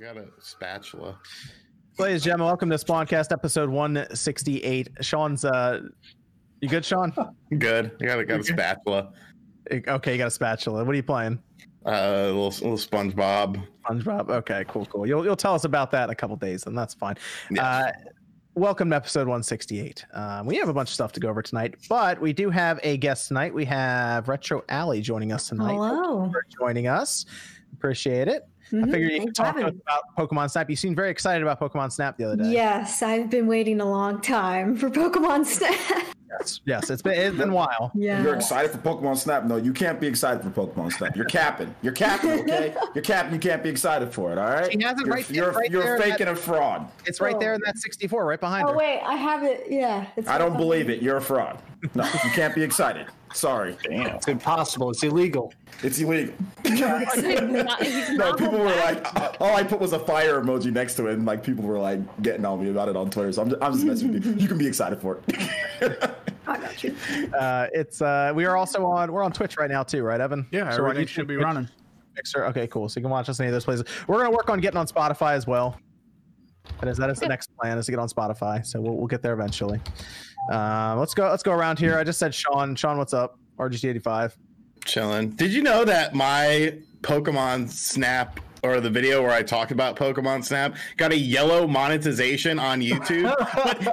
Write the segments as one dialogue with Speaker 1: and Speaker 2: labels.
Speaker 1: got a spatula.
Speaker 2: Ladies and gentlemen, welcome to Spawncast episode 168. Sean's, uh, you good, Sean?
Speaker 1: Good. I got a, got a spatula.
Speaker 2: Okay, you got a spatula. What are you playing?
Speaker 1: Uh, a little, little SpongeBob.
Speaker 2: SpongeBob. Okay, cool, cool. You'll you'll tell us about that in a couple days, and that's fine.
Speaker 1: Yeah.
Speaker 2: Uh, welcome to episode 168. Um, we have a bunch of stuff to go over tonight, but we do have a guest tonight. We have Retro Alley joining us tonight.
Speaker 3: Hello.
Speaker 2: For joining us, appreciate it. I
Speaker 3: Mhm.
Speaker 2: figure you can
Speaker 3: Thanks
Speaker 2: talk
Speaker 3: for
Speaker 2: to us
Speaker 3: having me.
Speaker 2: about Pokemon Snap. You seemed very excited about Pokemon Snap the other day.
Speaker 3: Yes, I've been waiting a long time for Pokemon Snap.
Speaker 2: Yes, yes. It's been it's been a while.
Speaker 4: You're
Speaker 3: yeah.
Speaker 4: excited for Pokemon Snap? No, you can't be excited for Pokemon Snap. You're capping. You're capping. Okay, you're capping. You can't be excited for it. All right.
Speaker 2: She has it
Speaker 4: you're
Speaker 2: right there-
Speaker 4: you're,
Speaker 2: right
Speaker 4: you're
Speaker 2: there in
Speaker 4: faking a fraud.
Speaker 2: It's right there in that 64, right behind
Speaker 3: Oh
Speaker 2: her.
Speaker 3: wait, I have it. Yeah. Oh, It's
Speaker 4: I don't believe it. You're a fraud. No, you can't be excited. Sorry. Damn.
Speaker 5: It's impossible. It's illegal.
Speaker 4: It's illegal.
Speaker 6: no,
Speaker 4: No, people were like, all I put was a fire emoji next to it, and like people were like getting on me about it on Twitter. So I'm just, I'm just messing with you. You can be excited for it.
Speaker 3: I got you.
Speaker 2: Uh, it's uh, we are also on we're on Twitch right now too, right, Evan?
Speaker 7: Yeah,
Speaker 2: we're on
Speaker 7: everything
Speaker 2: YouTube,
Speaker 7: should be
Speaker 2: Twitch,
Speaker 7: running.
Speaker 2: Mixer. Okay, cool. So you can watch us in any of those places. We're gonna work on getting on Spotify as well. That is that is the next plan is to get on Spotify. So we'll, we'll get there eventually. Uh, let's go let's go around here. I just said Sean. Sean, what's up? RGT85.
Speaker 1: Chilling. Did you know that my Pokemon Snap or the video where I talked about Pokemon Snap got a yellow monetization on YouTube?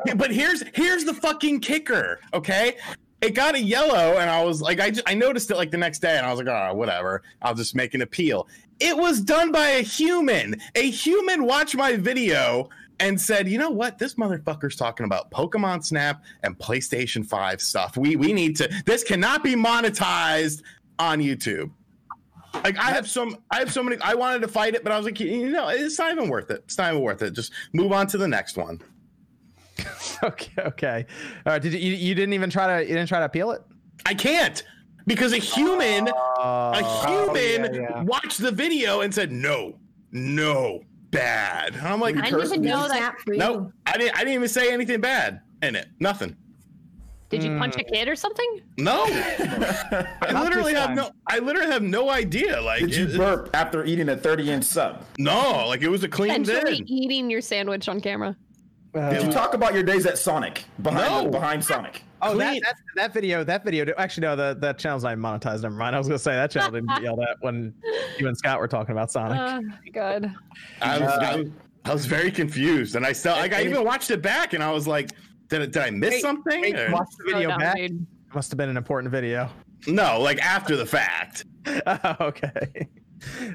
Speaker 1: but, but here's here's the fucking kicker, okay? It got a yellow, and I was like, I, ju- I noticed it like the next day, and I was like, oh, whatever. I'll just make an appeal. It was done by a human. A human watched my video and said, you know what? This motherfucker's talking about Pokemon Snap and PlayStation 5 stuff. We we need to this cannot be monetized on YouTube. Like I have some I have so many I wanted to fight it, but I was like, you know, it's not even worth it. It's not even worth it. Just move on to the next one.
Speaker 2: Okay, okay. All right. Did you you didn't even try to you didn't try to appeal it?
Speaker 1: I can't because a human a
Speaker 2: Oh,
Speaker 1: human
Speaker 5: yeah, yeah.
Speaker 1: watched the video and said, "No, no, bad." And I'm like,
Speaker 6: I didn't even know that.
Speaker 3: Snap for you.
Speaker 1: "No, I didn't. I didn't even say anything bad in it. Nothing.
Speaker 6: Did you punch a
Speaker 2: Mm.
Speaker 6: kid or something?
Speaker 1: No. I
Speaker 5: Not
Speaker 1: literally
Speaker 5: this
Speaker 1: have
Speaker 5: time.
Speaker 1: no. I literally have no idea. Like,
Speaker 4: Did
Speaker 1: it-
Speaker 4: you
Speaker 1: it-
Speaker 4: burp after eating a 30 inch sub?
Speaker 1: no. Like, it was a clean
Speaker 6: Potentially
Speaker 1: bid.
Speaker 6: eating your sandwich on camera.
Speaker 5: Uh,
Speaker 4: Did you talk about your days at Sonic? Behind
Speaker 1: No.
Speaker 4: behind Sonic.
Speaker 2: Oh, that,
Speaker 1: Clean.
Speaker 2: that that video, that video. Actually, no, the that channel's not even monetized. Never mind. I was gonna say that channel didn't get yelled at when you and Scott were talking about Sonic.
Speaker 1: Uh,
Speaker 2: Uh,
Speaker 6: Oh, God.
Speaker 1: I was, I, was, I was very confused, and I still like. I
Speaker 4: And-
Speaker 1: even watched it back, and I was like, "Did, I- did I miss
Speaker 2: Wait,
Speaker 1: something?"
Speaker 2: Wait,
Speaker 1: Or-
Speaker 2: watch the
Speaker 6: Slow
Speaker 2: video
Speaker 6: down,
Speaker 2: back.
Speaker 6: dude.
Speaker 2: It must have been an important video.
Speaker 1: no, like after the fact.
Speaker 2: Oh, okay.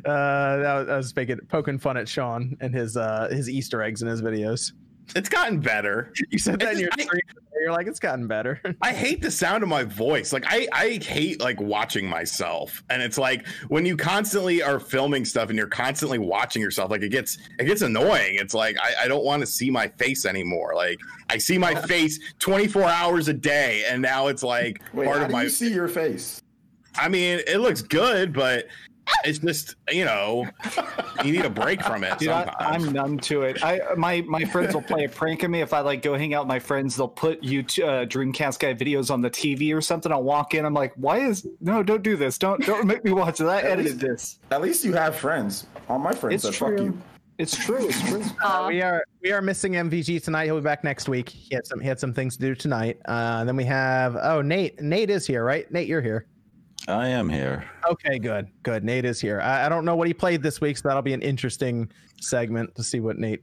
Speaker 2: Uh, that was, I was making, poking fun at Sean and his uh, his Easter eggs in his videos.
Speaker 1: It's gotten better.
Speaker 2: You said that in
Speaker 1: It's
Speaker 2: your
Speaker 1: just- I-
Speaker 2: stream. You're like, it's gotten better.
Speaker 1: I hate the sound of my voice. Like I, I hate like watching myself. And it's like when you constantly are filming stuff and you're constantly watching yourself, like it gets it gets annoying. It's like I, I don't want to see my face anymore. Like I see my face 24 hours a day, and now it's like
Speaker 4: Wait,
Speaker 1: part
Speaker 4: how
Speaker 1: of
Speaker 4: do
Speaker 1: my
Speaker 4: you see your face?
Speaker 1: I mean, it looks good, but it's just, you know, you need a break from it
Speaker 5: Dude, I,
Speaker 1: sometimes.
Speaker 5: I'm numb to it. I my my friends will play a prank on me if I like go hang out with my friends. They'll put you uh, Dreamcast guy videos on the TV or something. I'll walk in. I'm like, why is no? Don't do this. Don't don't make me watch that. I
Speaker 4: At
Speaker 5: edited
Speaker 4: least-
Speaker 5: this.
Speaker 4: At least you have friends. All my friends
Speaker 5: It's
Speaker 4: said, fuck
Speaker 5: true.
Speaker 4: you.
Speaker 5: It's true. It's true.
Speaker 6: Aw.
Speaker 2: we are we are missing MVG tonight. He'll be back next week. He had some he had some things to do tonight. Uh, and then we have oh Nate Nate is here right Nate you're here.
Speaker 8: I am here.
Speaker 2: Okay, good, good. Nate is here. I, I don't know what he played this week, so that'll be an interesting segment to see what Nate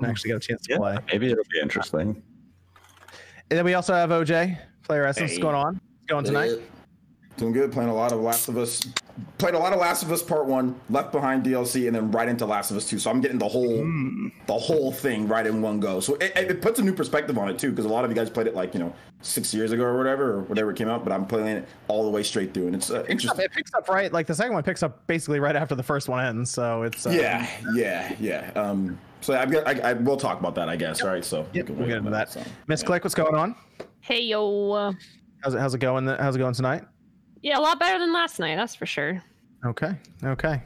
Speaker 4: Um,
Speaker 2: actually got a chance to play.
Speaker 8: Maybe it'll be interesting.
Speaker 2: And then we also have OJ player essence. What's
Speaker 4: Hey.
Speaker 2: going on? What's going tonight?
Speaker 4: Doing good. Playing a lot of Last of Us. Played a lot of Last of Us Part One, Left Behind DLC, and then right into Last of Us Two. So I'm getting the whole
Speaker 2: Hmm.
Speaker 4: the whole thing right in one go. So it, it puts a new perspective on it too, because a lot of you guys played it like you know six years ago or whatever, or whatever it came out. But I'm playing it all the way straight through, and it's uh,
Speaker 2: It picks up-
Speaker 4: interesting.
Speaker 2: It picks up right like the second one picks up basically right after the first one ends. So it's uh,
Speaker 4: Yeah, yeah, yeah. Um, so I've got, I, I will talk about that, I guess. All right, so we
Speaker 2: Yep,
Speaker 4: can
Speaker 2: we'll
Speaker 4: wait
Speaker 2: get
Speaker 4: on
Speaker 2: into that.
Speaker 4: so,
Speaker 2: Miss
Speaker 4: yeah.
Speaker 2: Click, what's going on?
Speaker 6: Hey, yo. uh,
Speaker 2: How's it how's it going? How's it going tonight?
Speaker 6: Yeah, a lot better than last night, that's for sure.
Speaker 2: Okay, okay.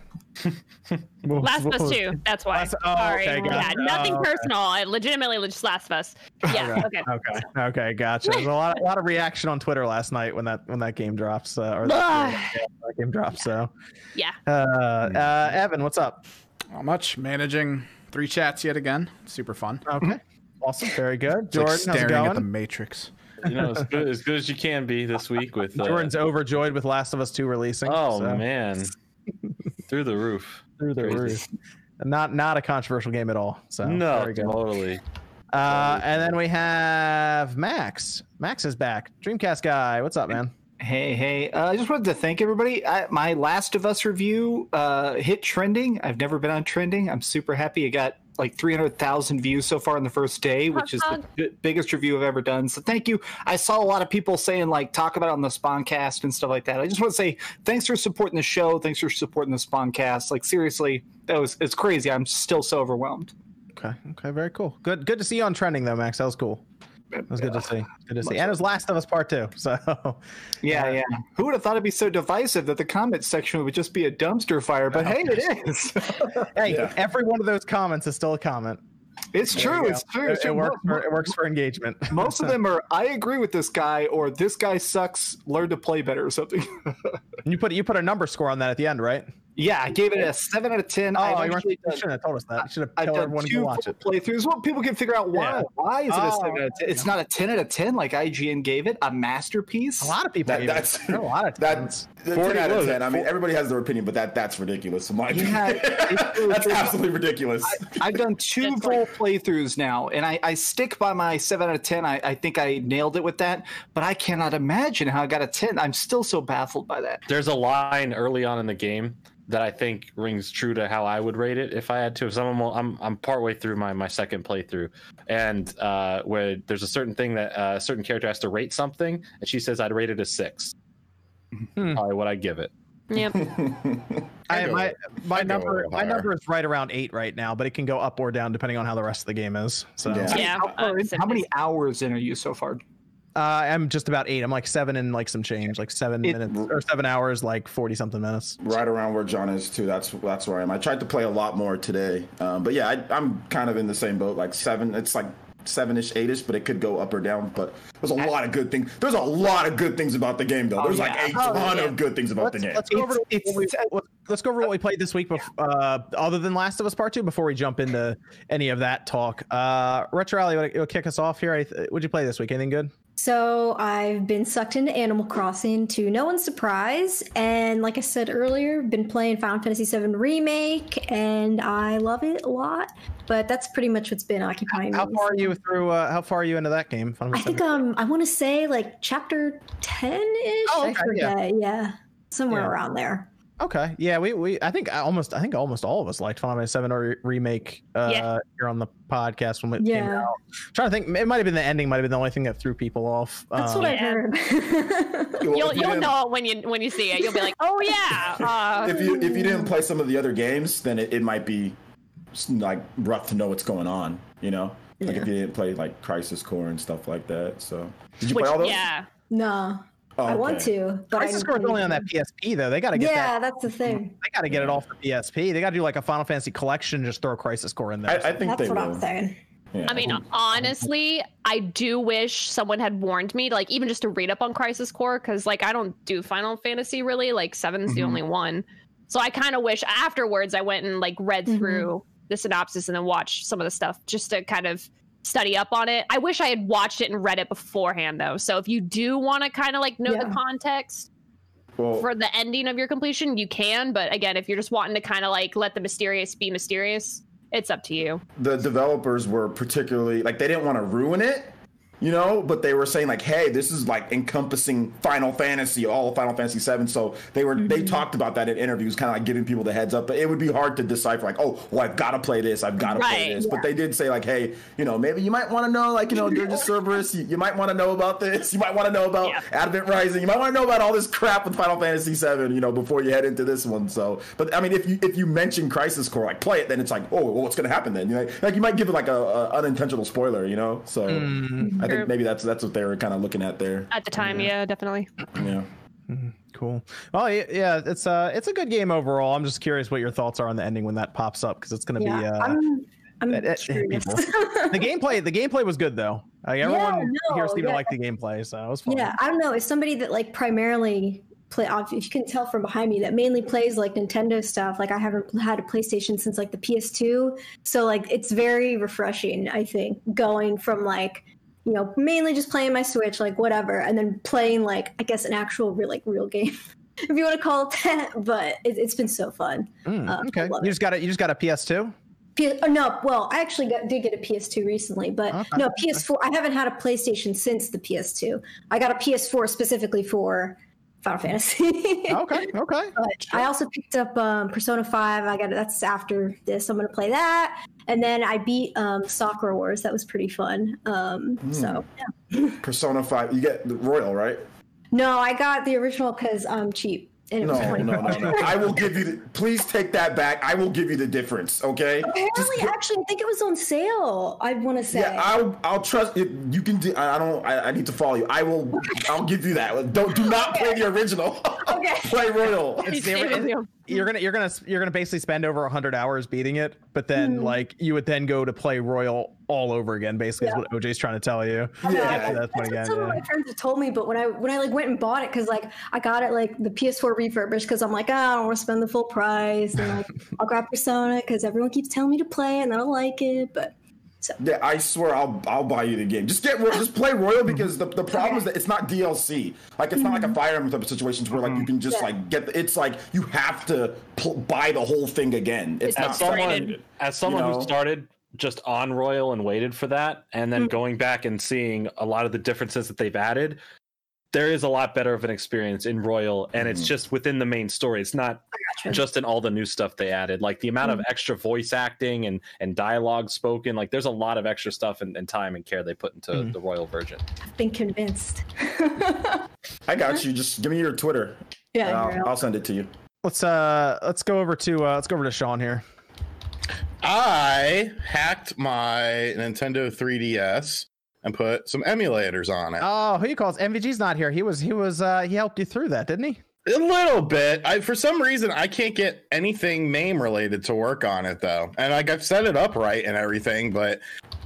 Speaker 2: We'll-
Speaker 6: Last of Us
Speaker 2: we'll-
Speaker 6: 2, that's why.
Speaker 2: Last- oh,
Speaker 6: Sorry.
Speaker 2: okay,
Speaker 6: yeah,
Speaker 2: gotcha.
Speaker 6: nothing
Speaker 2: Oh, okay.
Speaker 6: personal. I legitimately just Last of Us. Yeah, okay.
Speaker 2: Okay. Okay. Gotcha. There's a lot, a lot of reaction on Twitter last night when that when that game drops uh, or that,
Speaker 6: Ah.
Speaker 2: that game drops. So
Speaker 6: Yeah.
Speaker 2: Uh, uh, Evan, what's up?
Speaker 7: Not much. Managing three chats yet again. Super fun.
Speaker 2: Okay. Awesome. Very good.
Speaker 7: It's
Speaker 2: Jordan,
Speaker 7: like
Speaker 2: how's it
Speaker 7: staring at the
Speaker 2: going?
Speaker 7: Matrix.
Speaker 9: You know, as good, as good as you can be this week with. Uh,
Speaker 2: Jordan's overjoyed with Last of Us 2 releasing.
Speaker 9: oh
Speaker 2: so-
Speaker 9: man, through the roof.
Speaker 2: Through the
Speaker 9: Crazy.
Speaker 2: roof. Not not a controversial game at all. So
Speaker 9: no,
Speaker 2: very good.
Speaker 9: totally.
Speaker 2: Uh, and then we have Max. Max is back. Dreamcast guy. What's up, man?
Speaker 5: Hey, hey! Uh, I just wanted to thank everybody. I, my Last of Us review uh, hit trending. I've never been on trending. I'm super happy. It got like 300,000 views so far in the first day, which is the
Speaker 6: Hot
Speaker 5: bi- biggest review I've ever done. So thank you. I saw a lot of people saying like talk about it on the Spawncast and stuff like that. I just want to say thanks for supporting the show. Thanks for supporting the Spawncast. Like seriously, that was it's crazy. I'm still so overwhelmed.
Speaker 2: Okay. Okay. Very cool. Good. Good to see you on trending though, Max. That was cool. That was good to see. Good to see. And it was Last of Us Part Two. So
Speaker 5: Yeah, yeah. Uh, Who would have thought it'd be so divisive that the comment section would just be a dumpster fire? But hey, it is.
Speaker 2: hey,
Speaker 4: Yeah.
Speaker 2: every one of those comments is still a comment.
Speaker 5: It's
Speaker 2: There you
Speaker 5: true.
Speaker 2: go.
Speaker 5: It's true.
Speaker 2: It,
Speaker 5: It's
Speaker 2: it
Speaker 5: true.
Speaker 2: works.
Speaker 5: Mo-
Speaker 2: For, it works for engagement.
Speaker 5: Most of them are. I agree with this guy, or this guy sucks. Learn to play better, or something.
Speaker 2: you put you put a number score on that at the end, right?
Speaker 5: yeah, I gave it a seven out of ten.
Speaker 2: Oh,
Speaker 5: I've
Speaker 2: you, weren't,
Speaker 5: actually
Speaker 2: you
Speaker 5: done.
Speaker 2: shouldn't have told us that. You should have
Speaker 5: I've
Speaker 2: told
Speaker 5: done
Speaker 2: everyone to
Speaker 5: two
Speaker 2: go watch
Speaker 5: full
Speaker 2: it.
Speaker 5: playthways. Well, people can figure out why.
Speaker 2: Yeah.
Speaker 5: Why is it a
Speaker 2: Oh,
Speaker 5: seven out of ten? It's not a ten out of ten like IGN gave it. A masterpiece.
Speaker 2: A lot of people.
Speaker 4: That-
Speaker 2: even-
Speaker 4: that's-
Speaker 2: there are a lot of
Speaker 4: That's
Speaker 2: times.
Speaker 4: 10 out of 10. I mean, everybody has their opinion, but that that's ridiculous. in my opinion.
Speaker 5: Yeah, it's true.
Speaker 4: that's absolutely ridiculous.
Speaker 5: I've done two
Speaker 6: It's
Speaker 5: full
Speaker 6: like-
Speaker 5: playthroughs now, and I, I stick by my seven out of ten. I, I think I nailed it with that, but I cannot imagine how I got a ten. I'm still so baffled by that.
Speaker 9: There's a line early on in the game that I think rings true to how I would rate it if I had to. If someone, will, I'm I'm partway through my my second playthrough, and uh, where there's a certain thing that uh, a certain character has to rate something, and she says I'd rate it a six.
Speaker 2: Hmm.
Speaker 9: Probably what I give it.
Speaker 6: Yep.
Speaker 2: I,
Speaker 1: go-
Speaker 2: my my
Speaker 1: I go a
Speaker 2: number
Speaker 1: little
Speaker 2: my
Speaker 1: higher.
Speaker 2: number is right around eight right now, but it can go up or down depending on how the rest of the game is. So
Speaker 4: Yeah.
Speaker 6: Yeah.
Speaker 5: how, far
Speaker 6: uh,
Speaker 5: in- how many
Speaker 6: Simmons.
Speaker 5: hours in are you so far?
Speaker 2: uh, I'm just about eight. I'm like seven and like some change, like seven
Speaker 5: It-
Speaker 2: minutes or seven hours, like forty something minutes.
Speaker 4: right around where John is too. That's that's where I am. I tried to play a lot more today, um, but yeah, I, I'm kind of in the same boat. Like seven, it's like seven-ish, eight-ish, but it could go up or down. But there's a lot of good things. There's a lot of good things about the game, though.
Speaker 5: Oh,
Speaker 4: There's
Speaker 5: yeah.
Speaker 4: like a
Speaker 5: Oh,
Speaker 4: ton
Speaker 5: yeah.
Speaker 4: of good things about
Speaker 2: Let's,
Speaker 4: the game.
Speaker 2: let's go over to
Speaker 5: It's-
Speaker 2: what we,
Speaker 5: it's-
Speaker 2: what- let's go over what we played this week, bef- uh, other than Last of Us Part Two, before we jump into any of that talk. Uh, Retro Alley, will will kick us off here. I th- What'd you play this week? Anything good?
Speaker 3: So I've been sucked into Animal Crossing to no one's surprise, and like I said earlier, been playing Final Fantasy VII Remake, and I love it a lot. But that's pretty much what's been occupying
Speaker 2: How
Speaker 3: me.
Speaker 2: far are you through? Uh, how far are you into that game? Final
Speaker 3: I
Speaker 2: Fantasy
Speaker 3: think um I want to say like chapter ten ish.
Speaker 2: Oh, okay,
Speaker 3: I
Speaker 2: yeah.
Speaker 3: forget. Yeah, somewhere
Speaker 2: Yeah.
Speaker 3: around there.
Speaker 2: Okay. Yeah, we, we I think I almost I think almost all of us liked Final Fantasy Seven or remake uh
Speaker 6: Yeah.
Speaker 2: here on the podcast when it came
Speaker 3: Yeah.
Speaker 2: out. trying to think it might have been the ending, might have been the only thing that threw people off. Um,
Speaker 3: That's what I
Speaker 6: Yeah.
Speaker 3: heard.
Speaker 4: Well,
Speaker 6: You'll
Speaker 4: if you
Speaker 6: you'll
Speaker 4: didn't-
Speaker 6: know it when you when you see it. You'll be like, oh yeah. Uh,
Speaker 4: If you if you didn't play some of the other games, then it, it might be s- like rough to know what's going on. You know, like if you didn't play like Crisis Core and stuff like that. So did you
Speaker 6: which,
Speaker 4: play all those?
Speaker 6: yeah.
Speaker 3: no,
Speaker 4: Oh,
Speaker 3: I want
Speaker 4: okay.
Speaker 3: to, but
Speaker 2: Crisis
Speaker 3: I
Speaker 2: Core is only on that PSP though. They gotta get
Speaker 3: Yeah,
Speaker 2: that
Speaker 3: that's the thing.
Speaker 2: they gotta get it off the PSP. They gotta do like a Final Fantasy collection, just throw Crisis Core in there.
Speaker 4: I, I think
Speaker 3: That's
Speaker 4: they
Speaker 3: what
Speaker 4: will.
Speaker 3: I'm saying.
Speaker 4: Yeah.
Speaker 6: I mean, uh, honestly, I do wish someone had warned me, like even just to read up on Crisis Core, because like I don't do Final Fantasy really. Like 7's the
Speaker 4: Mm-hmm.
Speaker 5: Mhm.
Speaker 6: only one, so I kind of wish afterwards I went and like read
Speaker 3: Mhm.
Speaker 6: through the synopsis and then watched some of the stuff just to kind of study up on it. I wish I had watched it and read it beforehand though. So if you do want to kind of like know the
Speaker 3: Yeah.
Speaker 6: context
Speaker 4: well,
Speaker 6: for the ending of your completion, you can. But again, if you're just wanting to kind of like let the mysterious be mysterious, it's up to you.
Speaker 4: the developers were particularly like they didn't want to ruin it you know but they were saying like hey this is like encompassing final fantasy all of final fantasy 7 so they were they talked about that in interviews kind of like giving people the heads up but it would be hard to decipher like oh well i've got to play this i've got to play
Speaker 6: Right.
Speaker 4: this but they did say like hey you know maybe you might want to know like you know Dirge of Cerberus you, you might want to know about this you might want to know about
Speaker 6: Yeah.
Speaker 4: Advent Rising you might want to know about all this crap with Final Fantasy 7 you know before you head into this one so but I mean if you if you mention Crisis Core like play it then it's like oh well, what's gonna happen then you know, like you might give it like a, a unintentional spoiler you know so I
Speaker 6: True.
Speaker 4: think maybe that's that's what they were kind of looking at there
Speaker 6: At the time, yeah definitely.
Speaker 4: yeah
Speaker 2: Cool. Well, y- yeah, it's uh it's a good game overall. I'm just curious what your thoughts are on the ending when that pops up because it's gonna
Speaker 3: Yeah,
Speaker 2: be uh
Speaker 3: I'm, I'm
Speaker 2: it- it-
Speaker 3: curious.
Speaker 2: the gameplay the gameplay was good though. Like everyone
Speaker 3: no,
Speaker 2: here seemed
Speaker 3: yeah.
Speaker 2: to like the gameplay, so it was fun.
Speaker 3: yeah, I don't know. As somebody that like primarily play. If you can tell from behind me, that mainly plays like Nintendo stuff. Like I haven't had a PlayStation since like the PS2, so like it's very refreshing. I think going from like you know mainly just playing my Switch, like whatever, and then playing like I guess an actual real like real game, if you want to call it that. But it, it's been so fun.
Speaker 2: Mm,
Speaker 3: Uh, I
Speaker 2: okay,
Speaker 3: love
Speaker 2: you
Speaker 3: it.
Speaker 2: just got a you just got a PS2.
Speaker 3: P- oh, no, well, I actually got, did get a PS2 recently, but
Speaker 2: Okay.
Speaker 3: no PS4. I haven't had a PlayStation since the PS2. I got a PS4 specifically for Final Fantasy.
Speaker 2: Okay, okay.
Speaker 3: But I also picked up um, Persona 5. I got that's after this. I'm gonna play that, and then I beat um, Soccer Wars. That was pretty fun. Um,
Speaker 2: Hmm.
Speaker 3: So yeah.
Speaker 4: Hmm. Persona Five. You get the Royal, right?
Speaker 3: no, I got the original because I'm cheap. And it
Speaker 4: No,
Speaker 3: was
Speaker 4: no,
Speaker 3: 20
Speaker 4: no, no. I will give you. The, please take that back. I will give you the difference. Okay.
Speaker 3: Apparently, actually, I think it was on sale. I want to say.
Speaker 4: Yeah, I'll I'll trust you. You can. Do, I I don't. I, I need to follow you. I will. I'll give you that. Don't do not play the original.
Speaker 3: Okay.
Speaker 4: play Royal.
Speaker 2: It's the-
Speaker 6: Same with you.
Speaker 2: you're gonna you're gonna you're gonna basically spend over 100 hours beating it but then like you would then go to play royal all over again basically is what oj's trying to tell you
Speaker 4: Yeah.
Speaker 2: to that
Speaker 3: That's
Speaker 2: point
Speaker 3: what
Speaker 2: again
Speaker 3: some of
Speaker 2: yeah.
Speaker 3: my friends have told me, but when I when I like went and bought it, because like I got it like the PS4 refurbished, because I'm like, ah, I don't want to spend the full price, and like I'll grab Persona because everyone keeps telling me to play it and I don't like it, but
Speaker 4: Yeah, I swear I'll I'll buy you the game. Just get Ro- just play Royal because the, the problem is that it's not DLC. Like it's not like a Fire Emblem type of situations where like you can just
Speaker 3: Yeah.
Speaker 4: like get. The, it's like you have to pl- buy the whole thing again. It's
Speaker 9: as
Speaker 4: not
Speaker 9: someone as someone
Speaker 4: know?
Speaker 9: who started just on Royal and waited for that, and
Speaker 4: Hmm.
Speaker 9: then going back and seeing a lot of the differences that they've added, there is a lot better of an experience in Royal, and
Speaker 4: Mm-hmm.
Speaker 9: it's just within the main story. It's not
Speaker 3: gotcha.
Speaker 9: just in all the new stuff they added, like the amount
Speaker 4: Hmm.
Speaker 9: of extra voice acting and and dialogue spoken. Like there's a lot of extra stuff and, and time and care they put into
Speaker 4: Mm-hmm.
Speaker 9: the Royal version.
Speaker 3: I've been convinced.
Speaker 4: I got you. Just give me your Twitter.
Speaker 3: Yeah,
Speaker 4: and
Speaker 3: Andrew.
Speaker 4: I'll, I'll send it to you.
Speaker 2: let's uh let's go over to uh let's go over to sean here
Speaker 1: I hacked my Nintendo 3DS and put some emulators on it.
Speaker 2: oh who you calls mvg's not here he was he was uh he helped you through that didn't he
Speaker 1: A little bit. I for some reason I can't get anything MAME related to work on it though, and like I've set it up right and everything, but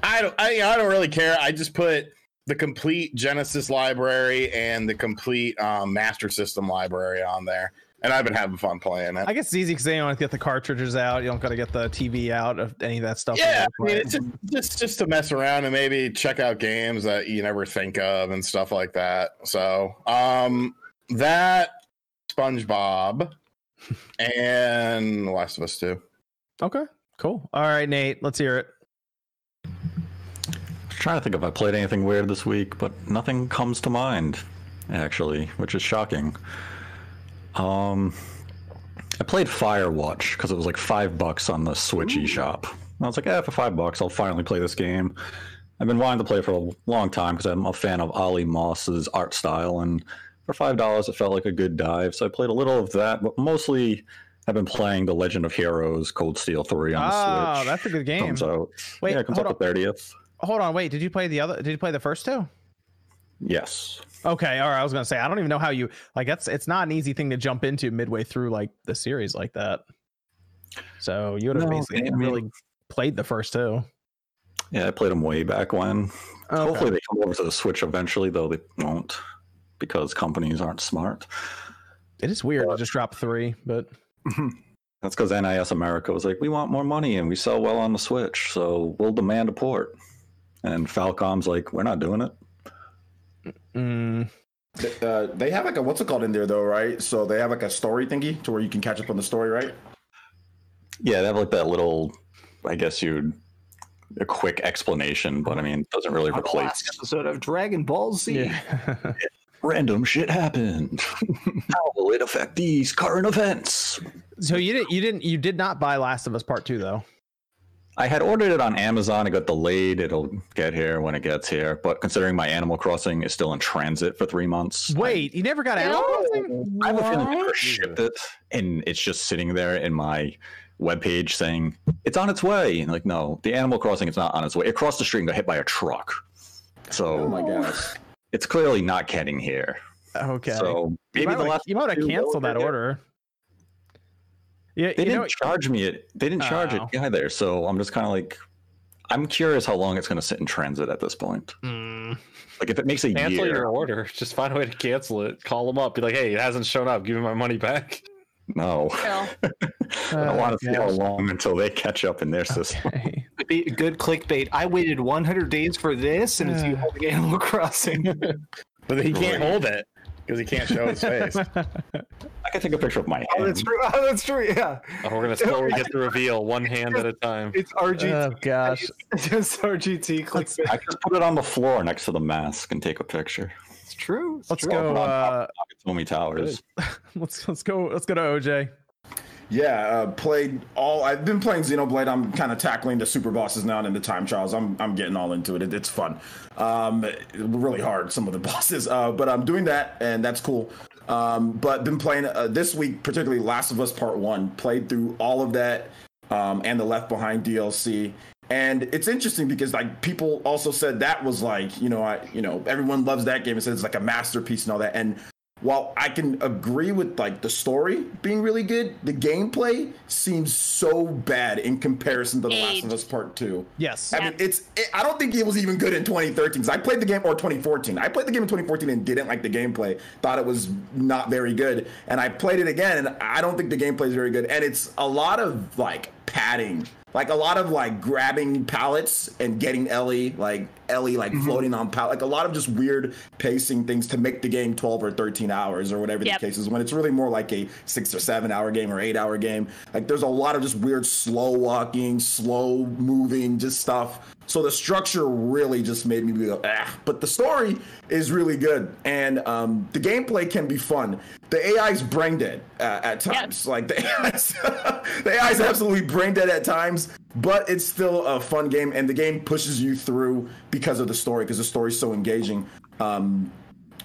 Speaker 1: I don't. I, I don't really care. I just put the complete Genesis library and the complete um, Master System library on there, and I've been having fun playing it.
Speaker 2: i guess it's easy because they don't have to get the cartridges out you don't gotta get the tv out of any of that stuff
Speaker 1: yeah, I mean, it's just, just just to mess around and maybe check out games that you never think of and stuff like that. So, um, that SpongeBob and The Last of Us Two.
Speaker 2: okay cool all right nate let's hear it
Speaker 8: trying to think if I played anything weird this week, but nothing comes to mind, actually, which is shocking. Um, I played Firewatch because it was like five bucks on the Switch eShop. And I was like, eh, for five bucks, I'll finally play this game. I've been wanting to play it for a long time because I'm a fan of Ollie Moss's art style, and for five dollars, it felt like a good dive. So I played a little of that, but mostly I've been playing The Legend of Heroes: Cold Steel Three on the
Speaker 2: oh
Speaker 8: Switch.
Speaker 2: that's a good game
Speaker 8: Comes out.
Speaker 2: Wait,
Speaker 8: yeah, it comes
Speaker 2: hold
Speaker 8: out
Speaker 2: on.
Speaker 8: the thirtieth.
Speaker 2: hold on wait did you play the other did you play the first two
Speaker 8: Yes.
Speaker 2: Okay, all right. I was gonna say I don't even know how you like that's it's not an easy thing to jump into midway through like the series like that. So you would have
Speaker 8: No,
Speaker 2: basically
Speaker 8: I mean-
Speaker 2: really played the first two.
Speaker 8: Yeah, I played them way back when.
Speaker 2: Okay.
Speaker 8: Hopefully they come over to the Switch eventually, though they won't because companies aren't smart.
Speaker 2: It is weird to just drop three, but
Speaker 8: That's because NIS America was like, we want more money and we sell well on the Switch, so we'll demand a port. And Falcom's like, we're not doing it.
Speaker 2: mm,
Speaker 4: Th- Uh, they have like a what's it called in there though, right? So they have like a story thingy to where you can catch up on the story, right?
Speaker 8: Yeah, they have like that little, I guess you'd, a quick explanation, but I mean, it doesn't really
Speaker 5: On the
Speaker 8: replace.
Speaker 5: last episode of Dragon Ball Z.
Speaker 2: yeah.
Speaker 8: Random shit happened. How will it affect these current events?
Speaker 2: so you didn't you didn't you did not buy Last of Us Part Two though.
Speaker 8: I had ordered it on Amazon. It got delayed. It'll get here when it gets here. But considering my Animal Crossing is still in transit for three months, I-
Speaker 2: Wait, you never got Animal
Speaker 6: No.
Speaker 2: Crossing?
Speaker 8: I, have a feeling they
Speaker 3: What?
Speaker 8: shipped it, and it's just sitting there in my webpage saying it's on its way. And like, no, the Animal Crossing is not on its way. It crossed the street and got hit by a truck, so
Speaker 4: Oh my gosh.
Speaker 8: it's clearly not getting here.
Speaker 2: Okay.
Speaker 8: So
Speaker 2: you
Speaker 8: maybe the
Speaker 2: might,
Speaker 8: last
Speaker 2: have- you might have
Speaker 8: two will
Speaker 2: canceled that
Speaker 8: get-
Speaker 2: order. Yeah, you
Speaker 8: They didn't
Speaker 2: know,
Speaker 8: charge me it. They didn't charge
Speaker 2: Oh.
Speaker 8: it either. So I'm just kind of like, I'm curious how long it's going to sit in transit at this point.
Speaker 2: Mm.
Speaker 8: Like if it makes a
Speaker 9: Cancel
Speaker 8: year,
Speaker 9: your order. Just find a way to cancel it. Call them up. Be like, hey, it hasn't shown up. Give me my money back.
Speaker 8: no.
Speaker 6: Phil.
Speaker 8: I
Speaker 2: Uh,
Speaker 8: want to see how
Speaker 2: yes.
Speaker 8: long until they catch up in their system.
Speaker 2: Okay.
Speaker 5: It'd be good clickbait. I waited 100 days for this, and it's you holding Animal Crossing.
Speaker 1: But he can't
Speaker 8: Great.
Speaker 1: hold it because he can't show his face.
Speaker 8: I can take a picture of my
Speaker 5: oh, that's
Speaker 8: hand.
Speaker 5: true. Oh, that's true. Yeah,
Speaker 9: Oh, we're gonna slowly get the reveal one hand at a time.
Speaker 5: it's RGT.
Speaker 8: Uh,
Speaker 2: Oh gosh,
Speaker 5: It's just RGT
Speaker 2: Let's-
Speaker 5: clickbait.
Speaker 8: I can put it on the floor next to the mask and take a picture.
Speaker 5: It's true. It's
Speaker 2: let's
Speaker 5: true.
Speaker 2: go. Uh,
Speaker 8: Tommy Towers.
Speaker 2: let's let's go. Let's go to OJ.
Speaker 4: Yeah, uh, played all. I've been playing Xenoblade. I'm kind of tackling the super bosses now and the time trials. I'm I'm getting all into it. it it's fun. Um, really hard some of the bosses. Uh, but I'm doing that and that's cool. Um, but been playing uh, this week, particularly Last of Us Part One. Played through all of that um, and the Left Behind DLC. And it's interesting because like people also said that was like you know I you know everyone loves that game and says it's like a masterpiece and all that. And while I can agree with like the story being really good, the gameplay seems so bad in comparison to The Last of
Speaker 6: Aged.
Speaker 4: Us Part Two.
Speaker 2: Yes.
Speaker 4: I mean, it's. It, I don't think it was even good in 2013. 'cause I played the game or 2014. I played the game in 2014 and didn't like the gameplay. Thought it was not very good. And I played it again, and I don't think the gameplay is very good. And it's a lot of like padding, like a lot of like grabbing pallets and getting Ellie, like Ellie, like floating on pallet, like a lot of just weird pacing things to make the game 12 or 13 hours or whatever
Speaker 6: Yep.
Speaker 4: the case is. When it's really more like a six or seven hour game or eight hour game. Like there's a lot of just weird slow walking, slow moving, just stuff. So the structure really just made me go, ah. But the story is really good, and um, the gameplay can be fun. The AI's brain dead uh, at times. Like the AI's, the AI's absolutely brain dead at times. But it's still a fun game, and the game pushes you through because of the story, because the story's so engaging. Um,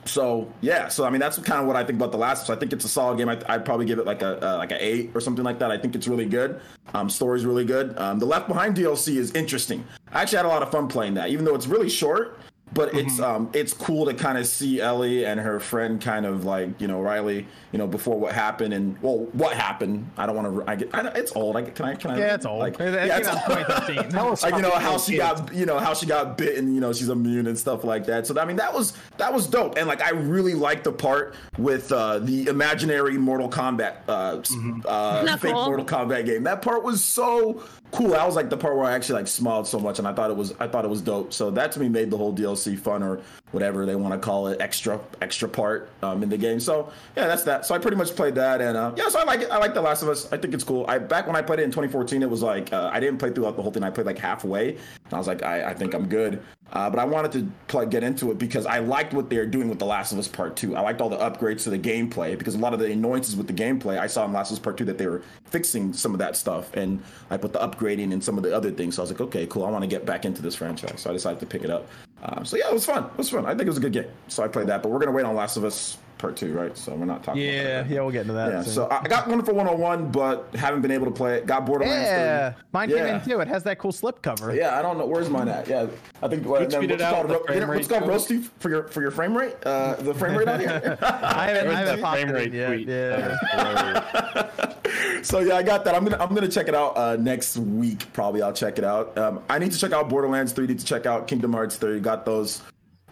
Speaker 4: so yeah, so I mean that's kind of what I think about the last. So I think it's a solid game. I, I'd probably give it like a uh, like a eight or something like that. I think it's really good. Um, story's really good. Um, the Left Behind DLC is interesting. I actually had a lot of fun playing that, even though it's really short. But
Speaker 2: Mm-hmm.
Speaker 4: it's um it's cool to kind of see Ellie and her friend kind of like you know Riley you know before what happened and well what happened. I don't want to. I get I, don't- it's old. I get- can I can I
Speaker 2: Yeah, it's old.
Speaker 4: like-
Speaker 2: It- it
Speaker 4: yeah,
Speaker 2: came out in 2013.
Speaker 5: Tell us
Speaker 4: like you know
Speaker 5: about
Speaker 4: how
Speaker 5: those
Speaker 4: she
Speaker 5: kids.
Speaker 4: got you know how she got bitten you know she's immune and stuff like that so i mean that was that was dope and like i really liked the part with uh the imaginary mortal kombat uh, s- uh
Speaker 6: Isn't that
Speaker 4: fake
Speaker 6: cool?
Speaker 4: mortal kombat game that part was so cool that was like the part where i actually like smiled so much and i thought it was i thought it was dope so that to me made the whole dlc fun or whatever they want to call it extra extra part um in the game so yeah that's that so i pretty much played that and uh yeah so i like it i like the last of us i think it's cool i back when i played it in 2014 it was like uh, i didn't play throughout the whole thing i played like halfway and i was like i, I think i'm good uh, but i wanted to play, get into it because i liked what they're doing with the last of us part two i liked all the upgrades to the gameplay because a lot of the annoyances with the gameplay i saw in last of us part two that they were fixing some of that stuff and like with the upgrading and some of the other things so i was like okay cool i want to get back into this franchise so i decided to pick it up um, so yeah it was fun it was fun i think it was a good game so i played that but we're gonna wait on last of us part two right so we're not talking about that
Speaker 2: yeah,
Speaker 4: right now.
Speaker 2: yeah, we'll get into that.
Speaker 4: Yeah,
Speaker 2: soon.
Speaker 4: so I I got one for 101, but haven't been able to play it. Got Borderlands
Speaker 2: yeah,
Speaker 4: 3.
Speaker 2: mine came
Speaker 4: yeah.
Speaker 2: in too. It has that cool slip cover.
Speaker 4: Yeah, I don't know where's mine at. Yeah, I think what,
Speaker 9: tweeted
Speaker 4: what's
Speaker 9: out
Speaker 4: called,
Speaker 9: the
Speaker 4: ro-
Speaker 9: frame
Speaker 4: what's
Speaker 9: rate
Speaker 4: called
Speaker 9: code.
Speaker 4: roasty for your for your frame rate. Uh, the frame rate out here.
Speaker 2: I haven't, I
Speaker 9: There's
Speaker 2: haven't
Speaker 9: that
Speaker 2: popped
Speaker 9: frame
Speaker 2: it
Speaker 9: rate
Speaker 2: in yet.
Speaker 9: tweet.
Speaker 2: Yeah.
Speaker 9: That
Speaker 4: so yeah, I got that. I'm gonna I'm gonna check it out uh, next week. Probably I'll check it out. Um, I need to check out Borderlands 3. Need to check out Kingdom Hearts 3. Got those.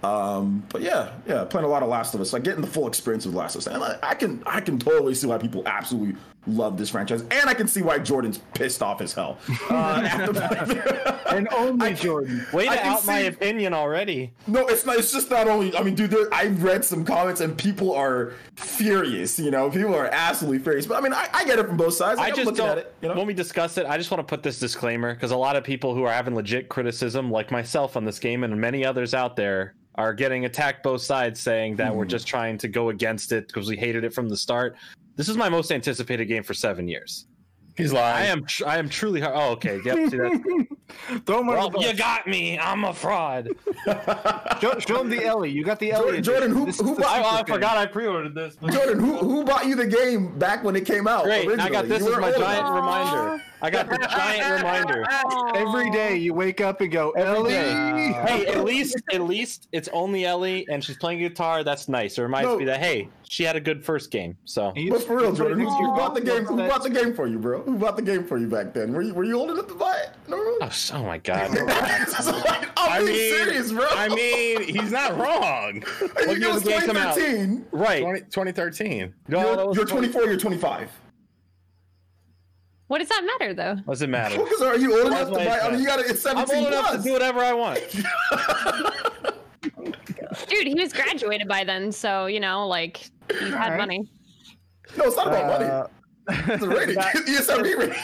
Speaker 4: Um, but yeah, yeah, playing a lot of Last of Us, like getting the full experience of Last of Us, and I, I can, I can totally see why people absolutely love this franchise, and I can see why Jordan's pissed off as hell. Uh, after
Speaker 5: and only Jordan.
Speaker 9: was- Way
Speaker 4: I
Speaker 9: to
Speaker 4: can
Speaker 9: out my
Speaker 4: see-
Speaker 9: opinion already.
Speaker 4: No, it's not. It's just not only. I mean, dude, there, I read some comments and people are furious. You know, people are absolutely furious. But I mean, I, I get it from both sides. Like,
Speaker 9: I
Speaker 4: I'm
Speaker 9: just
Speaker 4: looking
Speaker 9: don't.
Speaker 4: at it. You know,
Speaker 9: When we discuss it, I just want to put this disclaimer because a lot of people who are having legit criticism, like myself on this game and many others out there, are getting attacked both sides, saying that
Speaker 4: Mm-hmm.
Speaker 9: we're just trying to go against it because we hated it from the start. This is my most anticipated game for seven years.
Speaker 1: He's
Speaker 9: I
Speaker 1: lying.
Speaker 9: am. Tr- I am truly. Har- oh, okay. Yep. See, that's-
Speaker 5: Throw him
Speaker 9: well,
Speaker 5: under the
Speaker 9: you
Speaker 5: bus.
Speaker 9: got me. I'm a fraud.
Speaker 5: Show, show him the Ellie. You got the Ellie.
Speaker 4: Jordan, Jordan, who-
Speaker 5: edition. This is
Speaker 4: who-
Speaker 5: the
Speaker 9: I, oh,
Speaker 5: secret
Speaker 9: I
Speaker 5: game.
Speaker 9: forgot I pre-ordered this. but-
Speaker 4: Jordan, who who bought you the game back when it came out?
Speaker 9: Great. I
Speaker 4: originally?
Speaker 9: got this
Speaker 4: You
Speaker 9: as
Speaker 4: were
Speaker 9: my
Speaker 4: old.
Speaker 9: giant reminder. I got the giant reminder.
Speaker 5: Every day you wake up and go, Ellie.
Speaker 9: Hey, at least at least it's only Ellie and she's playing guitar. That's nice. It reminds
Speaker 4: No.
Speaker 9: me that hey, she had a good first game. So
Speaker 5: He's-
Speaker 4: But for real,
Speaker 5: he's
Speaker 4: Jordan,
Speaker 5: right
Speaker 4: who,
Speaker 5: next to your
Speaker 4: who bought the
Speaker 5: bunk.
Speaker 4: game? Who bought the game for you, bro? Who bought the game for you back then? Were you were you holding up to buy it? No.
Speaker 9: oh, s- oh my god.
Speaker 4: It's like,
Speaker 1: I
Speaker 4: I'm being
Speaker 1: mean-
Speaker 4: serious, bro.
Speaker 1: I mean, he's not wrong.
Speaker 4: Like,
Speaker 9: what
Speaker 4: it
Speaker 9: year
Speaker 4: was
Speaker 9: did the game come out?
Speaker 4: 2013.
Speaker 9: right.
Speaker 1: 20, 2013.
Speaker 9: No, that
Speaker 4: You're,
Speaker 9: was
Speaker 4: you're 24. You're 25.
Speaker 6: What does that matter though?
Speaker 9: Doesn't
Speaker 4: Well,
Speaker 9: matter.
Speaker 4: because are you old enough
Speaker 9: That's why
Speaker 4: to buy?
Speaker 9: it's
Speaker 4: I mean,
Speaker 9: bad.
Speaker 4: you got to. It's
Speaker 9: I'm
Speaker 4: 17
Speaker 9: old enough to
Speaker 4: plus.
Speaker 9: do whatever I want.
Speaker 6: Dude, he was graduated by then, so you know, like he had money.
Speaker 4: No, it's not about money.
Speaker 2: Uh,
Speaker 4: It's a rating. ESRB rating.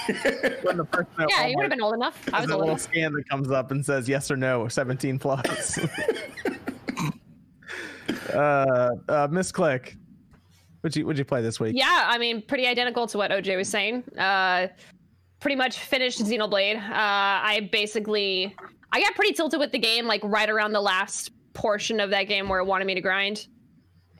Speaker 2: when the person at
Speaker 6: Yeah,
Speaker 2: Walmart
Speaker 6: you would have been old enough. I
Speaker 2: has
Speaker 6: was
Speaker 2: a
Speaker 6: old
Speaker 2: little
Speaker 6: enough.
Speaker 2: scan that comes up and says yes or no, 17 plus. uh, uh, Miss Click, would you would you play this week?
Speaker 6: Yeah, I mean, pretty identical to what OJ was saying. Uh, pretty much finished Xenoblade. Uh, I basically, I got pretty tilted with the game, like right around the last portion of that game where it wanted me to grind,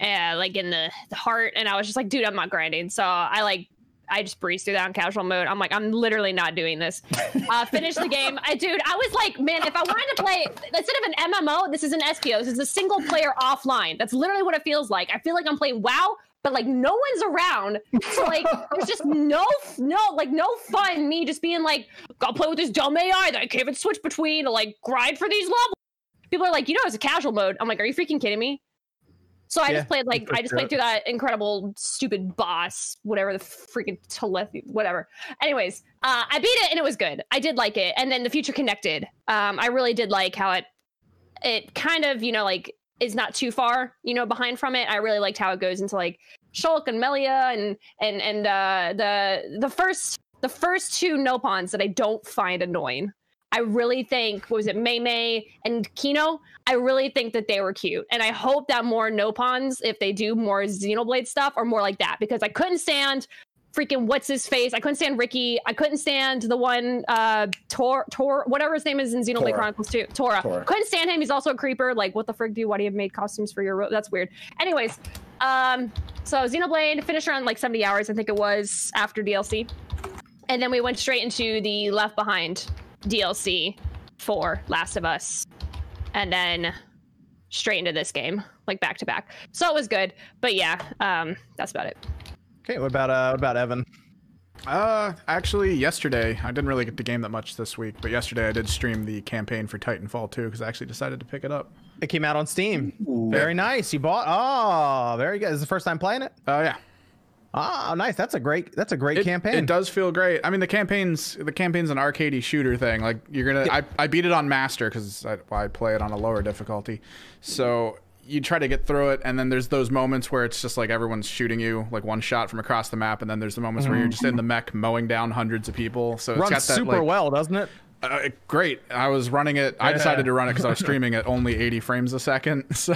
Speaker 6: uh, like in the, the heart, and I was just like, dude, I'm not grinding. So I like. I just breezed through that on casual mode. I'm like, I'm literally not doing this. Uh, finish the game, I, dude. I was like, man, if I wanted to play instead of an MMO, this is an SPO. This is a single player offline. That's literally what it feels like. I feel like I'm playing WoW, but like no one's around. So like there's just no no like no fun me just being like, gotta play with this dumb AI that I can't even switch between to like grind for these levels. People are like, you know, it's a casual mode. I'm like, are you freaking kidding me? So I
Speaker 2: Yeah,
Speaker 6: just played like
Speaker 2: that's
Speaker 6: I just
Speaker 2: true.
Speaker 6: played through that incredible stupid boss, whatever the freaking telepathy, whatever. Anyways, uh, I beat it and it was good. I did like it, and then the future connected. Um, I really did like how it it kind of you know like is not too far you know behind from it. I really liked how it goes into like Shulk and Melia and and and uh, the the first the first two Nopons that I don't find annoying. I really think what was it Mei Mei and Kino. I really think that they were cute, and I hope that more Nopons, if they do more Xenoblade stuff, are more like that because I couldn't stand freaking what's his face. I couldn't stand Ricky. I couldn't stand the one uh Tor Tor whatever his name is in Xenoblade
Speaker 4: Tora.
Speaker 6: Chronicles 2. Tora.
Speaker 4: Tora.
Speaker 6: Couldn't stand him. He's also a creeper. Like what the frig do you? Why do you have made costumes for your ro- that's weird. Anyways, um so Xenoblade finished around like 70 hours I think it was after DLC. And then we went straight into the Left Behind DLC for Last of Us. And then straight into this game, like back to back. So it was good. But yeah, um, that's about it.
Speaker 2: Okay, what about uh, what about Evan?
Speaker 7: Uh, actually, yesterday I didn't really get to game that much this week, but yesterday I did stream the campaign for Titanfall 2 because I actually decided to pick it up.
Speaker 2: It came out on Steam. Very nice. You bought. Oh, very good. Is this the first time playing it?
Speaker 7: Oh yeah,
Speaker 2: Ah, nice. That's a great. That's a great
Speaker 7: it,
Speaker 2: campaign.
Speaker 7: It does feel great. I mean, the campaign's the campaign's an arcadey shooter thing. Like you're gonna, I, I beat it on master because I, I play it on a lower difficulty. So you try to get through it, and then there's those moments where it's just like everyone's shooting you, like one shot from across the map, and then there's the moments where you're just in the mech mowing down hundreds of people. So
Speaker 2: Mm-hmm.
Speaker 7: it's
Speaker 2: runs
Speaker 7: got that
Speaker 2: super
Speaker 7: like,
Speaker 2: well, doesn't it?
Speaker 7: Uh, great. I was running it. I decided to run it because I was streaming at only 80 frames a second. So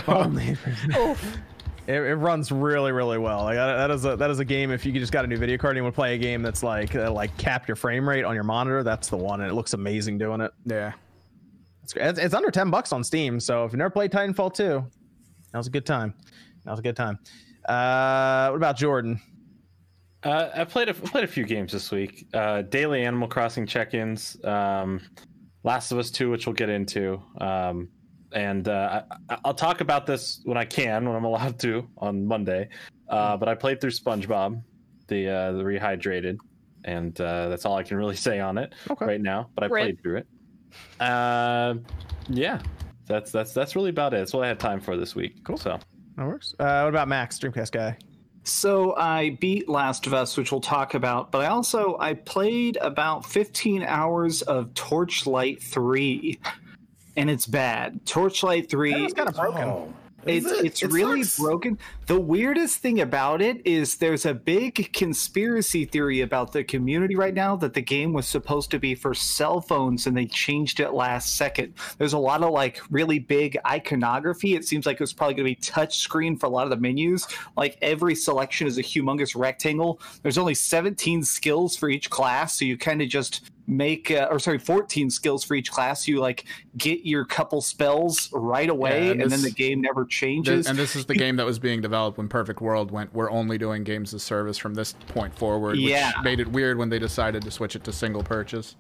Speaker 2: It, it runs really, really well. Like that, that is a that is a game. If you just got a new video card and you want to play a game that's like uh, like cap your frame rate on your monitor, that's the one, and it looks amazing doing it.
Speaker 7: yeah,
Speaker 2: It's, it's, it's under 10 bucks on Steam. So if you never played Titanfall 2, that was a good time. That was a good time. Uh, what about Jordan?
Speaker 9: Uh, I played a, played a few games this week. Uh, daily Animal Crossing check-ins. Um, Last of Us Two, which we'll get into, um, and uh, I, I'll talk about this when I can, when I'm allowed to, on Monday. Uh, but I played through SpongeBob, the uh, the rehydrated, and uh, that's all I can really say on it
Speaker 2: Okay.
Speaker 9: right now. But I
Speaker 6: Rip.
Speaker 9: played through it. Uh, yeah, that's that's that's really about it. That's what I had time for this week. Cool. So
Speaker 2: That works. Uh, what about Max, Dreamcast guy?
Speaker 5: So I beat Last of Us, which we'll talk about, but I also I played about 15 hours of Torchlight 3. And it's bad. Torchlight 3
Speaker 2: That was kind of broken.
Speaker 4: Oh, is
Speaker 5: it's
Speaker 4: it?
Speaker 5: it's
Speaker 4: It
Speaker 5: really
Speaker 4: sucks.
Speaker 5: broken. The weirdest thing about it is there's a big conspiracy theory about the community right now that the game was supposed to be for cell phones and they changed it last second. There's a lot of like really big iconography. It seems like it was probably going to be touch screen for a lot of the menus. Like every selection is a humongous rectangle. There's only 17 skills for each class, so you kind of just make uh, or sorry 14 skills for each class you like get your couple spells right away
Speaker 7: and
Speaker 5: and,
Speaker 7: this-
Speaker 5: then the game never
Speaker 7: Th-
Speaker 5: changes
Speaker 7: and this is the game that was being developed when Perfect World went. We're only doing games as service from this point forward,
Speaker 5: Yeah.
Speaker 7: which made it weird when they decided to switch it to single purchase.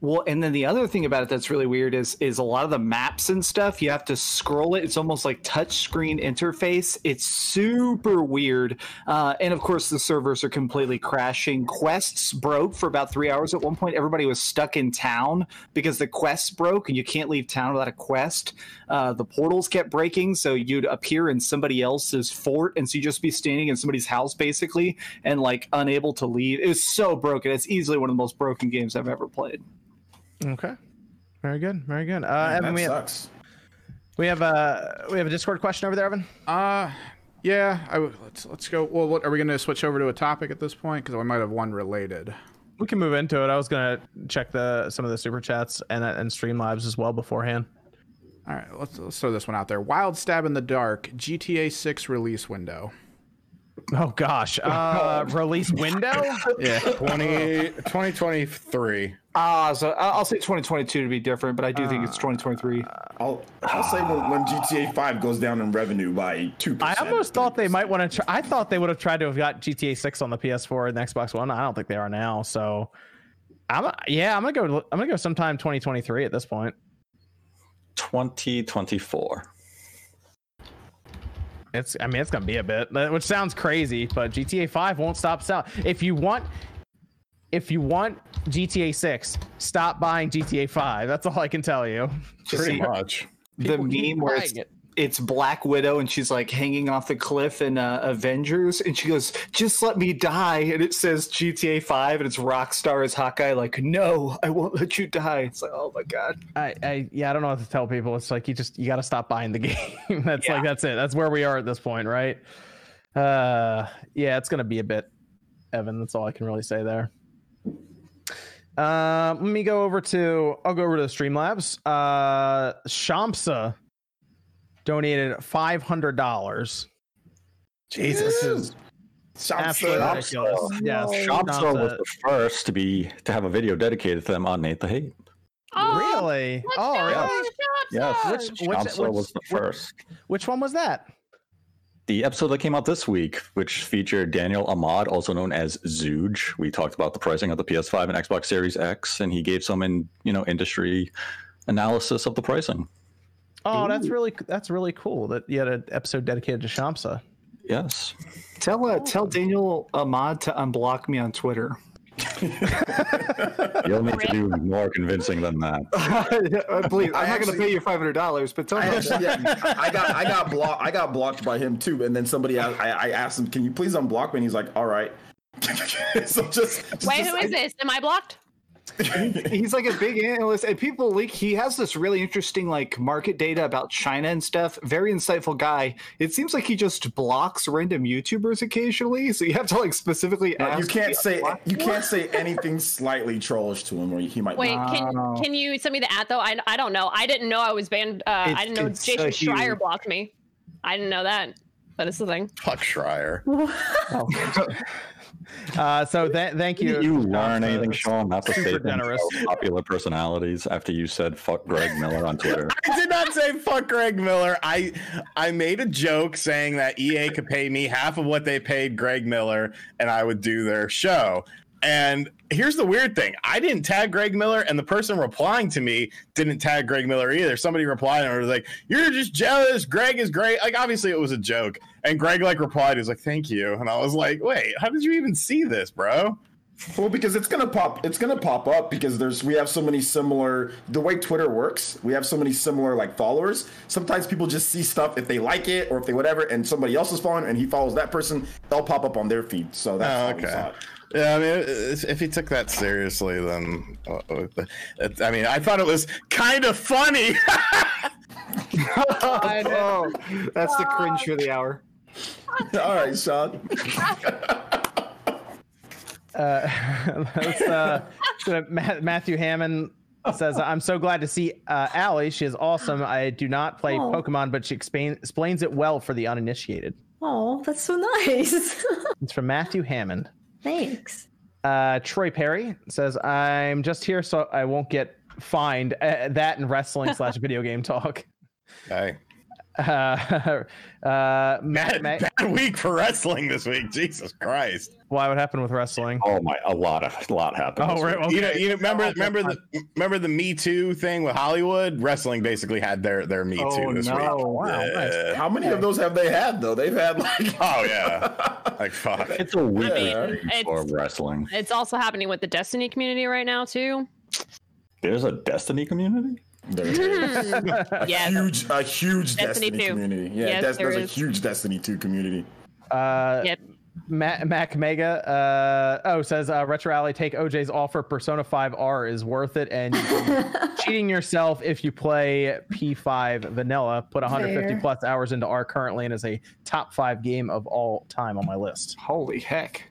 Speaker 5: Well, and then the other thing about it that's really weird is is a lot of the maps and stuff. You have to scroll it. It's almost like touch screen interface. It's super weird. Uh, and of course, the servers are completely crashing. Quests broke for about three hours. At one point, everybody was stuck in town because the quests broke, and you can't leave town without a quest. Uh, the portals kept breaking, so you'd appear in somebody else's fort, and so you'd just be standing in somebody's house basically, and like unable to leave. It was so broken. It's easily one of the most broken games I've ever played.
Speaker 2: Okay. Very good. Very good. Uh, Evan,
Speaker 4: that
Speaker 2: we have,
Speaker 4: sucks.
Speaker 2: we have uh we have a Discord question over there, Evan.
Speaker 7: Uh yeah. I w- let's let's go. Well, what are we going to switch over to a topic at this point? Because we might have one related.
Speaker 2: We can move into it. I was gonna check the some of the super chats and uh, and Streamlabs as well beforehand.
Speaker 7: All right, let's let's throw this one out there. Wild Stab in the Dark GTA 6 release window.
Speaker 2: Oh gosh. Uh, release window.
Speaker 7: Yeah.
Speaker 1: 20, 2023.
Speaker 5: Ah, so I- I'll say 2022 to be different, but I do think it's
Speaker 1: Uh,
Speaker 5: 2023.
Speaker 4: I'll, I'll say when, when GTA 5 goes down in revenue by 2%.
Speaker 2: I almost thought they might want to. Try, I thought they would have tried to have got GTA 6 on the PS4 and the Xbox One. I don't think they are now. So, I'm yeah, I'm gonna go. I'm gonna go sometime 2023 at this point.
Speaker 8: 2024.
Speaker 2: It's. I mean, it's gonna be a bit, which sounds crazy, but GTA 5 won't stop selling. If you want, if you want GTA 6, stop buying GTA 5. That's all I can tell you.
Speaker 1: Pretty much.
Speaker 5: The meme where it's, it's Black Widow and she's like hanging off the cliff in uh, Avengers, and she goes, "Just let me die," and it says GTA 5, and it's Rockstar as Hawkeye, like, "No, I won't let you die." It's like, oh my god.
Speaker 2: I, I yeah, I don't know what to tell people. It's like you just you got to stop buying the game. that's like that's it. That's where we are at this point, right? Uh, yeah, it's gonna be a bit, Evan. That's all I can really say there. Uh, let me go over to I'll go over to the Streamlabs. Uh, Shamsa donated five hundred dollars.
Speaker 1: Jesus. is-
Speaker 2: Absolutely ridiculous.
Speaker 5: Oh,
Speaker 2: Yes,
Speaker 8: Shopstar was
Speaker 2: Shamsa.
Speaker 8: the first to be to have a video dedicated to them on Nate the Hate.
Speaker 2: Really? Oh, really?
Speaker 8: Yes,
Speaker 2: Which- which-
Speaker 8: Shopstar
Speaker 2: which-
Speaker 8: was the
Speaker 2: which-
Speaker 8: first.
Speaker 2: Which one was that?
Speaker 8: The episode that came out this week, which featured Daniel Ahmad, also known as Zooge. We talked about the pricing of the PS5 and Xbox Series X, and he gave some in you know industry analysis of the pricing.
Speaker 2: Oh, that's really that's really cool that you had an episode dedicated to Shamsa.
Speaker 8: Yes.
Speaker 5: Tell uh, tell Daniel Ahmad to unblock me on Twitter.
Speaker 8: You'll need to do more convincing than that.
Speaker 5: Please, I'm not going to
Speaker 4: actually-
Speaker 5: pay you five hundred dollars, but tell
Speaker 4: I,
Speaker 5: him.
Speaker 4: actually, yeah, I got I got blocked I got blocked by him too, and then somebody I, I I asked him, "Can you please unblock me?" And he's like, "All right." so just, just
Speaker 6: Wait,
Speaker 4: just-
Speaker 6: who is this? Am I blocked?
Speaker 5: he's like a big analyst and people leak he has this really interesting like market data about china and stuff very insightful guy it seems like he just blocks random youtubers occasionally so you have to like specifically
Speaker 4: No,
Speaker 5: ask
Speaker 4: you can't say
Speaker 5: What?
Speaker 4: you can't say anything slightly trollish to him, or he might.
Speaker 6: Wait,
Speaker 4: not.
Speaker 6: can can you send me the at though? I, I don't know. I didn't know I was banned. Uh, I
Speaker 5: It's-
Speaker 6: didn't know
Speaker 5: it's so
Speaker 6: Jason Schreier
Speaker 5: huge.
Speaker 6: blocked me. I didn't know that, but it's the thing.
Speaker 1: Fuck Schreier.
Speaker 2: Uh, so th- thank you.
Speaker 8: Didn't you
Speaker 2: Shamsa.
Speaker 8: learn anything, Sean? Not to
Speaker 2: super
Speaker 8: say things
Speaker 2: generous.
Speaker 8: about popular personalities after you said "fuck Greg Miller" on Twitter.
Speaker 1: I did not say fuck Greg Miller. I I made a joke saying that EA could pay me half of what they paid Greg Miller and I would do their show. And here's the weird thing. I didn't tag Greg Miller and the person replying to me didn't tag Greg Miller either. Somebody replied and was like, "You're just jealous. Greg is great." Like obviously it was a joke. And Greg like replied, he was like, "Thank you." And I was like, "Wait, how did you even see this, bro?"
Speaker 4: Well, because it's gonna pop. It's gonna pop up because there's we have so many similar. The way Twitter works, we have so many similar like followers. Sometimes people just see stuff if they like it or if they whatever, and somebody else is following and he follows that person, they'll pop up on their feed. So that's
Speaker 1: Oh,
Speaker 4: how we saw
Speaker 1: okay.
Speaker 4: it.
Speaker 1: Yeah, I mean, if if he took that seriously, then uh, uh, it- I mean, I thought it was kind of funny.
Speaker 5: oh, that's the cringe for the hour
Speaker 4: All right, Sean.
Speaker 2: Let's, uh, so Ma- Matthew Hammond says, "I'm so glad to see uh, Allie. She is awesome. I do not play
Speaker 3: Aw.
Speaker 2: Pokemon, but she explain- explains it well for the uninitiated."
Speaker 3: Oh, that's so nice.
Speaker 2: It's from Matthew Hammond.
Speaker 3: Thanks.
Speaker 2: Uh, Troy Perry says, "I'm just here so I won't get fined." Uh, that and wrestling slash video game talk.
Speaker 1: Hey,
Speaker 2: Uh, uh, Matt,
Speaker 1: bad,
Speaker 2: May-
Speaker 1: bad week for wrestling this week. Jesus Christ!
Speaker 2: why would happen with wrestling?
Speaker 8: Oh my, a lot of a lot happened. this
Speaker 2: right.
Speaker 8: week.
Speaker 1: You know, you know, remember, remember the remember the Me Too thing with Hollywood. Wrestling basically had their their Me Too
Speaker 5: Oh,
Speaker 1: this
Speaker 5: no.
Speaker 1: week.
Speaker 2: wow, nice.
Speaker 1: Yeah.
Speaker 4: How many of those have they had though? They've had like
Speaker 1: Oh yeah, like fuck.
Speaker 8: It's a week
Speaker 6: I mean,
Speaker 8: for
Speaker 6: it's-
Speaker 8: wrestling.
Speaker 6: It's also happening with the Destiny community right now too.
Speaker 8: There's a Destiny community.
Speaker 6: yeah,
Speaker 4: huge a huge
Speaker 6: Destiny
Speaker 4: Destiny,
Speaker 6: 2.
Speaker 4: community. Yeah,
Speaker 6: Yes, there
Speaker 4: Des- there's a
Speaker 6: is.
Speaker 4: huge Destiny 2 community.
Speaker 2: Uh,
Speaker 6: Yep.
Speaker 2: Matt, Mac Mega uh, oh says uh, Retro Alley take OJ's offer Persona 5R is worth it and you can- cheating yourself if you play P5 vanilla put 150
Speaker 3: Fair.
Speaker 2: plus hours into R currently and is a top five game of all time on my list.
Speaker 5: Holy heck.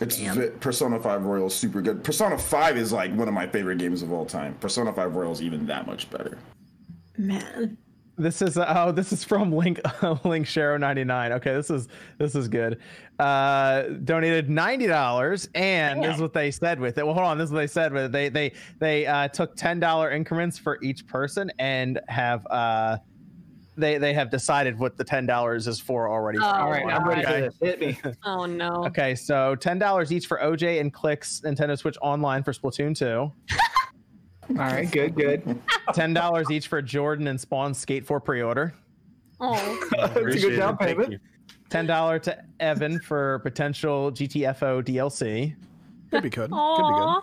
Speaker 4: It's fit- Persona 5 Royal is super good. Persona 5 is like one of my favorite games of all time. Persona 5 Royal is even that much better.
Speaker 3: Man.
Speaker 2: This is uh, oh this is from Link Link Shero 99. Okay, this is this is good. Uh, donated ninety dollars and this is what they said with it. Well, hold on, this is what they said with it. They they they uh, took ten dollar increments for each person and have uh, they they have decided what the ten dollars is for already.
Speaker 6: Oh,
Speaker 5: All right, I'm ready for this. Hit me.
Speaker 6: Oh no.
Speaker 2: Okay, so ten dollars each for OJ and clicks Nintendo Switch Online for Splatoon Two.
Speaker 5: All right, good, good.
Speaker 2: Ten dollars each for Jordan and Spawn Skate 4 pre-order.
Speaker 6: Oh,
Speaker 5: It's a good down
Speaker 9: Thank
Speaker 5: payment.
Speaker 9: you.
Speaker 2: Ten dollar to Evan for potential GTFO DLC.
Speaker 7: Could be good. Could be good.
Speaker 6: Aw.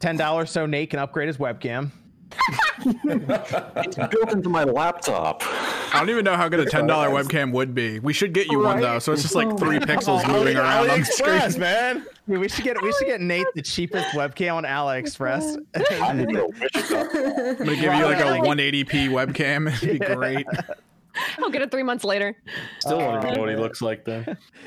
Speaker 2: Ten dollars so Nate can upgrade his webcam.
Speaker 8: It's built into my laptop.
Speaker 7: I don't even know how good a ten dollar webcam would be. We should get you one though. So it's just like three pixels moving around on the screen.
Speaker 1: AliExpress, man.
Speaker 2: Oh, Dude, we should get we should get Nate the cheapest webcam on AliExpress.
Speaker 8: I need to wish that-
Speaker 7: I'm gonna give you like a 180p webcam. It'd be great.
Speaker 6: I'll get it three months later.
Speaker 9: Still want to know what he looks like though.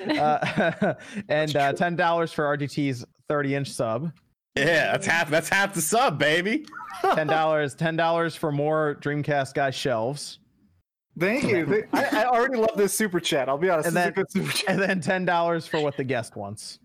Speaker 2: Uh, and uh, ten dollars for RDT's 30-inch sub.
Speaker 1: Yeah, that's half. That's half the sub, baby.
Speaker 2: Ten dollars ten dollars for more Dreamcast guy shelves.
Speaker 5: Thank you. Th- I, I already love this super chat. I'll be honest.
Speaker 2: And
Speaker 5: this
Speaker 2: then-
Speaker 5: is a good super chat.
Speaker 2: And then ten dollars for what the guest wants.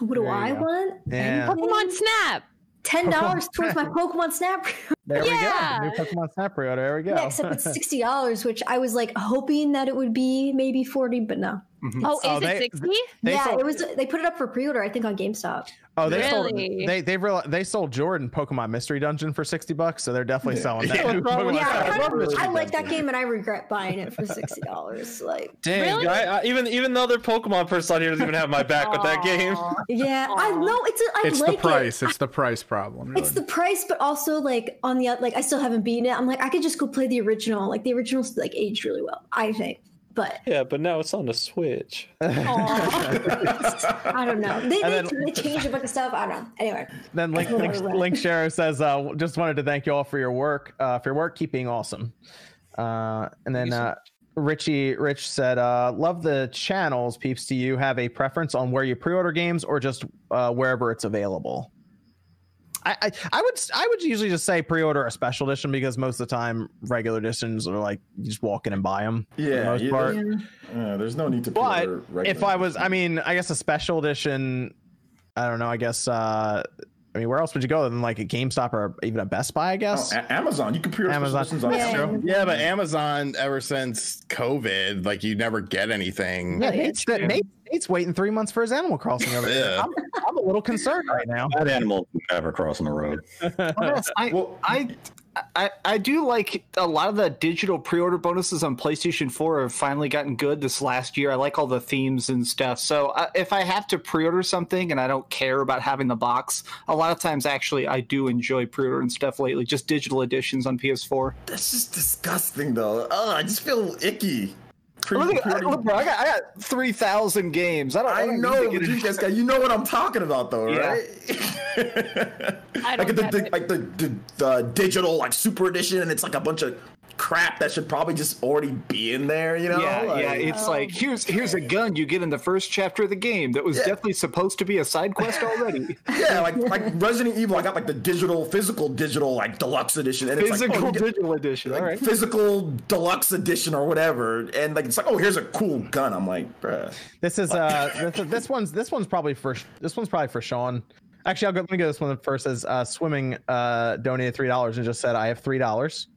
Speaker 3: What do I want?
Speaker 2: Yeah.
Speaker 6: Pokemon Snap.
Speaker 3: Ten dollars towards my Pokemon Snap.
Speaker 2: There
Speaker 6: Yeah.
Speaker 2: we go. The new Pokemon Snap pre-order. There we go.
Speaker 3: Yeah, except it's sixty dollars, which I was like hoping that it would be maybe forty, but no.
Speaker 6: Oh, is
Speaker 2: Oh,
Speaker 6: it
Speaker 2: they-
Speaker 6: sixty?
Speaker 2: They
Speaker 3: yeah,
Speaker 2: sold-
Speaker 3: it was. They put it up for pre-order, I think, on GameStop.
Speaker 2: Oh, they
Speaker 6: Really?
Speaker 2: sold they they real, they sold Jordan Pokemon Mystery Dungeon for sixty bucks, so they're definitely selling that.
Speaker 1: Yeah.
Speaker 2: Pokemon
Speaker 3: yeah, I,
Speaker 2: Snap.
Speaker 3: kind of, I like that game, and I regret buying it for sixty dollars. Like,
Speaker 6: Really?
Speaker 9: I, I, even even the other Pokemon person on here doesn't even have my back with that game.
Speaker 6: Aw.
Speaker 3: yeah, I know it's. A, I
Speaker 7: It's
Speaker 3: like
Speaker 7: the price. It's the price problem.
Speaker 3: It. It's the price, but also like on the oth- like I still haven't beaten it. I'm like I could just go play the original. Like the original's like aged really well, I think. But
Speaker 9: Yeah, but now it's on the Switch.
Speaker 3: I don't know. They, they,
Speaker 2: And then-
Speaker 3: they changed a bunch of stuff. I don't know. Anyway,
Speaker 2: Then Link Link, Link Shero says, uh, "Just wanted to thank you all for your work, uh, for your work, keep being awesome." Uh, and then uh, Richie Rich said, uh, "Love the channels, peeps. Do you have a preference on where you pre-order games, or just uh, wherever it's available?" I, I, I would I would usually just say pre-order a special edition because most of the time regular editions are like you just walk in and buy them. for the
Speaker 4: Yeah,
Speaker 2: most
Speaker 4: you-
Speaker 2: part.
Speaker 4: Yeah, there's no need to
Speaker 2: But
Speaker 4: pre-order
Speaker 2: if
Speaker 4: regular
Speaker 2: I was, I
Speaker 4: edition.
Speaker 2: mean, I guess a special edition. I don't know. I guess. uh I mean, where else would you go other than like a GameStop or even a Best Buy? I
Speaker 4: Oh,
Speaker 2: guess.
Speaker 4: A- Amazon, you can pre-order
Speaker 2: Amazon.
Speaker 4: Amazon. on
Speaker 3: Yeah.
Speaker 4: Amazon.
Speaker 1: Yeah, but Amazon ever since COVID, like you never get anything.
Speaker 2: yeah, Nate's,
Speaker 5: true.
Speaker 2: Nate, Nate's waiting three months for his Animal Crossing over there.
Speaker 1: Yeah.
Speaker 2: I'm, I'm a little concerned right now.
Speaker 8: that animal never crossing the road.
Speaker 5: Yes, I,
Speaker 4: Well-
Speaker 5: I, I, I do like a lot of the digital pre-order bonuses on PlayStation 4 have finally gotten good this last year. I like all the themes and stuff. So uh, if I have to pre-order something and I don't care about having the box, a lot of times actually I do enjoy pre-ordering stuff lately, just digital editions on PS4.
Speaker 4: That's just disgusting, though. Oh, I just feel icky. Pre-
Speaker 5: Look, at- I,
Speaker 4: pre-order-
Speaker 5: look, bro, I got, I got three thousand games. I don't.
Speaker 4: I
Speaker 5: don't need
Speaker 4: know,
Speaker 5: to
Speaker 4: but
Speaker 5: get
Speaker 4: you
Speaker 5: it.
Speaker 4: guys got you know what I'm talking about though,
Speaker 5: Yeah.
Speaker 4: right?
Speaker 6: I
Speaker 4: like
Speaker 6: don't
Speaker 4: the,
Speaker 6: get
Speaker 4: the
Speaker 6: it.
Speaker 4: like the, the the digital like super edition, and it's like a bunch of crap that should probably just already be in there, you know?
Speaker 5: yeah, yeah.
Speaker 4: Like- oh.
Speaker 5: It's like here's here's a gun you get in the first chapter of the game that was definitely supposed to be a side quest already.
Speaker 4: Yeah, like like Resident Evil, I got like the digital, physical, digital, like deluxe edition, and it's
Speaker 5: Physical
Speaker 4: like, oh, you get,
Speaker 5: digital edition.
Speaker 4: like,
Speaker 5: All right.
Speaker 4: physical deluxe edition or whatever, and like it's like, oh, here's a cool gun. I'm like, bruh.
Speaker 2: This is uh this, this one's this one's probably for this one's probably for Sean. Actually, I'll go, let me go this one first. As uh, swimming uh, donated three dollars and just said, "I have three dollars."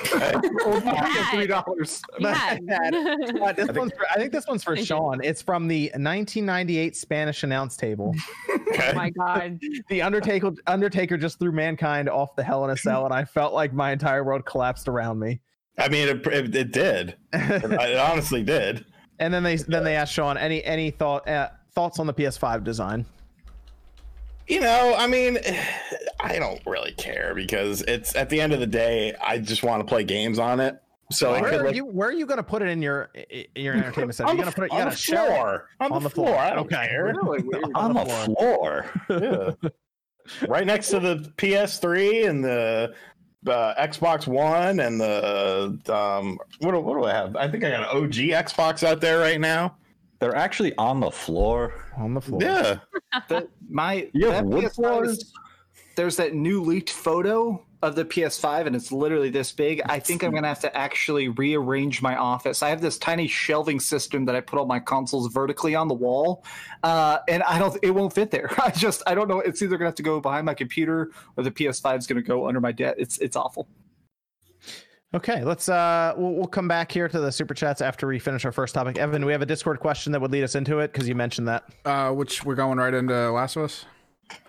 Speaker 5: Three dollars.
Speaker 6: Yeah.
Speaker 2: Uh, this one's for, I think this one's for Sean. It's from the 1998 Spanish announce table.
Speaker 6: Oh my god.
Speaker 2: The Undertaker Undertaker just threw mankind off the Hell in a Cell, and I felt like my entire world collapsed around me.
Speaker 1: I mean, it, it, it did. it honestly did.
Speaker 2: And then they then they asked Sean any any thought uh, thoughts on the PS5 design.
Speaker 1: You know, I mean, I don't really care because it's at the end of the day, I just want to play games on it. So it
Speaker 2: Where
Speaker 1: could
Speaker 2: are
Speaker 1: look
Speaker 2: you where are you going to put it in your in your entertainment center?
Speaker 1: on
Speaker 2: You're
Speaker 1: the,
Speaker 2: going to put it you
Speaker 1: on
Speaker 2: got
Speaker 1: the
Speaker 2: to show it
Speaker 1: floor. On,
Speaker 2: on
Speaker 1: the
Speaker 2: the
Speaker 1: floor. I don't
Speaker 2: Okay.
Speaker 1: care.
Speaker 5: Really weird.
Speaker 1: on the floor. Yeah. right next to the PS3 and the uh, Xbox One and the um, what, do- what do I have? I think I got an OG Xbox out there right now.
Speaker 8: They're actually on the floor.
Speaker 2: on the floor.
Speaker 1: Yeah,
Speaker 5: That- my
Speaker 8: You
Speaker 5: that
Speaker 8: have wood
Speaker 5: PS5 is-
Speaker 8: floors?
Speaker 5: there's that new leaked photo of the PS5 and it's literally this big. I think I'm gonna have to actually rearrange my office. I have this tiny shelving system that I put all my consoles vertically on the wall, uh, and I don't. It won't fit there. I just I don't know. It's either gonna have to go behind my computer or the PS5 is gonna go under my desk. It's it's awful.
Speaker 2: Okay, let's uh we'll, we'll come back here to the super chats after we finish our first topic. Evan, we have a Discord question that would lead us into it because you mentioned that.
Speaker 7: Uh, which we're going right into Last of Us.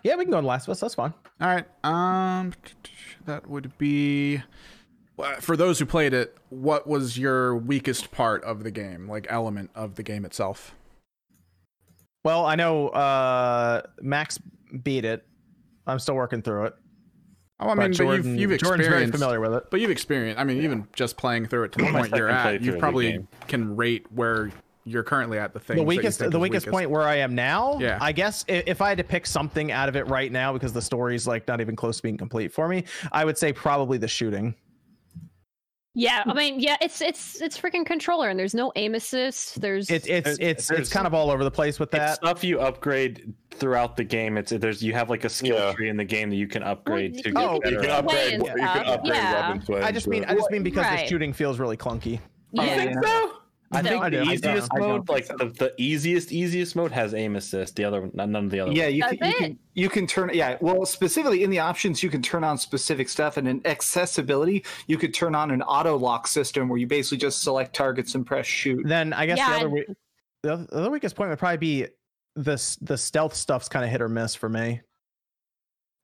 Speaker 2: Yeah, we can go on Last of Us. That's fine.
Speaker 7: All right. Um, that would be well, for those who played it. What was your weakest part of the game, like element of the game itself?
Speaker 2: Well, I know uh Max beat it. I'm still working through it.
Speaker 7: Oh, I
Speaker 2: but
Speaker 7: mean, but you've, you've
Speaker 2: Jordan's very
Speaker 7: experienced,
Speaker 2: familiar with it.
Speaker 7: but you've experienced. I mean, even just playing through it to the
Speaker 9: My
Speaker 7: point you're
Speaker 9: second
Speaker 7: at,
Speaker 9: playthrough
Speaker 7: you
Speaker 9: of the
Speaker 7: probably
Speaker 9: game.
Speaker 7: can rate where you're currently at the thing.
Speaker 2: the weakest the weakest, point where I am now.
Speaker 7: Yeah.
Speaker 2: I guess if, if I had to pick something out of it right now because the story's like not even close to being complete for me, I would say probably the shooting.
Speaker 6: Yeah, I mean, yeah, it's it's it's freaking controller, and there's no aim assist. There's
Speaker 2: It, it's it's it's
Speaker 9: There's-
Speaker 2: kind of all over the place with
Speaker 9: It's
Speaker 2: that.
Speaker 9: stuff you upgrade throughout the game. It's there's you have like a skill
Speaker 1: Yeah.
Speaker 9: tree in the game that you can upgrade
Speaker 6: you
Speaker 9: to.
Speaker 6: can-
Speaker 9: get
Speaker 2: Oh, you
Speaker 9: better
Speaker 1: you can
Speaker 9: at.
Speaker 1: upgrade.
Speaker 6: and
Speaker 1: You can
Speaker 6: stuff.
Speaker 1: upgrade
Speaker 6: Yeah.
Speaker 1: weapons. with
Speaker 2: I just
Speaker 1: it.
Speaker 2: mean I just mean because the
Speaker 6: Right.
Speaker 2: shooting feels really clunky.
Speaker 6: yeah.
Speaker 9: so. I
Speaker 2: No,
Speaker 9: think
Speaker 2: I
Speaker 9: the
Speaker 2: don't. I
Speaker 9: easiest
Speaker 5: don't. I don't
Speaker 9: mode, like
Speaker 5: think
Speaker 9: the, the easiest easiest mode, has aim assist. The other, none of the other.
Speaker 5: Yeah, you
Speaker 6: Does
Speaker 5: can,
Speaker 6: it?
Speaker 5: you can you can turn yeah. Well, specifically in the options, you can turn on specific stuff, and in accessibility, you could turn on an auto lock system where you basically just select targets and press shoot.
Speaker 2: Then I guess
Speaker 6: Yeah,
Speaker 2: the other
Speaker 6: and-
Speaker 2: we- the other, the other weakest point would probably be this the stealth stuff's kind of hit or miss for me.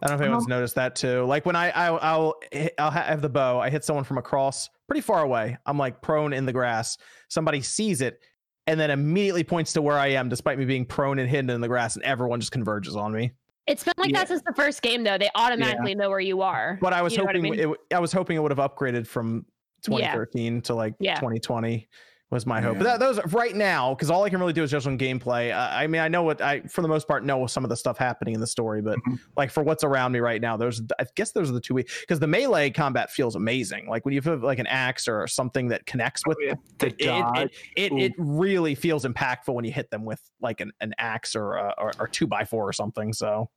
Speaker 2: I don't know if
Speaker 6: Um,
Speaker 2: anyone's noticed that too. Like when I, I I'll hit- I'll ha- have the bow, I hit someone from across pretty far away. I'm like prone in the grass. Somebody sees it and then immediately points to where I am, despite me being prone and hidden in the grass, and everyone just converges on me.
Speaker 6: It's been like that since the first game, though. They automatically know where you are.
Speaker 2: But I was
Speaker 6: You know what I
Speaker 2: hoping
Speaker 6: mean?
Speaker 2: it, w- I was hoping it would have upgraded from
Speaker 6: Yeah.
Speaker 2: 2013 to like
Speaker 6: Yeah.
Speaker 2: 2020 was my hope. But
Speaker 7: Yeah.
Speaker 2: that, those right now, because all I can really do is judge on gameplay. Uh, I mean, I know what I for the most part know some of the stuff happening in the story, but
Speaker 5: Mm-hmm.
Speaker 2: like for what's around me right now, those I guess those are the two because the melee combat feels amazing. Like when you have like an axe or something that connects with
Speaker 5: Oh, yeah. The
Speaker 2: it, it,
Speaker 5: dodge.
Speaker 2: it, it, it really feels impactful when you hit them with like an, an axe or, a, or or two by four or something. So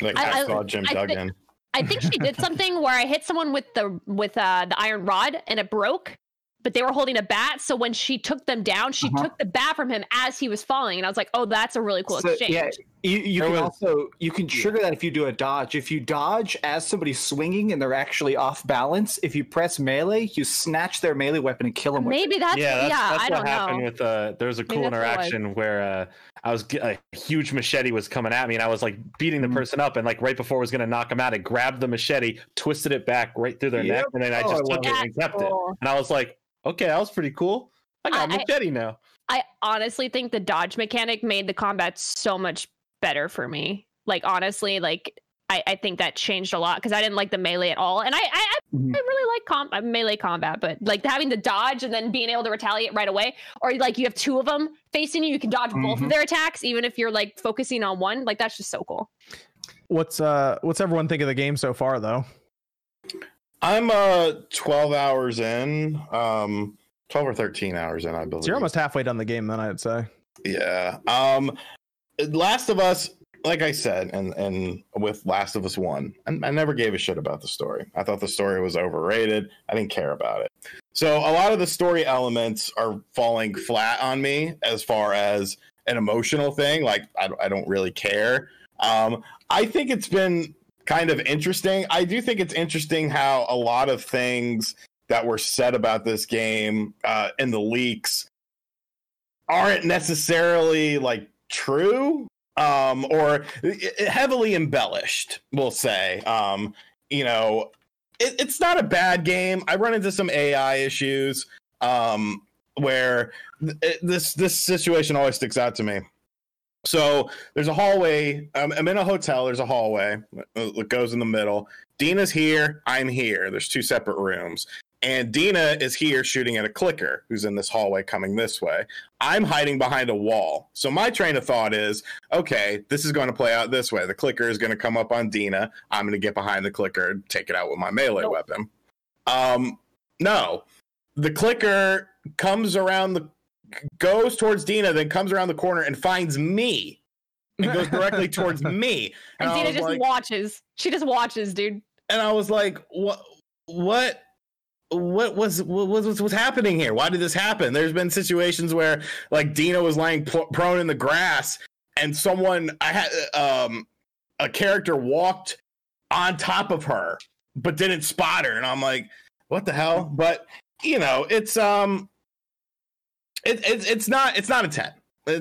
Speaker 1: like
Speaker 6: I- I-
Speaker 1: I, saw Jim
Speaker 6: I think-
Speaker 1: Duggan.
Speaker 6: I think she did something where I hit someone with the with uh, the iron rod and it broke, but they were holding a bat. So when she took them down, she
Speaker 5: Uh-huh.
Speaker 6: took the bat from him as he was falling, and I was like, "Oh, that's a really cool
Speaker 5: So,
Speaker 6: exchange."
Speaker 5: yeah, you, you
Speaker 7: There
Speaker 5: can
Speaker 7: was-
Speaker 5: also you can trigger that if you do a dodge. If you dodge as somebody's swinging and they're actually off balance, if you press melee, you snatch their melee weapon and kill them. With it.
Speaker 6: Maybe that's
Speaker 9: yeah,
Speaker 6: yeah.
Speaker 9: that's, that's
Speaker 6: I
Speaker 9: what
Speaker 6: don't
Speaker 9: happened
Speaker 6: know.
Speaker 9: with uh there was a cool
Speaker 6: that's what it was.
Speaker 9: interaction where uh I was ge- a huge machete was coming at me and I was like beating
Speaker 5: Mm-hmm.
Speaker 9: the person up and like right before I was gonna knock him out, I grabbed the machete, twisted it back right through their
Speaker 5: Yep.
Speaker 9: neck, and then I
Speaker 5: Oh,
Speaker 9: just
Speaker 5: I
Speaker 9: took it
Speaker 6: love
Speaker 9: and kept it.
Speaker 6: Cool.
Speaker 9: And I was like, okay, that was pretty cool. I got
Speaker 6: I-
Speaker 9: a machete now.
Speaker 6: I honestly think the dodge mechanic made the combat so much better for me. Like honestly, like I, I think that changed a lot because I didn't like the melee at all, and I I, I,
Speaker 5: Mhm.
Speaker 6: I really like com- uh, melee combat, but like having the dodge and then being able to retaliate right away, or like you have two of them facing you, you can dodge both of
Speaker 5: Mhm.
Speaker 6: their attacks even if you're like focusing on one. Like that's just so cool.
Speaker 2: what's uh what's everyone think of the game so far though?
Speaker 1: I'm uh 12 hours in. Um 12 or 13 hours in, I believe.
Speaker 2: So you're almost halfway done the game, then I'd say.
Speaker 1: Yeah. Um Last of Us, like I said, and and with Last of Us 1, I, I never gave a shit about the story. I thought the story was overrated. I didn't care about it. So a lot of the story elements are falling flat on me as far as an emotional thing. Like I, don't- I don't really care. Um, I think it's been kind of interesting. I do think it's interesting how a lot of things that were said about this game uh, in the leaks aren't necessarily like true um, or i- i- heavily embellished. We'll say, um, you know, it, it's not a bad game. I run into some AI issues um, where th- it- this this situation always sticks out to me. So there's a hallway. I'm, I'm in a hotel. There's a hallway that goes in the middle. Dina's here. I'm here. There's two separate rooms. And Dina is here shooting at a clicker who's in this hallway coming this way. I'm hiding behind a wall. So my train of thought is okay, this is going to play out this way. The clicker is going to come up on Dina. I'm going to get behind the clicker and take it out with my melee weapon. Um, no, the clicker comes around the goes towards Dina, then comes around the corner and finds me and goes directly towards me.
Speaker 6: And
Speaker 1: I
Speaker 6: Dina
Speaker 1: was
Speaker 6: just
Speaker 1: like-
Speaker 6: watches. She just watches, dude.
Speaker 1: and I was like, what, what, what was what was what's happening here? Why did this happen? There's been situations where like Dina was lying pl- prone in the grass, and someone I had um a character walked on top of her, but didn't spot her, and I'm like, what the hell? But you know, it's um, it, it's it's not it's not a ten.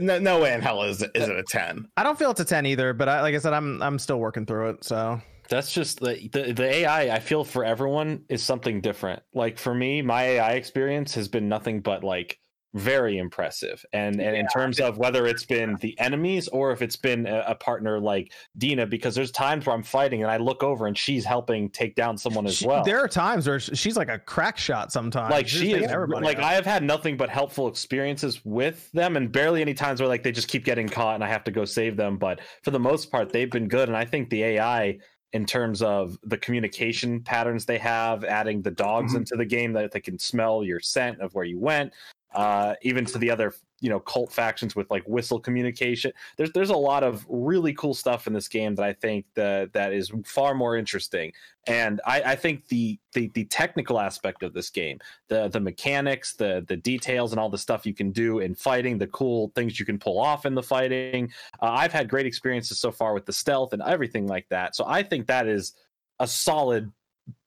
Speaker 1: No, no way in hell is is it a ten?
Speaker 2: I don't feel it's a ten either, but I, like I said, I'm I'm still working through it. So
Speaker 9: That's just the, the the AI. I feel for everyone is something different. Like for me, my AI experience has been nothing but like very impressive. And and in terms of whether it's been the enemies or if it's been a, a partner like Dina, because there's times where I'm fighting and I look over and she's helping take down someone as
Speaker 2: She-
Speaker 9: well.
Speaker 2: there are times where sh- she's like a crack shot sometimes.
Speaker 9: like
Speaker 2: She's
Speaker 9: she
Speaker 2: taking
Speaker 9: is
Speaker 2: everybody
Speaker 9: like
Speaker 2: out.
Speaker 9: I have had nothing but helpful experiences with them, and barely any times where like they just keep getting caught and I have to go save them. But for the most part, they've been good, and I think the AI in terms of the communication patterns they have, adding the dogs
Speaker 2: Mm-hmm.
Speaker 9: into the game that they can smell your scent of where you went, uh, even to the other you know cult factions with like whistle communication. There's there's a lot of really cool stuff in this game that I think that that is far more interesting, and I, I think the, the the technical aspect of this game the the mechanics, the the details, and all the stuff you can do in fighting, the cool things you can pull off in the fighting. Uh, I've had great experiences so far with the stealth and everything like that. So I think that is a solid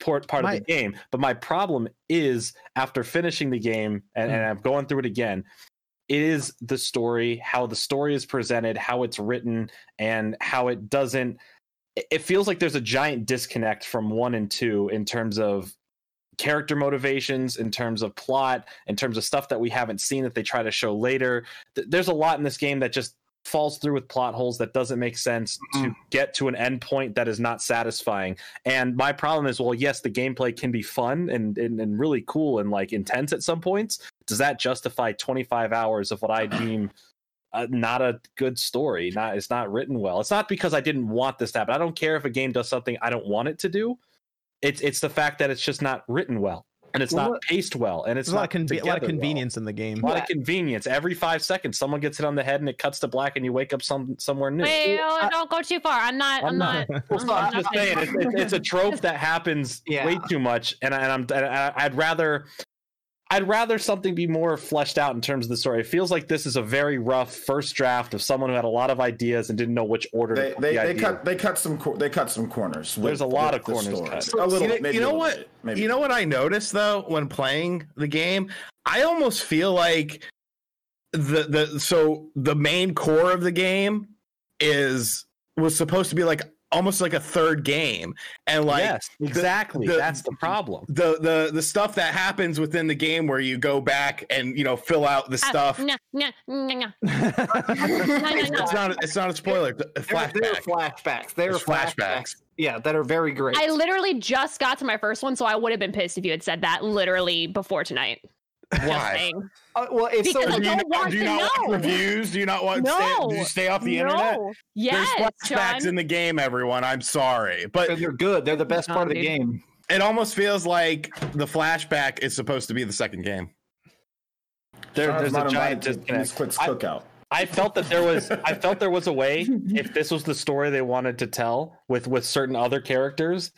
Speaker 9: port part
Speaker 2: My-
Speaker 9: of the game. But my problem is after finishing the game and, and I'm going through it again. It is the story, how the story is presented, how it's written, and how it doesn't. it- It feels like there's a giant disconnect from one and two in terms of character motivations in terms of plot in terms of stuff that we haven't seen that they try to show later Th- there's a lot in this game that just falls through with plot holes that doesn't make sense to get to an end point that is not satisfying and my problem is well yes the gameplay can be fun and, and, and really cool and like intense at some points does that justify 25 hours of what i deem uh, not a good story not it's not written well it's not because i didn't want this to happen i don't care if a game does something i don't want it to do it's it's the fact that it's just not written well and it's
Speaker 2: Well,
Speaker 9: not
Speaker 2: what-
Speaker 9: paced well and it's
Speaker 2: There's a
Speaker 9: not
Speaker 2: lot of, conve- a lot
Speaker 9: together
Speaker 2: of
Speaker 9: well.
Speaker 2: convenience in the game.
Speaker 9: A lot of convenience. Every five seconds, someone gets hit on the head and it cuts to black, and you wake up some somewhere new.
Speaker 6: Well, oh, don't go too far. I'm not. I'm,
Speaker 9: I'm
Speaker 6: not.
Speaker 9: not-
Speaker 6: I'm
Speaker 9: I'm
Speaker 6: not-
Speaker 9: just saying, it's, it's, it's a trope that happens
Speaker 5: Yeah.
Speaker 9: way too much, and, I, and I'm and I, I'd rather I'd rather something be more fleshed out in terms of the story. It feels like this is a very rough first draft of someone who had a lot of ideas and didn't know which order. to
Speaker 4: They
Speaker 9: put
Speaker 4: they,
Speaker 9: the
Speaker 4: they
Speaker 9: idea.
Speaker 4: cut they cut some cor- they cut some corners. with-
Speaker 9: There's a lot
Speaker 4: with
Speaker 9: of
Speaker 4: the
Speaker 9: corners
Speaker 4: story.
Speaker 9: cut.
Speaker 4: A little,
Speaker 1: you know,
Speaker 4: maybe
Speaker 1: you
Speaker 4: a
Speaker 1: know
Speaker 4: little
Speaker 1: what?
Speaker 4: bit, maybe.
Speaker 1: You know what I noticed though when playing the game, I almost feel like the the so the main core of the game is was supposed to be like almost like a third game, and like
Speaker 9: yes, exactly.
Speaker 1: the-
Speaker 9: That's the problem.
Speaker 1: the the the stuff that happens within the game where you go back and you know fill out
Speaker 5: Uh,
Speaker 6: Ah,
Speaker 1: the stuff.
Speaker 6: No, no, no, no.
Speaker 1: It's, it's not it's not a spoiler. A
Speaker 5: They're, they're
Speaker 1: flashback.
Speaker 5: fllashbacks. They're
Speaker 1: There's
Speaker 5: flashbacks.
Speaker 1: flashbacks.
Speaker 5: Yeah, that are very great.
Speaker 6: I literally just got to my first one, so I would have been pissed if you had said that literally before tonight. Just
Speaker 1: Why?
Speaker 6: saying.
Speaker 5: Uh, well, it's so
Speaker 6: Because I
Speaker 1: Do you,
Speaker 6: don't
Speaker 1: not,
Speaker 6: want
Speaker 1: do you
Speaker 6: to
Speaker 1: not watch
Speaker 6: know.
Speaker 1: reviews? Do you not want
Speaker 6: No.
Speaker 1: stay, do you stay off the internet?
Speaker 6: No. Yes,
Speaker 1: There's flashbacks
Speaker 6: John.
Speaker 1: in the game, everyone. I'm sorry, but
Speaker 5: they're good. They're the best
Speaker 6: Nah,
Speaker 5: part of the
Speaker 6: dude.
Speaker 5: game.
Speaker 1: It almost feels like the flashback is supposed to be the second game.
Speaker 9: There,
Speaker 4: Sean's
Speaker 9: there's
Speaker 4: not
Speaker 9: a giant
Speaker 4: invited to Miss
Speaker 9: disconnect.
Speaker 4: Quick's
Speaker 9: I-
Speaker 4: cookout.
Speaker 9: I felt that there was I felt there was a way if this was the story they wanted to tell with with certain other characters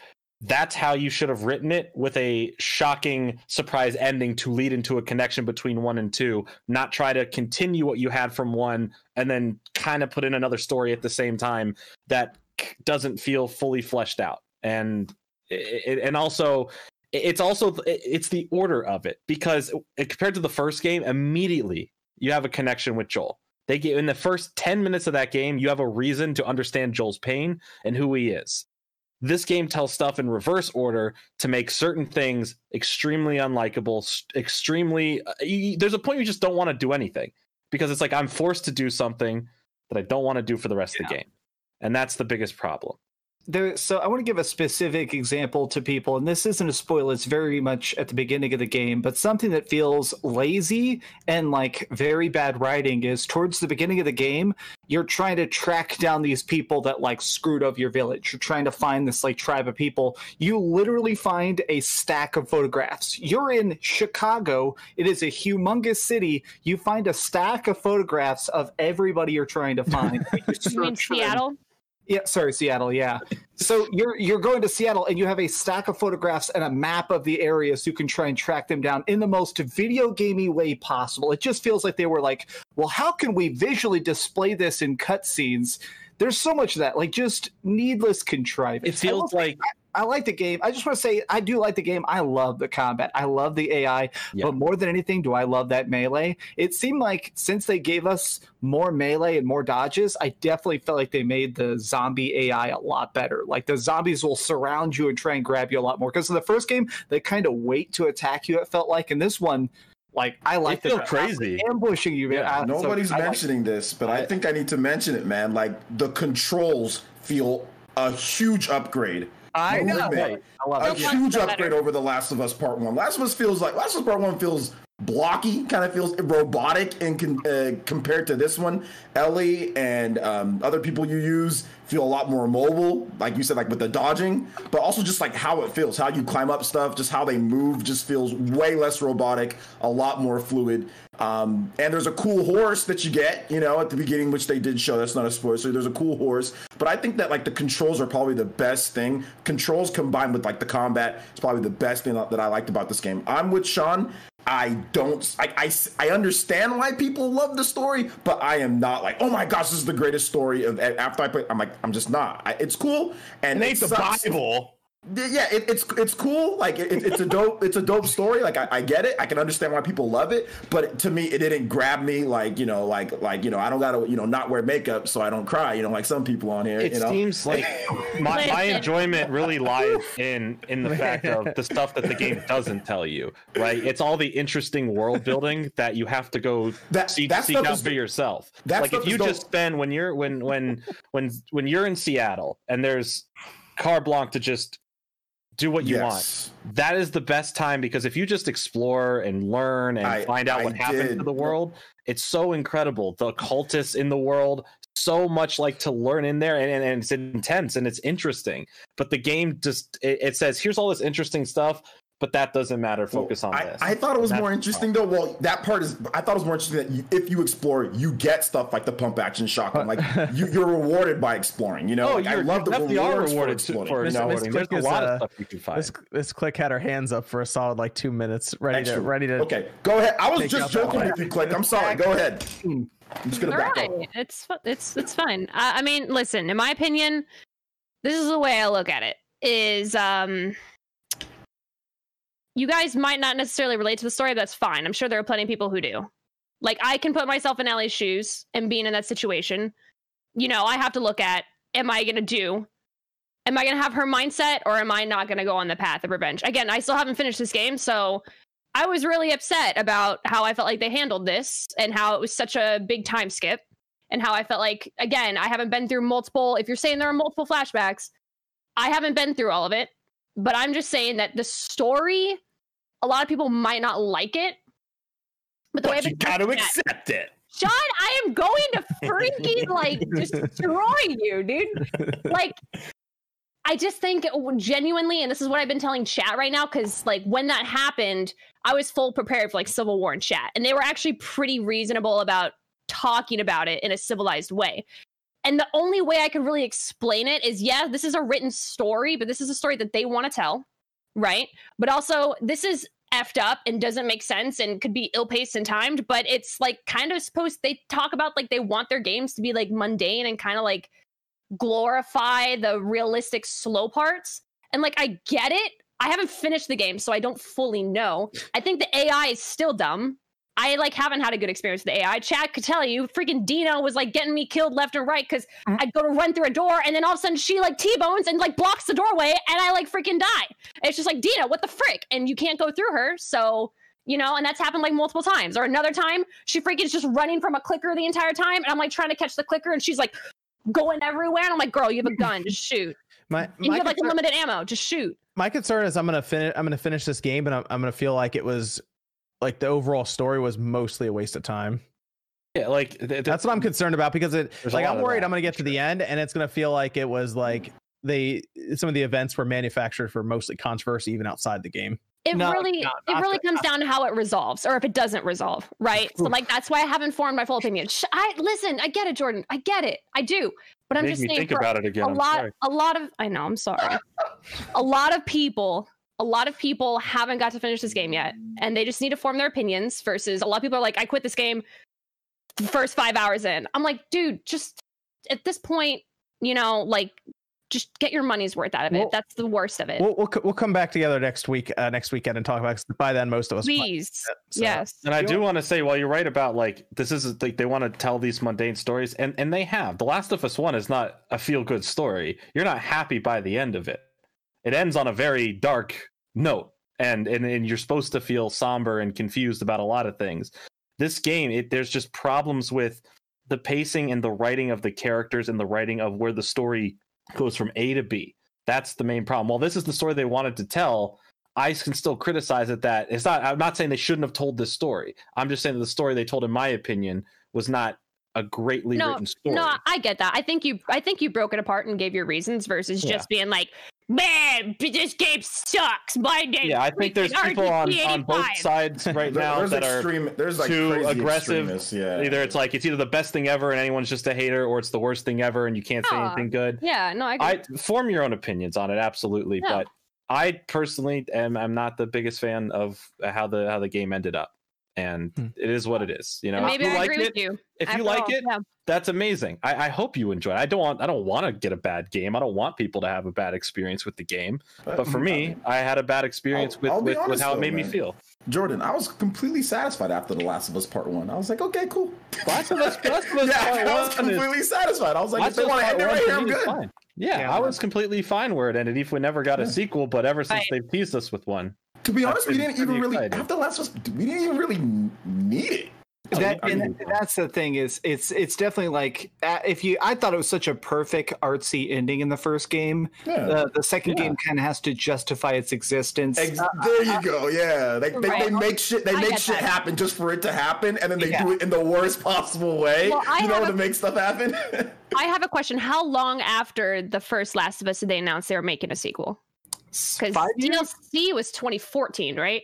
Speaker 9: that's how you should have written it with a shocking surprise ending to lead into a connection between 1 and 2 not try to continue what you had from 1 and then kind of put in another story at the same time that k- doesn't feel fully fleshed out and i- i- and also i- it's also i- it's the order of it because uh, compared to the first game immediately you have a connection with Joel they get in the first 10 minutes of that game you have a reason to understand joel's pain and who he is this game tells stuff in reverse order to make certain things extremely unlikable s- extremely uh, you- there's a point you just don't want to do anything because it's like i'm forced to do something that i don't want to do for the rest of the game and that's the biggest problem
Speaker 5: there so i want to give a specific example to people and this isn't a spoil it's very much at the beginning of the game but something that feels lazy and like very bad writing is towards the beginning of the game you're trying to track down these people that like screwed up your village you're trying to find this like tribe of people you literally find a stack of photographs you're in chicago it is a humongous city you find a stack of photographs of everybody you're trying to find
Speaker 6: You mean Seattle?
Speaker 5: yeah, sorry, Seattle. Yeah. So you're you're going to Seattle and you have a stack of photographs and a map of the area so you can try and track them down in the most video gamey way possible. It just feels like they were like, well, how can we visually display this in cutscenes? There's so much of that, like just needless
Speaker 9: it
Speaker 5: contrivance. I will
Speaker 9: feels
Speaker 5: say
Speaker 9: like
Speaker 5: I like the game. I just want to say I do like the game. I love the combat. I love the AI.
Speaker 9: Yeah.
Speaker 5: But more than anything, do I love that melee? It seemed like since they gave us more melee and more dodges, I definitely felt like they made the zombie AI a lot better. Like the zombies will surround you and try and grab you a lot more. Because in the first game, they kind of wait to attack you, it felt like. In this one, like I like
Speaker 9: feel
Speaker 5: the concept.
Speaker 9: crazy.
Speaker 5: ambushing you. man.
Speaker 9: Yeah,
Speaker 5: I- so
Speaker 4: Nobody's
Speaker 5: I like-
Speaker 4: mentioning this, but I, think I need to mention it, man. Like the controls feel a huge upgrade.
Speaker 5: I
Speaker 4: No,
Speaker 5: know.
Speaker 4: wait.
Speaker 5: I love it.
Speaker 4: A
Speaker 6: Don't want
Speaker 4: huge
Speaker 6: no
Speaker 4: upgrade
Speaker 6: better.
Speaker 4: over The Last of Us Part One. Last of Us feels like Last of Us Part One feels blocky, kind of feels robotic, and con- uh, compared to this one, Ellie and um, other people you use feel a lot more mobile, like you said, like with the dodging, but also just like how it feels, how you climb up stuff, just how they move, just feels way less robotic, a lot more fluid. Um, and there's a cool horse that you get, you know, at the beginning, which they did show. That's not a spoiler. So there's a cool horse, but I think that like the controls are probably the best thing. Controls combined with like the combat is probably the best thing that I liked about this game. I'm with Sean. I don't. I, I s- I understand why people love the story, but I am not like, oh my gosh, this is the greatest story of. a- After I play, I'm like, I'm just not. I, it's cool, and
Speaker 1: It
Speaker 4: it
Speaker 1: ain't the
Speaker 4: sucks.
Speaker 1: Bible.
Speaker 4: Yeah, it, it's it's cool. Like it, it's a dope it's a dope story. Like I, I get it. I can understand why people love it. But to me, it didn't grab me. Like you know, like like you know, I don't gotta you know not wear makeup so I don't cry. You know, like some people on here.
Speaker 9: it
Speaker 4: you know,
Speaker 9: seems like my, my
Speaker 6: Listen.
Speaker 9: enjoyment really lies in in the fact of the stuff that the game doesn't tell you right it's all the interesting world building that you have to go
Speaker 4: That-
Speaker 9: seek,
Speaker 4: that
Speaker 9: seek
Speaker 4: stuff
Speaker 9: out
Speaker 4: is-
Speaker 9: for yourself
Speaker 4: that
Speaker 9: like
Speaker 4: stuff
Speaker 9: if
Speaker 4: is
Speaker 9: you
Speaker 4: no-
Speaker 9: just spend when you're when when when when you're in seattle and there's car blanc to just do what you
Speaker 4: Yes.
Speaker 9: want that is the best time because if you just explore and learn and
Speaker 4: I-
Speaker 9: find out
Speaker 4: I
Speaker 9: what happens
Speaker 4: did.
Speaker 9: to the world it's so incredible the cultists in the world so much like to learn in there and, and, and it's intense and it's interesting but the game just it, it says here's all this interesting stuff but that doesn't matter focus on
Speaker 4: I,
Speaker 9: this
Speaker 4: I thought it was
Speaker 9: That's
Speaker 4: more
Speaker 9: the
Speaker 4: interesting though. Well, that part is. I thought it was more interesting that you, if you explore, you get stuff like the pump action shotgun. Like you, you're rewarded by exploring. You know,
Speaker 9: oh
Speaker 4: like, I
Speaker 9: you're,
Speaker 4: love the
Speaker 9: definitely are
Speaker 4: rewards
Speaker 9: rewarded
Speaker 4: for
Speaker 9: for,
Speaker 4: exploring.
Speaker 9: for
Speaker 2: Miss-
Speaker 9: no,
Speaker 2: Miss
Speaker 9: there's a
Speaker 2: Click is,
Speaker 9: lot
Speaker 2: uh,
Speaker 9: of stuff you can find
Speaker 2: This this click had her hands up for a solid like two minutes, ready
Speaker 4: Extra.
Speaker 2: to ready to.
Speaker 4: Okay, go ahead. I was
Speaker 2: Take
Speaker 4: just
Speaker 2: out that
Speaker 4: joking
Speaker 2: one.
Speaker 4: with you, Click. I'm sorry. Go ahead.
Speaker 9: Hmm.
Speaker 4: I'm just gonna
Speaker 6: All
Speaker 4: back
Speaker 6: right,
Speaker 4: up.
Speaker 6: it's fi- it's it's fine. I, I mean, listen, in my opinion, this is the way I look at it. Is um, you guys might not necessarily relate to the story. That's fine. I'm sure there are plenty of people who do. Like I can put myself in Ellie's shoes and being in that situation. You know, I have to look at: Am I going to do? Am I going to have her mindset, or am I not going to go on the path of revenge? Again, I still haven't finished this game, so I was really upset about how I felt like they handled this and how it was such a big time skip and how I felt like again, I haven't been through multiple if you're saying there are multiple flashbacks, I haven't been through all of it, but I'm just saying that the story a lot of people might not like it. But the way I've
Speaker 1: But you
Speaker 6: been
Speaker 1: got to
Speaker 6: looking at-
Speaker 1: accept it.
Speaker 6: Sean, I am going to freaking like destroy you, dude. Like, I just think genuinely, and this is what I've been telling chat right now, because like when that happened, I was full prepared for like Civil War and chat, and they were actually pretty reasonable about talking about it in a civilized way. And the only way I could really explain it is yeah, this is a written story, but this is a story that they want to tell, right? But also, this is effed up and doesn't make sense and could be ill-paced and timed but it's like kind of supposed they talk about like they want their games to be like mundane and kind of like glorify the realistic slow parts and like i get it i haven't finished the game so i don't fully know i think the ai is still dumb i like haven't had a good experience with the ai chad could tell you freaking dino was like getting me killed left and right because i'd go to run through a door and then all of a sudden she like t-bones and like blocks the doorway and i like freaking die it's just like Dina, what the frick? And you can't go through her. So, you know, and that's happened like multiple times. Or another time, she freaking's just running from a clicker the entire time, and I'm like trying to catch the clicker, and she's like going everywhere. And I'm like, girl, you have a gun, just shoot.
Speaker 2: My,
Speaker 6: And you
Speaker 2: my
Speaker 6: have like
Speaker 2: concern-
Speaker 6: unlimited ammo, just shoot.
Speaker 2: my concern is I'm gonna finish. I'm gonna finish this game, and I'm, I'm gonna feel like it was like the overall story was mostly a waste of time.
Speaker 9: Yeah, like th- th-
Speaker 2: That's what I'm concerned about because it
Speaker 9: There's a
Speaker 2: like
Speaker 9: lot
Speaker 2: I'm
Speaker 9: of
Speaker 2: worried
Speaker 9: that,
Speaker 2: I'm gonna get to the end and it's gonna feel like it was like they some of the events were manufactured for mostly controversy even outside the game.
Speaker 6: It
Speaker 5: No,
Speaker 6: really,
Speaker 5: no,
Speaker 6: it
Speaker 5: not
Speaker 6: really
Speaker 5: the-
Speaker 6: comes down to how it resolves, or if it doesn't resolve, right? so, like, that's why I haven't formed my full opinion. Sh- I listen, I get it, Jordan, I get it, I do. But I'm
Speaker 9: made
Speaker 6: just
Speaker 9: me
Speaker 6: saying,
Speaker 9: think
Speaker 6: for
Speaker 9: about it again.
Speaker 6: a
Speaker 9: I'm
Speaker 6: lot
Speaker 9: sorry.
Speaker 6: a lot of i know i'm sorry a lot of people a lot of people haven't got to finish this game yet and they just need to form their opinions versus a lot of people are like i quit this game the first five hours in i'm like dude just at this point you know like just get your money's worth out of it
Speaker 2: Well-
Speaker 6: that's the worst of it
Speaker 2: We'll we'll, co- we'll come back together next week uh, next weekend and talk about it, 'cause by then most of us. played
Speaker 6: please
Speaker 2: it, so-
Speaker 6: yes
Speaker 9: And I do want to say, while you're right about like this is like they want to tell these mundane stories, and and they have. The Last of Us One is not a feel good story. You're not happy by the end of it. It ends on a very dark note, and and and you're supposed to feel somber and confused about a lot of things. This game, it there's just problems with the pacing and the writing of the characters and the writing of where the story goes from A to B. That's the main problem. Well, this is the story they wanted to tell. I can still criticize it that it's not. I'm not saying they shouldn't have told this story. I'm just saying that the story they told, in my opinion, was not a greatly
Speaker 6: No,
Speaker 9: written story.
Speaker 6: No, I get that. I think you I think you broke it apart and gave your reasons versus
Speaker 9: Yeah.
Speaker 6: just being like, man, b- this game sucks. My name.
Speaker 9: yeah, I think there's people on, on both sides right
Speaker 4: There-
Speaker 9: now
Speaker 4: there's
Speaker 9: that are
Speaker 4: extreme, there's like
Speaker 9: too
Speaker 4: crazy
Speaker 9: aggressive.
Speaker 4: extremists, Yeah.
Speaker 9: either it's like it's either the best thing ever and anyone's just a hater, or it's the worst thing ever and you can't say
Speaker 6: No.
Speaker 9: anything good.
Speaker 6: Yeah, no, I, agree.
Speaker 9: I form your own opinions on it, absolutely.
Speaker 6: Yeah.
Speaker 9: But I personally am I'm not the biggest fan of how the how the game ended up, and
Speaker 2: Hmm.
Speaker 9: it is what it is. You know,
Speaker 6: And maybe
Speaker 9: if you
Speaker 6: I
Speaker 9: like
Speaker 6: agree
Speaker 9: it,
Speaker 6: with you.
Speaker 9: if
Speaker 6: after
Speaker 9: you like
Speaker 6: all.
Speaker 9: it,
Speaker 6: yeah.
Speaker 9: that's amazing. I, I hope you enjoy. it. I don't want I don't want to get a bad game. I don't want people to have a bad experience with the game. But for me, I had a bad experience
Speaker 4: I'll-
Speaker 9: with
Speaker 4: I'll be
Speaker 9: with, with
Speaker 4: honest,
Speaker 9: how it
Speaker 4: though,
Speaker 9: made me
Speaker 4: man.
Speaker 9: feel.
Speaker 4: Jordan, I was completely satisfied after The Last of Us Part One. I was like, okay, cool.
Speaker 9: Last of Us, Last of Us
Speaker 4: yeah, I
Speaker 9: Part
Speaker 4: was
Speaker 9: One is-
Speaker 4: completely satisfied. I was like,
Speaker 9: Last
Speaker 4: if they
Speaker 9: of Us
Speaker 4: want to
Speaker 9: Part
Speaker 4: end it
Speaker 9: One
Speaker 4: right
Speaker 9: to
Speaker 4: here, I'm
Speaker 9: me is
Speaker 4: good.
Speaker 9: fine. Yeah,
Speaker 5: Yeah,
Speaker 9: I
Speaker 5: man.
Speaker 9: was completely fine where it ended, if we never got a
Speaker 4: Yeah.
Speaker 9: sequel. But ever since
Speaker 6: Right.
Speaker 9: they've teased us with one,
Speaker 4: To be
Speaker 9: That's
Speaker 4: honest, we
Speaker 9: been
Speaker 4: didn't even
Speaker 9: pretty
Speaker 4: really
Speaker 9: exciting.
Speaker 4: after Last of Us, we didn't even really need it.
Speaker 2: Oh,
Speaker 5: that,
Speaker 4: I mean,
Speaker 5: and that's the thing is it's it's definitely like uh, if you I thought it was such a perfect artsy ending in the first game.
Speaker 4: yeah.
Speaker 5: Uh, the second game kind of has to justify its existence. Uh,
Speaker 4: Ex- there you go. Yeah, they, they, they
Speaker 6: uh, Right.
Speaker 4: make shit they
Speaker 6: I
Speaker 4: make
Speaker 6: get
Speaker 4: shit
Speaker 6: that.
Speaker 4: happen just for it to happen, and then they
Speaker 5: Yeah.
Speaker 4: do it in the worst possible way.
Speaker 6: Well, I
Speaker 4: you know
Speaker 6: have
Speaker 4: to
Speaker 6: a-
Speaker 4: make stuff happen.
Speaker 6: I have a question. How long after the first Last of Us did they announce they were making a sequel? Because
Speaker 5: Five years?
Speaker 6: DLC was 2014, right?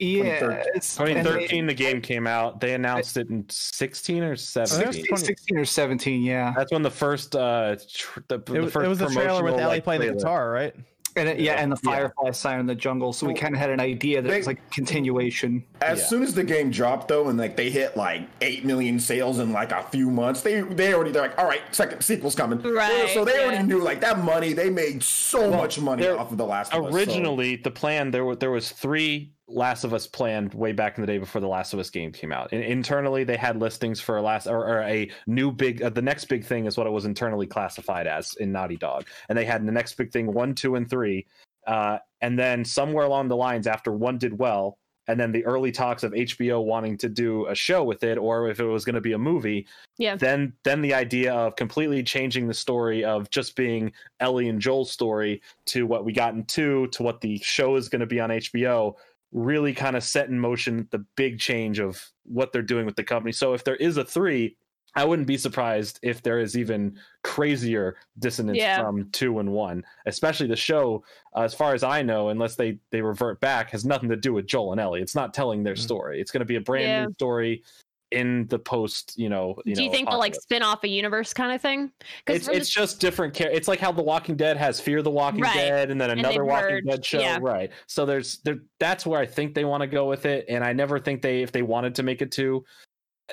Speaker 5: Yeah,
Speaker 4: 2013.
Speaker 5: it's- and they-
Speaker 9: 2013 the game came out. They announced it in 16 or 17.
Speaker 5: 16, 16 or 17, yeah.
Speaker 9: That's when the first uh tr- the, the
Speaker 2: It was,
Speaker 9: first
Speaker 2: it was the trailer with
Speaker 9: promotional,
Speaker 2: Ellie
Speaker 9: like,
Speaker 2: playing the
Speaker 9: trailer.
Speaker 2: guitar, right?
Speaker 5: And it, yeah, and the
Speaker 9: Yeah.
Speaker 5: firefly sign in the jungle, so we kind of had an idea that it was
Speaker 4: They-
Speaker 5: like a continuation.
Speaker 4: as
Speaker 9: Yeah.
Speaker 4: soon as the game dropped, though, and like they hit like eight million sales in like a few months, they they already they're like, all right, second sequel's coming.
Speaker 6: Right,
Speaker 4: So they
Speaker 6: yeah.
Speaker 4: already knew like that money. They made so much money
Speaker 9: they're-
Speaker 4: off of the last of Us, so-
Speaker 9: originally the plan there were there was three last of us planned way back in the day before the last of us game came out In- internally they had listings for a last or, or a new big uh, the next big thing is what it was internally classified as in naughty dog and they had the next big thing one two and three uh, and then somewhere along the lines after one did well and then the early talks of hbo wanting to do a show with it or if it was going to be a movie
Speaker 6: Yeah.
Speaker 9: then then the idea of completely changing the story of just being ellie and joel's story to what we got in two to what the show is going to be on HBO really kind of set in motion the big change of what they're doing with the company. So if there is a three, I wouldn't be surprised if there is even crazier dissonance
Speaker 6: Yeah.
Speaker 9: from two and one, especially the show. Uh, as far as I know, unless they they revert back, has nothing to do with Joel and Ellie. It's not telling their story. It's going to be a brand
Speaker 6: Yeah.
Speaker 9: new story in the post. You know, you
Speaker 6: Do you
Speaker 9: know,
Speaker 6: think they'll like
Speaker 9: apocalypse.
Speaker 6: spin off a universe kind of thing?
Speaker 9: It's,
Speaker 6: for the-
Speaker 9: it's just different. Char- it's like how The Walking Dead has Fear the Walking
Speaker 6: Right.
Speaker 9: Dead, and then
Speaker 6: And
Speaker 9: another
Speaker 6: they
Speaker 9: Walking
Speaker 6: merged,
Speaker 9: Dead show,
Speaker 6: yeah.
Speaker 9: right? So there's there. That's where I think they want to go with it, and I never think they if they wanted to make it two,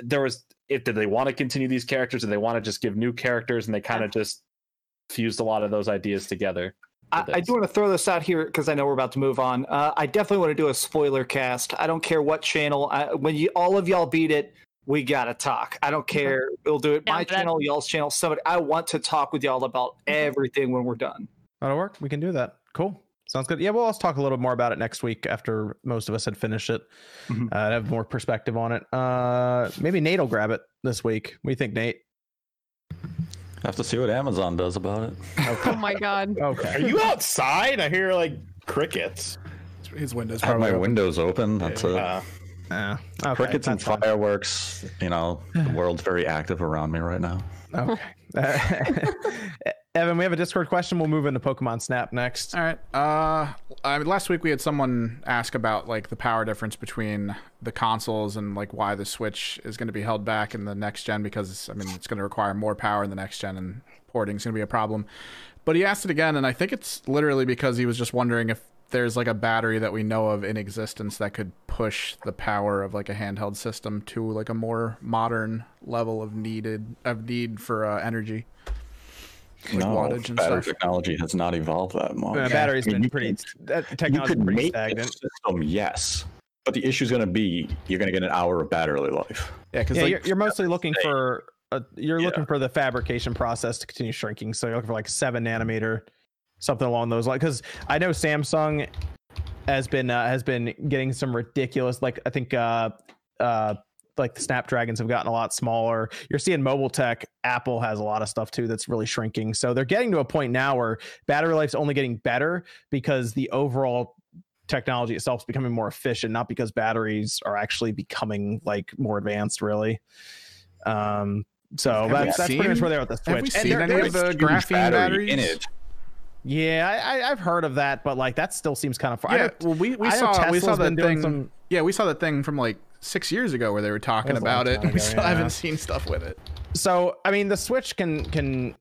Speaker 9: there was if did they want to continue these characters, and they want to just give new characters, and they kind of just fused a lot of those ideas together.
Speaker 5: I, I
Speaker 9: That's-
Speaker 5: do want to throw this out here because I know we're about to move on. Uh, I definitely want to do a spoiler cast. I don't care what channel. I, when you all of y'all beat it, we gotta talk. I don't care. We'll do it. My
Speaker 6: Sounds good.
Speaker 5: channel, y'all's channel. Somebody. I want to talk with y'all about everything when we're done.
Speaker 2: That'll work. We can do that. Cool. Sounds good. Yeah, we'll also talk a little more about it next week after most of us had finished it.
Speaker 5: Mhm.
Speaker 2: Uh, to have more perspective on it. Uh, maybe Nate will grab it this week. What do you think, Nate?
Speaker 8: I have to see what Amazon does about it.
Speaker 6: oh my god.
Speaker 2: Okay.
Speaker 10: Are you outside? I hear like crickets.
Speaker 7: His window's
Speaker 8: I have
Speaker 7: probably
Speaker 8: my
Speaker 7: open.
Speaker 8: windows open. That's it.
Speaker 10: Uh,
Speaker 2: Uh, okay,
Speaker 8: Crickets and
Speaker 2: that's fine.
Speaker 8: fireworks. You know, the world's very active around me right now.
Speaker 2: Okay. Uh, Evan, we have a Discord question. We'll move into Pokemon Snap next.
Speaker 7: All right. Uh, I mean, last week we had someone ask about like the power difference between the consoles and like why the Switch is going to be held back in the next gen because I mean it's going to require more power in the next gen and porting is going to be a problem. But he asked it again, and I think it's literally because he was just wondering if there's like a battery that we know of in existence that could push the power of like a handheld system to like a more modern level of needed of need for uh, energy. Like
Speaker 8: No,
Speaker 7: wattage and
Speaker 8: battery
Speaker 7: stuff.
Speaker 8: technology has not evolved that much.
Speaker 2: The battery's
Speaker 8: I mean,
Speaker 2: been
Speaker 8: you
Speaker 2: pretty.
Speaker 8: could-
Speaker 2: That
Speaker 8: you
Speaker 2: technology's
Speaker 8: could
Speaker 2: pretty
Speaker 8: make
Speaker 2: stagnant.
Speaker 8: the system, yes, but the issue is going to be you're going to get an hour of battery life.
Speaker 7: Yeah, because
Speaker 2: Yeah,
Speaker 7: like
Speaker 2: you're, you're mostly looking for a, you're
Speaker 8: Yeah.
Speaker 2: looking for the fabrication process to continue shrinking. So you're looking for like seven nanometer, something along those lines. Because I know Samsung has been uh, has been getting some ridiculous. Like I think uh, uh, like the Snapdragons have gotten a lot smaller. You're seeing mobile tech. Apple has a lot of stuff too that's really shrinking. So they're getting to a point now where battery life's only getting better because the overall technology itself is becoming more efficient, not because batteries are actually becoming like more advanced, really. Um, so
Speaker 7: we
Speaker 2: that's, that's pretty much
Speaker 7: seen-
Speaker 2: where they are with the
Speaker 7: have we
Speaker 2: Switch. And
Speaker 7: seen
Speaker 2: there-
Speaker 7: any
Speaker 2: there's-
Speaker 7: of the
Speaker 8: Huge
Speaker 7: graphene
Speaker 8: battery
Speaker 7: batteries
Speaker 8: in it.
Speaker 2: yeah, I, I, I've heard of that, but like that still seems kind of far. I
Speaker 7: Yeah,
Speaker 2: know-
Speaker 7: well, we, we
Speaker 2: I know
Speaker 7: saw we
Speaker 2: Tesla's
Speaker 7: saw
Speaker 2: been
Speaker 7: that
Speaker 2: doing
Speaker 7: thing.
Speaker 2: some-
Speaker 7: Yeah, we saw that thing from like six years ago where they were talking
Speaker 2: was a long
Speaker 7: about it,
Speaker 2: time
Speaker 7: and we
Speaker 2: ago,
Speaker 7: still
Speaker 2: yeah.
Speaker 7: haven't seen stuff with it.
Speaker 2: so i mean the switch can can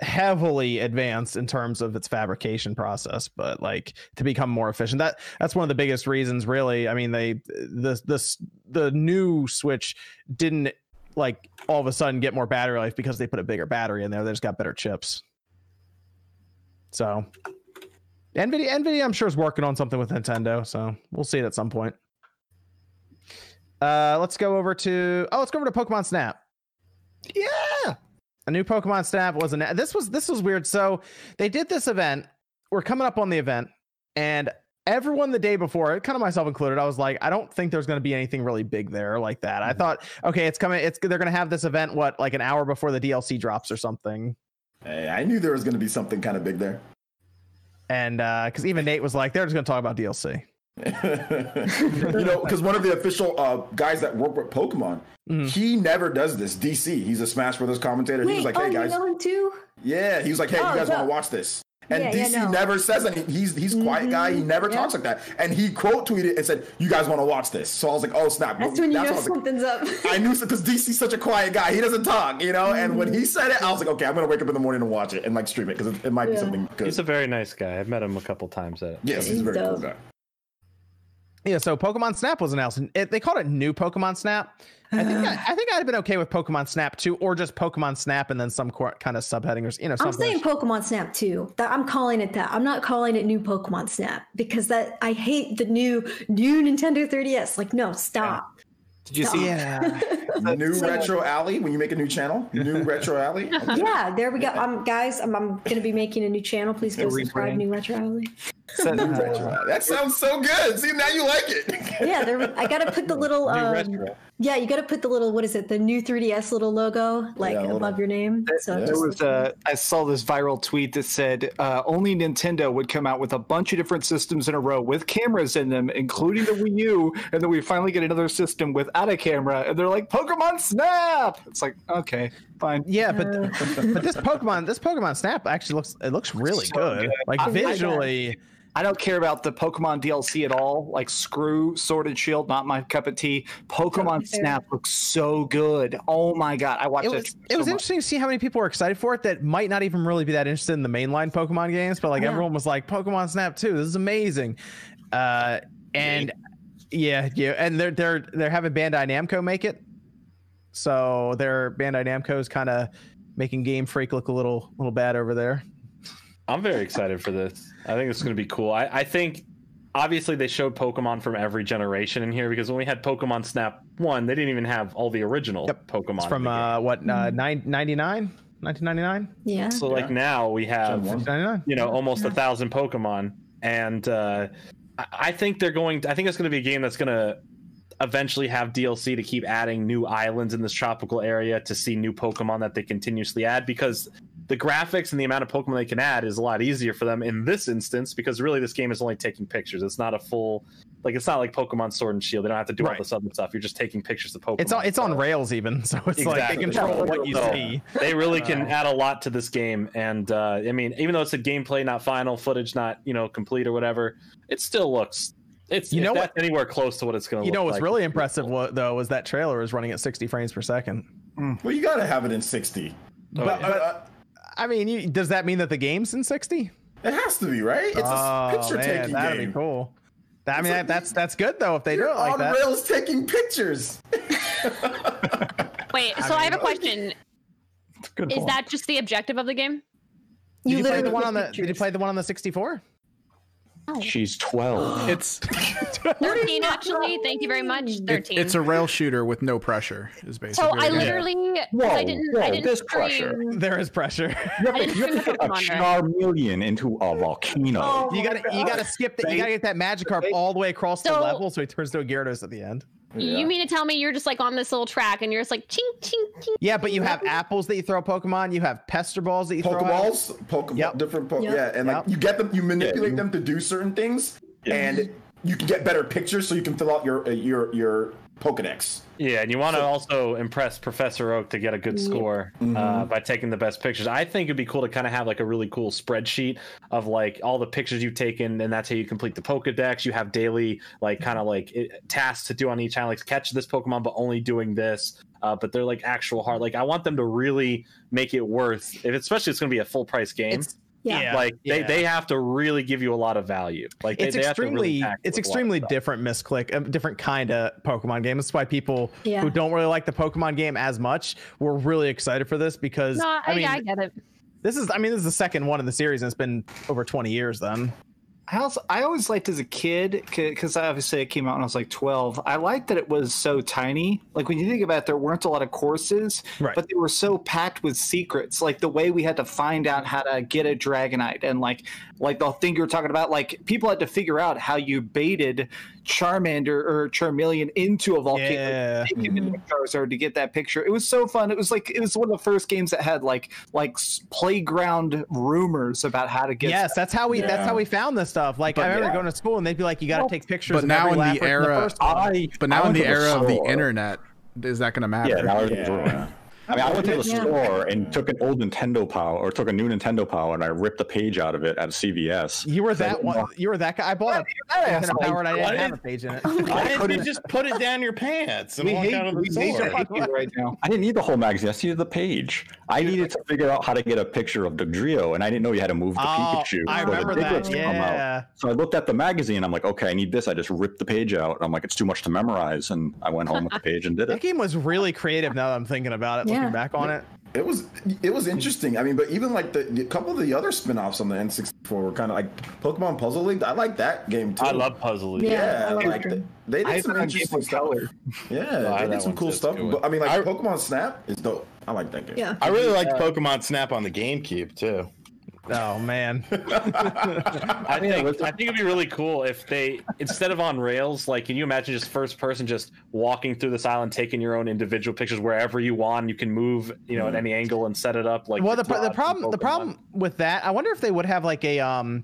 Speaker 2: heavily advance in terms of its fabrication process but like to become more efficient that that's one of the biggest reasons really i mean they the the the new switch didn't like all of a sudden get more battery life because they put a bigger battery in there they just got better chips so nvidia nvidia i'm sure is working on something with nintendo so we'll see it at some point uh let's go over to oh let's go over to pokemon snap yeah. A new Pokemon Snap was an this was this was weird. So they did this event. We're coming up on the event, and everyone the day before, kind of myself included, I was like, I don't think there's going to be anything really big there like that.
Speaker 4: Mm-hmm.
Speaker 2: I thought, okay, it's coming. It's they're going to have this event what like an hour before the DLC drops or something.
Speaker 4: Hey, I knew there was going to be something kind of big there.
Speaker 2: And because even Nate was like, they're just going to talk about DLC.
Speaker 4: you know, because one of the official uh, guys that work with Pokemon,
Speaker 5: Mm.
Speaker 2: Mhm.
Speaker 4: he never does this. DC, he's a Smash Brothers commentator. he
Speaker 3: Wait,
Speaker 4: was like,
Speaker 3: oh, you
Speaker 4: "Hey guys,
Speaker 3: know him too?
Speaker 4: yeah." He was like, "Hey,
Speaker 3: Oh,
Speaker 4: you guys
Speaker 3: no.
Speaker 4: want to watch this?" And
Speaker 3: Yeah, yeah,
Speaker 4: DC
Speaker 3: no. Mm,
Speaker 4: never says anything. He's he's quiet guy. He never
Speaker 3: yeah.
Speaker 4: talks like that. And he quote tweeted and said, "You guys want to watch this?" So I was like, "Oh snap!"
Speaker 3: That's when you
Speaker 4: what I
Speaker 3: know
Speaker 4: was like,
Speaker 3: something's up.
Speaker 4: I knew because DC's such a quiet guy. He doesn't talk, you know. And when
Speaker 3: Mm.
Speaker 4: he said it, I was like, okay, I'm gonna wake up in the morning and watch it and like stream it because it, it might be
Speaker 3: Yeah.
Speaker 4: something good.
Speaker 9: He's a very nice guy. I've met him a couple times at
Speaker 4: yes, he's a
Speaker 3: He's
Speaker 4: very cool
Speaker 3: dope.
Speaker 4: guy.
Speaker 2: Yeah, so Pokemon Snap was announced. and It, they called it New Pokemon Snap. I think I, I think I'd have been okay with Pokemon Snap too, or just Pokemon Snap and then some cor- kind of subheading or s- you know
Speaker 3: I'm
Speaker 2: something.
Speaker 3: saying Pokemon Snap too. That I'm calling it that. I'm not calling it new Pokemon Snap because that I hate the new new Nintendo 3DS. Like, no, stop.
Speaker 5: Did you see?
Speaker 2: yeah.
Speaker 4: New retro alley when you make a new channel. New retro alley.
Speaker 3: Yeah, there we go. Um, guys, I'm, I'm gonna be making a new channel. Please go subscribe.
Speaker 5: rebrand.
Speaker 3: New Retro Alley.
Speaker 5: Said-
Speaker 4: that sounds so good. See, now you like it.
Speaker 3: Yeah, there, I gotta put the little. Um, yeah, you gotta put the little. What is it? The new 3DS little logo, like
Speaker 4: Yeah, little-
Speaker 3: above your name. So
Speaker 5: There was a. I saw this viral tweet that said uh, only Nintendo would come out with a bunch of different systems in a row with cameras in them, including the Wii U, and then we finally get another system without a camera, and they're like Pokemon Snap. It's like okay, fine.
Speaker 2: Yeah, but but this Pokemon this Pokemon Snap actually looks it looks really
Speaker 5: So
Speaker 2: good.
Speaker 5: good.
Speaker 2: Like
Speaker 5: I- I-
Speaker 2: visually,
Speaker 5: I don't care about the Pokemon DLC at all. Like screw Sword and Shield, not my cup of tea. Pokemon
Speaker 3: Fair.
Speaker 5: Snap looks so good. Oh my god, I watched
Speaker 2: it
Speaker 5: it.
Speaker 2: was
Speaker 5: so
Speaker 2: it was
Speaker 5: much.
Speaker 2: interesting to see how many people were excited for it that might not even really be that interested in the mainline Pokemon games, but like
Speaker 3: Yeah.
Speaker 2: everyone was like Pokemon Snap too. This is amazing. Uh and yeah, yeah, and they're they're they're having Bandai Namco make it. So their Bandai Namco is kind of making Game Freak look a little little bad over there.
Speaker 9: I'm very excited for this. I think it's going to be cool. I, I think obviously they showed Pokemon from every generation in here because when we had Pokemon Snap 1, they didn't even have all the original
Speaker 2: Yep.
Speaker 9: Pokemon.
Speaker 2: It's
Speaker 9: in
Speaker 2: from
Speaker 9: the game.
Speaker 2: uh what uh, nine- 99? 1999?
Speaker 3: yeah.
Speaker 9: so like now we have
Speaker 4: Gen one.
Speaker 2: 99?
Speaker 9: you know almost a thousand pokemon and uh I- i think they're going i think it's going to be a game that's going to eventually have dlc to keep adding new islands in this tropical area to see new pokemon that they continuously add because the graphics and the amount of pokemon they can add is a lot easier for them in this instance because really this game is only taking pictures it's not a full like it's not like pokemon sword and shield they don't have to do all
Speaker 2: Right.
Speaker 9: this other stuff you're just taking pictures of pokemon
Speaker 2: It's on it's on
Speaker 9: So-
Speaker 2: rails even, so it's like they
Speaker 9: Exactly.
Speaker 2: control what you
Speaker 9: So,
Speaker 2: see. Uh,
Speaker 9: they really can add a lot to this game and uh, i mean even though it's a gameplay not final footage not you know complete or whatever it still looks it's
Speaker 2: You
Speaker 9: you
Speaker 2: know
Speaker 9: know
Speaker 2: what-
Speaker 9: that's anywhere close to what it's going to
Speaker 2: You
Speaker 9: look
Speaker 2: know what's
Speaker 9: like.
Speaker 2: really impressive wa- though was that trailer was running at 60 frames per second.
Speaker 4: Well, you gotta have it in sixty.
Speaker 9: Oh,
Speaker 4: but,
Speaker 9: yeah.
Speaker 4: uh,
Speaker 2: I mean, you, does that mean that the game's in 60?
Speaker 4: it has to be right. It's a picture taking
Speaker 2: that'd
Speaker 4: game.
Speaker 2: be cool. That- I
Speaker 4: It's
Speaker 2: mean,
Speaker 4: like-
Speaker 2: that, that's that's good though if they do
Speaker 4: You're
Speaker 2: it like
Speaker 4: on
Speaker 2: that.
Speaker 4: rails taking pictures.
Speaker 6: Wait, so I, have a question.
Speaker 8: Good
Speaker 6: Is that just the objective of the game?
Speaker 2: Did you play the
Speaker 3: literally
Speaker 2: one
Speaker 3: took
Speaker 2: on the Did you
Speaker 3: pictures.
Speaker 2: play the one on the 64?
Speaker 8: She's 12.
Speaker 7: It's
Speaker 6: Thirteen, actually. Thank you very much.
Speaker 7: it,
Speaker 6: Thirteen.
Speaker 7: it's a rail shooter with no pressure. Is basically.
Speaker 6: so I
Speaker 7: it is.
Speaker 6: literally, 'cause I
Speaker 8: Whoa,
Speaker 6: didn't, I
Speaker 8: whoa,
Speaker 6: didn't
Speaker 8: this
Speaker 6: stream.
Speaker 8: pressure.
Speaker 2: There is pressure.
Speaker 6: I didn't stream the
Speaker 8: a
Speaker 6: Pokemon. right?
Speaker 8: Charmeleon into a volcano.
Speaker 2: you gotta you gotta skip that. You gotta get that Magikarp all the way across the
Speaker 6: So-
Speaker 2: level so he turns to a Gyarados at the end.
Speaker 6: You mean to tell me you're just like on this little track and you're just like ching ching ching?
Speaker 2: Yeah, but you have apples that you throw at Pokemon. You have pester balls that you throw. at 'em.
Speaker 4: Pokeballs, Pokemon,
Speaker 2: Yep.
Speaker 4: different Pokemon.
Speaker 3: Yep.
Speaker 4: Yeah, and like
Speaker 2: Yep.
Speaker 4: you get them, you manipulate
Speaker 8: you-
Speaker 4: them to do certain things, and you can get better pictures, so you can fill out your uh, your your Pokedex.
Speaker 9: yeah and you want to also impress professor oak to get a good score uh, by taking the best pictures i think it'd be cool to kind of have like a really cool spreadsheet of like all the pictures you've taken and that's how you complete the pokédex you have daily like kind
Speaker 2: Mm-hmm.
Speaker 9: of like it, tasks to do on each island like catch this pokemon but only doing this uh, but they're like actual hard. Like I want them to really make it worth. If especially it's going to be a full price game,
Speaker 2: It's-
Speaker 3: Yeah.
Speaker 9: like
Speaker 2: yeah.
Speaker 9: they, they have to really give you a lot of value. Like they,
Speaker 2: it's
Speaker 9: they have to
Speaker 2: extremely
Speaker 9: really pack
Speaker 2: it's
Speaker 9: with a lot of
Speaker 2: extremely
Speaker 9: stuff.
Speaker 2: different misclick a different kind of pokemon game that's why people
Speaker 3: Yeah.
Speaker 2: who don't really like the pokemon game as much were really excited for this because
Speaker 6: No, I,
Speaker 2: i mean
Speaker 6: yeah, I get it.
Speaker 2: this is i mean this is the second one in the series and it's been over 20 years then
Speaker 5: How's I always liked as a kid because obviously it came out when I was like twelve. I liked that it was so tiny. Like when you think about it, there weren't a lot of courses,
Speaker 2: Right.
Speaker 5: but they were so packed with secrets. Like the way we had to find out how to get a dragonite, and like like the thing you were talking about, like people had to figure out how you baited Charmander or Charmeleon into a volcano,
Speaker 2: Yeah. Mm-hmm.
Speaker 5: to make it into a Charizard to get that picture. It was so fun. It was like it was one of the first games that had like like s- playground rumors about how to get.
Speaker 2: yes that's how we that's
Speaker 4: Yeah.
Speaker 2: how we found this stuff like i remember
Speaker 5: yeah.
Speaker 2: going to school and they'd be like you got to
Speaker 5: Well,
Speaker 2: take pictures
Speaker 7: but
Speaker 2: of
Speaker 7: now
Speaker 2: every
Speaker 7: in the
Speaker 2: laugh from
Speaker 7: era-
Speaker 2: first one.
Speaker 8: I,
Speaker 7: But now
Speaker 8: I
Speaker 7: in
Speaker 8: went
Speaker 7: the
Speaker 8: to
Speaker 7: era of the
Speaker 8: store.
Speaker 7: internet, is that going to matter?
Speaker 8: Yeah, now it's
Speaker 4: Yeah.
Speaker 8: I mean, I went to the
Speaker 3: Yeah.
Speaker 8: store and took an old Nintendo POW or took a new Nintendo POW and I ripped a page out of it at CVS.
Speaker 2: you were
Speaker 8: So I
Speaker 2: that
Speaker 8: didn't
Speaker 2: one
Speaker 8: know-
Speaker 2: you were that guy i bought
Speaker 5: that
Speaker 2: a
Speaker 5: asshole.
Speaker 2: power and i didn't
Speaker 1: What?
Speaker 2: have a page in it
Speaker 1: Why didn't you just put it down your pants and
Speaker 5: we
Speaker 1: walk
Speaker 5: hate,
Speaker 1: out of
Speaker 5: we
Speaker 1: the
Speaker 5: hate to
Speaker 1: store?
Speaker 5: hate you right now.
Speaker 8: I didn't need the whole magazine. I just needed the page. I needed to figure out how to get a picture of Dugtrio, and I didn't know you had to move the
Speaker 2: Oh,
Speaker 8: Pikachu.
Speaker 2: I
Speaker 8: for the
Speaker 2: remember that.
Speaker 8: Diglets to come out.
Speaker 2: Yeah.
Speaker 8: So I looked at the magazine. I'm like, okay, I need this. I just ripped the page out. I'm like, it's too much to memorize, and I went home with the page and did
Speaker 2: That
Speaker 8: it.
Speaker 2: game was really creative now that I'm thinking about it,
Speaker 3: Yeah.
Speaker 2: looking back on it.
Speaker 4: It was it was interesting. I mean, but even like the, the couple of the other spin-offs on the N64 were kind of like Pokemon Puzzle League. I like that game too.
Speaker 9: I love Puzzle League.
Speaker 4: Yeah,
Speaker 3: I love
Speaker 4: like
Speaker 3: that.
Speaker 4: the, they
Speaker 5: I
Speaker 4: did some
Speaker 5: found Game
Speaker 4: interesting
Speaker 5: Boy
Speaker 4: stuff.
Speaker 5: Color.
Speaker 4: Yeah,
Speaker 9: I-
Speaker 4: they did
Speaker 9: that
Speaker 4: some
Speaker 9: one
Speaker 4: cool
Speaker 9: says
Speaker 4: stuff.
Speaker 9: good.
Speaker 4: But I mean, like
Speaker 1: I-
Speaker 4: Pokemon Snap is dope. I like that game.
Speaker 3: Yeah.
Speaker 1: I really liked Pokemon Snap on the GameCube too.
Speaker 2: Oh man.
Speaker 9: I think I think it'd be really cool if they instead of on rails, like can you imagine just first person just walking through this island, taking your own individual pictures wherever you want. You can move, you know, at any angle and set it up like.
Speaker 2: well the,
Speaker 9: it's
Speaker 2: pro- the
Speaker 9: not
Speaker 2: problem the
Speaker 9: Pokemon.
Speaker 2: problem with that i wonder if they would have like a um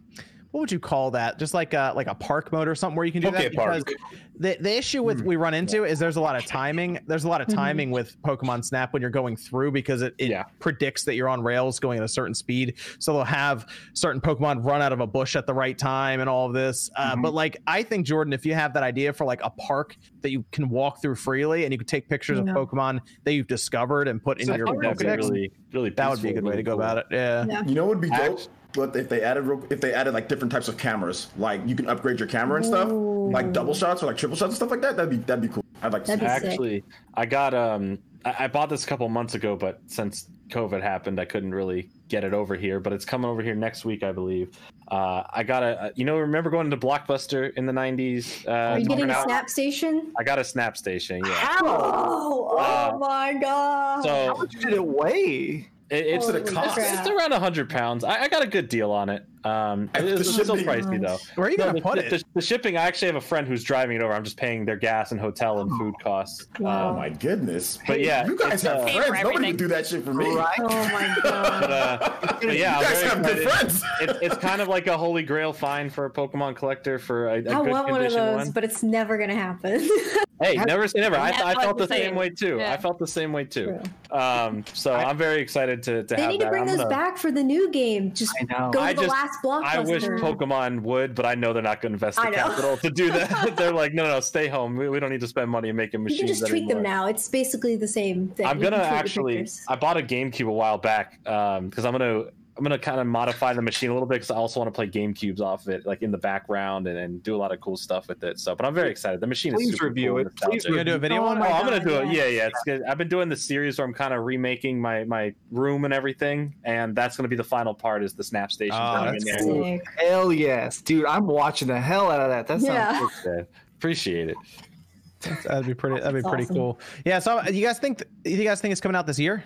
Speaker 2: what would you call that just like a like a park mode or something where you can do
Speaker 1: Okay,
Speaker 2: that
Speaker 1: park.
Speaker 2: the, the issue
Speaker 9: Hmm.
Speaker 2: with we run into is there's a lot of timing there's a lot of timing with pokemon snap when you're going through because it, it
Speaker 9: Yeah.
Speaker 2: predicts that you're on rails going at a certain speed so they'll have certain pokemon run out of a bush at the right time and all of this uh,
Speaker 9: Mm-hmm.
Speaker 2: but like i think jordan if you have that idea for like a park that you can walk through freely and you can take pictures
Speaker 6: Yeah.
Speaker 2: of pokemon that you've discovered and put
Speaker 9: So
Speaker 2: into
Speaker 9: I
Speaker 2: your
Speaker 9: think that'd be
Speaker 2: pokédex
Speaker 9: really, really
Speaker 2: that would be a good way to go about it yeah
Speaker 4: You know what would be dope?
Speaker 9: Act-
Speaker 4: But if they added real- if they added like different types of cameras, like you can upgrade your camera and stuff, like double shots or like triple shots and stuff like that, that'd be that'd be cool. I'd like to
Speaker 3: That'd
Speaker 4: see
Speaker 3: be
Speaker 4: that.
Speaker 3: sick.
Speaker 9: Actually, I got um, I, I bought this a couple months ago, but since COVID happened, I couldn't really get it over here. But it's coming over here next week, I believe. Uh, I got a, you know, remember going to Blockbuster in the '90s? Uh,
Speaker 3: Are you getting a
Speaker 9: out-
Speaker 3: snap station?
Speaker 9: I got a Snap Station. Yeah.
Speaker 3: Oh,
Speaker 9: Uh,
Speaker 3: oh my god.
Speaker 9: So
Speaker 5: How much did it weigh?
Speaker 9: It, it's,
Speaker 3: Holy
Speaker 9: it's,
Speaker 3: crap.
Speaker 9: it's around 100 pounds. I, I got a good deal on it. Um, it,
Speaker 4: The
Speaker 9: it's still
Speaker 4: shipping-
Speaker 9: pricey though.
Speaker 2: Where are you
Speaker 9: No,
Speaker 2: gonna
Speaker 9: the,
Speaker 2: put
Speaker 9: the-
Speaker 2: it?
Speaker 9: The, the shipping. I actually have a friend who's driving it over. I'm just paying their gas and hotel and food costs.
Speaker 4: Oh
Speaker 3: Wow.
Speaker 9: Um,
Speaker 4: my goodness!
Speaker 9: But yeah,
Speaker 4: you guys
Speaker 9: it's,
Speaker 4: have
Speaker 9: uh,
Speaker 6: Pay for
Speaker 4: friends. Nobody
Speaker 6: everything.
Speaker 4: would do that shit for me.
Speaker 5: Right?
Speaker 3: oh my god.
Speaker 9: but, uh, but yeah,
Speaker 4: You
Speaker 9: I'm
Speaker 4: guys
Speaker 9: very
Speaker 4: have good
Speaker 9: excited.
Speaker 4: friends.
Speaker 9: It's, it's kind of like a holy grail find for a Pokemon collector for a, a
Speaker 3: I
Speaker 9: good
Speaker 3: want one of
Speaker 9: condition
Speaker 3: those,
Speaker 9: one.
Speaker 3: but it's never gonna happen.
Speaker 9: Hey, never say never. I,
Speaker 6: Yeah,
Speaker 9: I
Speaker 6: I
Speaker 9: felt the
Speaker 6: was
Speaker 9: same,
Speaker 6: saying.
Speaker 9: way too.
Speaker 6: Yeah.
Speaker 9: I felt the same way too. Um, so I, am very excited to, to
Speaker 3: they
Speaker 9: have
Speaker 3: need
Speaker 9: that.
Speaker 3: to bring
Speaker 9: I'm
Speaker 3: those
Speaker 9: gonna-
Speaker 3: back for the new game. Just
Speaker 5: I know.
Speaker 3: go to
Speaker 9: I
Speaker 3: the
Speaker 9: just-
Speaker 3: last
Speaker 9: I wish
Speaker 3: blockbuster.
Speaker 9: Pokemon would, but I know they're not going to invest the
Speaker 3: I know.
Speaker 9: capital to do that. they're like, no, no, no, stay home. We, we don't need to spend money making
Speaker 3: you
Speaker 9: machines.
Speaker 3: can just tweak
Speaker 9: anymore.
Speaker 3: them now. It's basically the same thing.
Speaker 9: I'm
Speaker 3: You can
Speaker 9: gonna
Speaker 3: tweak the
Speaker 9: actually.
Speaker 3: pictures.
Speaker 9: I bought a GameCube a while back because I'm gonna I'm gonna kind of modify the machine a little bit because I also want to play GameCubes off of it, like in the background and, and do a lot of cool stuff with it. So, but I'm very excited. The machine
Speaker 5: Please
Speaker 9: is super
Speaker 5: review
Speaker 9: cool
Speaker 5: it.
Speaker 9: and
Speaker 5: Please
Speaker 9: nostalgic.
Speaker 2: You gonna do a video
Speaker 5: Oh
Speaker 2: on it?
Speaker 9: Oh,
Speaker 5: my
Speaker 9: I'm gonna do it.
Speaker 3: God,
Speaker 9: Yeah, yeah. It's good. I've been doing this series where I'm kind of remaking my my room and everything, and that's gonna be the final part is the snap station.
Speaker 2: Oh,
Speaker 9: that I'm
Speaker 2: that's
Speaker 9: in there.
Speaker 3: Sick.
Speaker 5: Hell yes, dude! I'm watching the hell out of that. That sounds
Speaker 3: Yeah.
Speaker 5: cool.
Speaker 9: Yeah, Appreciate it.
Speaker 2: That'd be pretty. That'd be
Speaker 3: That's
Speaker 2: pretty
Speaker 3: awesome.
Speaker 2: cool. Yeah. So you guys think you guys think it's coming out this year?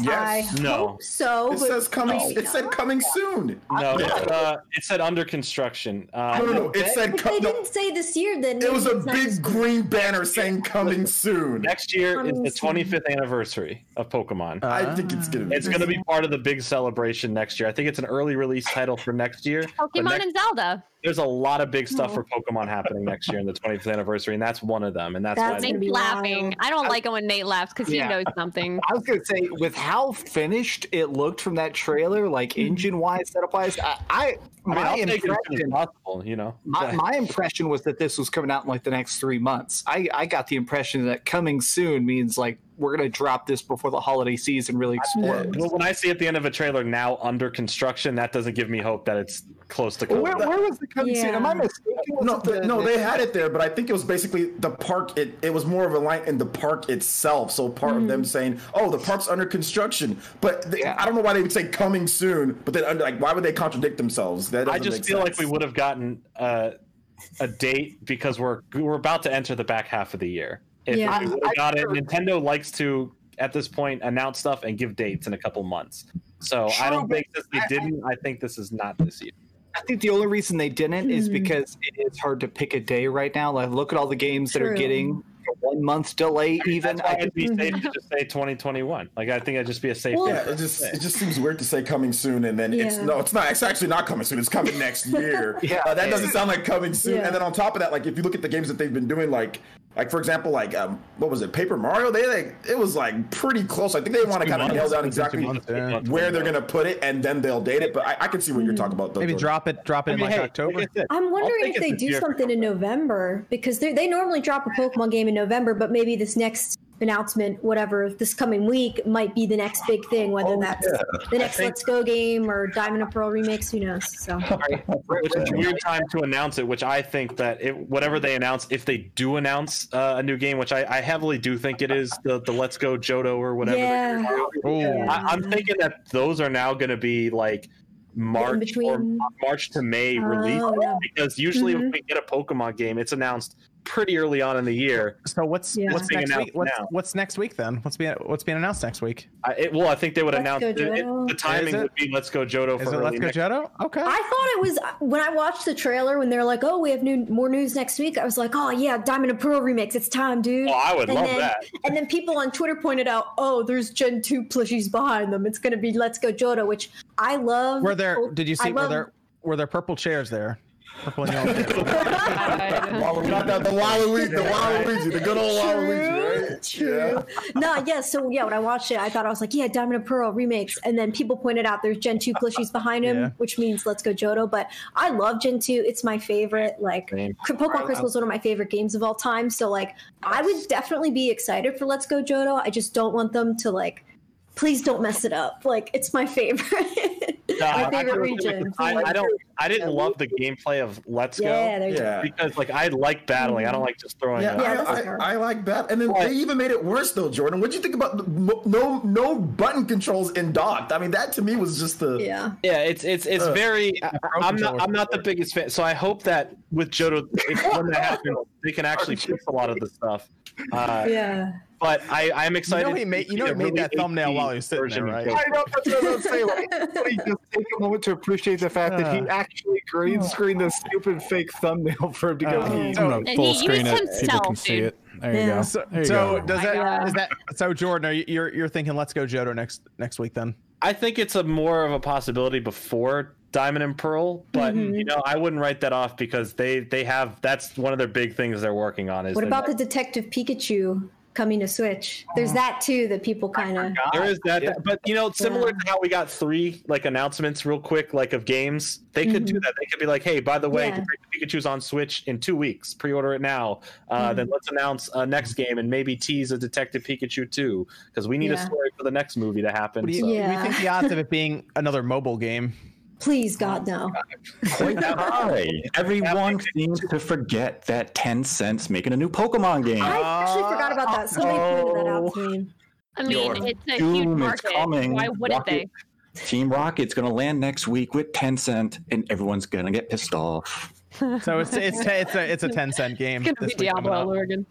Speaker 4: Yes.
Speaker 3: I
Speaker 9: No.
Speaker 3: hope so.
Speaker 4: it
Speaker 3: but
Speaker 4: says coming.
Speaker 3: maybe
Speaker 4: It said
Speaker 3: not.
Speaker 4: coming soon.
Speaker 9: No, it's, uh, it said under construction. Uh,
Speaker 4: No, no, no. It said
Speaker 3: If they
Speaker 4: co- no,
Speaker 3: didn't say this year, then
Speaker 4: It was a
Speaker 3: maybe it's not
Speaker 4: big
Speaker 3: just-
Speaker 4: green banner saying coming soon.
Speaker 9: Next year is the
Speaker 3: Coming soon.
Speaker 9: 25th anniversary of Pokemon.
Speaker 4: I think it's gonna be.
Speaker 9: It's going to be part of the big celebration next year. I think it's an early release title for next year. but
Speaker 6: Pokemon
Speaker 9: next-
Speaker 6: and Zelda.
Speaker 9: there's a lot of big stuff for Pokemon happening next year in the 25th anniversary, and that's one of them. And that's,
Speaker 3: That's
Speaker 9: why.
Speaker 3: gonna
Speaker 6: Nate's
Speaker 3: be
Speaker 6: laughing.
Speaker 3: wild.
Speaker 6: I don't like it when Nate laughs because
Speaker 5: Yeah.
Speaker 6: he knows something.
Speaker 5: I was gonna say, with how finished it looked from that trailer, like engine wise, setup wise, I, I,
Speaker 9: I mean,
Speaker 5: my
Speaker 9: I'll take it as soon as
Speaker 5: impression,
Speaker 9: possible. You know,
Speaker 5: my, my impression was that this was coming out in like the next three months. I, I got the impression that coming soon means like we're gonna drop this before the holiday season really explodes.
Speaker 9: well, when I see at the end of a trailer now under construction, that doesn't give me hope that it's close to.
Speaker 5: Where,
Speaker 9: coming.
Speaker 5: where was the coming soon? Am I
Speaker 3: Yeah.
Speaker 5: mistaken? Was
Speaker 4: No,
Speaker 5: it the-
Speaker 4: th- no, they had it there, but I think it was basically the park. It it was more of a line in the park itself. So part of
Speaker 3: Mm-hmm.
Speaker 4: them saying, "Oh, the park's under construction," but they,
Speaker 5: Yeah.
Speaker 4: I don't know why they would say "coming soon." But then, under, like, why would they contradict themselves? That
Speaker 9: I
Speaker 4: doesn't
Speaker 9: just
Speaker 4: make
Speaker 9: feel like
Speaker 4: sense.
Speaker 9: we would have gotten uh, a date because we're we're about to enter the back half of the year. If
Speaker 3: Yeah.
Speaker 9: we would
Speaker 5: I-
Speaker 9: have got it,
Speaker 5: I-
Speaker 9: Nintendo likes to at this point announce stuff and give dates in a couple months. So I
Speaker 5: True,
Speaker 9: don't
Speaker 5: but
Speaker 9: think this they
Speaker 5: I- I-
Speaker 9: didn't. I think this is not this year.
Speaker 5: I think the only reason they didn't is
Speaker 3: Hmm.
Speaker 5: because it is hard to pick a day right now. Like, look at all the games that are
Speaker 3: True.
Speaker 5: getting a one month delay. even
Speaker 9: That's why
Speaker 5: I,
Speaker 9: it'd be safe to just say 2021. Like I think that'd just be a safe.
Speaker 3: Well,
Speaker 9: thing
Speaker 4: Yeah,
Speaker 9: for
Speaker 4: it
Speaker 9: us to
Speaker 4: just
Speaker 9: say.
Speaker 4: it just seems weird to say coming soon and then it's
Speaker 3: Yeah.
Speaker 4: no, it's not. It's actually not coming soon. It's coming next year.
Speaker 5: Yeah.
Speaker 4: Uh, that doesn't sound like coming soon.
Speaker 3: Yeah.
Speaker 4: And then on top of that, like if you look at the games that they've been doing, like like for example, like um, what was it, Paper Mario? They like it was like pretty close. I think they want to kind of nail down exactly
Speaker 2: months, yeah.
Speaker 4: where they're gonna put it, and then they'll date it. But I, I can see what you're talking about. Though,
Speaker 2: Maybe
Speaker 4: Jordan.
Speaker 2: drop it. Drop it
Speaker 9: I mean,
Speaker 2: in like
Speaker 9: hey,
Speaker 2: October.
Speaker 9: like I said,
Speaker 3: Mm-hmm. I'm
Speaker 9: I'll
Speaker 3: wondering
Speaker 9: take
Speaker 3: if they
Speaker 9: it this
Speaker 3: do
Speaker 9: year.
Speaker 3: something in November because they they normally drop a Pokemon game in November, but maybe this next announcement, whatever this coming week, might be the next big thing. Whether
Speaker 9: Oh,
Speaker 3: that's the next Let's Go game or Diamond and Pearl remix, who knows? So
Speaker 9: which is a weird time to announce it. Which I think that if whatever they announce, if they do announce uh, a new game, which I, I heavily do think it is the, the Let's Go Johto or whatever.
Speaker 3: yeah,
Speaker 2: Oh,
Speaker 9: I, I'm thinking that those are now going to be like March or
Speaker 3: between.
Speaker 9: March to May
Speaker 3: Oh,
Speaker 9: release
Speaker 3: yeah.
Speaker 9: because usually
Speaker 3: Mhm.
Speaker 9: when we get a Pokemon game, it's announced pretty early on in the year.
Speaker 2: So what's
Speaker 3: Yeah.
Speaker 2: what's
Speaker 9: Being
Speaker 2: next week?
Speaker 9: announced
Speaker 2: What's,
Speaker 9: now.
Speaker 2: what's next week then? What's being what's being announced next week?
Speaker 9: I, it, well, I think they would
Speaker 3: Let's
Speaker 9: announce
Speaker 3: Go
Speaker 9: it- it-
Speaker 3: Jodo.
Speaker 9: the timing
Speaker 2: it?
Speaker 9: would be Let's Go Jodo for
Speaker 2: Is it
Speaker 9: early
Speaker 2: Let's Go
Speaker 9: next
Speaker 2: Jetto? Okay.
Speaker 3: I thought it was when I watched the trailer when they're like, "Oh, we have new more news next week." I was like, "Oh yeah, Diamond and Pearl remix, it's time, dude."
Speaker 9: Oh, I would
Speaker 3: and
Speaker 9: love
Speaker 3: then,
Speaker 9: that.
Speaker 3: And then people on Twitter pointed out, "Oh, there's Gen two plushies behind them. It's gonna be Let's Go Jodo," which I love.
Speaker 2: were there? Did you
Speaker 3: I
Speaker 2: see? Were
Speaker 3: love-
Speaker 2: there? Were there purple chairs there? Purple and yellow. chairs.
Speaker 6: God.
Speaker 4: Not that- the Waluigi, the Waluigi, the good old Waluigi, right? Yeah.
Speaker 3: No, yeah. So yeah, when I watched it, I thought I was like, "Yeah, Diamond and Pearl remakes," and then people pointed out there's Gen two plushies behind him,
Speaker 2: Yeah.
Speaker 3: which means Let's Go Jodo. But I love Gen two; it's my favorite. Like,
Speaker 9: Same.
Speaker 3: Cri- Pokemon Crystal is one of my favorite games of all time. So like, I would definitely be excited for Let's Go Jodo. I just don't want them to like, please don't mess it up. Like, it's my favorite. my
Speaker 9: Nah, I-
Speaker 3: favorite region.
Speaker 9: I, I don't. I didn't
Speaker 3: Yeah.
Speaker 9: love the gameplay of Let's
Speaker 3: Yeah,
Speaker 9: Go
Speaker 3: there you go.
Speaker 4: Yeah.
Speaker 9: because like I like battling. I don't like just throwing.
Speaker 4: Yeah,
Speaker 9: it out.
Speaker 3: Yeah, that's
Speaker 4: I,
Speaker 3: fair.
Speaker 4: I, I like that. And then
Speaker 9: But-
Speaker 4: they even made it worse though, Jordan. What'd you think about the mo- no no button controls in docked? I mean, that to me was just the
Speaker 3: Yeah.
Speaker 9: Yeah, it's it's it's
Speaker 4: Ugh.
Speaker 9: very. I,
Speaker 2: Pro
Speaker 9: I'm not
Speaker 2: controller
Speaker 9: I'm not the biggest fan, so I hope that with Jodo, if, when that happens, they can actually fix a lot of the stuff. Uh,
Speaker 3: Yeah.
Speaker 9: but I I'm excited.
Speaker 2: he
Speaker 9: to
Speaker 2: made- you
Speaker 9: see
Speaker 2: know he
Speaker 9: a
Speaker 2: made
Speaker 9: really
Speaker 2: that thumbnail while he was sitting
Speaker 9: version
Speaker 2: there,
Speaker 9: of
Speaker 2: right?
Speaker 9: Jodo.
Speaker 5: I know that's what I was saying. Like, somebody just take a moment to appreciate the fact that he actually green screened this stupid fake thumbnail for him to
Speaker 2: Uh,
Speaker 5: go.
Speaker 7: I'm
Speaker 5: eat.
Speaker 7: gonna
Speaker 6: And
Speaker 7: full
Speaker 6: he
Speaker 7: screen
Speaker 6: used
Speaker 7: it. People can
Speaker 6: himself,
Speaker 7: see
Speaker 6: dude.
Speaker 7: it. There you
Speaker 3: Yeah.
Speaker 7: go.
Speaker 2: So,
Speaker 7: There you
Speaker 2: so
Speaker 7: go.
Speaker 2: does that is
Speaker 6: Yeah.
Speaker 2: that so Jordan? Are you, you're you're thinking Let's Go Jodo next next week then?
Speaker 9: I think it's a more of a possibility before Diamond and Pearl, but
Speaker 3: Mm-hmm.
Speaker 9: you know I wouldn't write that off because they they have that's one of their big things they're working on. Is
Speaker 3: What
Speaker 9: the-
Speaker 3: about the Detective Pikachu coming to Switch? There's that too that people kind of.
Speaker 9: There is that,
Speaker 5: Yeah.
Speaker 9: but you know, similar
Speaker 3: Yeah.
Speaker 9: to how we got three like announcements real quick, like of games, they could do that. They could be like, "Hey, by the way,
Speaker 3: Mm-hmm. Yeah.
Speaker 9: Detective Pikachu's on Switch in two weeks. Pre-order it now.
Speaker 3: Mm-hmm.
Speaker 9: Uh, Then let's announce a next game and maybe tease a Detective Pikachu too, because we need
Speaker 3: Yeah.
Speaker 9: a story for the next movie to happen."
Speaker 2: What do you,
Speaker 9: so-
Speaker 2: what do you
Speaker 3: Yeah.
Speaker 2: think the odds of it being another mobile game?
Speaker 3: Please, God,
Speaker 9: Oh
Speaker 3: no.
Speaker 8: Quite high. Everyone seems to forget that 10 cents making a new Pokemon game.
Speaker 3: I actually forgot about that. Somebody pointed that out to me.
Speaker 6: I mean,
Speaker 8: Your
Speaker 6: it's a huge
Speaker 8: doom is
Speaker 6: market.
Speaker 8: coming.
Speaker 6: Why wouldn't
Speaker 8: Rocket-
Speaker 6: they?
Speaker 8: Team Rocket's gonna land next week with 10 cent, and everyone's gonna get pissed off.
Speaker 2: So it's it's it's a it's a ten cent game.
Speaker 6: It's gonna
Speaker 2: this
Speaker 6: be
Speaker 2: week coming
Speaker 6: Diablo
Speaker 2: up.
Speaker 6: Lurgan.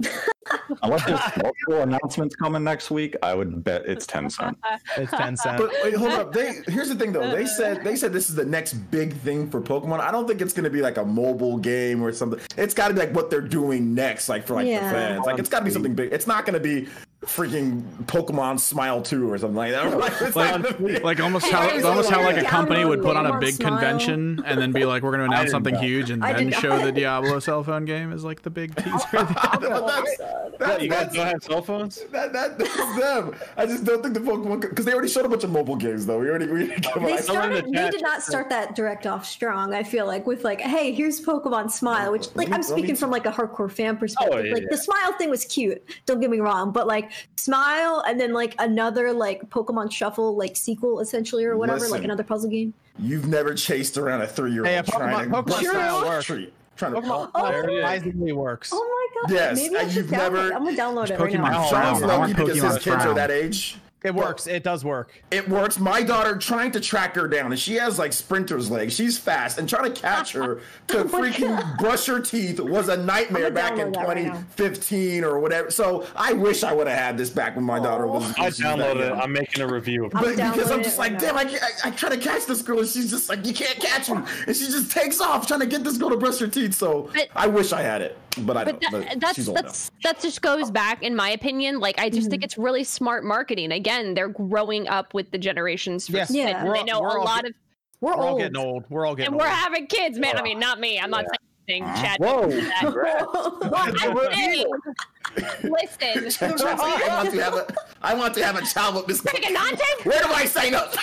Speaker 8: Unless there's multiple announcements coming next week, I would bet it's 10 cent.
Speaker 2: It's ten cent.
Speaker 4: But wait, hold up. They here's the thing though. They said they said this is the next big thing for Pokemon. I don't think it's gonna be like a mobile game or something. It's gotta be like what they're doing next, like for like
Speaker 3: Yeah.
Speaker 4: the fans. Like it's gotta be something big. It's not gonna be freaking Pokemon Smile 2 or something like that. Like, it's not gonna be-
Speaker 7: Like almost
Speaker 3: Hey,
Speaker 7: how
Speaker 3: I was
Speaker 7: almost how
Speaker 3: like,
Speaker 7: like a
Speaker 3: yeah,
Speaker 7: company
Speaker 3: I'm
Speaker 7: would put on a
Speaker 3: on
Speaker 7: big
Speaker 3: Smile.
Speaker 7: convention and then be like, "We're going to announce something huge," and
Speaker 3: I
Speaker 7: then
Speaker 3: did
Speaker 7: show
Speaker 3: not.
Speaker 7: the Diablo cell phone game is like the big teaser.
Speaker 3: Oh
Speaker 4: But that's-
Speaker 9: What,
Speaker 4: that-
Speaker 9: you guys
Speaker 4: that's-
Speaker 9: don't have cell phones?
Speaker 4: that, that, that's them. I just don't think the Pokemon because they already showed a bunch of mobile games though. We already we already covered.
Speaker 3: They
Speaker 4: like,
Speaker 9: someone in the
Speaker 3: started. They
Speaker 9: chat
Speaker 3: did not start that direct off strong. I feel like with like, hey, here's Pokemon Smile, which like
Speaker 4: me-
Speaker 3: I'm
Speaker 4: let me-
Speaker 3: speaking from like a hardcore fan perspective.
Speaker 9: Oh, yeah,
Speaker 3: like
Speaker 9: yeah.
Speaker 3: the Smile thing was cute. Don't get me wrong, but like Smile and then like another like Pokemon Shuffle like sequel essentially or whatever, like
Speaker 4: Listen.
Speaker 3: another puzzle game.
Speaker 4: you've never chased around a three year
Speaker 2: Hey, a
Speaker 4: old trying
Speaker 2: Pokemon-
Speaker 4: to
Speaker 2: Pokemon Smile works.
Speaker 4: treat, trying to
Speaker 2: Pokemon
Speaker 3: Oh,
Speaker 2: surprisingly works.
Speaker 3: Oh my god!
Speaker 4: Yes,
Speaker 3: maybe I
Speaker 4: and
Speaker 3: should
Speaker 4: you've
Speaker 3: download.
Speaker 4: never-
Speaker 3: it. I'm gonna download it right
Speaker 7: Pokemon
Speaker 3: now.
Speaker 7: Smile.
Speaker 4: Sounds
Speaker 7: I want
Speaker 4: lucky because his
Speaker 7: Pokemon
Speaker 4: kids
Speaker 7: Frown.
Speaker 4: are that age.
Speaker 2: It works. It does work.
Speaker 4: It works. My daughter trying to track her down, and she has like sprinter's legs. She's fast, and trying to catch
Speaker 3: Oh
Speaker 4: her to freaking brush her teeth was a nightmare
Speaker 3: I'm gonna
Speaker 4: back in
Speaker 3: download that right now.
Speaker 4: 2015 or whatever. So I wish I would have had this back when my daughter
Speaker 3: Oh.
Speaker 4: was.
Speaker 9: I
Speaker 4: was that
Speaker 9: downloaded it.
Speaker 4: young.
Speaker 9: I'm making a review. of it.
Speaker 4: But because I'm
Speaker 3: downloading
Speaker 4: just
Speaker 3: it right
Speaker 4: like,
Speaker 3: now.
Speaker 4: damn, I, can't- I, I try to catch this girl, and she's just like, you can't catch me, and she just takes off trying to get this girl to brush her teeth. So
Speaker 6: But-
Speaker 4: I wish I had it, but I
Speaker 6: but
Speaker 4: don't.
Speaker 6: that,
Speaker 4: but
Speaker 6: that's
Speaker 4: she's old enough.
Speaker 6: that's that just goes back in my opinion like i just
Speaker 2: Mm-hmm.
Speaker 6: think it's really smart marketing again they're growing up with the generations for
Speaker 2: Yes.
Speaker 6: Switch,
Speaker 3: Yeah.
Speaker 6: and they
Speaker 2: We're-
Speaker 6: know
Speaker 2: we're
Speaker 6: a
Speaker 2: all
Speaker 6: lot
Speaker 2: get-
Speaker 6: of
Speaker 3: We're,
Speaker 2: We're all
Speaker 3: old.
Speaker 2: getting old. We're all getting
Speaker 6: and
Speaker 2: old.
Speaker 6: we're having kids man i mean not me i'm not saying anything chad
Speaker 9: Whoa.
Speaker 6: Well, I'm saying, listen
Speaker 4: She's like, I want to have a, I want to have a child with this.
Speaker 6: Like a nonsense?
Speaker 4: Where do I sign up?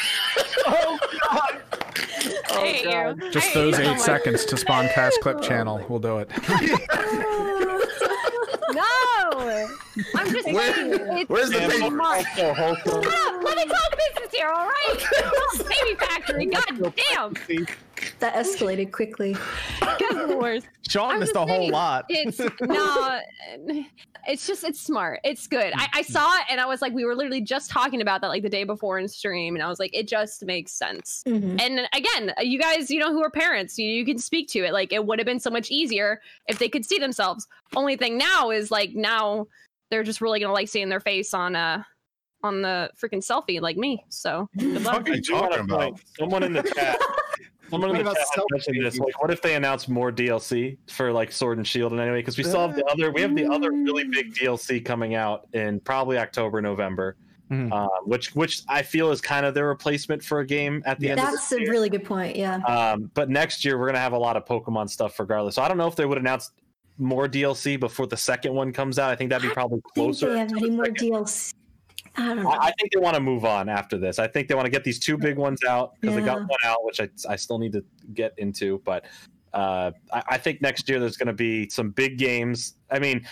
Speaker 5: Oh,
Speaker 6: I hate Oh, you. I
Speaker 7: Just
Speaker 6: hate
Speaker 7: those
Speaker 6: you so
Speaker 7: eight
Speaker 6: much.
Speaker 7: seconds to spawn cast clip channel. We'll do it.
Speaker 6: no i'm just saying it's
Speaker 4: Where's the
Speaker 9: And
Speaker 4: paper?
Speaker 9: also, also,
Speaker 6: Stop! Let me talk business here, all right? Baby factory, goddamn.
Speaker 3: That escalated quickly.
Speaker 6: Guys are the worst.
Speaker 2: Sean
Speaker 6: I'm
Speaker 2: missed
Speaker 6: just
Speaker 2: a whole
Speaker 6: saying,
Speaker 2: lot.
Speaker 6: It's no, it's just it's smart. It's good. I, I saw it and I was like, we were literally just talking about that like the day before in stream, and I was like, it just makes sense.
Speaker 3: Mhm.
Speaker 6: And again, you guys, you know who are parents, you, you can speak to it. Like it would have been so much easier if they could see themselves. Only thing now is like now they're just really gonna like seeing their face on uh on the freaking selfie like me. So good
Speaker 10: What
Speaker 6: luck.
Speaker 10: are you talking
Speaker 9: wanna
Speaker 10: about?
Speaker 9: point- Someone in the chat. Someone in
Speaker 5: What
Speaker 9: the
Speaker 5: about
Speaker 9: chat had mentioned this. Like, what if they announced more DLC for like Sword and Shield in any way? Because we still have the other. We have the other really big DLC coming out in probably October, November,
Speaker 10: Mm-hmm.
Speaker 2: Mhm.
Speaker 9: uh, which which I feel is kind of their replacement for a game at the end. of
Speaker 3: That's
Speaker 9: the
Speaker 3: a
Speaker 9: year.
Speaker 3: really good point. Yeah.
Speaker 9: Um, but next year we're gonna have a lot of Pokemon stuff regardless. So I don't know if they would announce more DLC before the second one comes out. I think that'd be probably
Speaker 3: I
Speaker 9: closer.
Speaker 3: think they have any more DLC. I don't know.
Speaker 9: I, I think they want to move on after this. I think they want to get these two big ones out because they got
Speaker 3: Yeah.
Speaker 9: one out, which I, I still need to get into. But uh, I, I think next year there's going to be some big games. I mean,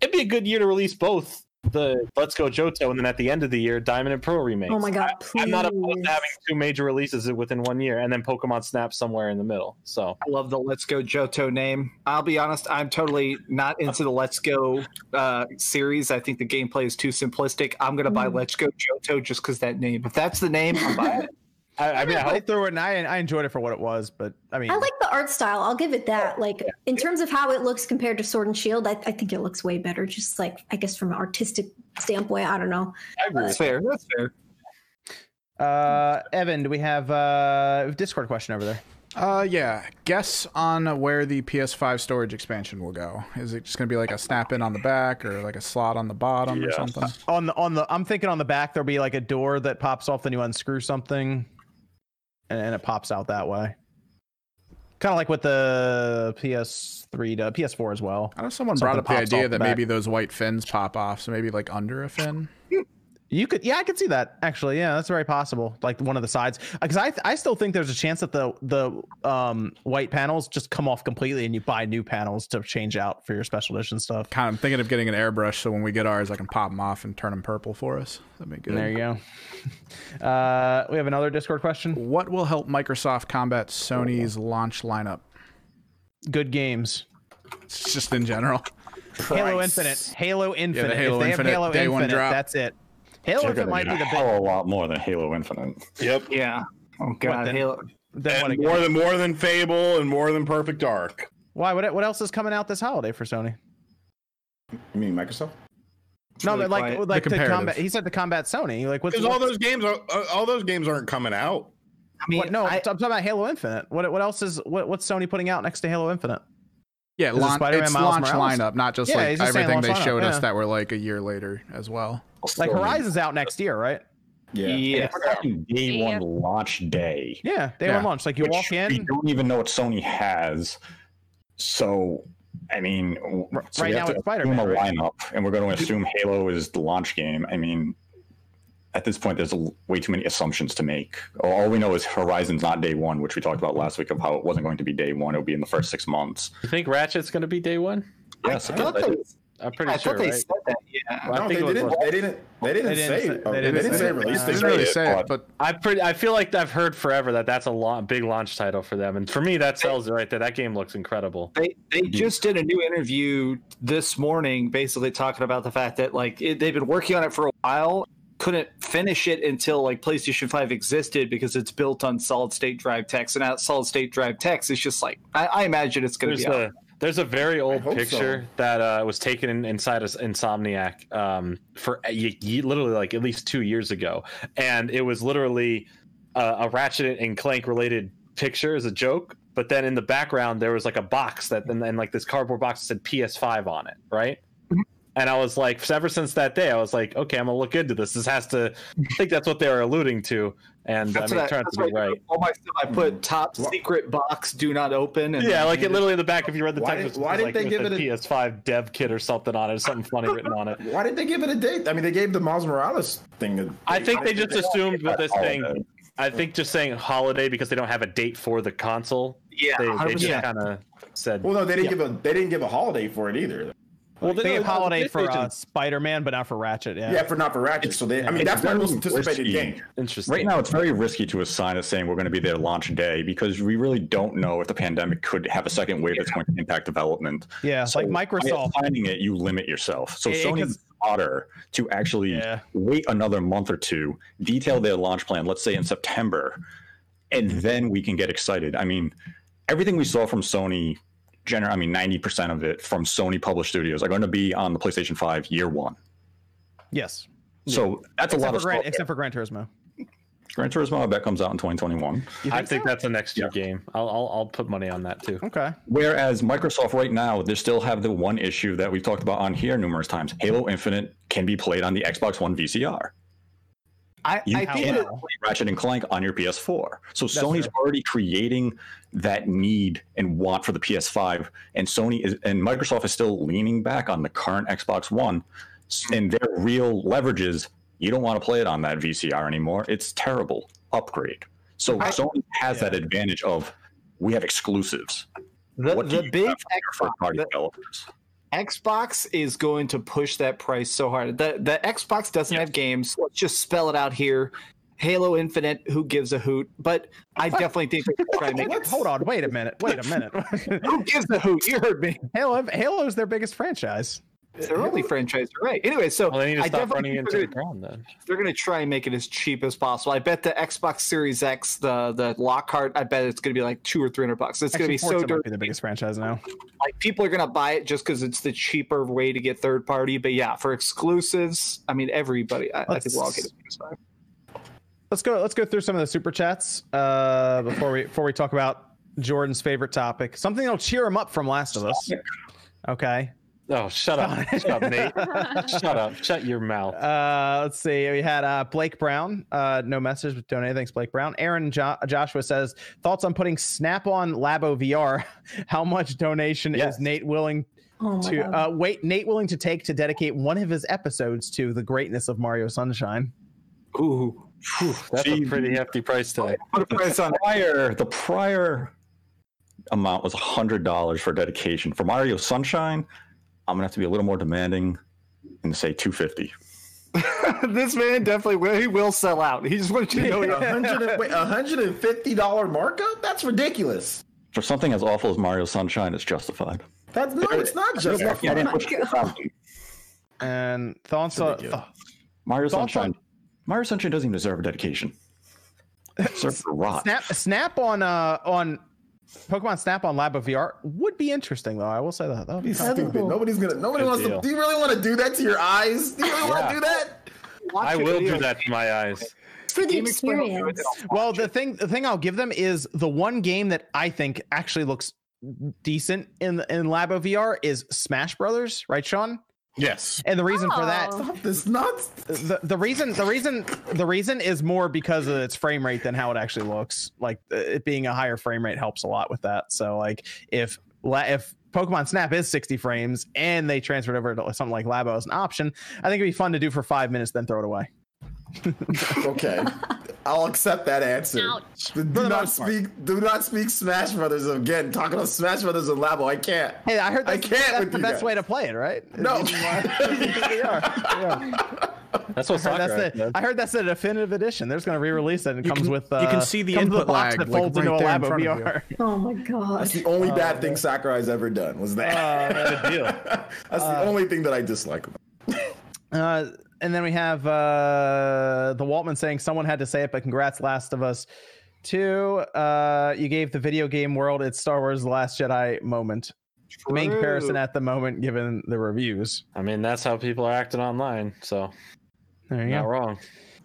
Speaker 9: it'd be a good year to release both the Let's Go Johto and then at the end of the year, Diamond and Pearl remakes.
Speaker 3: oh my god! Please.
Speaker 9: I'm not opposed to having two major releases within one year and then Pokemon Snap somewhere in the middle. So
Speaker 5: I love the Let's Go Johto name. I'll be honest, I'm totally not into the Let's Go uh, series. I think the gameplay is too simplistic. I'm gonna buy
Speaker 3: Mm.
Speaker 5: Let's Go Johto just because that name. If that's the name, I'm buying it.
Speaker 9: I, I mean, I hope
Speaker 2: played through it and I, I enjoyed it for what it was, but I mean,
Speaker 3: I like the art style. I'll give it that. Like in terms of how it looks compared to Sword and Shield, I, I think it looks way better. Just like I guess from an artistic standpoint, I don't know.
Speaker 9: I agree.
Speaker 5: That's fair. That's fair.
Speaker 2: uh, Evan, do we have uh, a Discord question over there?
Speaker 7: Uh, yeah. Guess on where the PS5 storage expansion will go. Is it just gonna be like a snap in on the back, or like a slot on the bottom, or
Speaker 9: Yeah.
Speaker 7: something?
Speaker 2: On the on the, I'm thinking on the back there'll be like a door that pops off, then you unscrew something, and, and it pops out that way. Kind of like with the PS3 to PS4 as well.
Speaker 7: I know someone
Speaker 2: Something
Speaker 7: brought up the
Speaker 2: pops off
Speaker 7: idea
Speaker 2: the
Speaker 7: that
Speaker 2: back.
Speaker 7: maybe those white fins pop off, so maybe like under a fin.
Speaker 2: You could, yeah, I could see that actually. Yeah, that's very possible. Like one of the sides, because I, I still think there's a chance that the the um white panels just come off completely, and you buy new panels to change out for your special edition stuff.
Speaker 7: Kind of I'm thinking of getting an airbrush, so when we get ours, I can pop them off and turn them purple for us. That'd be good.
Speaker 2: There you go. Uh, we have another Discord question.
Speaker 7: What will help Microsoft combat Sony's launch lineup?
Speaker 2: Good games.
Speaker 7: It's just in general.
Speaker 2: Halo Infinite. Halo Infinite.
Speaker 7: Halo
Speaker 2: if they
Speaker 7: Infinite,
Speaker 2: have Halo
Speaker 7: day one
Speaker 2: Infinite,
Speaker 7: drop.
Speaker 2: that's it. Halo
Speaker 8: They're
Speaker 2: Infinite
Speaker 8: gonna
Speaker 2: might be
Speaker 8: need a
Speaker 2: the big.
Speaker 8: hell of a lot more than Halo Infinite.
Speaker 10: Yep.
Speaker 5: Yeah. Oh god,
Speaker 2: then?
Speaker 5: Halo.
Speaker 2: Then what
Speaker 1: And
Speaker 2: again?
Speaker 1: more than more than Fable and more than Perfect Dark.
Speaker 2: Why? What, what else is coming out this holiday for Sony?
Speaker 4: You mean Microsoft?
Speaker 2: no,
Speaker 5: really
Speaker 2: but like,
Speaker 5: quiet.
Speaker 2: like
Speaker 7: The
Speaker 2: to
Speaker 7: comparative.
Speaker 2: combat. He said to combat Sony. Like, what's
Speaker 1: Because all those games are uh, all those games aren't coming out.
Speaker 5: I mean,
Speaker 2: What, no, I,
Speaker 5: I-
Speaker 2: am talking about Halo Infinite. What what else is what what's Sony putting out next to Halo Infinite?
Speaker 7: Yeah,
Speaker 2: it
Speaker 7: launch,
Speaker 2: Spider-Man
Speaker 7: it's
Speaker 2: Miles
Speaker 7: launch
Speaker 2: Morales?
Speaker 7: lineup, not just
Speaker 2: Yeah,
Speaker 7: like
Speaker 2: he's just saying
Speaker 7: everything they
Speaker 2: launch lineup,
Speaker 7: showed us
Speaker 2: yeah.
Speaker 7: that were like a year later as well.
Speaker 2: Like
Speaker 8: So,
Speaker 2: Horizon's out next year, right?
Speaker 4: Yeah.
Speaker 5: yeah.
Speaker 8: It's fucking day
Speaker 6: Yeah.
Speaker 8: one launch day.
Speaker 2: Yeah, day
Speaker 7: Yeah.
Speaker 2: one launch. Like you
Speaker 8: which
Speaker 2: walk
Speaker 8: We
Speaker 2: in
Speaker 8: don't even know what Sony has. So, I mean, w-
Speaker 2: R-
Speaker 8: so
Speaker 2: right
Speaker 8: we
Speaker 2: now
Speaker 8: have to
Speaker 2: it's
Speaker 8: assume
Speaker 2: Spider-Man,
Speaker 8: a
Speaker 2: right?
Speaker 8: lineup, and we're going to assume Halo is the launch game. I mean, at this point, there's a l- way too many assumptions to make. All we know is Horizon's not day one, which we talked about last week of how it wasn't going to be day one. It'll be in the first six months.
Speaker 9: You think Ratchet's going to be day one?
Speaker 8: Yes,
Speaker 5: I thought they,
Speaker 9: I'm pretty
Speaker 5: I thought
Speaker 9: sure.
Speaker 5: they
Speaker 9: right?
Speaker 5: said that. Yeah.
Speaker 9: I
Speaker 4: No, they
Speaker 9: think it was
Speaker 4: didn't,
Speaker 9: like-
Speaker 4: they didn't. They didn't.
Speaker 2: They didn't
Speaker 4: say.
Speaker 2: say-
Speaker 4: oh,
Speaker 2: they
Speaker 4: they
Speaker 2: didn't
Speaker 4: didn't,
Speaker 2: say
Speaker 4: say
Speaker 2: it.
Speaker 4: release.
Speaker 2: Uh,
Speaker 7: They
Speaker 4: They
Speaker 8: Didn't
Speaker 7: didn't
Speaker 4: said
Speaker 7: really
Speaker 8: it,
Speaker 7: say it,
Speaker 8: but-
Speaker 7: but
Speaker 9: I pretty. I feel like I've heard forever that that's a lo- big launch title for them, and for me, that sells it right there. That game looks incredible.
Speaker 5: They they just did a new interview this morning, basically talking about the fact that like it, they've been working on it for a while, couldn't finish it until like PlayStation Five existed because it's built on solid state drive text, and out solid state drive text is just like I, I imagine it's going to
Speaker 9: There's
Speaker 5: be.
Speaker 9: a
Speaker 5: out.
Speaker 9: there's a very old
Speaker 4: hope
Speaker 9: picture that uh, was taken in, inside of Insomniac um, for a- ye- ye- literally like at least two years ago, and it was literally uh, a Ratchet and Clank related picture as a joke. But then in the background there was like a box that and then like this cardboard box that said PS5 on it, right?
Speaker 5: Mm-hmm.
Speaker 9: And I was like, ever since that day, I was like, okay, I'm gonna look into this. This has to. I think that's what they were alluding to, and
Speaker 5: That's
Speaker 9: I mean,
Speaker 5: what I,
Speaker 9: it turned out
Speaker 5: that's
Speaker 9: to be
Speaker 5: what I-
Speaker 9: right.
Speaker 5: All my stuff, I put top
Speaker 4: Wha-
Speaker 5: secret box, do not open. And
Speaker 9: Yeah, like it literally in the back. If you read the
Speaker 4: Why
Speaker 9: text,
Speaker 4: did- why
Speaker 9: it was
Speaker 4: didn't
Speaker 9: like,
Speaker 4: they
Speaker 9: with
Speaker 4: give
Speaker 9: the
Speaker 4: it a-
Speaker 9: PS5 dev kit or something on it, or something funny written on it?
Speaker 4: Why did they give it a date? I mean, they gave the Miles Morales thing. A,
Speaker 9: I think they just assumed with this thing.
Speaker 8: Holiday.
Speaker 9: I think just saying holiday because they don't have a date for the console.
Speaker 5: yeah,
Speaker 9: They, they
Speaker 5: 100%.
Speaker 9: just kind of said
Speaker 4: Well, no, they didn't give a. They didn't give a holiday for it either.
Speaker 9: Well,
Speaker 2: They
Speaker 9: no,
Speaker 2: gave Holiday for
Speaker 9: PlayStation-
Speaker 2: uh, Spider Man, but not for Ratchet. Yeah.
Speaker 4: Yeah, for not for Ratchet. So they, I mean, that's my most anticipated
Speaker 8: risky.
Speaker 4: game.
Speaker 9: Interesting.
Speaker 8: Right now, it's very risky to assign as saying we're going to be there launch day because we really don't know if the pandemic could have a second wave that's going to impact development.
Speaker 2: Yeah, like Microsoft.
Speaker 8: by finding it, you limit yourself. So
Speaker 2: Yeah,
Speaker 8: Sony's
Speaker 2: 'cause-
Speaker 8: fodder to actually
Speaker 2: Yeah.
Speaker 8: wait another month or two, detail their launch plan, let's say in September, and then we can get excited. I mean, everything we saw from Sony, gener- I mean, 90% of it from Sony published studios are going to be on the PlayStation 5 year one.
Speaker 2: Yes.
Speaker 8: So that's a
Speaker 2: Except
Speaker 8: lot
Speaker 2: for,
Speaker 8: of
Speaker 2: Gran,
Speaker 8: stuff.
Speaker 2: except for Gran Turismo.
Speaker 8: Gran Turismo, I bet, comes out in 2021.
Speaker 9: I think that's the next year game. I'll, I'll I'll put money on that too.
Speaker 2: Okay.
Speaker 8: Whereas Microsoft right now, they still have the one issue that we've talked about on here numerous times. Halo Infinite can be played on the Xbox One VCR.
Speaker 5: I,
Speaker 8: You
Speaker 5: I
Speaker 8: can't
Speaker 5: think that,
Speaker 8: play Ratchet and Clank on your PS4. So Sony's already creating that need and want for the PS5, and Sony is and Microsoft is still leaning back on the current Xbox One, S- and their real leverage is you don't want to play it on that VCR anymore. It's terrible. Upgrade. So Sony has that advantage of we have exclusives.
Speaker 5: the,
Speaker 8: What do
Speaker 5: the
Speaker 8: you
Speaker 5: big
Speaker 8: have
Speaker 5: Xbox,
Speaker 8: for third-party
Speaker 5: Uh, the
Speaker 8: developers?
Speaker 5: Xbox is going to push that price so hard. The the Xbox doesn't have games. Let's just spell it out here. Halo Infinite, who gives a hoot? But I definitely think they're gonna try to make
Speaker 2: What? Hold on. Wait a minute. Wait a minute.
Speaker 5: Who gives a hoot? You heard me.
Speaker 2: Halo, Halo's their biggest franchise.
Speaker 5: It's their only franchise, you're right? Anyway, so
Speaker 9: Well, they need to
Speaker 5: I
Speaker 9: stop
Speaker 5: definitely
Speaker 9: running
Speaker 5: think
Speaker 9: into
Speaker 5: they're
Speaker 9: the
Speaker 5: gonna-
Speaker 9: ground then.
Speaker 5: they're going to try and make it as cheap as possible. I bet the Xbox Series X, the the Lockhart, I bet it's going to be like two or three hundred bucks. It's going to
Speaker 2: Actually,
Speaker 5: be so
Speaker 2: Forza might
Speaker 5: dirty.
Speaker 2: be the biggest franchise now.
Speaker 5: Like people are going to buy it just because it's the cheaper way to get third party. But yeah, for exclusives, I mean everybody, I, I think we'll all get it.
Speaker 2: Let's go. Let's go through some of the super chats uh, before we before we talk about Jordan's favorite topic. Something that'll cheer him up from Last of Us. Okay.
Speaker 9: Oh, shut up! shut up, Nate. Shut up! Shut your mouth.
Speaker 2: Uh, let's see. We had uh, Blake Brown. Uh, no message, but donate. Thanks, Blake Brown. Aaron jo- Joshua says thoughts on putting Snap on Labo VR. How much donation is Nate willing
Speaker 3: Oh my
Speaker 2: to
Speaker 3: god.
Speaker 2: uh, wait? Nate willing to take to dedicate one of his episodes to the greatness of Mario Sunshine.
Speaker 5: Ooh,
Speaker 9: That's a pretty hefty price tag.
Speaker 5: put a price on it.
Speaker 8: prior the prior amount was hundred dollars for dedication for Mario Sunshine. I'm gonna have to be a little more demanding and say two fifty.
Speaker 5: this man definitely will. He will sell out. He just wants you to know.
Speaker 4: Wait,
Speaker 5: he-
Speaker 4: a hundred and- wait, a hundred and fifty dollar markup? That's ridiculous.
Speaker 8: For something as awful as Mario Sunshine, it's justified.
Speaker 4: That's no, it's not just.
Speaker 2: And thoughts on
Speaker 8: Mario
Speaker 2: Thoughts on-
Speaker 8: Sunshine. Mario Sunshine doesn't even deserve a dedication. Serve for rot.
Speaker 2: Snap Snap on uh on Pokemon Snap on Lab of VR would be interesting though. I will say that. That would be
Speaker 4: He's
Speaker 2: fun.
Speaker 3: That'd be
Speaker 4: stupid.
Speaker 3: cool.
Speaker 4: Nobody's gonna. Nobody
Speaker 9: Good
Speaker 4: wants
Speaker 9: deal.
Speaker 4: to. Do you really want to do that to your eyes? Do you really want
Speaker 9: Yeah.
Speaker 4: to do that?
Speaker 5: Watch
Speaker 9: I
Speaker 5: a
Speaker 9: will
Speaker 5: video.
Speaker 9: do that to my eyes.
Speaker 3: For the
Speaker 5: Game explain what you're
Speaker 3: experience.
Speaker 5: doing.
Speaker 2: Well, the thing the thing I'll give them is the one game that I think actually looks decent in in Lab of VR is Smash Brothers, right, Sean?
Speaker 10: Yes.
Speaker 2: And the reason for that
Speaker 6: Oh.
Speaker 4: Stop this nuts.
Speaker 2: the, the reason the reason the reason is more because of its frame rate than how it actually looks like uh, it being a higher frame rate helps a lot with that so like if la- if pokemon snap is 60 frames and they transferred over to something like labo as an option i think it'd be fun to do for five minutes then throw it away
Speaker 4: Okay, I'll accept that answer.
Speaker 6: Ouch.
Speaker 4: Do not speak. Do not speak Smash Brothers again. Talking about Smash Brothers and Labo, I can't.
Speaker 2: hey i heard
Speaker 4: I
Speaker 2: that's,
Speaker 4: can't
Speaker 2: that's
Speaker 4: with
Speaker 2: the
Speaker 4: you
Speaker 2: best
Speaker 4: guys.
Speaker 2: way to play it right
Speaker 4: No.
Speaker 9: That's what
Speaker 2: I
Speaker 9: soccer.
Speaker 2: heard that's the,
Speaker 9: is,
Speaker 2: I
Speaker 9: man.
Speaker 2: heard that's the definitive edition. They're just going to re-release it and it
Speaker 7: You
Speaker 2: comes
Speaker 7: can-
Speaker 2: with
Speaker 7: you
Speaker 2: uh,
Speaker 7: can see the
Speaker 2: comes with a
Speaker 7: input
Speaker 2: box
Speaker 7: lag,
Speaker 2: that
Speaker 7: like,
Speaker 2: folds
Speaker 7: right
Speaker 2: into a
Speaker 7: there in
Speaker 2: Labo
Speaker 7: front of you.
Speaker 2: VR.
Speaker 3: Oh my
Speaker 4: That's
Speaker 3: god.
Speaker 4: the
Speaker 2: Oh,
Speaker 4: only bad thing Sakurai's ever done was that.
Speaker 9: Good deal.
Speaker 4: That's the only thing that I dislike. About. it.
Speaker 2: Uh, and then we have uh, the Waltman saying someone had to say it, but congrats, Last of Us Two. Uh, you gave the video game world its Star Wars: The Last Jedi moment. The Main
Speaker 5: True.
Speaker 2: comparison at the moment, given the reviews.
Speaker 9: I mean, that's how people are acting online. So
Speaker 2: There you
Speaker 9: not
Speaker 2: go.
Speaker 9: wrong.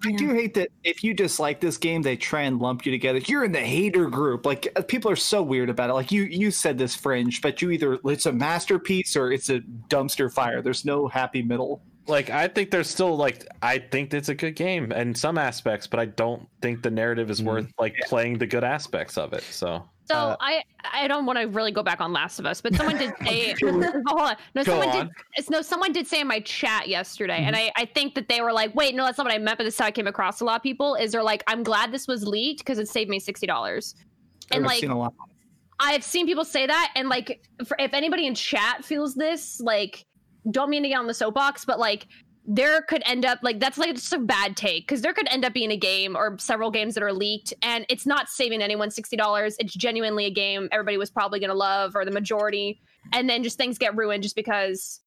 Speaker 5: I do hate that if you dislike this game, they try and lump you together. You're in the hater group. Like uh, people are so weird about it. Like you, you said this fringe, but you either it's a masterpiece or it's a dumpster fire. There's no happy middle.
Speaker 9: Like I think there's still like I think it's a good game in some aspects, but I don't think the narrative is worth like playing the good aspects of it. So
Speaker 6: So
Speaker 2: Mm-hmm. Uh,
Speaker 6: I I don't want to really go back on Last of Us, but someone did say hold on. No,
Speaker 9: Go
Speaker 6: someone
Speaker 9: on.
Speaker 6: did it's no someone did say in my chat yesterday, and I, I think that they were like, wait, no, that's not what I meant, but this is how I came across a lot of people is they're like, I'm glad this was leaked because it saved me sixty dollars. And
Speaker 5: I've
Speaker 6: like
Speaker 5: seen a lot.
Speaker 6: I've seen people say that, and like, for, if anybody in chat feels this, like, don't mean to get on the soapbox, but like there could end up like that's like just a bad take because there could end up being a game or several games that are leaked and it's not saving anyone $60 it's genuinely a game everybody was probably going to love or the majority and then just things get ruined just because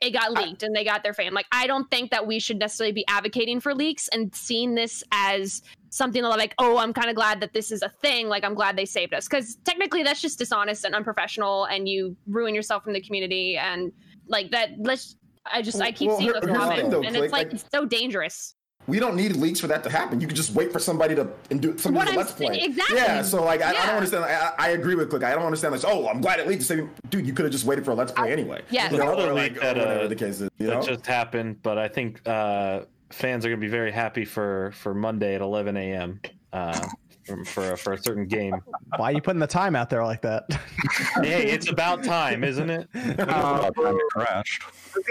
Speaker 6: it got leaked and they got their fame like i don't think that we should necessarily be advocating for leaks and seeing this as something that like oh i'm kind of glad that this is a thing like i'm glad they saved us because technically that's just dishonest and unprofessional and you ruin yourself from the community and like that let's i just i keep
Speaker 4: Well,
Speaker 6: seeing
Speaker 4: here-
Speaker 6: those
Speaker 4: here's the
Speaker 6: comments
Speaker 4: thing, though,
Speaker 6: and
Speaker 4: Click,
Speaker 6: it's like,
Speaker 4: like-
Speaker 6: it's so dangerous
Speaker 4: We don't need leaks for that to happen. You can just wait for somebody to and do somebody
Speaker 6: What
Speaker 4: to
Speaker 6: I'm
Speaker 4: let's play.
Speaker 6: saying- exactly.
Speaker 4: Yeah. So like, I, I
Speaker 6: Yeah.
Speaker 4: don't understand. like, I, I agree with Click. I don't understand. Like, oh, I'm glad it leaked. Same- Dude, you could have just waited for a let's play anyway.
Speaker 6: Uh, yeah.
Speaker 4: You know,
Speaker 9: Another
Speaker 4: or
Speaker 9: leak
Speaker 4: like,
Speaker 9: that,
Speaker 4: or whatever
Speaker 9: uh,
Speaker 4: the case is. You
Speaker 9: that
Speaker 4: know?
Speaker 9: just happened, but I think uh, fans are going to be very happy for for Monday at 11 a.m. Uh, from, for for a certain game.
Speaker 2: Why are you putting the time out there like that?
Speaker 9: hey, it's about time, isn't it?
Speaker 5: Uh,
Speaker 8: About time it crashed.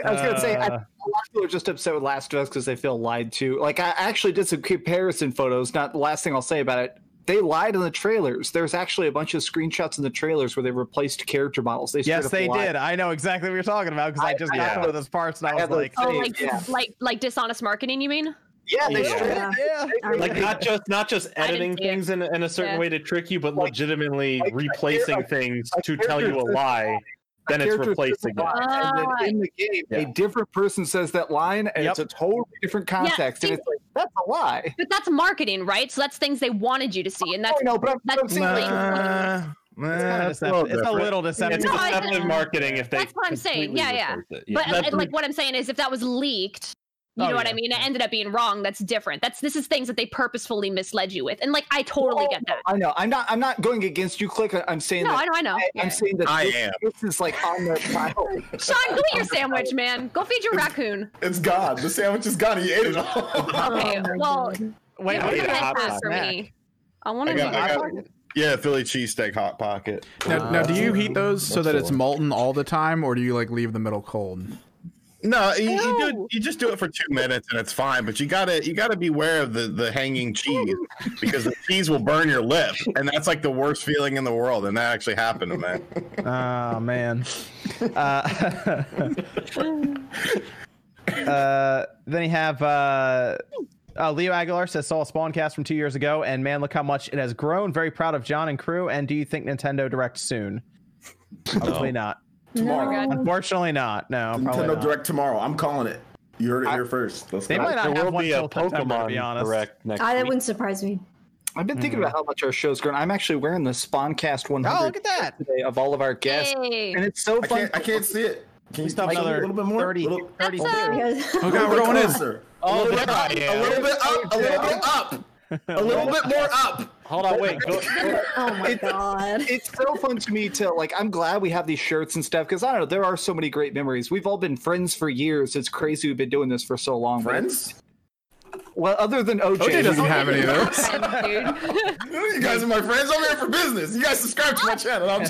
Speaker 5: I was gonna say I, a
Speaker 2: Uh.
Speaker 5: lot of people are just upset with Last of Us because they feel lied to. Like I actually did some comparison photos. Not the last thing I'll say about it. They lied in the trailers. There's actually a bunch of screenshots in the trailers where they replaced character models. They straight
Speaker 2: yes,
Speaker 5: up
Speaker 2: they
Speaker 5: lied.
Speaker 2: did. I know exactly what you're talking about because I,
Speaker 5: I-
Speaker 2: just
Speaker 5: yeah.
Speaker 2: got one of those parts and I,
Speaker 5: I
Speaker 2: was
Speaker 5: had, like,
Speaker 2: like,
Speaker 6: Oh,
Speaker 5: Same,
Speaker 6: like
Speaker 5: yeah.
Speaker 6: like like dishonest marketing. You mean?
Speaker 5: Yeah, they
Speaker 9: Yeah.
Speaker 5: straight up
Speaker 3: Yeah.
Speaker 2: yeah.
Speaker 9: Like not just not just
Speaker 6: I didn't
Speaker 9: editing
Speaker 6: see it.
Speaker 9: things in, in a certain
Speaker 6: Yeah.
Speaker 9: way to trick you, but
Speaker 5: Like-
Speaker 9: legitimately
Speaker 5: like, a
Speaker 9: replacing
Speaker 5: char-
Speaker 9: things
Speaker 5: a
Speaker 9: to tell you a
Speaker 5: character-
Speaker 9: lie. Then it's
Speaker 5: character says
Speaker 9: replacing
Speaker 5: a
Speaker 9: it.
Speaker 5: line, and then
Speaker 6: Ah.
Speaker 5: in the game,
Speaker 9: Yeah.
Speaker 5: a different person says that line, and it's a totally different context,
Speaker 6: see-
Speaker 5: and it's like that's a lie.
Speaker 6: But that's marketing, right? So that's things they wanted you to see, and that's
Speaker 5: no, but I'm,
Speaker 6: that's
Speaker 5: I'm saying,
Speaker 6: not-
Speaker 5: like,
Speaker 2: it's, kinda
Speaker 10: that's a
Speaker 2: deceptive.
Speaker 10: little
Speaker 2: it's a
Speaker 10: different.
Speaker 2: little
Speaker 9: It's
Speaker 2: deceptive.
Speaker 6: No, I-
Speaker 9: deceptive marketing if they
Speaker 6: That's what I'm saying.
Speaker 9: completely
Speaker 6: Yeah, yeah.
Speaker 9: replace it.
Speaker 6: But
Speaker 9: That's-
Speaker 6: like what I'm saying is, if that was leaked, you
Speaker 2: Oh,
Speaker 6: know what
Speaker 2: yeah.
Speaker 6: I mean. It ended up being wrong. That's different. That's this is things that they purposefully misled you with, and like I totally get that.
Speaker 5: I know I'm not I'm not going against you, click. I- I'm saying
Speaker 6: No,
Speaker 5: that
Speaker 6: I know, I know.
Speaker 5: I,
Speaker 6: Yeah.
Speaker 5: am saying that
Speaker 1: I
Speaker 5: this,
Speaker 1: am.
Speaker 5: this is like on their child.
Speaker 6: Sean, go eat your sandwich, man. Go feed your raccoon.
Speaker 4: It's gone. The sandwich is gone. He ate it all.
Speaker 6: Okay, well,
Speaker 2: Wait,
Speaker 6: you
Speaker 2: wait,
Speaker 6: don't have
Speaker 9: a
Speaker 6: a
Speaker 9: hot
Speaker 6: hot pass for
Speaker 2: snack.
Speaker 6: me. I want
Speaker 1: I
Speaker 6: to.
Speaker 1: got, I
Speaker 6: Go.
Speaker 1: got, yeah, Philly cheesesteak hot pocket.
Speaker 7: Now, now, do you heat those so that
Speaker 9: That's
Speaker 7: it's
Speaker 9: the one.
Speaker 7: molten all the time, or do you like leave the middle cold?
Speaker 1: No, you, you do
Speaker 6: Ew.
Speaker 1: it, you just do it for two minutes and it's fine. But you gotta you gotta beware of the the hanging cheese because the cheese will burn your lip, and that's like the worst feeling in the world. And that actually happened to me.
Speaker 2: Oh man. Uh, uh, then you have uh, uh, Leo Aguilar says saw a spawn cast from two years ago, and man, look how much it has grown. Very proud of John and crew. And do you think Nintendo Direct soon? Probably not.
Speaker 4: Tomorrow.
Speaker 2: Unfortunately, not. No, probably
Speaker 4: Nintendo
Speaker 2: not.
Speaker 4: Direct tomorrow. I'm calling it. You heard it here first. Let's
Speaker 2: They
Speaker 4: go.
Speaker 2: might not
Speaker 9: there
Speaker 2: have
Speaker 9: will
Speaker 2: one
Speaker 9: be a
Speaker 2: till September, to be
Speaker 9: Pokemon
Speaker 2: honest.
Speaker 9: correct next
Speaker 3: I, that
Speaker 9: week. Mm-hmm.
Speaker 3: wouldn't surprise me.
Speaker 5: I've been thinking
Speaker 3: Mm-hmm.
Speaker 5: about how much our show's grown. I'm actually wearing the Spawncast 100
Speaker 2: Oh, look at that!
Speaker 5: today of all of our guests,
Speaker 6: Yay.
Speaker 5: and it's so
Speaker 4: I
Speaker 5: fun.
Speaker 4: can't. I can't see it. Can you
Speaker 2: Just have
Speaker 4: stop a
Speaker 2: another
Speaker 4: little bit more?
Speaker 2: 30,
Speaker 4: a little,
Speaker 2: 30
Speaker 6: That's, uh,
Speaker 3: Because
Speaker 7: Oh
Speaker 4: a
Speaker 7: god, we're
Speaker 4: little
Speaker 7: going in.
Speaker 4: closer.
Speaker 9: Oh, there I
Speaker 4: A
Speaker 9: am.
Speaker 4: little bit up. A little bit up. A little bit more up.
Speaker 9: Hold on, wait. Go,
Speaker 3: oh my god.
Speaker 5: it's so fun to me to like i'm glad we have these shirts and stuff because i don't know there are so many great memories we've all been friends for years it's crazy we've been doing this for so long but-
Speaker 4: Friends?
Speaker 5: well other than oj,
Speaker 7: OJ doesn't have any of those.
Speaker 6: dude. Oh.
Speaker 4: You guys are my friends. I'm here for business. You guys subscribe to my channel. I'm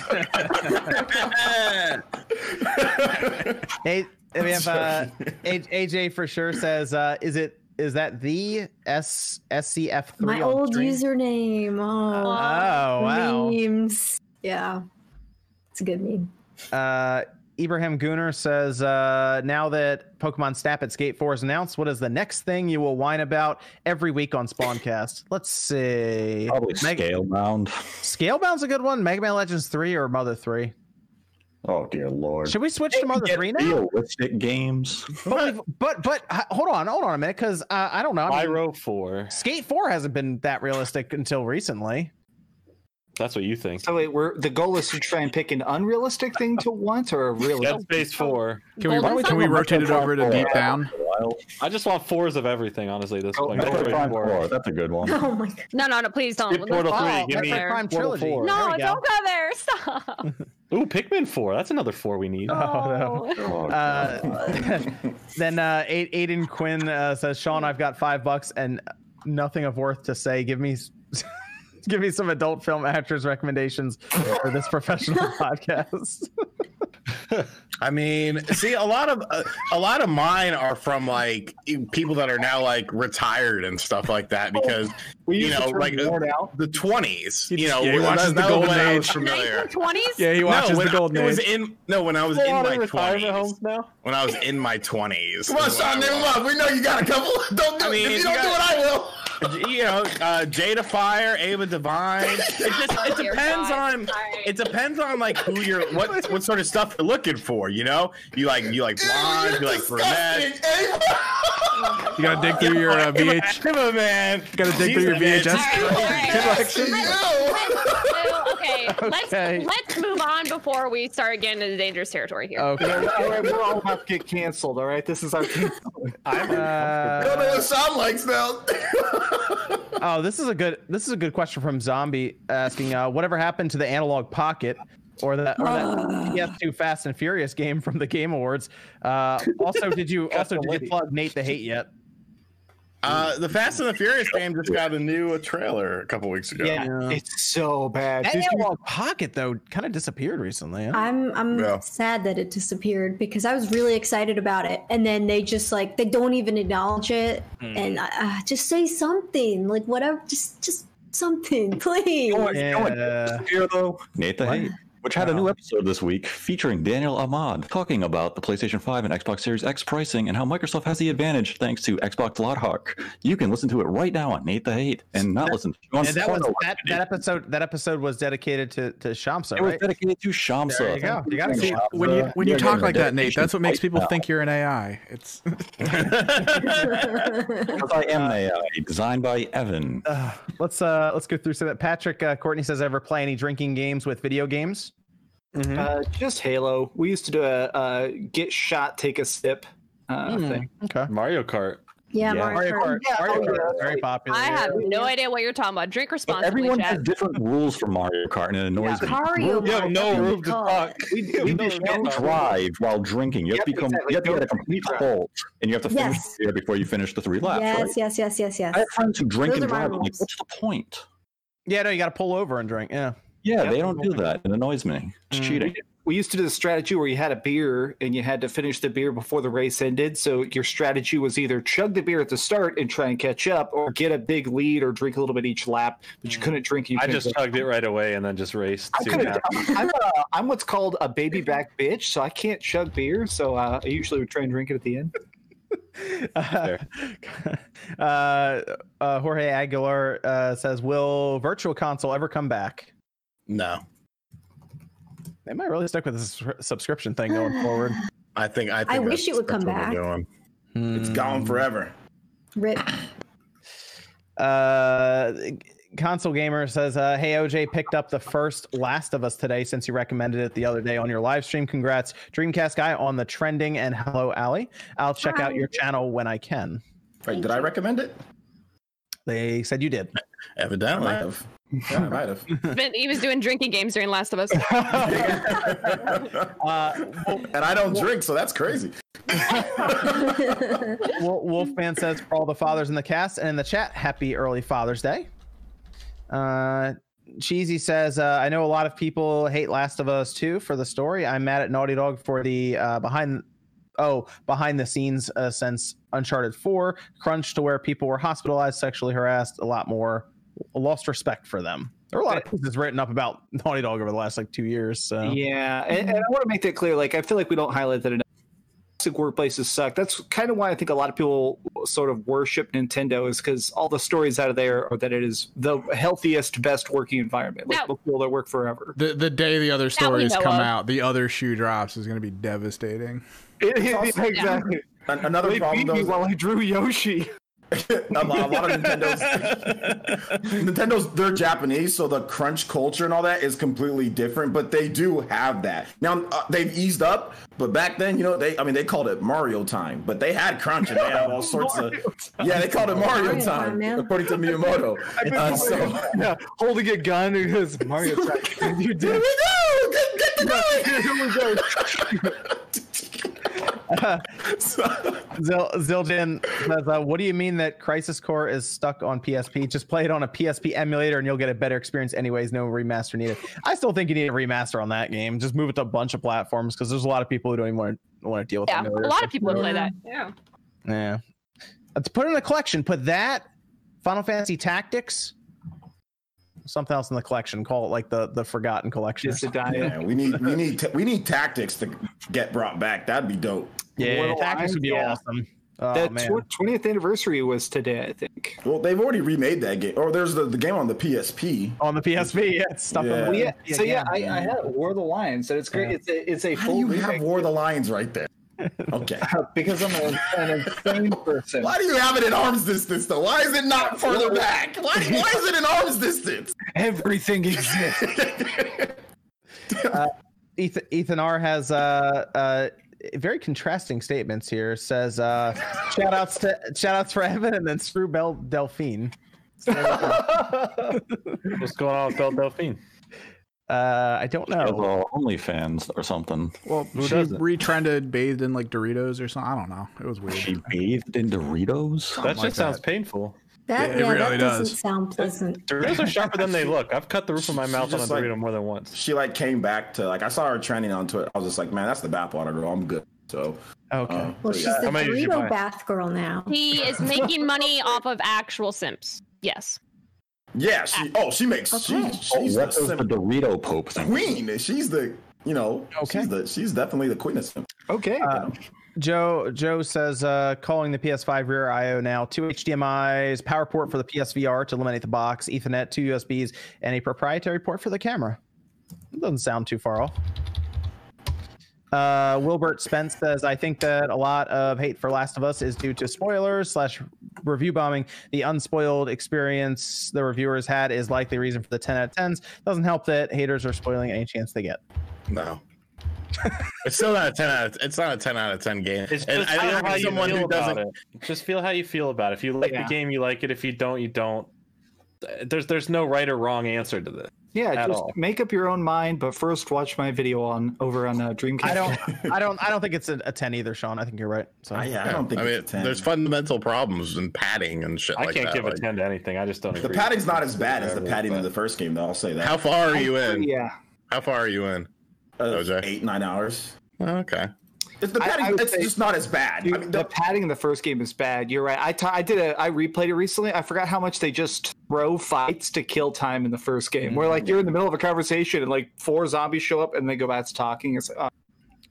Speaker 2: Hey, we have uh, A- AJ for sure says, uh, "Is it is that the S SCF three
Speaker 3: My
Speaker 2: on
Speaker 3: old
Speaker 2: stream?
Speaker 3: username.
Speaker 2: Oh
Speaker 3: Oh,
Speaker 2: wow!
Speaker 3: memes. Yeah, it's a good meme.
Speaker 2: Uh, Ibrahim Gooner says, uh, "Now that Pokemon Snap at Skate Four is announced, what is the next thing you will whine about every week on Spawncast? Let's see.
Speaker 8: Probably
Speaker 2: Mega-
Speaker 8: scale bound.
Speaker 2: Scalebound's a good one. Mega Man Legends three or Mother three?
Speaker 8: Oh dear lord.
Speaker 2: Should we switch to Mother three now?
Speaker 8: Realistic games.
Speaker 2: But, we've- but but h- hold on, hold on a minute, because uh, I don't know. I mean,
Speaker 9: Pyro 4.
Speaker 2: Skate 4 hasn't been that realistic until recently.
Speaker 9: That's what you think.
Speaker 5: so wait we're the goal is to try and pick an unrealistic thing to want or a
Speaker 9: Dead
Speaker 5: realistic
Speaker 9: Space 4.
Speaker 7: Can we
Speaker 6: Golden
Speaker 7: can we
Speaker 6: Sun?
Speaker 7: rotate it over to deep down?
Speaker 9: I just want fours of everything, honestly, at this
Speaker 5: Oh,
Speaker 9: point.
Speaker 5: Metroid
Speaker 9: Dead Space
Speaker 8: Prime
Speaker 9: 4.
Speaker 8: Four, That's a good one.
Speaker 3: Oh my god.
Speaker 6: No, no, no! Please don't.
Speaker 9: Skip
Speaker 6: Let's
Speaker 9: Portal
Speaker 6: not
Speaker 9: three,
Speaker 6: go
Speaker 9: give me-
Speaker 6: there.
Speaker 2: Prime
Speaker 9: Portal
Speaker 2: Trilogy.
Speaker 9: four.
Speaker 2: There
Speaker 6: No,
Speaker 2: we go.
Speaker 6: don't go there. Stop.
Speaker 9: Ooh, Pikmin 4. That's another 4 we need.
Speaker 2: no.
Speaker 6: Oh.
Speaker 2: Uh, then uh, A- Aiden Quinn uh, says, "Sean, I've got five bucks and nothing of worth to say. Give me." s- Give me some adult film actors recommendations for this professional podcast.
Speaker 1: I mean, see, a lot of uh, a lot of mine are from like e, people that are now like retired and stuff like that because you know like uh, the twenties. You know,
Speaker 7: Yeah, he
Speaker 1: that,
Speaker 7: watches
Speaker 1: that
Speaker 7: the
Speaker 1: was
Speaker 7: Golden
Speaker 1: when I
Speaker 7: Age.
Speaker 1: was familiar.
Speaker 6: 1920s?
Speaker 7: Yeah, he watches
Speaker 1: no, when
Speaker 7: the Golden
Speaker 1: I was
Speaker 7: Age.
Speaker 1: in no, when I was
Speaker 10: They're
Speaker 1: in
Speaker 10: all
Speaker 1: my
Speaker 10: in retirement
Speaker 1: twenties,
Speaker 10: homes now.
Speaker 1: when I was in my twenties.
Speaker 4: Come on, Sean, name them up. We know you got a couple. Don't do
Speaker 1: I mean,
Speaker 4: it. If
Speaker 1: you
Speaker 4: you don't
Speaker 1: got-
Speaker 4: do it, I will.
Speaker 1: you know, uh, Jada Fire, Ava Divine. It just it
Speaker 6: Dear
Speaker 1: depends
Speaker 6: God.
Speaker 1: on
Speaker 6: Sorry.
Speaker 1: it depends on like who you're what what sort of stuff you're looking for. You know, you like you like blonde, you like brunette.
Speaker 7: You gotta dig through your uh, VH.
Speaker 1: Ava, man,
Speaker 7: Gotta dig through your VHS.
Speaker 6: So, okay, let's
Speaker 7: Okay.
Speaker 6: let's move on before we start getting into dangerous territory here.
Speaker 7: Okay.
Speaker 5: all right, we'll all have to get canceled. All right, this is our.
Speaker 2: Uh,
Speaker 4: I don't know what Sean likes now.
Speaker 2: Oh, this is a good this is a good question from Zombie asking uh, whatever happened to the analog pocket or that or that PS2 Fast and Furious game from the Game Awards. Uh, also, did you also did you plug Nate the Hate yet?
Speaker 1: Uh, the Fast and the Furious game just got a new uh, trailer a couple weeks ago.
Speaker 5: Yeah, it's so bad.
Speaker 2: That
Speaker 5: Did you-
Speaker 2: analog pocket though kind of disappeared recently. huh?
Speaker 3: I'm I'm
Speaker 1: Yeah.
Speaker 3: sad that it disappeared because I was really excited about it, and then they just like they don't even acknowledge it, and I, uh, just say something like whatever, just just something, please.
Speaker 2: Yeah.
Speaker 8: Nate the Hate, which had a new episode this week featuring Daniel Ahmad talking about the PlayStation 5 and Xbox Series X pricing and how Microsoft has the advantage thanks to Xbox Lothar. You can listen to it right now on Nate the Hate and not listen to Sean's
Speaker 2: And that was
Speaker 8: Porno.
Speaker 2: that, that episode. That episode was dedicated to to Shamsa,
Speaker 8: It was
Speaker 2: right?
Speaker 8: dedicated to Shamsa.
Speaker 2: There you go. You gotta see.
Speaker 7: When you when you
Speaker 8: Yeah,
Speaker 7: talk
Speaker 8: yeah,
Speaker 7: like that, Nate,
Speaker 8: dedication
Speaker 7: that's what makes
Speaker 8: right
Speaker 7: people
Speaker 8: now.
Speaker 7: think you're an AI. It's
Speaker 8: Because I am an AI, designed by Evan.
Speaker 2: Let's uh let's go through some of that. Patrick uh, Courtney says, ever play any drinking games with video games?
Speaker 7: Mm-hmm.
Speaker 5: uh, just Halo. We used to do a uh, get shot, take a sip uh, thing. oh,
Speaker 2: Okay.
Speaker 9: Mario Kart.
Speaker 3: yeah, Mario
Speaker 2: Mario
Speaker 3: Kart.
Speaker 2: Kart. Mario Kart, very popular.
Speaker 6: I have no idea what you're talking about. Drink
Speaker 8: But
Speaker 6: responsibly,
Speaker 8: everyone
Speaker 6: chat.
Speaker 8: has different rules for Mario Kart, and it annoys me.
Speaker 3: Mario
Speaker 10: You have
Speaker 3: Kart,
Speaker 10: no
Speaker 3: that's what
Speaker 10: room
Speaker 3: it's
Speaker 10: to
Speaker 3: called.
Speaker 10: talk.
Speaker 8: You can't drive while drinking. You have to
Speaker 5: Yep,
Speaker 8: become
Speaker 5: exactly.
Speaker 8: you have to
Speaker 5: Don't
Speaker 8: get a complete
Speaker 5: drive.
Speaker 8: halt, and you have to finish
Speaker 3: Yes.
Speaker 8: the beer before you finish the three laps. right?
Speaker 3: Yes, yes, yes, yes, yes.
Speaker 8: I have friends who drink
Speaker 3: Those
Speaker 8: and
Speaker 3: are my
Speaker 8: drive. I'm like,
Speaker 3: rules.
Speaker 8: what's the point?
Speaker 2: Yeah, no, you got to pull over and drink. Yeah. Mm.
Speaker 8: Yeah,
Speaker 5: Yep.
Speaker 8: they don't do that. It annoys me. It's
Speaker 9: Mm-hmm.
Speaker 8: cheating.
Speaker 5: we used to do the strategy where you had a beer and you had to finish the beer before the race ended. So your strategy was either chug the beer at the start and try and catch up, or get a big lead or drink a little bit each lap. But you couldn't drink. You
Speaker 9: Mm. I
Speaker 5: couldn't
Speaker 9: just
Speaker 5: go-
Speaker 9: chugged it right away and then just raced.
Speaker 5: I
Speaker 9: soon
Speaker 5: couldn't-
Speaker 9: after.
Speaker 5: I'm, a, I'm what's called a baby back bitch, so I can't chug beer. So uh, I usually would try and drink it at the end.
Speaker 2: uh, uh, Jorge Aguilar uh, says, "Will Virtual Console ever come back?"
Speaker 1: No,
Speaker 2: They might really stick with this s- subscription thing going forward.
Speaker 1: I think I. Think
Speaker 3: I wish
Speaker 1: that's-
Speaker 3: it would
Speaker 1: that's
Speaker 3: come
Speaker 1: what they're
Speaker 3: back.
Speaker 1: doing.
Speaker 4: It's
Speaker 2: Hmm.
Speaker 4: gone forever.
Speaker 3: Rip.
Speaker 2: Uh, Console Gamer says, uh, "Hey OJ, picked up the first Last of Us today since you recommended it the other day on your live stream. Congrats, Dreamcast guy, on the trending and hello Allie. I'll check out
Speaker 3: Hi.
Speaker 2: your channel when I can."
Speaker 4: Wait, did I recommend it?
Speaker 2: They said you did.
Speaker 4: I
Speaker 1: Evidently,
Speaker 4: might have. Yeah, I might have.
Speaker 6: Been- he was doing drinking games during Last of Us.
Speaker 2: Uh,
Speaker 4: And I don't drink, so that's crazy.
Speaker 2: Wol- Wolfman says for all the fathers in the cast and in the chat, happy early Father's Day. Uh, Cheesy says, uh, I know a lot of people hate Last of Us 2 for the story. I'm mad at Naughty Dog for the uh, behind. Oh, behind the scenes uh, since Uncharted 4 crunch to where people were hospitalized, sexually harassed, a lot more lost respect for them. There were a lot of pieces written up about Naughty Dog over the last like two years. So
Speaker 5: Yeah, and, and I want to make that clear. Like, I feel like we don't highlight that enough. Toxic workplaces suck. That's kind of why I think a lot of people sort of worship Nintendo is because all the stories out of there are that it is the healthiest, best working environment. Like,
Speaker 6: No.
Speaker 5: people that work forever.
Speaker 7: the the day the other stories
Speaker 6: know
Speaker 7: come
Speaker 6: of.
Speaker 7: out, the other shoe drops is gonna be devastating.
Speaker 5: exactly.
Speaker 4: An- another
Speaker 5: They
Speaker 4: problem
Speaker 5: beat
Speaker 4: though.
Speaker 5: me
Speaker 4: is-
Speaker 5: while I drew Yoshi.
Speaker 4: a lot, a lot of Nintendo's Nintendo's they're Japanese, so the crunch culture and all that is completely different. But they do have that now. Uh, they've eased up, but back then, you know, they I mean, they called it Mario time, but they had crunch and they had all sorts of yeah. They called it Mario
Speaker 3: Mario time,
Speaker 4: time,
Speaker 3: yeah.
Speaker 4: according to Miyamoto. Uh, so
Speaker 5: yeah, holding a gun and goes Mario. Kart." you
Speaker 4: here
Speaker 5: did.
Speaker 10: uh,
Speaker 4: we go. Get, get the
Speaker 5: Here we go.
Speaker 2: Zil- Zildjian says, uh, "What do you mean that Crisis Core is stuck on PSP? Just play it on a PSP emulator, and you'll get a better experience. Anyways, no remaster needed. I still think you need a remaster on that game. Just move it to a bunch of platforms because there's a lot of people who don't even want to want to deal with
Speaker 6: Yeah,
Speaker 2: emulators.
Speaker 6: a lot of people would play
Speaker 3: Yeah.
Speaker 6: that. Yeah.
Speaker 2: Yeah, let's put it in the collection. Put that Final Fantasy Tactics, something else in the collection. Call it like the the Forgotten Collection. or
Speaker 5: Just a
Speaker 2: something.
Speaker 5: diet.
Speaker 4: Yeah, we need we need ta- we need tactics to get brought back. That'd be dope.
Speaker 2: Yeah,
Speaker 5: Little
Speaker 2: Tactics would be
Speaker 5: Lions,
Speaker 2: awesome. Oh,
Speaker 5: That
Speaker 2: man.
Speaker 5: tw- 20th anniversary was today, I think.
Speaker 4: Well, they've already remade that game. Or there's the, the game on the PSP.
Speaker 2: on the PSP, yeah, it's stuff.
Speaker 4: Yeah.
Speaker 2: On
Speaker 5: Well,
Speaker 2: the
Speaker 5: yeah.
Speaker 2: PSP
Speaker 5: So yeah,
Speaker 2: again.
Speaker 5: I, I had it, War of the Lions, and it's great. It's a it's a
Speaker 4: How do
Speaker 5: full
Speaker 4: you
Speaker 5: remake
Speaker 4: have War of the Lions right there? Okay.
Speaker 5: because I'm a, an insane person.
Speaker 4: Why do you have it in arms distance though? Why is it not further back? Why, why is it in arms distance?
Speaker 5: Everything exists.
Speaker 2: Uh, Ethan, Ethan R has uh, uh, very contrasting statements here. Says uh, shout outs to shout outs for Evan and then screw Bell Delphine.
Speaker 9: What's going on with Belle Delphine?
Speaker 2: Uh, I don't
Speaker 8: As
Speaker 2: know.
Speaker 8: all OnlyFans or something.
Speaker 7: Well, she
Speaker 9: doesn't?
Speaker 7: retrended bathed in like Doritos or something. I don't know. It was weird.
Speaker 8: She bathed in Doritos.
Speaker 9: That just
Speaker 7: like
Speaker 9: sounds
Speaker 7: that.
Speaker 9: painful.
Speaker 3: That,
Speaker 7: Yeah, it
Speaker 3: yeah,
Speaker 7: really
Speaker 3: that doesn't
Speaker 7: does.
Speaker 3: sound pleasant.
Speaker 9: Doritos are sharper than they look. I've cut the roof of my
Speaker 4: She
Speaker 9: mouth on a
Speaker 4: just, like-
Speaker 9: Dorito more than once.
Speaker 4: She like came back to like I saw her trending on Twitter. I was just like, man, that's the bathwater girl. I'm good. So
Speaker 2: Okay.
Speaker 4: uh,
Speaker 3: Well,
Speaker 4: so
Speaker 3: she's
Speaker 4: yeah.
Speaker 3: the
Speaker 9: How many did you buy?
Speaker 3: Dorito bath girl now.
Speaker 6: He is making money off of actual simps. Yes.
Speaker 4: yeah, she oh she makes
Speaker 3: Okay.
Speaker 4: she,
Speaker 8: Oh,
Speaker 4: she's the
Speaker 8: what is the
Speaker 4: sim-
Speaker 8: Dorito Pope thing?
Speaker 4: queen. She's the you know
Speaker 2: Okay.
Speaker 4: she's the she's definitely the queen of Uh, sim.
Speaker 5: okay.
Speaker 2: Joe Joe says uh, calling the PS5 rear I/O now. Two HDMI's, power port for the PSVR to eliminate the box, Ethernet, two USBs, and a proprietary port for the camera. It doesn't sound too far off. Uh, Wilbert Spence says, I think that a lot of hate for Last of Us is due to spoilers slash review bombing. The unspoiled experience the reviewers had is likely reason for the 10 out of 10s. Doesn't help that haters are spoiling any chance they get.
Speaker 1: No. it's still not a ten out. Of, it's not a ten out of ten game.
Speaker 9: It's
Speaker 1: and
Speaker 9: just
Speaker 1: I
Speaker 9: feel
Speaker 1: think
Speaker 9: how
Speaker 1: I'm
Speaker 9: you
Speaker 1: someone
Speaker 9: feel
Speaker 1: who
Speaker 9: about
Speaker 1: doesn't.
Speaker 9: it. Just feel how you feel about it. If you like
Speaker 5: Yeah.
Speaker 9: the game, you like it. If you don't, you don't. There's there's no right or wrong answer to this.
Speaker 5: yeah,
Speaker 9: At
Speaker 5: just
Speaker 9: all.
Speaker 5: make up your own mind, but first watch my video on over on uh, Dreamcast.
Speaker 2: I don't, I don't, I don't think it's a, a 10 either, Sean. I think you're right. So
Speaker 4: I, yeah, I don't think
Speaker 1: I mean,
Speaker 4: it's a 10.
Speaker 1: there's fundamental problems in padding and shit
Speaker 9: I
Speaker 1: like
Speaker 9: can't
Speaker 1: that.
Speaker 9: give
Speaker 1: like,
Speaker 9: a ten to anything. I just don't.
Speaker 4: the
Speaker 9: agree.
Speaker 4: padding's not as bad as the
Speaker 9: Whatever,
Speaker 4: padding
Speaker 9: but-
Speaker 4: in the first game, though. I'll say that.
Speaker 1: How far are you in?
Speaker 5: Yeah.
Speaker 1: How far are you in?
Speaker 4: Uh,
Speaker 1: Jose?
Speaker 4: Eight nine hours.
Speaker 1: Okay.
Speaker 4: It's the
Speaker 5: I-
Speaker 4: padding.
Speaker 5: I would
Speaker 4: it's
Speaker 5: say-
Speaker 4: just not as bad.
Speaker 5: Dude,
Speaker 4: I mean,
Speaker 5: the
Speaker 4: the,
Speaker 5: padding in the first game is bad. You're right. I ta- I did a I replayed it recently. I forgot how much they just throw fights to kill time in the first game. Where
Speaker 9: Mm-hmm.
Speaker 5: like you're in the middle of a conversation and like four zombies show up and they go back to talking. It's uh,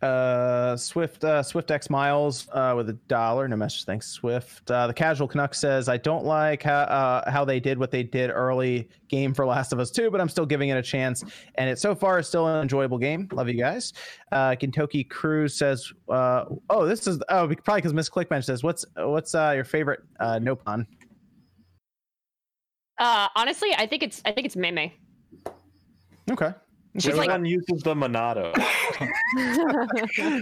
Speaker 2: Uh, Swift uh, Swift X Miles uh, with a dollar. No message. Thanks, Swift. Uh, the casual Canuck says, "I don't like how uh, how they did what they did early game for Last of Us Two, but I'm still giving it a chance, and it so far is still an enjoyable game. Love you guys." Uh, Kentucky Cruz says, uh, "Oh, this is oh probably because Miss Clickbench says what's what's uh, your favorite uh, Nopon?
Speaker 6: Uh, honestly, I think it's I think it's Meme.
Speaker 2: Okay.
Speaker 9: Which one uses the Monado?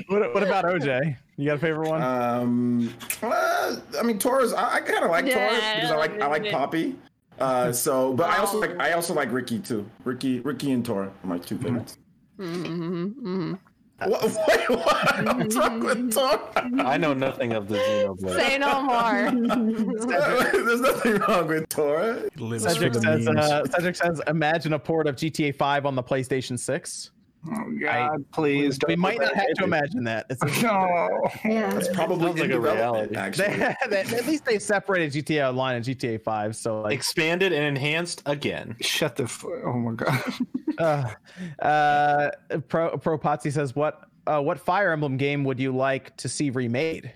Speaker 2: What, what about OJ? You got a favorite one?
Speaker 4: um, uh, I mean, Taurus. I, I kind of like
Speaker 6: Yeah,
Speaker 4: Taurus
Speaker 6: I
Speaker 4: because I
Speaker 6: don't
Speaker 4: like I like
Speaker 6: know.
Speaker 4: Poppy. Uh, so, but I also like I also like Ricky too. Ricky, Ricky and Tora are my two
Speaker 2: Hmm.
Speaker 4: favorites. What, wait, what? What's wrong with Tora?
Speaker 9: I know nothing of the Xenoblade.
Speaker 6: Say no more.
Speaker 4: There's nothing wrong with Tora.
Speaker 7: Lives
Speaker 2: Cedric
Speaker 7: for the
Speaker 2: says,
Speaker 7: memes.
Speaker 2: uh, Cedric says, imagine a port of GTA 5 on the PlayStation 6.
Speaker 5: Oh, God, please.
Speaker 2: We
Speaker 5: don't
Speaker 2: might
Speaker 5: go
Speaker 2: not have
Speaker 5: back.
Speaker 2: to imagine that. It's
Speaker 5: No.
Speaker 3: Yeah.
Speaker 4: That's probably
Speaker 9: Sounds
Speaker 4: in
Speaker 9: like a
Speaker 4: development,
Speaker 9: reality.
Speaker 2: they,
Speaker 4: Actually,
Speaker 2: they, at least they separated GTA Online and GTA 5. So, like,
Speaker 9: Expanded and enhanced again.
Speaker 5: Shut the. F- oh my god.
Speaker 2: uh, uh, Pro, Pro Potsy says, what, uh, what Fire Emblem game would you like to see remade?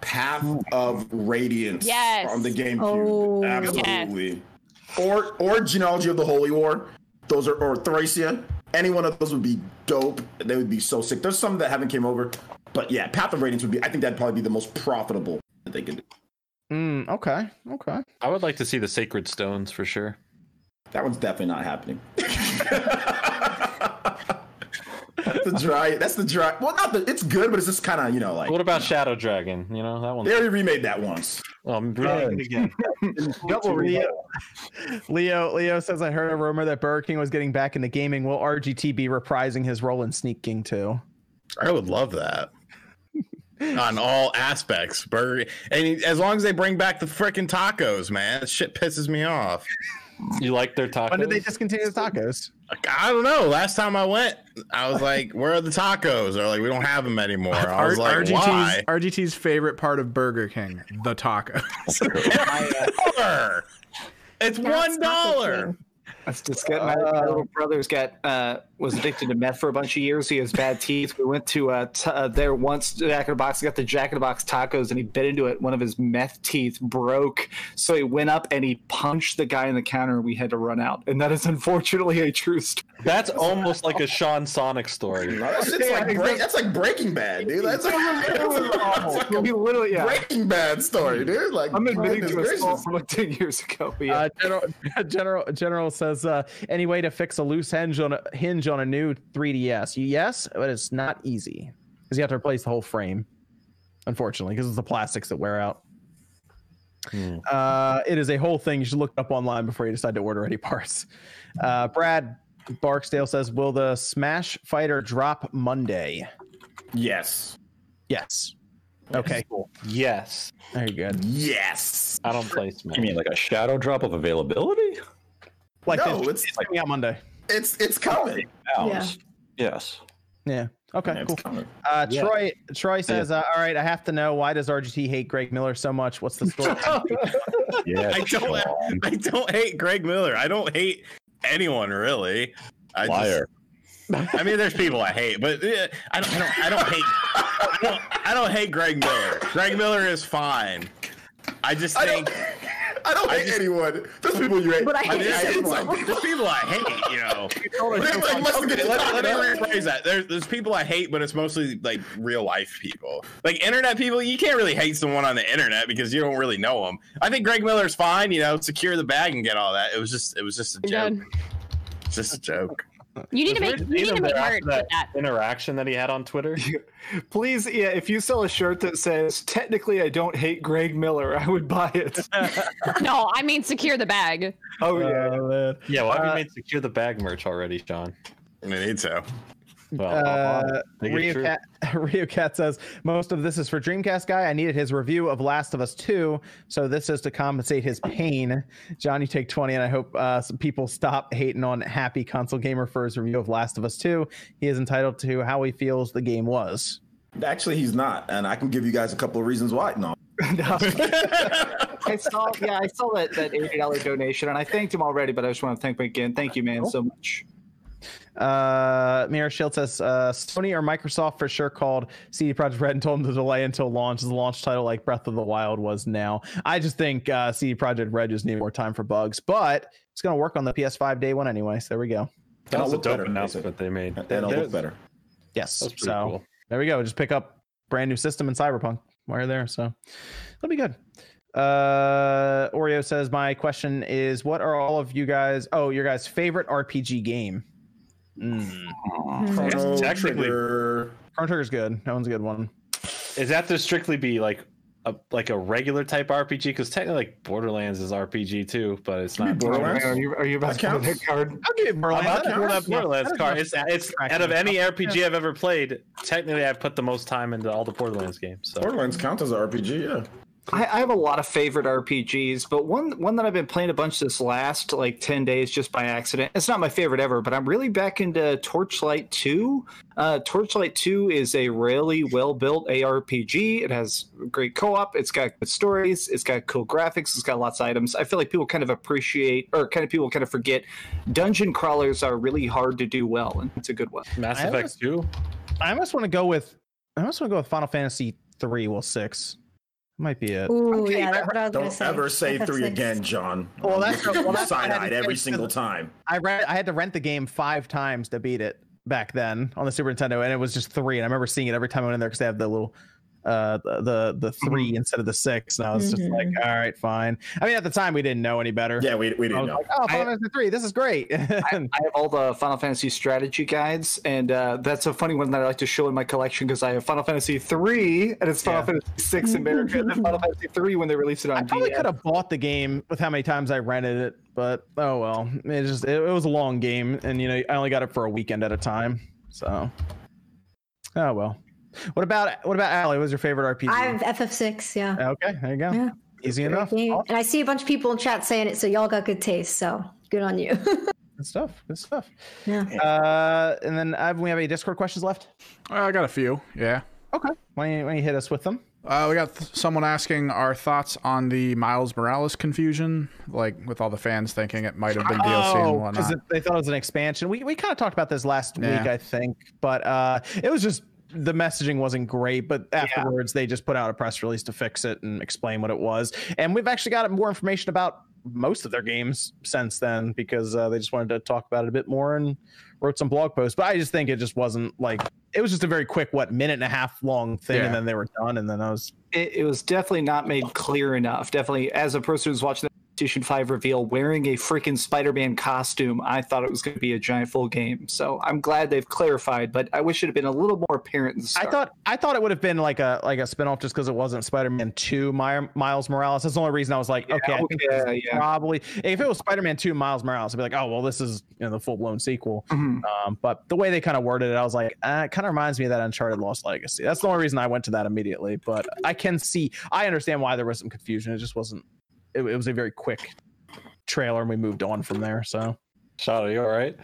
Speaker 4: Path of Radiance
Speaker 6: Yes.
Speaker 4: on the GameCube.
Speaker 3: Oh.
Speaker 4: Absolutely. Or or Genealogy of the Holy War. Those are or Thracia. Any one of those would be dope. They would be so sick. There's some that haven't came over, but yeah, Path of Radiance would be. I think that'd probably be the most profitable that they could. do.
Speaker 2: Mm, okay. Okay.
Speaker 9: I would like to see the Sacred Stones for sure.
Speaker 4: That one's definitely not happening. that's the dry. That's the dry. Well, not the. It's good, but it's just kind of you know like
Speaker 9: What about Shadow Dragon? You know that one.
Speaker 4: they already remade that once.
Speaker 9: Well, I'm reading it again.
Speaker 2: Leo, Leo Leo says, I heard a rumor that Burger King was getting back into gaming. Will RGT be reprising his role in Sneak King too?
Speaker 1: I would love that. on all aspects. Burger, and as long as they bring back the freaking tacos, man, that shit pisses me off.
Speaker 9: You like their tacos?
Speaker 2: When did they discontinue the tacos?
Speaker 1: Like, I don't know. Last time I went, I was like, "Where are the tacos?" They're like, "We don't have them anymore." I was like,
Speaker 7: RGT's,
Speaker 1: "Why?"
Speaker 7: RGT's favorite part of Burger King, the tacos.
Speaker 1: Dollar. It's one dollar.
Speaker 5: That's just good. My, my little brother's got uh, was addicted to meth for a bunch of years. He has bad teeth. We went to uh, t- uh, there once, Jack in the Box. He got the Jack in the Box tacos, and he bit into it. One of his meth teeth broke, so he went up and he punched the guy in the counter. and We had to run out, and that is unfortunately a true story.
Speaker 9: That's almost like a Sean Sonic story.
Speaker 4: No, that's, it's like break, that's like Breaking Bad, dude. That's, that's
Speaker 5: We
Speaker 4: like a
Speaker 5: literally, yeah.
Speaker 4: Breaking Bad story, dude. Like
Speaker 5: I'm admitting
Speaker 4: goodness
Speaker 5: to a
Speaker 4: gracious.
Speaker 5: fault from like ten years ago. But yeah.
Speaker 2: Uh, General General General says uh, any way to fix a loose hinge on a hinge on a new 3ds. Yes, but it's not easy because you have to replace the whole frame, unfortunately, because it's the plastics that wear out. Uh, it is a whole thing. You should look it up online before you decide to order any parts. Uh, Brad Barksdale says, "Will the Smash Fighter drop Monday?"
Speaker 4: Yes.
Speaker 2: Yes. Okay. Cool.
Speaker 9: Yes,
Speaker 2: Very good.
Speaker 4: Yes.
Speaker 9: I don't play Smash.
Speaker 8: You mean like a shadow drop of availability?
Speaker 2: Like
Speaker 4: No,
Speaker 2: it's,
Speaker 4: it's-
Speaker 2: it's coming out Monday.
Speaker 4: It's it's coming.
Speaker 8: Hours. Yes.
Speaker 2: Yeah. Okay.
Speaker 4: It's
Speaker 2: cool.
Speaker 4: coming.
Speaker 2: Uh, Troy Troy says, uh, "All right, I have to know why does RGT hate Greg Miller so much? What's the story?"
Speaker 8: Yeah.
Speaker 1: I don't.
Speaker 8: Sean.
Speaker 1: I don't hate Greg Miller. I don't hate anyone really. I just-
Speaker 8: Liar.
Speaker 1: I mean, there's people I hate, but eh, I don't. I don't, I don't hate. I don't, I don't hate Greg Miller. Greg Miller is fine. I just
Speaker 4: I don't.
Speaker 1: think
Speaker 4: I don't hate anyone. There's people you hate.
Speaker 3: But I hate
Speaker 4: mean,
Speaker 1: some
Speaker 4: it's like-
Speaker 1: there's people I hate. You know.
Speaker 4: it's like, let's
Speaker 1: Okay,
Speaker 4: get to
Speaker 1: let, let
Speaker 4: talking
Speaker 1: me
Speaker 4: about-
Speaker 1: rephrase that. There's there's people I hate, but it's mostly like real life people, like internet people. You can't really hate someone on the internet because you don't really know them. I think Greg Miller's fine. You know, secure the bag and get all that. It was just it was just a joke.
Speaker 6: Done.
Speaker 1: It's Just a joke.
Speaker 6: You need to make
Speaker 9: Weird
Speaker 6: you
Speaker 9: to see
Speaker 6: need to
Speaker 9: them
Speaker 6: make
Speaker 9: there after
Speaker 6: merch with that.
Speaker 9: Interaction that he had on Twitter.
Speaker 5: Please, yeah. If you sell a shirt that says "Technically, I don't hate Greg Miller," I would buy it.
Speaker 6: No, I mean secure the bag.
Speaker 5: Oh yeah.
Speaker 2: Oh, man.
Speaker 9: Yeah, why have
Speaker 2: Uh,
Speaker 9: you made secure the bag merch already, Sean?
Speaker 1: I need to.
Speaker 9: Well,
Speaker 2: Uh,
Speaker 9: Take it
Speaker 2: Rio
Speaker 9: true.
Speaker 2: Cat, Rio Cat says most of this is for Dreamcast guy. I needed his review of Last of Us Two, so this is to compensate his pain. John, you take twenty, and I hope uh, some people stop hating on Happy Console Gamer for his review of Last of Us Two. He is entitled to how he feels the game was.
Speaker 4: Actually, he's not, and I can give you guys a couple of reasons why. No,
Speaker 5: No. I saw, yeah, I saw that that eighty dollar donation, and I thanked him already. But I just want to thank him again. Thank you, man, so much.
Speaker 2: Uh, Mira Shield says uh, Sony or Microsoft for sure called CD Projekt Red and told them to delay until launch. The launch title like Breath of the Wild was now. I just think uh, CD Projekt Red just needed more time for bugs, but it's gonna work on the PS5 day one anyway. So there we go.
Speaker 9: that was a
Speaker 4: look
Speaker 9: dope
Speaker 4: better,
Speaker 9: announcement they made.
Speaker 4: and it'll
Speaker 9: There's-
Speaker 4: look better.
Speaker 2: Yes.
Speaker 9: That's pretty
Speaker 2: so
Speaker 9: cool.
Speaker 2: there we go. Just pick up brand new system in Cyberpunk while you're there. So that'll be good. Uh, Oreo says my question is what are all of you guys? Oh, your guys' favorite RPG game? Mm.
Speaker 5: Hmm.
Speaker 4: Chrono
Speaker 9: technically-
Speaker 4: Trigger.
Speaker 2: Chrono Trigger's good. That one's a good one.
Speaker 9: Is that to strictly be like a like a regular type RPG? Because technically, like Borderlands is RPG too, but it's not.
Speaker 4: Borderlands?
Speaker 5: Are you, are you about
Speaker 4: That
Speaker 5: to put
Speaker 4: counts.
Speaker 5: that card?
Speaker 2: I'll give you
Speaker 9: I'm
Speaker 2: Borderlands.
Speaker 9: not
Speaker 2: That
Speaker 9: gonna
Speaker 2: counts.
Speaker 9: have Borderlands
Speaker 2: That
Speaker 9: card.
Speaker 2: is
Speaker 9: It's, it's
Speaker 2: not
Speaker 9: out of
Speaker 2: tracking.
Speaker 9: any RPG I've ever played. Technically, I've put the most time into all the Borderlands games. So
Speaker 4: Borderlands counts as an RPG, yeah.
Speaker 5: I, I have a lot of favorite RPGs, but one one that I've been playing a bunch this last like ten days just by accident. It's not my favorite ever, but I'm really back into Torchlight Two. Uh, Torchlight Two is a really well built ARPG. It has great co op. It's got good stories. It's got cool graphics. It's got lots of items. I feel like people kind of appreciate, or kind of people kind of forget, dungeon crawlers are really hard to do well, and it's a good one.
Speaker 9: Mass
Speaker 2: I
Speaker 9: Effect
Speaker 2: almost-
Speaker 9: Two.
Speaker 2: I almost want to go with. I almost want to go with Final Fantasy three. Well, six might be it.
Speaker 3: Ooh,
Speaker 4: Okay,
Speaker 3: yeah, that's what I was gonna
Speaker 4: Don't ever say
Speaker 3: That's
Speaker 4: three
Speaker 3: six.
Speaker 4: again, John.
Speaker 2: Well, that's-
Speaker 4: You
Speaker 2: well, that's-
Speaker 4: side-eyed every single time.
Speaker 2: I read. I had to rent the game five times to beat it back then on the Super Nintendo, and it was just three. And I remember seeing it every time I went in there because they have the little, uh, the the 3
Speaker 4: Mm-hmm.
Speaker 2: instead of the six, and I was just
Speaker 3: Mm-hmm.
Speaker 2: like, all right, fine. I mean, at the time we didn't know any better.
Speaker 4: Yeah, we, we
Speaker 2: I
Speaker 4: didn't
Speaker 2: was
Speaker 4: know.
Speaker 2: like, oh, Final
Speaker 5: I-
Speaker 2: Fantasy three, this is great.
Speaker 5: I have all the Final Fantasy strategy guides, and uh, that's a funny one that I like to show in my collection because I have Final Fantasy three, and it's Final
Speaker 2: Yeah.
Speaker 5: Fantasy six America, and then Final Fantasy three when they release it on
Speaker 2: I probably
Speaker 5: DS.
Speaker 2: could have bought the game with how many times I rented it, but oh well. It just it, it was a long game, and you know I only got it for a weekend at a time. So, oh well. What about what about Allie? What's your favorite RPG?
Speaker 3: I have FF6, yeah.
Speaker 2: okay, there you go.
Speaker 3: Yeah.
Speaker 2: Easy enough.
Speaker 3: Yeah,
Speaker 2: Awesome.
Speaker 3: And I see a bunch of people in chat saying it, so y'all got good taste, so good on you.
Speaker 2: Good stuff. Good stuff.
Speaker 3: yeah.
Speaker 2: Uh, and then Ivan, we have any Discord questions left?
Speaker 7: Uh, I got a few. Yeah.
Speaker 2: Okay. Why don't you, why don't you hit us with them?
Speaker 7: Uh, we got th- someone asking our thoughts on the Miles Morales confusion, like with all the fans thinking it might have been DLC and
Speaker 2: because
Speaker 7: whatnot.
Speaker 2: they thought Oh, it was an expansion. We, we kind of talked about this last
Speaker 7: uh, Yeah.
Speaker 2: week, I think, but uh, it was just the messaging wasn't great. But afterwards, they just put out a press release to fix it and explain what it was. And we've actually got more information about most of their games since then because uh, they just wanted to talk about it a bit more and wrote some blog posts. But I just think it just wasn't like it was just a very quick, what minute and a half long thing,
Speaker 7: Yeah.
Speaker 2: and then they were done, and then I was
Speaker 5: it, it was definitely not made clear enough. Definitely, as a person who's watching the PlayStation 5 reveal wearing a freaking Spider Man costume, I thought it was going to be a giant full game. So I'm glad they've clarified, but I wish it had been a little more apparent. in the
Speaker 2: I
Speaker 5: start.
Speaker 2: thought I thought it would have been like a like a spinoff just because it wasn't Spider-Man Two My, Miles Morales. That's the only reason I was like, okay, I think this
Speaker 5: okay,
Speaker 2: is
Speaker 5: yeah.
Speaker 2: probably if it was Spider-Man Two Miles Morales, I'd be like, oh well, this is you know, the full-blown sequel.
Speaker 5: Mhm.
Speaker 2: Um, but the way they kind of worded it, I was like, uh, it kind of reminds me of that Uncharted Lost Legacy. That's the only reason I went to that immediately. But I can see, I understand why there was some confusion. It just wasn't. It, it was a very quick trailer, and we moved on from there. So
Speaker 9: Shadow, you all right?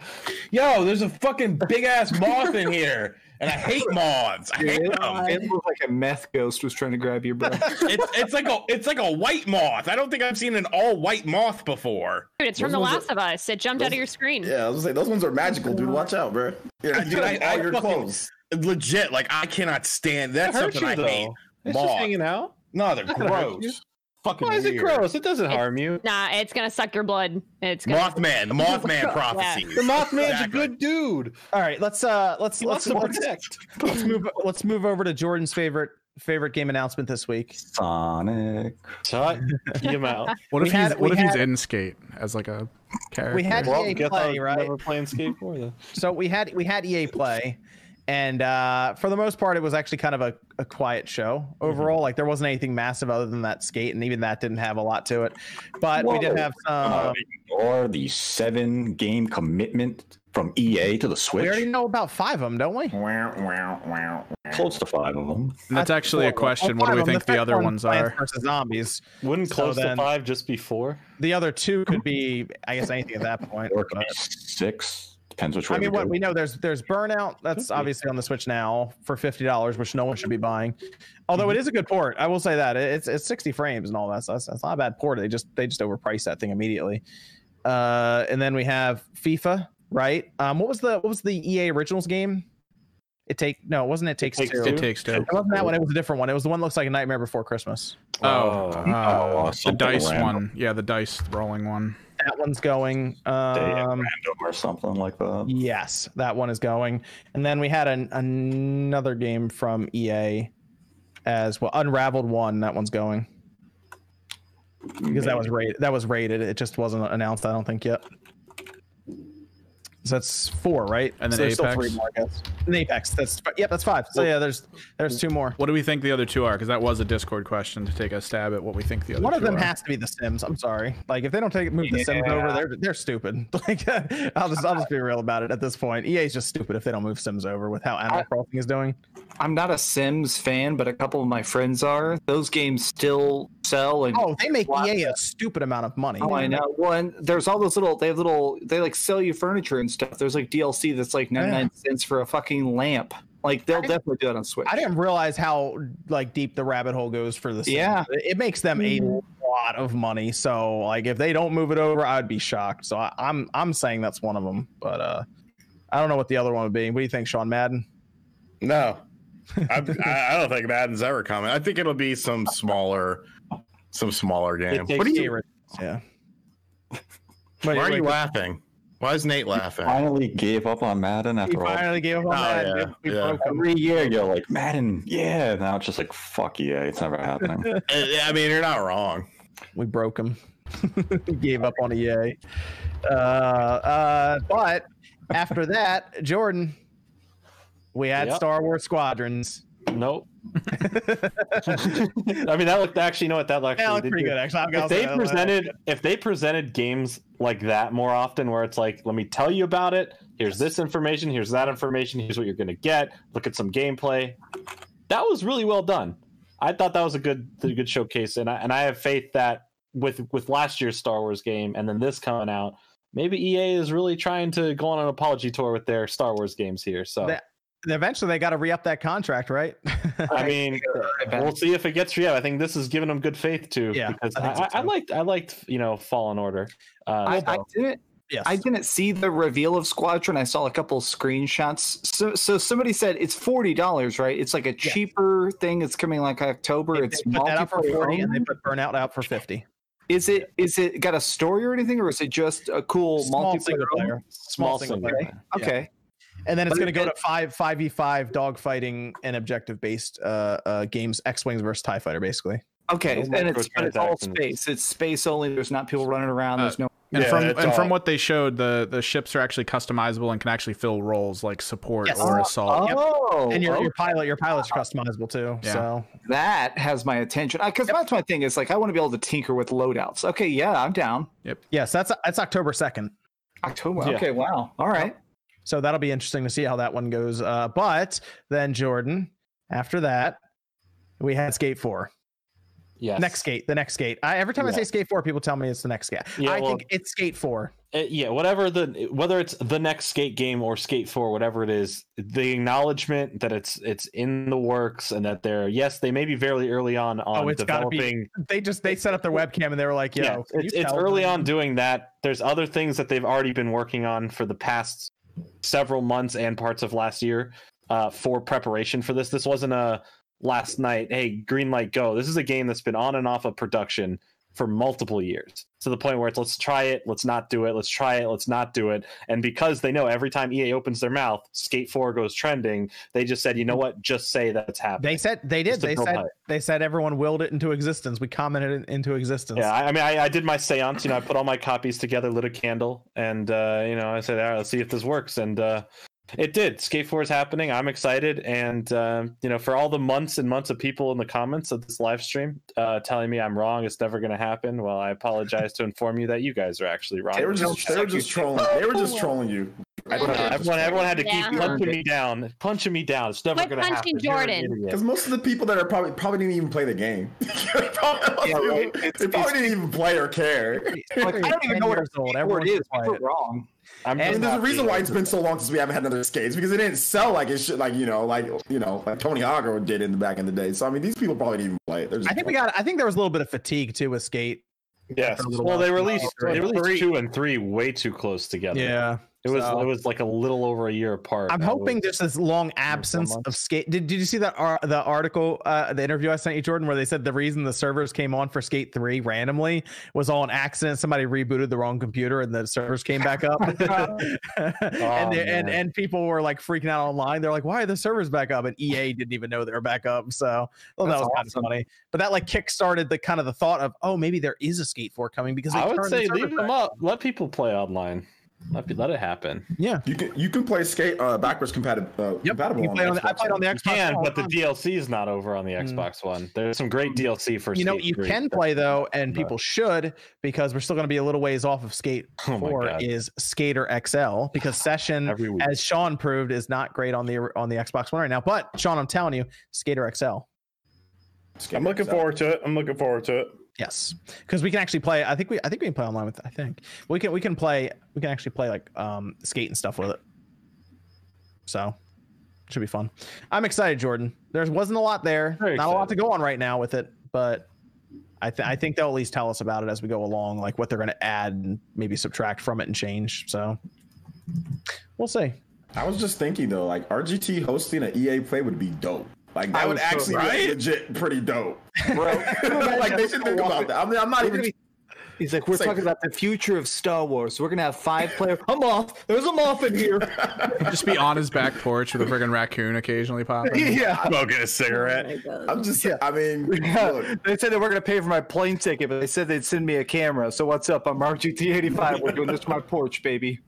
Speaker 10: Yo, there's a fucking big ass moth in here, and I hate moths. I hate them.
Speaker 5: It looked like a meth ghost was trying to grab your breath.
Speaker 10: It's, it's like a it's like a white moth. I don't think I've seen an all white moth before.
Speaker 6: Dude, it's from
Speaker 4: Those
Speaker 6: The
Speaker 4: ones
Speaker 6: Last of Us. It jumped out of your screen.
Speaker 4: Yeah, I was gonna say those ones are magical, dude. Watch out, bro. Yeah,
Speaker 10: Dude, I-
Speaker 4: all
Speaker 10: I
Speaker 4: your
Speaker 10: fucking-
Speaker 4: clothes.
Speaker 10: Legit, like I cannot stand.
Speaker 9: It
Speaker 10: That's
Speaker 9: hurts
Speaker 10: something I hate.
Speaker 9: It's
Speaker 10: Moth.
Speaker 9: just hanging out.
Speaker 10: No, they're
Speaker 9: hurt
Speaker 10: gross. Fucking
Speaker 9: Why is it
Speaker 10: weird.
Speaker 9: gross? It doesn't harm you.
Speaker 6: Nah, it's gonna suck your blood. It's gonna.
Speaker 10: Mothman, the Mothman prophecy.
Speaker 9: The Mothman's
Speaker 10: Exactly.
Speaker 9: a good dude.
Speaker 2: all right, let's uh let's
Speaker 9: He
Speaker 2: let's
Speaker 9: wants to
Speaker 2: let's,
Speaker 9: protect.
Speaker 2: let's move let's move over to Jordan's favorite favorite game announcement this week.
Speaker 8: Sonic.
Speaker 9: Shut your mouth.
Speaker 7: What
Speaker 2: we
Speaker 7: if he's
Speaker 2: had- we
Speaker 7: what if he's
Speaker 2: had-
Speaker 7: in skate as like a character?
Speaker 2: We had
Speaker 9: Well,
Speaker 2: EA
Speaker 9: guess I
Speaker 2: Play,
Speaker 9: was
Speaker 2: right?
Speaker 9: never playing skateboard then.
Speaker 2: So we had we had EA Play, and uh, for the most part, it was actually kind of a, a quiet show
Speaker 9: Mm-hmm.
Speaker 2: overall. Like there wasn't anything massive other than that skate, and even that didn't have a lot to it. But we did
Speaker 8: Whoa.
Speaker 2: have some.
Speaker 8: Uh, or the seven game commitment from EA to the
Speaker 2: we already
Speaker 8: Switch.
Speaker 2: know about five of them, don't we?
Speaker 4: Wow, wow, wow.
Speaker 8: Close to five of them.
Speaker 7: And that's actually a question.
Speaker 2: Well,
Speaker 7: What do
Speaker 2: five
Speaker 7: we
Speaker 2: of 'em.
Speaker 7: think the
Speaker 2: fifth
Speaker 7: other
Speaker 2: one,
Speaker 7: ones
Speaker 2: Plants
Speaker 7: are?
Speaker 2: versus zombies.
Speaker 9: Wouldn't
Speaker 2: So
Speaker 9: close
Speaker 2: then-
Speaker 9: to five just before.
Speaker 2: The other two could be, I guess, anything at that point.
Speaker 8: Or it could be
Speaker 2: but-
Speaker 8: six. Depends which way
Speaker 2: I mean,
Speaker 8: we
Speaker 2: what
Speaker 8: go.
Speaker 2: we know there's there's burnout that's obviously on the Switch now for fifty dollars, which no one should be buying. Although
Speaker 7: Mm-hmm.
Speaker 2: it is a good port, I will say that It- it's it's sixty frames and all that. So that's, that's not a bad port. They just they just overpriced that thing immediately. Uh, and then we have FIFA, right? Um, what was the what was the EA Originals game? It take no, it wasn't it takes,
Speaker 9: Takes
Speaker 2: two.
Speaker 7: It takes two.
Speaker 2: It wasn't that one. It was a different one. It was the one that looks like a Nightmare Before Christmas.
Speaker 7: Oh,
Speaker 8: Oh,
Speaker 7: uh, the
Speaker 8: something
Speaker 7: dice
Speaker 8: random.
Speaker 7: one. Yeah, the dice rolling one.
Speaker 2: That one's going.
Speaker 8: random
Speaker 2: Um,
Speaker 8: or something like that.
Speaker 2: Yes, that one is going. And then we had an, another game from EA as well. Unraveled one, that one's going because that was rated. That was rated. It just wasn't announced. I don't think yet. So that's four, right?
Speaker 7: And then
Speaker 2: so there's still
Speaker 7: Apex?
Speaker 2: three more, I guess. And Apex. That's yep. That's five. So yeah, there's there's two more.
Speaker 7: What do we think the other two are? Because that was a Discord question to take a stab at what we think the other.
Speaker 2: One of
Speaker 7: two
Speaker 2: them
Speaker 7: are.
Speaker 2: has to be The Sims. I'm sorry. Like if they don't take move The Sims over, they're they're stupid. Like I'll just I'll just be real about it at this point. EA is just stupid if they don't move Sims over with how Animal Crossing is doing.
Speaker 5: I'm not a Sims fan, but a couple of my friends are. Those games still sell and
Speaker 2: Oh, they make
Speaker 5: Lots
Speaker 2: EA a stupid amount of money.
Speaker 5: Oh, I know. Well, and there's all those little. They have little. They like sell you furniture and stuff. There's like DLC that's like 99 cents for a fucking lamp. Like they'll definitely do it on Switch.
Speaker 2: I didn't realize how like deep the rabbit hole goes for this.
Speaker 5: Yeah.
Speaker 2: it makes them a lot of money. So like, if they don't move it over, I'd be shocked. So I, I'm I'm saying that's one of them, but uh, I don't know what the other one would be. What do you think, Sean Madden?
Speaker 1: No, I, I I don't think Madden's ever coming. I think it'll be some smaller, some smaller game.
Speaker 9: takes
Speaker 1: What are
Speaker 9: two.
Speaker 1: you?
Speaker 2: Yeah,
Speaker 1: Why are
Speaker 2: wait,
Speaker 1: you
Speaker 2: wait.
Speaker 1: laughing? Why is Nate laughing?
Speaker 8: Finally gave up on Madden
Speaker 2: he
Speaker 8: after all.
Speaker 2: finally gave up on
Speaker 1: Oh,
Speaker 2: that.
Speaker 1: yeah,
Speaker 2: dude. We
Speaker 1: yeah.
Speaker 2: broke him.
Speaker 8: Every year you're like Madden, yeah. Now it's just like fuck EA. It's never happening.
Speaker 1: Uh, I I mean, you're not wrong.
Speaker 2: We broke him. he gave up on EA. Uh, uh, but after that, Jordan, we had
Speaker 9: Yep.
Speaker 2: Star Wars Squadrons.
Speaker 9: Nope. I mean, that looked actually. You know what? That actually
Speaker 2: That looked
Speaker 9: did
Speaker 2: pretty
Speaker 9: do-
Speaker 2: good, actually. I've got
Speaker 9: If they presented, if they presented games like that more often, where it's like, let me tell you about it. Here's this information. Here's that information. Here's what you're gonna get. Look at some gameplay. that was really well done. I thought that was a good a good showcase, and I and I have faith that with with last year's Star Wars game and then this coming out, maybe EA is really trying to go on an apology tour with their Star Wars games here. So
Speaker 2: That- Eventually, they got to re up that contract, right?
Speaker 9: I mean, we'll see if it gets. Yeah, I think this is giving them good faith too.
Speaker 2: Yeah,
Speaker 9: because
Speaker 2: I
Speaker 9: I,
Speaker 2: think so,
Speaker 9: I, I
Speaker 2: too.
Speaker 9: liked I liked you know Fallen Order. Uh,
Speaker 5: I,
Speaker 9: so-
Speaker 5: I didn't
Speaker 2: yes.
Speaker 5: I didn't see the reveal of Squadron. I saw a couple screenshots. So, so somebody said it's forty dollars, right? It's like a cheaper thing. It's coming like October.
Speaker 2: They-
Speaker 5: it's
Speaker 2: they put that out for forty,
Speaker 5: multiplayer.
Speaker 2: and they put Burnout out for fifty.
Speaker 5: Is it is it got a story or anything, or is it just a cool
Speaker 2: Small single
Speaker 5: multiplayer?
Speaker 2: player.
Speaker 9: Small single player.
Speaker 2: Yeah.
Speaker 5: Okay,
Speaker 2: And then it's
Speaker 5: But
Speaker 2: going to
Speaker 5: it-
Speaker 2: go to
Speaker 5: it-
Speaker 2: five five e five dogfighting and objective based uh, uh, games. X wings versus Tie Fighter, basically.
Speaker 5: okay,
Speaker 9: No
Speaker 5: and it's, but it's all
Speaker 9: microtransactions.
Speaker 5: space. It's space only. There's not people running around. There's no.
Speaker 7: And
Speaker 1: Yeah,
Speaker 7: from
Speaker 1: that's
Speaker 7: and from
Speaker 1: all.
Speaker 7: what they showed, the the ships are actually customizable and can actually fill roles like support
Speaker 2: Yes.
Speaker 7: or assault.
Speaker 2: Yep.
Speaker 5: Oh,
Speaker 2: and your,
Speaker 5: okay.
Speaker 2: your pilot, your pilot's customizable too.
Speaker 7: Yeah.
Speaker 2: So
Speaker 5: that has my attention. Because that's my thing is like I want to be able to tinker with loadouts. Okay, yeah, I'm down.
Speaker 2: yes, that's that's October second.
Speaker 5: October.
Speaker 9: Yeah.
Speaker 5: Okay, wow. All right.
Speaker 2: So that'll be interesting to see how that one goes. Uh, but then Jordan, after that, we had Skate Four.
Speaker 9: yes.
Speaker 2: Next Skate, the next Skate. I, every time I
Speaker 9: Yeah.
Speaker 2: say Skate Four, people tell me it's the next Skate.
Speaker 9: Yeah,
Speaker 2: I
Speaker 9: well-
Speaker 2: think it's Skate Four.
Speaker 9: Uh, yeah, whatever the whether it's the next skate game or skate four, whatever it is, the acknowledgement that it's it's in the works and that they're yes, they may be very early on on
Speaker 2: Oh, it's gotta be-
Speaker 9: developing.
Speaker 2: They just they set up their webcam and they were like, "Yo,
Speaker 9: yeah,
Speaker 2: can you
Speaker 9: it's, it's
Speaker 2: tell
Speaker 9: early
Speaker 2: them?"
Speaker 9: on doing that. There's other things that they've already been working on for the past several months and parts of last year uh, for preparation for this. This wasn't a last night. Hey, green light, go. This is a game that's been on and off of production for multiple years to the point where it's let's try it, let's not do it, let's try it, let's not do it. And because they know every time EA opens their mouth, Skate Four goes trending. They just said, you know what? Just say that's happening.
Speaker 2: They said they did.
Speaker 9: Just a
Speaker 2: They said
Speaker 9: prototype.
Speaker 2: they said everyone willed it into existence. We commented it into existence.
Speaker 9: Yeah, I, I mean, I, I did my seance. You know, I put all my copies together, lit a candle, and uh, you know, I said, "All right, let's see if this works." And uh, it did. Skate Four is happening. I'm excited, and um, you know, for all the months and months of people in the comments of this live stream uh, telling me I'm wrong, it's never going to happen. Well, I apologize to inform you that you guys are actually wrong.
Speaker 4: They were just they were just trolling. They were just trolling you. I think they were just
Speaker 9: everyone, everyone had to
Speaker 6: Yeah.
Speaker 9: keep punching me down, punching me down. It's never
Speaker 6: Quit
Speaker 9: going to happen.
Speaker 6: punching
Speaker 9: You're an
Speaker 6: Jordan.
Speaker 9: idiot.
Speaker 4: Because most of the people that are probably probably didn't even play the game. They probably,
Speaker 5: Yeah, right.
Speaker 4: they probably didn't even play or care.
Speaker 5: Like, I don't even know what
Speaker 2: years old.
Speaker 5: a word
Speaker 2: Everyone's
Speaker 5: is.
Speaker 2: quiet.
Speaker 5: People are wrong.
Speaker 9: I'm
Speaker 4: I
Speaker 9: just
Speaker 4: mean, there's a
Speaker 9: happy
Speaker 4: reason why
Speaker 9: that
Speaker 4: it's been so long since we haven't had another skates because it didn't sell like it should, like you know, like you know, like Tony Hawk or did in the back in the day. So I mean, these people probably didn't even play it. They're just
Speaker 2: I think we got. I think there was a little bit of fatigue too with Skate.
Speaker 9: Yes.
Speaker 2: a little
Speaker 9: Well, they
Speaker 2: while.
Speaker 9: released
Speaker 2: Oh,
Speaker 9: they released
Speaker 2: three.
Speaker 9: two and three way too close together. It was
Speaker 2: So-
Speaker 9: it was like a little over a year apart.
Speaker 2: I'm
Speaker 9: That
Speaker 2: hoping
Speaker 9: was-
Speaker 2: just this long absence
Speaker 9: months.
Speaker 2: of Skate. Did, did you see that ar- the article, uh, the interview I sent you, Jordan, where they said the reason the servers came on for Skate Three randomly was all an accident. Somebody rebooted the wrong computer and the servers came back up,
Speaker 4: Oh,
Speaker 2: and, they, and
Speaker 9: man.
Speaker 2: and people were like freaking out online. They're like, "Why are the servers back up?" And EA didn't even know they were back up. So well, that
Speaker 5: That's
Speaker 2: was kind of
Speaker 5: awesome.
Speaker 2: funny. But that like kickstarted the kind of the thought of, "Oh, maybe there is a Skate Four coming." Because they
Speaker 9: I would
Speaker 2: turned the
Speaker 9: say
Speaker 2: servers
Speaker 9: leave
Speaker 2: back
Speaker 9: them up. Let people play online. Let pe- let it happen.
Speaker 4: you can you can play skate uh, backwards compatible uh,
Speaker 2: Yep.
Speaker 4: compatible.
Speaker 2: You
Speaker 4: on
Speaker 2: played on the, I
Speaker 4: Xbox
Speaker 2: played on the
Speaker 9: You
Speaker 2: Xbox.
Speaker 9: can,
Speaker 2: One.
Speaker 9: but the DLC is not over on the
Speaker 2: Mm.
Speaker 9: Xbox One. There's some great DLC for
Speaker 2: you
Speaker 9: Skate
Speaker 2: know what you
Speaker 9: 3.
Speaker 2: can play though, and people should because we're still going to be a little ways off of Skate
Speaker 9: Oh my
Speaker 2: Four
Speaker 9: God.
Speaker 2: is Skater XL because Session,
Speaker 9: every week.
Speaker 2: as Sean proved, is not great on the on the Xbox One right now. But Sean, I'm telling you, Skater XL,
Speaker 4: Xbox.
Speaker 1: I'm looking
Speaker 4: So-
Speaker 1: forward to it. I'm looking forward to it.
Speaker 2: yes, because we can actually play. I think we I think we can play online with. I think we can we can play we can actually play like um skate and stuff with it. So. Should be fun. I'm excited, Jordan. There wasn't a lot there.
Speaker 9: Very
Speaker 2: Not a lot to
Speaker 9: excited.
Speaker 2: go on right now with it, but I, th- I think they'll at least tell us about it as we go along, like what they're going to add and maybe subtract from it and change. So we'll see.
Speaker 4: I was just thinking though, like RGT hosting an EA play would be dope. Like that
Speaker 5: I
Speaker 4: would
Speaker 5: was so-
Speaker 4: actually be
Speaker 1: right?
Speaker 4: legit pretty dope.
Speaker 5: Bro,
Speaker 4: like they should think about that. I mean, I'm not
Speaker 5: We're
Speaker 4: even.
Speaker 5: gonna be- He's like, we're
Speaker 4: It's like-
Speaker 5: talking about the future of Star Wars. We're gonna have five player. I'm off. There's a moth in here.
Speaker 7: Just be on his back porch with a friggin' raccoon occasionally popping.
Speaker 5: yeah.
Speaker 1: Smoking a cigarette.
Speaker 4: I'm just. saying I mean, look,
Speaker 5: They said they were gonna pay for my plane ticket, but they said they'd send me a camera. So what's up? I'm RGT85. We're doing this to my porch, baby.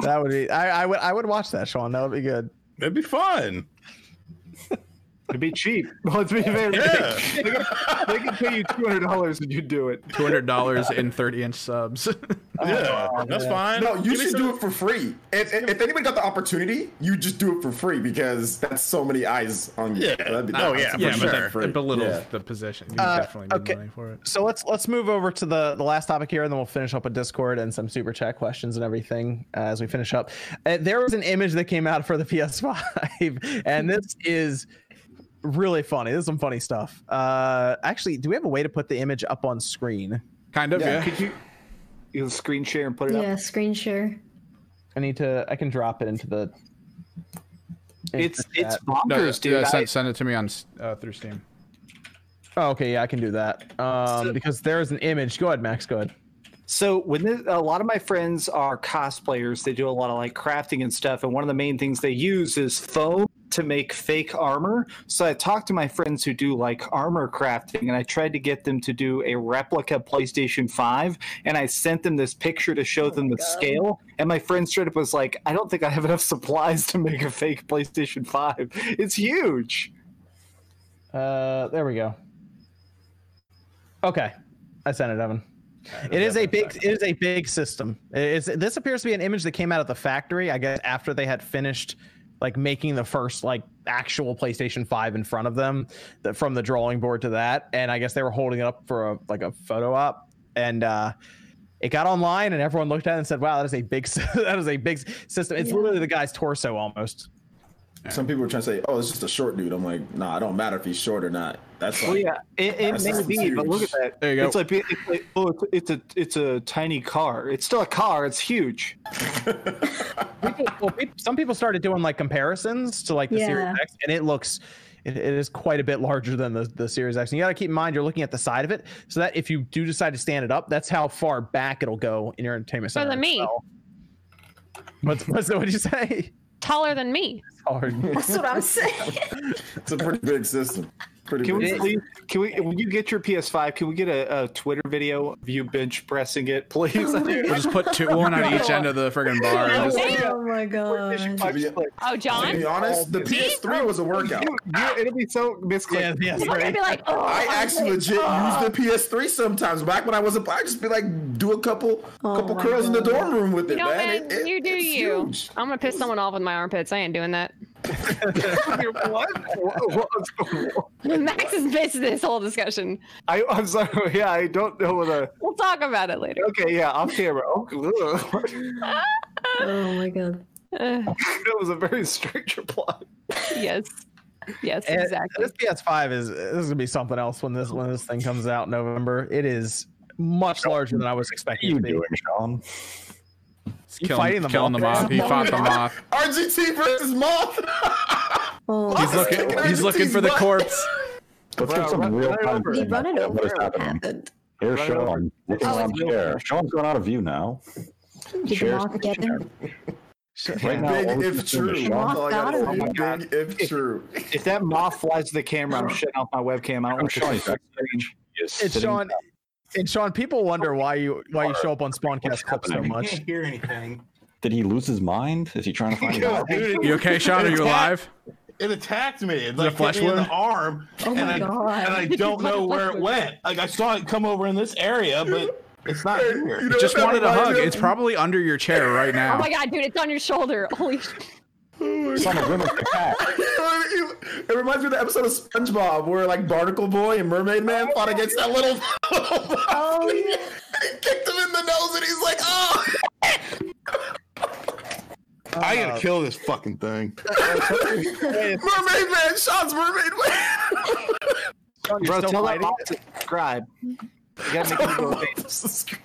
Speaker 2: That would be. I, I would. I would watch that, Sean. That would be good.
Speaker 1: It'd be fun.
Speaker 5: It'd be cheap. Let's be very.
Speaker 1: Yeah.
Speaker 5: They, can, they can pay you two hundred dollars and you do it.
Speaker 7: Two hundred dollars in thirty inch subs.
Speaker 1: yeah, that's fine.
Speaker 4: No, you
Speaker 1: Give me
Speaker 4: should
Speaker 1: some-
Speaker 4: do it for free. If, if, if anybody got the opportunity, you just do it for free because that's so many eyes on you.
Speaker 1: Yeah.
Speaker 4: That'd be-
Speaker 1: Oh, yeah,
Speaker 4: that's
Speaker 1: for
Speaker 7: yeah,
Speaker 4: free.
Speaker 7: but
Speaker 1: sure.
Speaker 7: that, it belittles
Speaker 4: Yeah.
Speaker 7: the position. You
Speaker 2: Uh,
Speaker 7: definitely need
Speaker 2: okay.
Speaker 7: money for it.
Speaker 2: so let's let's move over to the the last topic here and then we'll finish up with discord and some super chat questions and everything uh, as we finish up uh, there was an image that came out for the ps5 and this is really funny this is some funny stuff uh actually do we have a way to put the image up on screen
Speaker 7: Kind of, yeah.
Speaker 5: Could you you screen share and put it
Speaker 3: Yeah,
Speaker 5: up?
Speaker 3: screen share.
Speaker 2: i need to i can drop it into the into
Speaker 5: It's
Speaker 2: the
Speaker 5: it's
Speaker 2: chat.
Speaker 5: bonkers,
Speaker 7: No,
Speaker 5: dude.
Speaker 7: yeah,
Speaker 5: I-
Speaker 7: send, send it to me on S- uh, through Steam.
Speaker 2: oh, okay yeah i can do that um because there is an image go ahead max go ahead
Speaker 5: So when this, a lot of my friends are cosplayers, they do a lot of like crafting and stuff, and one of the main things they use is foam to make fake armor. So I talked to my friends who do like armor crafting, and I tried to get them to do a replica PlayStation Five, and I sent them this picture to show them the scale. And my friend straight up was like, "I don't think I have enough supplies to make a fake PlayStation Five. It's huge."
Speaker 2: Uh, there we go. Okay, I sent it, Evan. It is a big, it is a big system. It's, this appears to be an image that came out of the factory. I guess after they had finished, like making the first like actual PlayStation Five in front of them, the, from the drawing board to that, and I guess they were holding it up for a like a photo op, and uh, it got online, and everyone looked at it and said, "Wow, that is a big, s- that is a big s- system." It's literally the guy's torso almost.
Speaker 4: Some people are trying to say, "Oh, it's just a short dude." I'm like, "Nah, it don't matter if he's short or not." That's
Speaker 5: Well,
Speaker 4: like-
Speaker 5: yeah, it, it
Speaker 4: That's
Speaker 5: may
Speaker 4: not
Speaker 5: be, but look at
Speaker 4: huge.
Speaker 5: that.
Speaker 7: There you go.
Speaker 5: It's like, be- it's like oh, it's, it's a it's a tiny car. It's still a car. It's huge.
Speaker 2: people, well, peop some people started doing like comparisons to like the Series
Speaker 3: Yeah.
Speaker 2: X, and it looks, it, it is quite a bit larger than the, the Series X. And you got to keep in mind you're looking at the side of it, so that if you do decide to stand it up, that's how far back it'll go in your entertainment
Speaker 6: Taller
Speaker 2: center.
Speaker 6: than
Speaker 2: as
Speaker 6: me.
Speaker 2: well. What's what's what did you say?
Speaker 6: Taller than me.
Speaker 2: Hard.
Speaker 3: That's what I'm saying.
Speaker 4: it's a pretty big system. Pretty
Speaker 5: Can
Speaker 4: big.
Speaker 5: we
Speaker 4: system.
Speaker 5: please? Can we? When you get your PS5, can we get a, a Twitter video of you bench pressing it, please?
Speaker 7: We'll just put two, one on each end of the friggin' bar. and just-
Speaker 3: oh my god.
Speaker 5: Punch, like,
Speaker 6: Oh,
Speaker 4: To be
Speaker 6: John.
Speaker 4: honest, the
Speaker 5: See?
Speaker 4: PS3 was a workout.
Speaker 5: you- you- it'll be so
Speaker 2: yeah,
Speaker 5: misclicked.
Speaker 2: yeah,
Speaker 6: We're gonna
Speaker 2: sorry.
Speaker 6: be like, oh,
Speaker 4: I actually legit used the PS3 sometimes. Back when I was a, I just be like, do a couple,
Speaker 3: Oh
Speaker 4: couple
Speaker 3: my
Speaker 4: curls in the
Speaker 3: God.
Speaker 4: dorm room with it,
Speaker 6: you know,
Speaker 4: man.
Speaker 6: man,
Speaker 4: It- it-
Speaker 6: you do
Speaker 4: it's
Speaker 6: you.
Speaker 4: huge.
Speaker 6: I'm gonna piss someone off with my armpits. I ain't doing that.
Speaker 5: what? What- what-
Speaker 6: Max's missed this whole discussion.
Speaker 5: I, I'm sorry. Yeah, I don't know what a.
Speaker 6: We'll talk about it later.
Speaker 5: Okay, yeah, off camera. Oh, ugh.
Speaker 3: Oh my god.
Speaker 6: Uh,
Speaker 5: that was a very strange reply.
Speaker 6: yes. Yes,
Speaker 2: And
Speaker 6: exactly.
Speaker 2: This PS5 is this is gonna be something else when this when this thing comes out in November. It is much larger than I was expecting.
Speaker 8: you
Speaker 2: it to be.
Speaker 8: doing, Sean?
Speaker 7: It's
Speaker 2: You
Speaker 7: killing,
Speaker 2: fighting the
Speaker 7: killing
Speaker 2: moth.
Speaker 7: the moth. He fought the moth.
Speaker 4: RGT versus Moth.
Speaker 3: Oh,
Speaker 7: He's looking. He's looking for the corpse.
Speaker 8: Let's give
Speaker 5: run-
Speaker 8: some real
Speaker 5: run it
Speaker 8: time
Speaker 5: over.
Speaker 3: he run it
Speaker 8: about what
Speaker 3: over.
Speaker 8: is
Speaker 3: What
Speaker 8: happening.
Speaker 3: happened?
Speaker 8: Here's
Speaker 5: Run it over.
Speaker 8: Sean. Looking
Speaker 5: Oh,
Speaker 8: around
Speaker 5: it's real.
Speaker 8: chair. Sean's going out of view now.
Speaker 3: Did the
Speaker 8: Shares
Speaker 3: moth get him?
Speaker 8: Right now, all
Speaker 4: Big
Speaker 8: we
Speaker 4: if
Speaker 8: can do
Speaker 4: true.
Speaker 8: is Sean.
Speaker 4: That's all I gotta
Speaker 3: Moth
Speaker 4: say.
Speaker 5: got
Speaker 4: Big if true.
Speaker 5: If that moth flies to the camera, I'm shutting off my webcam. I don't
Speaker 8: I'm
Speaker 5: want to
Speaker 8: showing you that.
Speaker 5: strange.
Speaker 8: He is
Speaker 2: It's
Speaker 8: sitting-
Speaker 2: Sean. And Sean, people wonder why you why you show up on Spawncast clips so
Speaker 8: happening?
Speaker 2: much.
Speaker 11: hear anything.
Speaker 8: Did he lose his mind? Is he trying to find
Speaker 11: Yo,
Speaker 8: out?
Speaker 11: dude, it,
Speaker 7: You okay, Sean? Are you alive?
Speaker 11: it attacked me. It
Speaker 7: it a
Speaker 11: like
Speaker 7: flesh
Speaker 11: hit me in
Speaker 7: wound?
Speaker 11: the arm, and,
Speaker 3: Oh my
Speaker 11: I,
Speaker 3: god.
Speaker 11: and I don't know where it went. Like I saw it come over in this area, but it's not
Speaker 4: You
Speaker 11: here.
Speaker 4: know
Speaker 7: Just
Speaker 4: what that
Speaker 7: wanted a
Speaker 4: reminds
Speaker 7: hug.
Speaker 4: me of?
Speaker 7: It's probably under your chair right
Speaker 6: Oh
Speaker 7: now.
Speaker 6: my god, dude, it's on your shoulder. Holy shit.
Speaker 8: It's on a women's attack.
Speaker 4: It reminds me of the episode of SpongeBob where like Barnacle Boy and Mermaid Man fought against that little. Oh yeah. Kicked him in the nose and he's like, oh.
Speaker 11: I gotta kill this fucking thing.
Speaker 4: Mermaid Man, Sean's Mermaid Man.
Speaker 2: Sean, you're
Speaker 5: Bro,
Speaker 2: still
Speaker 5: tell that
Speaker 2: fighting
Speaker 5: moth to subscribe. You gotta make people wait.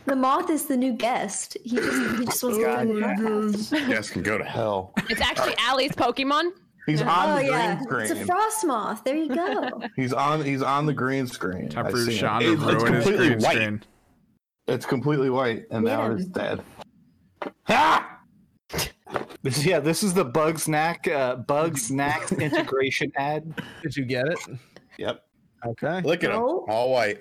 Speaker 3: The moth is the new guest. He just he just wants to go in the podcast.
Speaker 11: Yes, can go to hell.
Speaker 6: It's actually Allie's Pokemon.
Speaker 11: He's on
Speaker 3: Oh
Speaker 11: the
Speaker 3: yeah,
Speaker 11: green
Speaker 3: it's a
Speaker 11: screen.
Speaker 3: frost moth. There you go.
Speaker 11: He's on. He's on the green screen.
Speaker 7: Time
Speaker 11: I
Speaker 7: for
Speaker 11: see him.
Speaker 7: Sean to
Speaker 11: It's- it's
Speaker 7: ruin his
Speaker 11: completely
Speaker 7: green
Speaker 11: white.
Speaker 7: screen.
Speaker 11: It's completely white, and
Speaker 3: Yeah.
Speaker 11: now it's dead. Ah!
Speaker 5: This- Yeah, this is the Bug Snack uh, Bug Snack integration ad.
Speaker 2: it. Did you get it?
Speaker 11: Yep.
Speaker 2: Okay.
Speaker 1: Look at him,
Speaker 3: No.
Speaker 1: all white.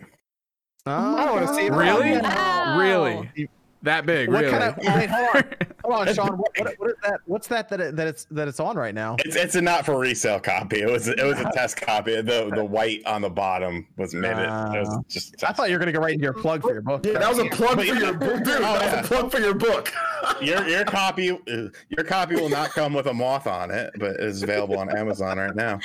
Speaker 2: Ah,
Speaker 5: I don't want to see it.
Speaker 7: Really?
Speaker 3: Oh, Wow.
Speaker 7: Really? that big.
Speaker 2: What
Speaker 7: really.
Speaker 2: kind of? Wait, hold on, hold on, Sean. What, what, what is that? What's that that, it, that it's that it's on right now?
Speaker 1: It's it's a not for resale copy. It was it was a test copy. The the white on the bottom was made. It, it
Speaker 5: Ah.
Speaker 1: was just a
Speaker 2: I thought you were gonna go right into your plug for your book.
Speaker 4: Yeah, that was a plug for your book, dude. That was a plug for your book.
Speaker 1: test. Oh, your your copy uh, your copy will not come with a moth on it, but it is available on Amazon right now.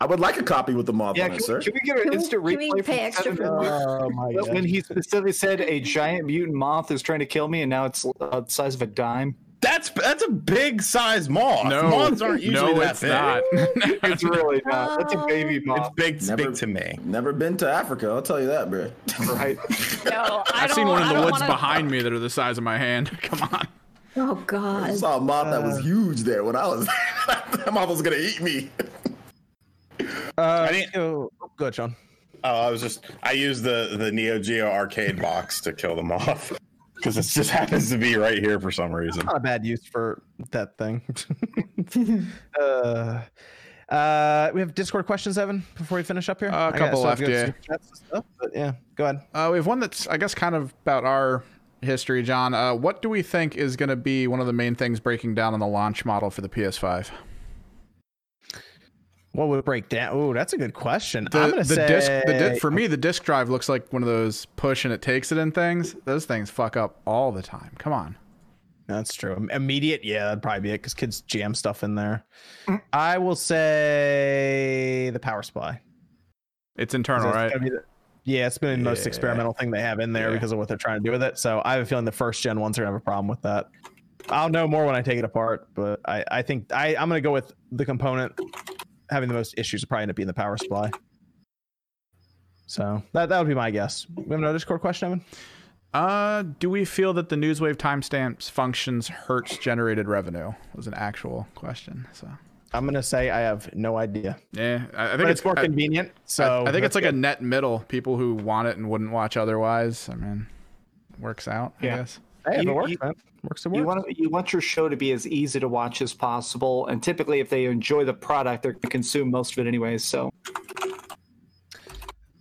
Speaker 4: I would like a copy with the mob
Speaker 5: Yeah,
Speaker 4: on
Speaker 5: can,
Speaker 4: it, sir.
Speaker 5: we- can we get
Speaker 3: Can
Speaker 5: an
Speaker 3: we-
Speaker 5: instant
Speaker 3: can we
Speaker 5: replay
Speaker 3: pay
Speaker 5: from
Speaker 3: extra
Speaker 5: Kevin
Speaker 3: for the
Speaker 5: Miller?
Speaker 2: Oh my
Speaker 5: But when
Speaker 2: god!
Speaker 5: he specifically said a giant mutant moth is trying to kill me, and now it's uh, the size of a dime.
Speaker 1: That's that's a big size moth.
Speaker 7: No,
Speaker 1: Moths aren't usually
Speaker 7: no,
Speaker 1: that
Speaker 7: it's
Speaker 1: big.
Speaker 7: not.
Speaker 5: It's really not. That's a baby
Speaker 2: Um,
Speaker 6: Oh.
Speaker 1: It's
Speaker 5: moth,
Speaker 1: big, it's
Speaker 4: Never-
Speaker 1: big to me.
Speaker 4: Never been to Africa, I'll tell you that, bro.
Speaker 5: right?
Speaker 6: No, I
Speaker 7: I've
Speaker 6: don't,
Speaker 7: seen one
Speaker 6: I
Speaker 7: in the
Speaker 6: don't
Speaker 7: woods
Speaker 6: wanna-
Speaker 7: behind me that are the size of my hand. Come on.
Speaker 3: Oh
Speaker 4: I
Speaker 3: god.
Speaker 4: saw a moth that was huge there when I was. that moth was gonna eat me.
Speaker 2: Uh,
Speaker 1: I didn't-
Speaker 2: so- go ahead, Sean.
Speaker 1: Oh, I was just I used the the Neo Geo arcade box to kill the moth because it just happens to be right here for some reason.
Speaker 2: Not a bad use for that thing. uh, uh, we have Discord questions, Evan. Before we finish up here,
Speaker 7: Uh, a
Speaker 2: I gotta
Speaker 7: couple
Speaker 2: still have to
Speaker 7: left,
Speaker 2: go to
Speaker 7: yeah.
Speaker 2: super chats and stuff, but yeah, go ahead.
Speaker 7: Uh, we have one that's, I guess, kind of about our history, John. Uh, what do we think is going to be one of the main things breaking down on the launch model for the PS5?
Speaker 2: What would break down? Oh, that's a good question.
Speaker 7: The,
Speaker 2: I'm gonna
Speaker 7: the
Speaker 2: say
Speaker 7: disc, the di- for me, the disc drive looks like one of those push and it takes it in things. Those things fuck up all the time. Come on.
Speaker 2: That's true. Im- Immediate, yeah, that'd probably be it because kids jam stuff in there. I will say the power supply.
Speaker 7: It's internal,
Speaker 2: It's
Speaker 7: right?
Speaker 2: gonna be the- yeah, it's been the most experimental thing they have in there because of what they're trying to do with it. So I have a feeling the first gen ones are gonna have a problem with that. I'll know more when I take it apart, but I, I think I, I'm gonna go with the component having the most issues will probably end up being the power supply. So that, that would be my guess. We have another Discord question, Evan.
Speaker 7: Uh, do we feel that the newswave timestamps functions hertz generated revenue? Was an actual question. So
Speaker 2: I'm gonna say I have no idea.
Speaker 7: yeah, I, I think
Speaker 2: But it's, more
Speaker 7: I-
Speaker 2: convenient. So
Speaker 7: I, I think it's
Speaker 2: that's
Speaker 7: like a
Speaker 2: good.
Speaker 7: net middle. People who want it and wouldn't watch otherwise. I mean, works out. I
Speaker 5: Yeah.
Speaker 7: guess.
Speaker 2: Hey, if
Speaker 5: you-
Speaker 2: it works,
Speaker 5: you-
Speaker 2: man. Works, it
Speaker 5: You
Speaker 2: works.
Speaker 5: want you want your show to be as easy to watch as possible, and typically, if they enjoy the product, they're going to consume most of it anyway. So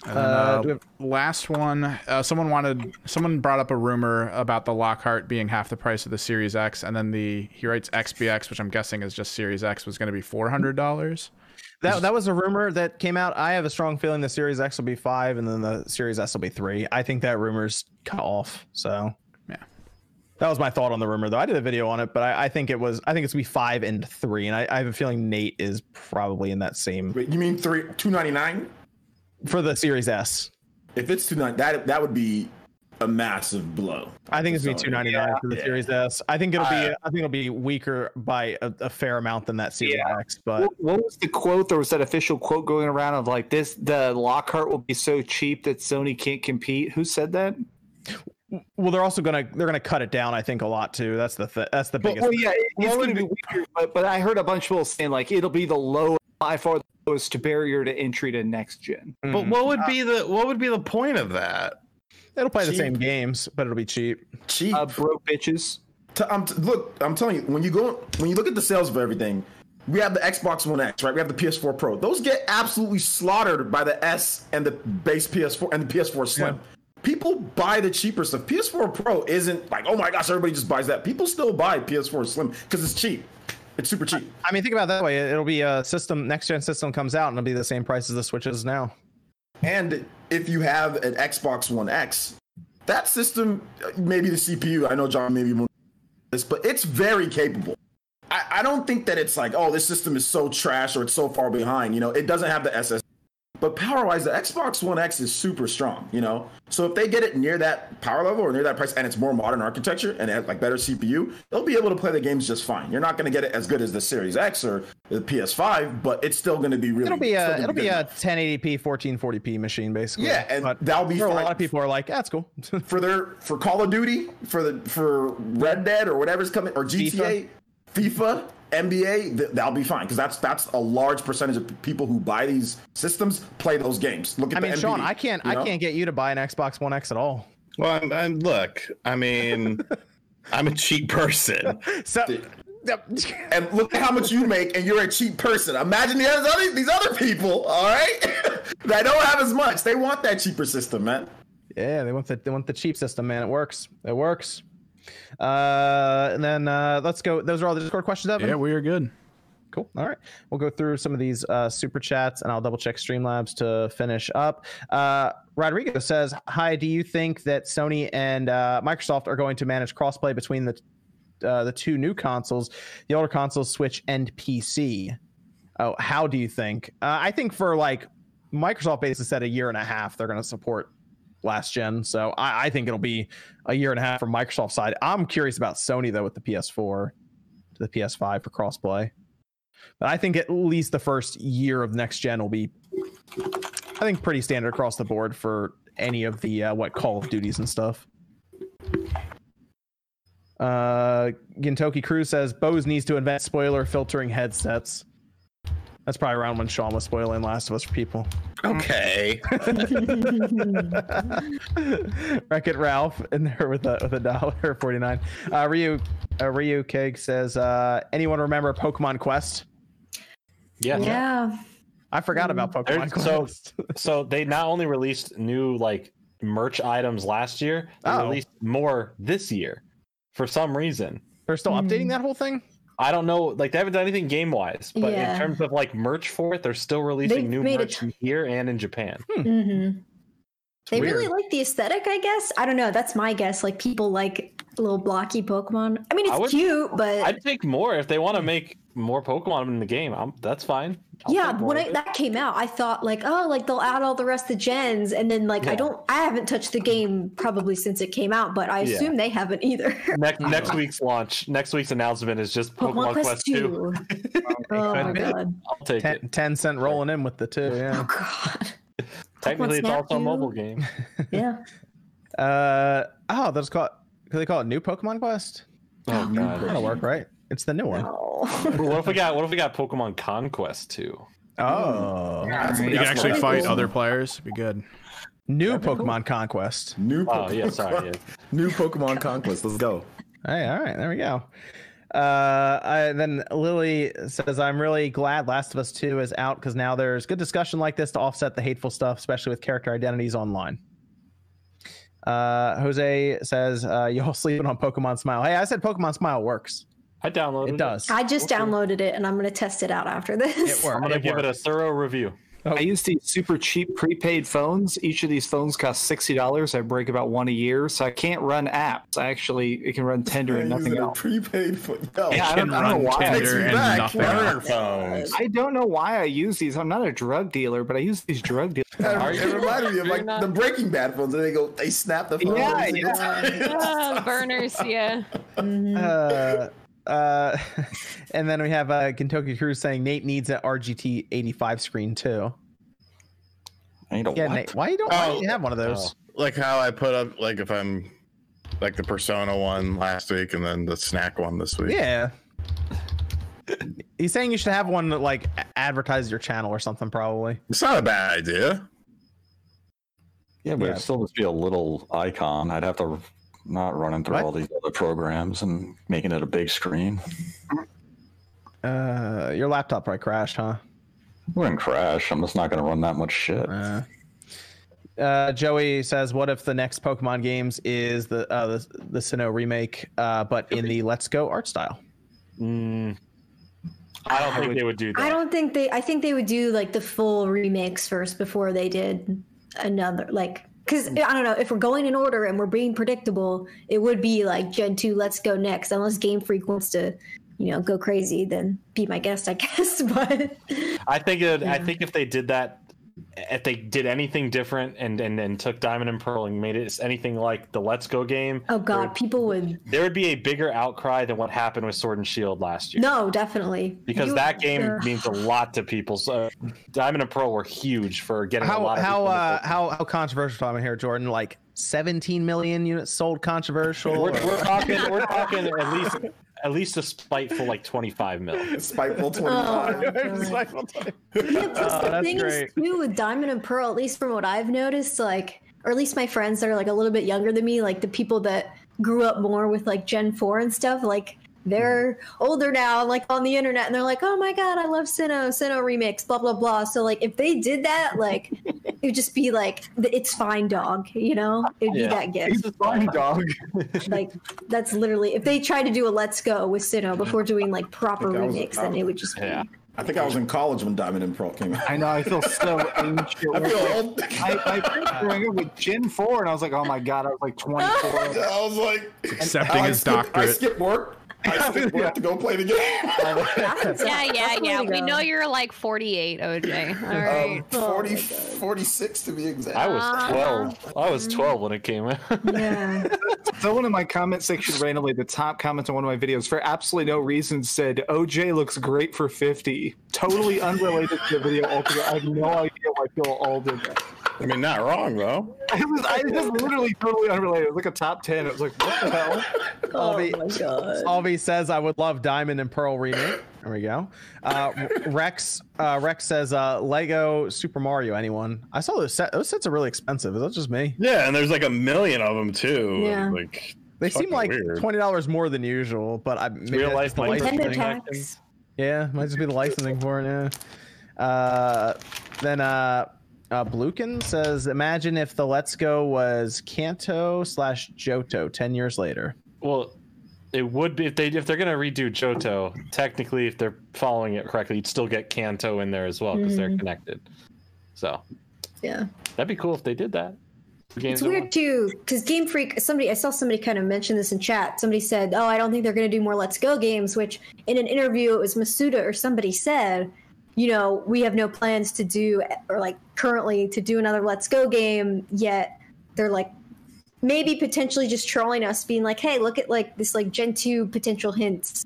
Speaker 7: And then,
Speaker 2: Uh,
Speaker 7: uh,
Speaker 2: do we have-
Speaker 7: last one. Uh, someone wanted. Someone brought up a rumor about the Lockhart being half the price of the Series X, and then the he writes XBX, which I'm guessing is just Series X, was going to be four hundred dollars.
Speaker 2: That, that was a rumor that came out. I have a strong feeling the Series X will be five, and then the Series S will be three. I think that rumor's cut off. So
Speaker 7: Yeah.
Speaker 2: that was my thought on the rumor, though. I did a video on it, but I, I think it was. I think it's gonna be five and three, and I, I have a feeling Nate is probably in that same
Speaker 4: Wait, you mean three two ninety nine?
Speaker 2: for the Series S.
Speaker 4: If it's two nine, that that would be a massive blow.
Speaker 2: I think it's gonna be two
Speaker 4: Sorry.
Speaker 2: ninety nine for the Series S. I think it'll be. I think it'll be weaker by a, a fair amount than that Series
Speaker 5: Yeah.
Speaker 2: X. But
Speaker 5: what, what was the quote? There was that official quote going around of like this: the Lockhart will be so cheap that Sony can't compete. Who said that?
Speaker 2: well, they're also gonna they're gonna cut it down. I think a lot too. That's the th- that's the
Speaker 5: But,
Speaker 2: biggest.
Speaker 5: well, yeah, it- it's going to be weaker. But, but I heard a bunch of people saying like it'll be the low, by far the lowest barrier to entry to next gen.
Speaker 9: Mm-hmm.
Speaker 10: But what
Speaker 2: Uh,
Speaker 9: Uh,
Speaker 10: would be the what would be the point of that?
Speaker 2: It'll play the
Speaker 4: cheap.
Speaker 2: same games, but it'll be cheap.
Speaker 4: Cheap.
Speaker 5: Uh, broke bitches.
Speaker 4: T- I'm t- look, I'm telling you, when you go, when you look at the sales of everything, we have the Xbox One X, right? We have the PS4 Pro. Those get absolutely slaughtered by the S and the base PS4 and the PS4 Slim. People buy the cheaper stuff. PS4 Pro isn't like, oh my gosh, everybody just buys that. People still buy PS4 Slim because it's cheap. It's super cheap.
Speaker 2: I mean, think about it that way. It'll be a system next gen system comes out and it'll be the same price as the Switch is now.
Speaker 4: And if you have an Xbox One X, that system, maybe the CPU, I know John maybe won't know this, but it's very capable. I, I don't think that it's like, oh, this system is so trash or it's so far behind. You know, it doesn't have the SS. But power wise, the Xbox One X is super strong, you know? So if they get it near that power level or near that price and it's more modern architecture and it has like better CPU, they'll be able to play the games just fine. You're not going to get it as good as the Series X or the PS5, but it's still going to be really
Speaker 2: It'll be
Speaker 4: it's still
Speaker 2: a
Speaker 4: gonna
Speaker 2: it'll
Speaker 4: good
Speaker 2: be
Speaker 4: enough.
Speaker 2: a 1080p 1440p machine basically.
Speaker 4: Yeah, and
Speaker 2: But
Speaker 4: that'll be
Speaker 2: for a
Speaker 4: fine.
Speaker 2: lot of people are like, that's cool.
Speaker 4: for their for Call of Duty, for the for Red Dead or whatever's coming or GTA, FIFA, NBA, th- that'll be fine because that's that's a large percentage of people who buy these systems play those games. Look at
Speaker 2: I
Speaker 4: the
Speaker 2: mean,
Speaker 4: NBA,
Speaker 2: Sean, I can't
Speaker 4: you know?
Speaker 2: I can't get you to buy an Xbox One X at all.
Speaker 1: Well, I'm, I'm look. I mean, I'm a cheap person.
Speaker 2: So
Speaker 4: And look at how much you make, and you're a cheap person. Imagine the other these other people, all right, that don't have as much. They want that cheaper system, man.
Speaker 2: yeah, they want the they want the cheap system, man. It works. It works. Uh, and then uh, let's go. Those are all the Discord questions, Evan.
Speaker 7: Yeah, we are good.
Speaker 2: Cool. All right. We'll go through some of these uh, super chats and I'll double check Streamlabs to finish up. Uh, Rodrigo says, Hi, do you think that Sony and uh, Microsoft are going to manage crossplay between the uh, the two new consoles, the older consoles, Switch and PC? Oh, how do you think? Uh, I think for like Microsoft basically said a year and a half, they're going to support last gen. So I, I think it'll be a year and a half from Microsoft side. I'm curious about Sony though with the PS4 to the PS5 for crossplay. But I think at least the first year of next gen will be, I think, pretty standard across the board for any of the uh, what Call of Duties and stuff. Uh, Gintoki Crew says Bose needs to invent spoiler filtering headsets. That's probably around when Sean was spoiling Last of Us for people.
Speaker 1: Okay.
Speaker 2: Wreck It Ralph in there with a with a dollar forty nine. Uh, Ryu uh, Ryu Keg says, uh, anyone remember Pokemon Quest?
Speaker 9: Yeah.
Speaker 3: Yeah.
Speaker 2: I forgot about
Speaker 9: They're-
Speaker 2: Pokemon
Speaker 9: so
Speaker 2: Quest.
Speaker 9: so they not only released new like merch items last year, they
Speaker 2: Oh.
Speaker 9: released more this year for some reason.
Speaker 2: They're still updating that whole thing.
Speaker 9: I don't know, like they haven't done anything game wise, but
Speaker 3: Yeah.
Speaker 9: in terms of like merch for it, they're still releasing
Speaker 3: They've
Speaker 9: new
Speaker 3: made a
Speaker 9: merch here and in Japan.
Speaker 3: Mm-hmm. They
Speaker 9: weird.
Speaker 3: really like the aesthetic, I guess. I don't know. That's my guess. Like people like little blocky Pokemon. I mean,
Speaker 9: I
Speaker 3: it's
Speaker 9: would-
Speaker 3: cute, but
Speaker 9: I'd take more if they want to make more Pokemon in the game. I'm, that's fine. I'll
Speaker 3: yeah,
Speaker 9: take more
Speaker 3: when
Speaker 9: of
Speaker 3: I,
Speaker 9: it.
Speaker 3: that came out, I thought like, oh, like they'll add all the rest of the gens, and then like I
Speaker 9: Yeah.
Speaker 3: don't, I haven't touched the game probably since it came out, but I
Speaker 9: Yeah.
Speaker 3: assume they haven't either.
Speaker 9: next next week's launch, next week's announcement is just Pokemon, Quest, Two.
Speaker 3: oh my
Speaker 2: could be.
Speaker 3: god!
Speaker 9: I'll take it.
Speaker 2: Ten, ten cent rolling in with the two. Yeah.
Speaker 3: Oh god!
Speaker 9: Technically, it's
Speaker 3: Snap
Speaker 9: also a
Speaker 3: two.
Speaker 9: mobile game.
Speaker 3: Yeah.
Speaker 2: Uh, oh, that's called. Could they call it New Pokemon Quest?
Speaker 9: Oh god.
Speaker 2: That'll work, right? It's the new one.
Speaker 3: Oh.
Speaker 9: But what if we got what if we got Pokemon Conquest too?
Speaker 2: Oh,
Speaker 7: You can actually
Speaker 3: cool.
Speaker 7: fight other players. It'd be good.
Speaker 2: new Pokemon Conquest.
Speaker 4: New
Speaker 9: Oh
Speaker 4: Pokemon,
Speaker 9: yeah, sorry. Yeah.
Speaker 4: new Pokemon Conquest. Let's go.
Speaker 2: All right, all right, there we go. Uh, I, then Lily says, "I'm really glad Last of Us Two is out because now there's good discussion like this to offset the hateful stuff, especially with character identities online." Uh, Jose says, uh, "Y'all sleeping on Pokemon Smile?" Hey, I said Pokemon Smile works.
Speaker 9: I downloaded
Speaker 2: It does.
Speaker 3: I just downloaded it, and I'm gonna test it out after this.
Speaker 2: It works.
Speaker 9: I'm gonna give it a thorough review.
Speaker 5: I use these super cheap prepaid phones. Each of these phones costs sixty dollars. I break about one a year, so I can't run apps. I actually it can run Tinder and nothing
Speaker 4: Using a
Speaker 5: else.
Speaker 4: prepaid for yo,
Speaker 5: Yeah, I
Speaker 7: Can
Speaker 5: don't, I don't
Speaker 7: run
Speaker 5: know why.
Speaker 7: Tinder and nothing. else.
Speaker 10: phones.
Speaker 5: I don't know why I use these. I'm not a drug dealer, but I use these drug dealers.
Speaker 4: that- It reminded me of like the Breaking Bad phones. And they go, they snap the phone.
Speaker 3: Oh,
Speaker 5: Yeah, yeah.
Speaker 6: Ah, burners, yeah.
Speaker 3: Mm-hmm.
Speaker 2: Uh, uh, and then we have uh, Kentucky Cruz saying Nate needs an RGT 85 screen too.
Speaker 8: I need a
Speaker 2: Yeah,
Speaker 8: what?
Speaker 2: Nate, why you don't why
Speaker 1: Oh.
Speaker 2: don't you have one of those?
Speaker 1: like how I put up, like if I'm like the Persona one last week and then the snack one this week.
Speaker 2: Yeah. He's saying you should have one that like a- advertises your channel or something, probably.
Speaker 1: It's not a bad idea.
Speaker 8: Yeah, but
Speaker 2: Yeah.
Speaker 8: it'd still just be a little icon. I'd have to not running through
Speaker 2: What?
Speaker 8: all these other programs and making it a big screen.
Speaker 2: Uh, your laptop probably crashed, huh?
Speaker 8: It wouldn't crash. I'm just not going to run that much shit.
Speaker 2: Uh, uh, Joey says, "What if the next Pokemon games is the uh, the the Sinnoh remake, uh, but in the Let's Go art style?"
Speaker 9: Mm, I don't think they would do that.
Speaker 3: I don't think they. I think they would do like the full remix first before they did another like. Because I don't know if we're going in order and we're being predictable, it would be like Gen two. Let's go next, unless Game Freak wants to, you know, go crazy. Then be my guest, I guess. But
Speaker 9: I think it, I think if they did that, if they did anything different and and then took Diamond and Pearl and made it anything like the Let's Go game,
Speaker 3: oh god, people would
Speaker 9: there would be a bigger outcry than what happened with Sword and Shield last year.
Speaker 3: no, definitely
Speaker 9: Because
Speaker 3: You-
Speaker 9: that game
Speaker 3: they're-
Speaker 9: means a lot to people. So Diamond and Pearl were huge for getting a
Speaker 2: How
Speaker 9: lot. Of
Speaker 2: how
Speaker 9: people to
Speaker 2: uh,
Speaker 9: Pokemon.
Speaker 2: how how controversial am I here, Jordan? Like 17 million units sold, controversial.
Speaker 9: We're, we're talking.
Speaker 2: uh,
Speaker 9: We're talking at least at least a spiteful like twenty five mil.
Speaker 4: Spiteful
Speaker 3: Oh, my
Speaker 4: 25.
Speaker 3: God. Yeah, plus
Speaker 9: Oh,
Speaker 3: the
Speaker 2: Oh, that's
Speaker 3: thing
Speaker 2: great.
Speaker 3: is too with Diamond and Pearl, at least from what I've noticed, like or at least my friends that are like a little bit younger than me, like the people that grew up more with like Gen 4 and stuff, like they're older now, like on the internet, and they're like, "Oh my god, I love Sinnoh, Sinnoh remix, blah blah blah." So like, if they did that, like, it would just be like, the "It's fine, dog," you know? It'd
Speaker 5: Yeah.
Speaker 3: be that
Speaker 5: He's
Speaker 3: gift.
Speaker 5: a fine dog.
Speaker 3: Like, that's literally if they tried to do a "Let's Go" with Sinnoh before doing like proper
Speaker 4: I was-
Speaker 3: remix, then it would just be.
Speaker 9: Yeah.
Speaker 4: I think I was in college when Diamond and Pearl came out.
Speaker 5: I know. I feel so ancient.
Speaker 4: I feel old.
Speaker 5: I, I first growing up with Gen 4, and I was like, oh my god, I was like 24.
Speaker 4: I was like,
Speaker 7: Accepting
Speaker 4: I
Speaker 7: his
Speaker 4: skipped- I
Speaker 7: doctorate.
Speaker 4: skipped work. I skipped work to go play the game.
Speaker 6: Yeah, yeah,
Speaker 3: That's the way
Speaker 6: yeah.
Speaker 3: to
Speaker 6: We
Speaker 3: go.
Speaker 6: know you're like 48, OJ. All right.
Speaker 4: Um, 40, 46 to be exact.
Speaker 9: I was
Speaker 6: Uh-huh.
Speaker 9: 12. I
Speaker 3: Mm.
Speaker 9: was 12 when it came out.
Speaker 3: Yeah.
Speaker 5: Someone in my comment section randomly, the top comment on one of my videos, for absolutely no reason, said OJ looks great for 50. Totally unrelated to the video altogether. I have no idea why Phil all did that.
Speaker 1: I mean, not wrong though.
Speaker 5: It was, I, it was literally totally unrelated. It was like a top 10. It was like, what the hell?
Speaker 3: oh my god.
Speaker 2: Salvi says, "I would love Diamond and Pearl remake." There we go. Uh, Rex uh, Rex says, uh, "Lego Super Mario." Anyone? I saw those set. Those sets are really expensive. Is that just me?
Speaker 1: Yeah, and there's like a million of them too.
Speaker 3: Yeah.
Speaker 1: Like
Speaker 2: They
Speaker 1: Fucking
Speaker 2: seem like
Speaker 1: weird.
Speaker 2: twenty dollars more than usual, but I maybe
Speaker 9: real
Speaker 2: that's
Speaker 9: life
Speaker 2: just the
Speaker 9: money.
Speaker 2: licensing.
Speaker 3: Nintendo tax.
Speaker 2: Yeah, might just be the licensing for it. Yeah. Uh, then uh, uh, Blukin says, "Imagine if the Let's Go was Kanto slash Johto ten years later."
Speaker 9: Well, it would be if they if they're gonna redo Johto. Technically, if they're following it correctly, you'd still get Kanto in there as well because
Speaker 3: Mm-hmm.
Speaker 9: they're connected. So
Speaker 3: Yeah.
Speaker 9: that'd be cool if they did that.
Speaker 3: It's weird too, because Game Freak. Somebody I saw somebody kind of mention this in chat. Somebody said, "Oh, I don't think they're going to do more Let's Go games." Which in an interview, it was Masuda or somebody said, "You know, we have no plans to do or like currently to do another Let's Go game yet." They're like maybe potentially just trolling us, being like, "Hey, look at like this like Gen two potential hints,"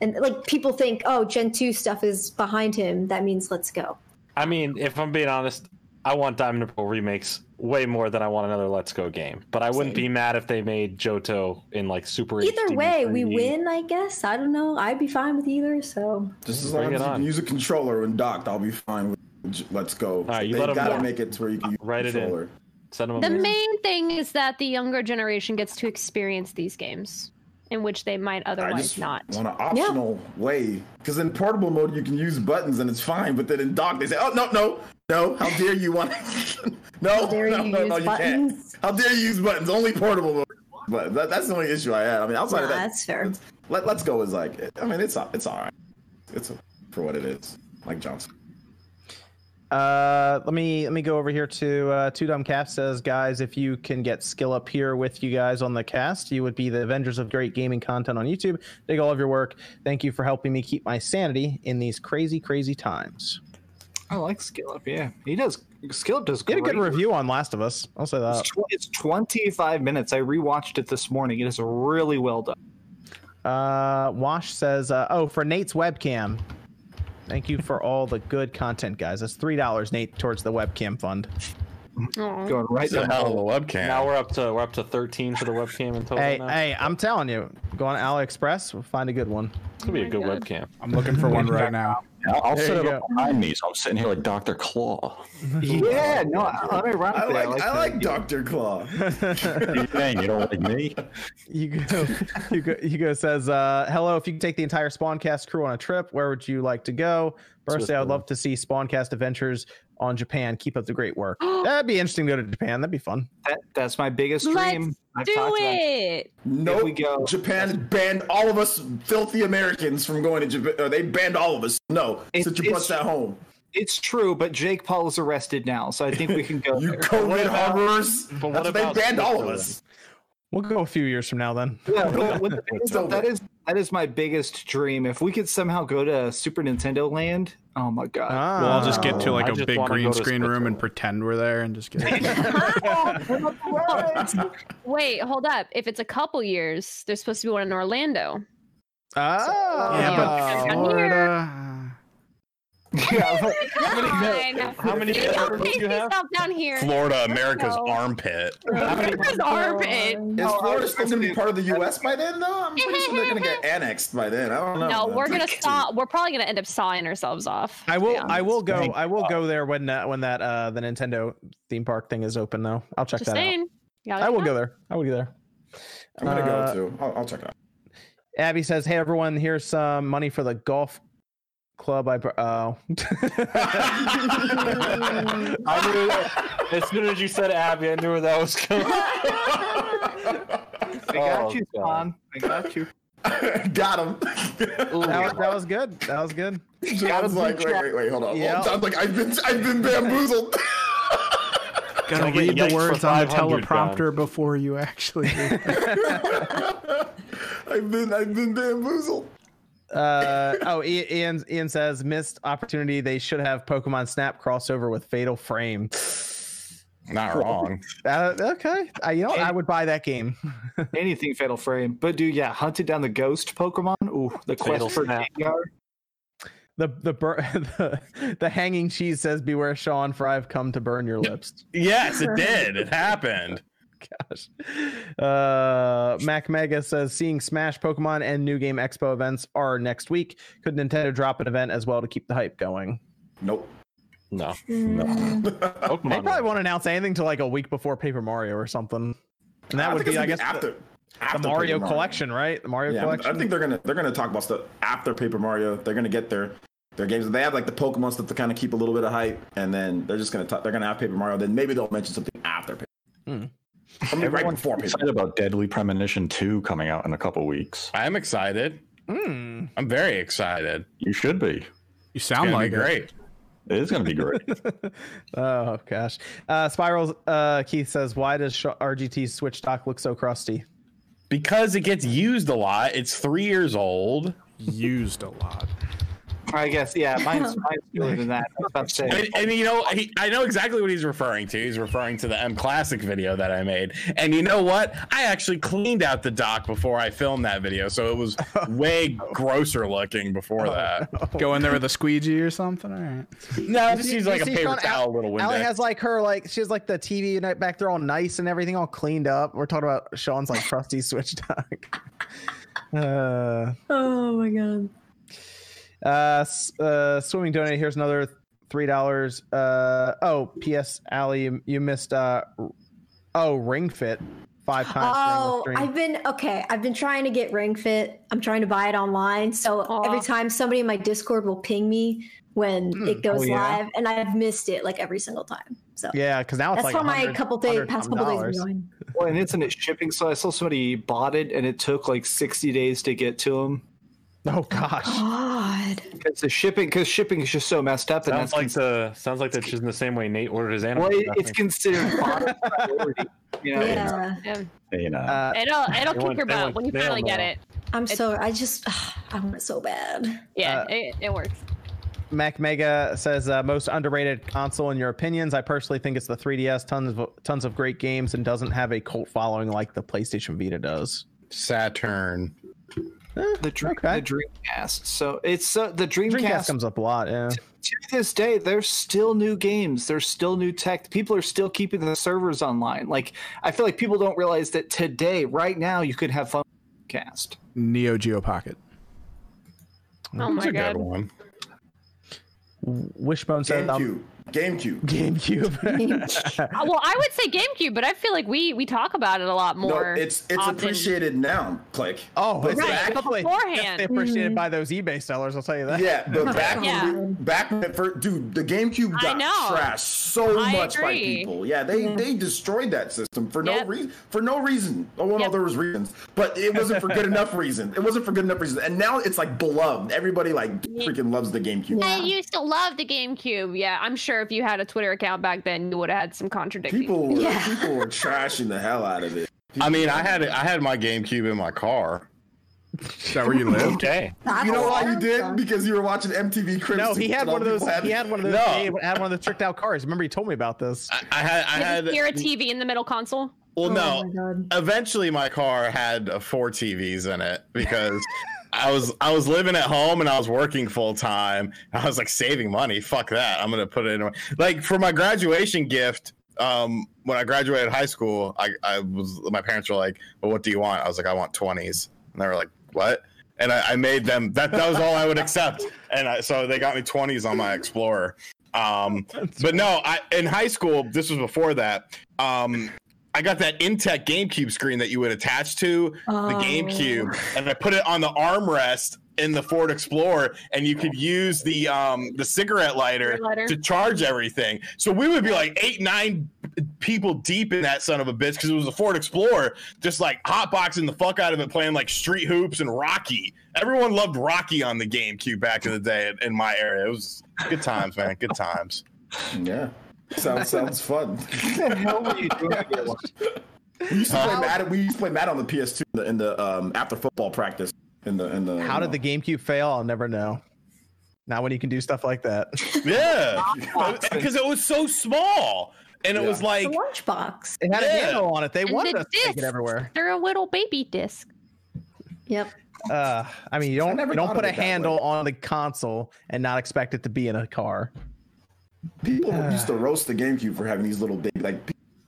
Speaker 3: and like people think, "Oh, Gen two stuff is behind him. That means Let's Go."
Speaker 9: I mean, if I'm being honest, I want Diamond and Pearl remakes way more than I want another Let's Go game. But I wouldn't be mad if they made Johto in like Super.
Speaker 3: Either
Speaker 9: HD
Speaker 3: way, we
Speaker 9: 3D.
Speaker 3: win, I guess. I don't know. I'd be fine with either. So
Speaker 4: Just as
Speaker 9: Bring
Speaker 4: long
Speaker 9: it
Speaker 4: as you
Speaker 9: on.
Speaker 4: can use a controller when docked, I'll be fine. With, let's go.
Speaker 9: right, you
Speaker 4: they
Speaker 9: let 'em
Speaker 4: gotta
Speaker 9: know.
Speaker 4: make it to where you can use
Speaker 9: Write
Speaker 4: a
Speaker 9: it in.
Speaker 4: controller.
Speaker 9: Send them a
Speaker 6: The
Speaker 9: message.
Speaker 6: main thing is that the younger generation gets to experience these games, in which they might
Speaker 4: I
Speaker 6: otherwise
Speaker 4: just
Speaker 6: not.
Speaker 4: want an optional way because in portable mode you can use buttons and it's fine, but then in dock they say, "Oh no, no, no! How dare you want? no,
Speaker 3: dare
Speaker 4: no,
Speaker 3: you
Speaker 4: no, no,
Speaker 3: use
Speaker 4: you can't!
Speaker 3: buttons?"
Speaker 4: How dare you use buttons? Only portable mode." But that, that's the only issue I had. I mean, outside
Speaker 3: Nah,
Speaker 4: of that,
Speaker 3: that's fair.
Speaker 4: it's- Let, let's go is like, I mean, it's all- it's all right. It's for what it is. Like Johnson.
Speaker 2: Uh, let me let me go over here to uh, Two Dumb Calf says, guys, if you can get Skill up here with you guys on the cast, you would be the Avengers of great gaming content on YouTube. Dig all of your work. Thank you for helping me keep my sanity in these crazy, crazy times.
Speaker 5: I like Skillup, yeah. He does. Skillup does
Speaker 2: Get
Speaker 5: great.
Speaker 2: a good review on Last of Us. I'll say that.
Speaker 5: It's, tw- it's 25 minutes. I rewatched it this morning. It is really well done.
Speaker 2: Uh, Wash says, uh, oh, for Nate's webcam. Thank you for all the good content, guys. That's three dollars, Nate, towards the webcam fund.
Speaker 6: Aw.
Speaker 5: Going right
Speaker 1: it's a
Speaker 5: down.
Speaker 1: hell of a webcam.
Speaker 9: Now we're up to we're up to 13 for the webcam in total.
Speaker 2: Hey,
Speaker 9: now.
Speaker 2: hey, I'm telling you, go on AliExpress, we'll find a good one.
Speaker 9: it's gonna be
Speaker 2: Oh
Speaker 9: a good webcam.
Speaker 7: I'm looking for one right now.
Speaker 8: I'll, I'll
Speaker 2: There
Speaker 8: set
Speaker 2: you
Speaker 8: it
Speaker 2: go.
Speaker 8: up behind me, so I'm sitting here like Dr. Claw.
Speaker 5: Yeah, no, unironically,
Speaker 4: I like I like,
Speaker 5: that.
Speaker 4: Doctor Claw.
Speaker 8: you saying you don't like me?
Speaker 2: You go, you go, you go says, uh, hello, if you could take the entire Spawncast crew on a trip, where would you like to go? Firstly, I'd love to see Spawncast Adventures on Japan. Keep up the great work. That'd be interesting to go to Japan. That'd be fun.
Speaker 5: That- that's my biggest dream.
Speaker 6: Let's
Speaker 5: I've
Speaker 6: do
Speaker 5: talked about
Speaker 6: it.
Speaker 4: No,
Speaker 5: we go-
Speaker 4: Japan banned all of us filthy Americans from going to Japan. Or they banned all of us. No,
Speaker 5: It-
Speaker 4: sit your
Speaker 5: it's-
Speaker 4: butts at home.
Speaker 5: It's true, but Jake Paul is arrested now, so I think we can go
Speaker 4: You
Speaker 5: there.
Speaker 4: COVID horrors.
Speaker 9: what
Speaker 4: That's- they
Speaker 9: about
Speaker 4: banned all of
Speaker 9: Switzerland?
Speaker 4: us.
Speaker 2: We'll go a few years from now then.
Speaker 5: Yeah, but- but the thing is,
Speaker 4: over.
Speaker 5: that is that is my biggest dream. If we could somehow go to Super Nintendo Land, oh my god!
Speaker 2: Ah.
Speaker 7: Well, I'll just get to
Speaker 5: Oh.
Speaker 7: like
Speaker 9: I
Speaker 7: a
Speaker 9: just
Speaker 7: big
Speaker 9: wanna go
Speaker 7: green
Speaker 9: to
Speaker 7: screen room and
Speaker 9: Switzerland.
Speaker 7: pretend we're there and just get.
Speaker 6: Wait, hold up. If it's a couple years, there's supposed to be one in Orlando.
Speaker 2: Oh,
Speaker 7: Yeah,
Speaker 6: Oh.
Speaker 7: but Florida.
Speaker 5: yeah, but
Speaker 6: Fine.
Speaker 9: How many
Speaker 6: Maybe I'll
Speaker 9: members
Speaker 6: take
Speaker 9: do you have?
Speaker 6: myself down here.
Speaker 1: Florida, America's
Speaker 6: No.
Speaker 1: armpit.
Speaker 6: His armpit.
Speaker 4: Is Florida still going to be part of the U.S. by then, though? I'm pretty sure they're going to get annexed by then. I don't know.
Speaker 6: No, we're gonna
Speaker 4: stop.
Speaker 6: saw. We're probably gonna end up sawing ourselves off.
Speaker 2: I will.
Speaker 6: Yeah.
Speaker 2: I will go. I will go there when uh, when that uh, the Nintendo theme park thing is open. Though I'll check
Speaker 6: Just
Speaker 2: that out.
Speaker 6: saying.
Speaker 2: I will go there. I will go there.
Speaker 4: I'm going to
Speaker 2: Uh,
Speaker 4: go too. I'll, I'll check it out.
Speaker 2: Abby says, "Hey everyone, here's some money for the golf club." I br- oh,
Speaker 9: I knew, as soon as you said Abby, I knew where that was coming.
Speaker 5: I got
Speaker 9: Oh,
Speaker 5: you,
Speaker 9: God.
Speaker 5: Sean. I got you.
Speaker 4: Got him.
Speaker 2: that was, that was good. That was good.
Speaker 4: John's like, wait, wait, wait, hold on.
Speaker 2: Yeah.
Speaker 4: John's like, I've been, I've been bamboozled.
Speaker 7: Gotta
Speaker 9: get
Speaker 7: read
Speaker 9: yikes
Speaker 7: the
Speaker 9: for
Speaker 7: words on the
Speaker 9: 500
Speaker 7: teleprompter before you actually. do.
Speaker 4: I've been, I've been bamboozled.
Speaker 2: Uh, oh, I- Ian, Ian says missed opportunity. They should have Pokemon Snap crossover with Fatal Frame.
Speaker 1: Not wrong.
Speaker 2: Uh, okay, I, you know what? I would buy that game.
Speaker 5: Anything Fatal Frame. But dude, yeah, hunted down the ghost Pokemon. Ooh, the quest
Speaker 9: Fatal
Speaker 5: for
Speaker 9: Snap.
Speaker 5: DDR.
Speaker 2: The the bur- the, the hanging cheese says beware Sean for I've come to burn your lips.
Speaker 1: Yes, it did. It happened.
Speaker 2: Gosh. Uh, Mac Mega says seeing Smash, Pokemon, and New Game Expo events are next week. Could Nintendo drop an event as well to keep the hype going?
Speaker 4: Nope.
Speaker 9: No,
Speaker 3: Mm.
Speaker 2: They probably
Speaker 9: Pokemon.
Speaker 2: won't announce anything till like a week before Paper Mario or something. And that would
Speaker 4: think
Speaker 2: be,
Speaker 4: it's
Speaker 2: I
Speaker 4: gonna
Speaker 2: guess, the,
Speaker 4: after, after
Speaker 2: the Mario
Speaker 4: Paper
Speaker 2: collection, right? The Mario
Speaker 4: Yeah,
Speaker 2: collection.
Speaker 4: I think they're gonna they're gonna talk about stuff after Paper Mario. They're gonna get their their games. They have like the Pokemon stuff to kind of keep a little bit of hype, and then they're just gonna talk, they're gonna have Paper Mario. Then maybe they'll mention something after Paper.
Speaker 2: Hmm.
Speaker 4: I mean, right before Paper.
Speaker 8: Excited about Deadly Premonition 2 coming out in a couple weeks.
Speaker 1: I'm excited.
Speaker 2: Hmm.
Speaker 1: I'm very excited.
Speaker 8: You should be.
Speaker 7: You
Speaker 1: It's
Speaker 7: sound
Speaker 1: gonna be
Speaker 7: like it.
Speaker 1: great.
Speaker 8: It is going to be great.
Speaker 2: Oh gosh. Uh, Spirals. Uh, Keith says, why does Sh- RGT's Switch dock look so crusty?
Speaker 1: Because it gets used a lot. It's three years old.
Speaker 7: Used a lot.
Speaker 5: I guess, yeah, mine's mine's cooler than that. I was about to say.
Speaker 1: And, and you know, he, I know exactly what he's referring to. He's referring to the M Classic video that I made. And you know what? I actually cleaned out the dock before I filmed that video, so it was way grosser looking
Speaker 4: Oh,
Speaker 1: before that.
Speaker 7: Go in there with a squeegee or something. All right.
Speaker 1: No, it just
Speaker 2: You-
Speaker 1: use
Speaker 2: you
Speaker 1: like a
Speaker 2: see
Speaker 1: paper
Speaker 2: Sean,
Speaker 1: towel,
Speaker 2: Al-
Speaker 1: little window.
Speaker 2: Allie has like her like she has like the TV night back there all nice and everything all cleaned up. We're talking about Sean's like crusty Switch dock. Uh,
Speaker 3: Oh my god.
Speaker 2: uh, s- uh, swimming donate. Here's another three dollars. Uh, oh, P.S. Allie, you, you missed. Uh, r- oh, Ring Fit five times. during the
Speaker 3: Oh,
Speaker 2: stream.
Speaker 3: I've been okay. I've been trying to get Ring Fit. I'm trying to buy it online. So
Speaker 6: Aw.
Speaker 3: every time somebody in my Discord will ping me when
Speaker 6: Hmm.
Speaker 3: it goes
Speaker 5: Oh, yeah.
Speaker 3: live, and I've missed it like every single time. So
Speaker 2: yeah, because now it's
Speaker 3: that's
Speaker 2: like
Speaker 3: why my
Speaker 2: 100
Speaker 3: couple days,
Speaker 2: 100
Speaker 3: past
Speaker 2: something
Speaker 3: couple days,
Speaker 2: dollars.
Speaker 3: been going.
Speaker 5: Well, and isn't it shipping? So I saw somebody bought it, and it took like sixty days to get to them
Speaker 2: Oh gosh.
Speaker 3: God.
Speaker 5: because the shipping because shipping is just so messed up. And
Speaker 9: sounds
Speaker 5: that's
Speaker 9: like the sounds like that's just in the same way Nate ordered his
Speaker 5: well,
Speaker 9: animal.
Speaker 5: it, it's considered bottom priority. You know,
Speaker 3: Yeah.
Speaker 6: Yeah.
Speaker 8: you know.
Speaker 2: Uh,
Speaker 6: It'll it'll
Speaker 9: They
Speaker 6: kick
Speaker 9: want-
Speaker 6: your
Speaker 9: they
Speaker 6: butt
Speaker 9: want
Speaker 6: when you
Speaker 9: snail
Speaker 6: finally get
Speaker 9: mail.
Speaker 6: it.
Speaker 3: I'm so I just I want it so bad.
Speaker 6: Yeah,
Speaker 2: Uh,
Speaker 6: it, it works.
Speaker 2: Mac Mega says uh, most underrated console in your opinions. I personally think it's the 3DS. Tons of tons of great games and doesn't have a cult following like the PlayStation Vita does.
Speaker 1: Saturn.
Speaker 5: the, dream,
Speaker 2: Okay.
Speaker 5: the Dreamcast. So it's uh, the Dreamcast,
Speaker 2: Dreamcast comes up a lot. Yeah.
Speaker 5: to this day. There's still new games. There's still new tech. People are still keeping the servers online. Like I feel like people don't realize that today, right now, you could have fun. with Dreamcast.
Speaker 7: Neo Geo Pocket.
Speaker 6: Oh
Speaker 1: That's
Speaker 6: my
Speaker 1: a good
Speaker 6: god.
Speaker 1: one.
Speaker 2: Wishbone says um,
Speaker 4: GameCube. GameCube.
Speaker 2: GameCube.
Speaker 6: Uh, Well, I would say GameCube, but I feel like we we talk about it a lot
Speaker 4: No,
Speaker 6: more.
Speaker 4: it's it's
Speaker 6: often.
Speaker 4: appreciated now. Click.
Speaker 2: oh, it's
Speaker 6: Right,
Speaker 2: back-
Speaker 6: but
Speaker 2: definitely-
Speaker 6: beforehand.
Speaker 2: definitely appreciated by those eBay sellers. I'll tell you that.
Speaker 4: Yeah, but back
Speaker 6: Mm-hmm. Yeah.
Speaker 4: when we- back when it first, dude, the GameCube
Speaker 6: I
Speaker 4: got
Speaker 6: know.
Speaker 4: trashed so
Speaker 6: I
Speaker 4: much by
Speaker 6: agree. Mm-hmm.
Speaker 4: people. Yeah, they they destroyed that system for no
Speaker 6: Yep.
Speaker 4: reason. For no reason. Oh, well, no,
Speaker 6: Yep.
Speaker 4: there was reasons, but it wasn't for good enough reason. It wasn't for good enough reason, and now it's like beloved. Everybody like freaking loves the
Speaker 2: Mm.
Speaker 4: GameCube.
Speaker 6: I used to love the GameCube. Yeah, I'm sure if you had a Twitter account back then, you would have had some contradicting.
Speaker 4: People were
Speaker 3: Yeah.
Speaker 4: people were trashing the hell out of it.
Speaker 1: I mean, I had I had my GameCube in my car.
Speaker 7: Is that where you lived?
Speaker 9: okay.
Speaker 4: You know why you did? Because you were watching MTV Cribs.
Speaker 2: No, he had
Speaker 4: and all
Speaker 2: one of those.
Speaker 4: people
Speaker 2: He had one of those.
Speaker 1: No.
Speaker 2: He had one of those tricked out cars. Remember, he told me about this.
Speaker 1: I, I had I
Speaker 6: Did you hear a
Speaker 1: had
Speaker 6: TV in the middle console?
Speaker 1: well
Speaker 3: Oh my
Speaker 1: no.
Speaker 3: god.
Speaker 1: Eventually, my car had uh, four TVs in it because. I was I was living at home and I was working full time. I was like saving money. Fuck that. I'm gonna put it in my- like for my graduation gift. Um, when I graduated high school, I, I was my parents were like, "Well, what do you want?" I was like, "I want 20s," and they were like, "What?" And I, I made them that that was all I would accept. And I, so they got me 20s on my Explorer. Um, but no, I in high school this was before that. Um, I got that Intech GameCube screen that you would attach to the
Speaker 3: Oh.
Speaker 1: GameCube, and I put it on the armrest in the Ford Explorer, and you could use the um the cigarette lighter,
Speaker 6: Cigarette lighter.
Speaker 1: to charge everything. So we would be like eight, nine people deep in that son of a bitch because it was a Ford Explorer, just like hotboxing the fuck out of it, playing like Street Hoops and Rocky. Everyone loved Rocky on the GameCube back in the day in- in my area. It was good times, man. Good times.
Speaker 4: Yeah. Sounds sounds fun.
Speaker 5: What the hell were you doing? together?
Speaker 4: We used to
Speaker 1: Huh?
Speaker 4: play Madden. We used to play Madden on the PS2 in the, in the um, after football practice. In the in the
Speaker 2: How did the GameCube fail? I'll never know. Not when you can do stuff like that.
Speaker 1: Yeah, because it was so small, and it was
Speaker 3: The
Speaker 1: like
Speaker 3: lunchbox.
Speaker 2: It had a
Speaker 1: Yeah.
Speaker 2: handle on it. They
Speaker 6: And
Speaker 2: wanted
Speaker 6: the
Speaker 2: us to take it
Speaker 6: discs.
Speaker 2: everywhere.
Speaker 6: They're a little baby disc.
Speaker 3: Yep.
Speaker 2: Uh, I mean, you don't
Speaker 4: never
Speaker 2: you don't
Speaker 4: thought
Speaker 2: put
Speaker 4: of
Speaker 2: a
Speaker 4: it that way.
Speaker 2: handle on the console and not expect it to be in a car.
Speaker 4: people used to roast the GameCube for having these little baby like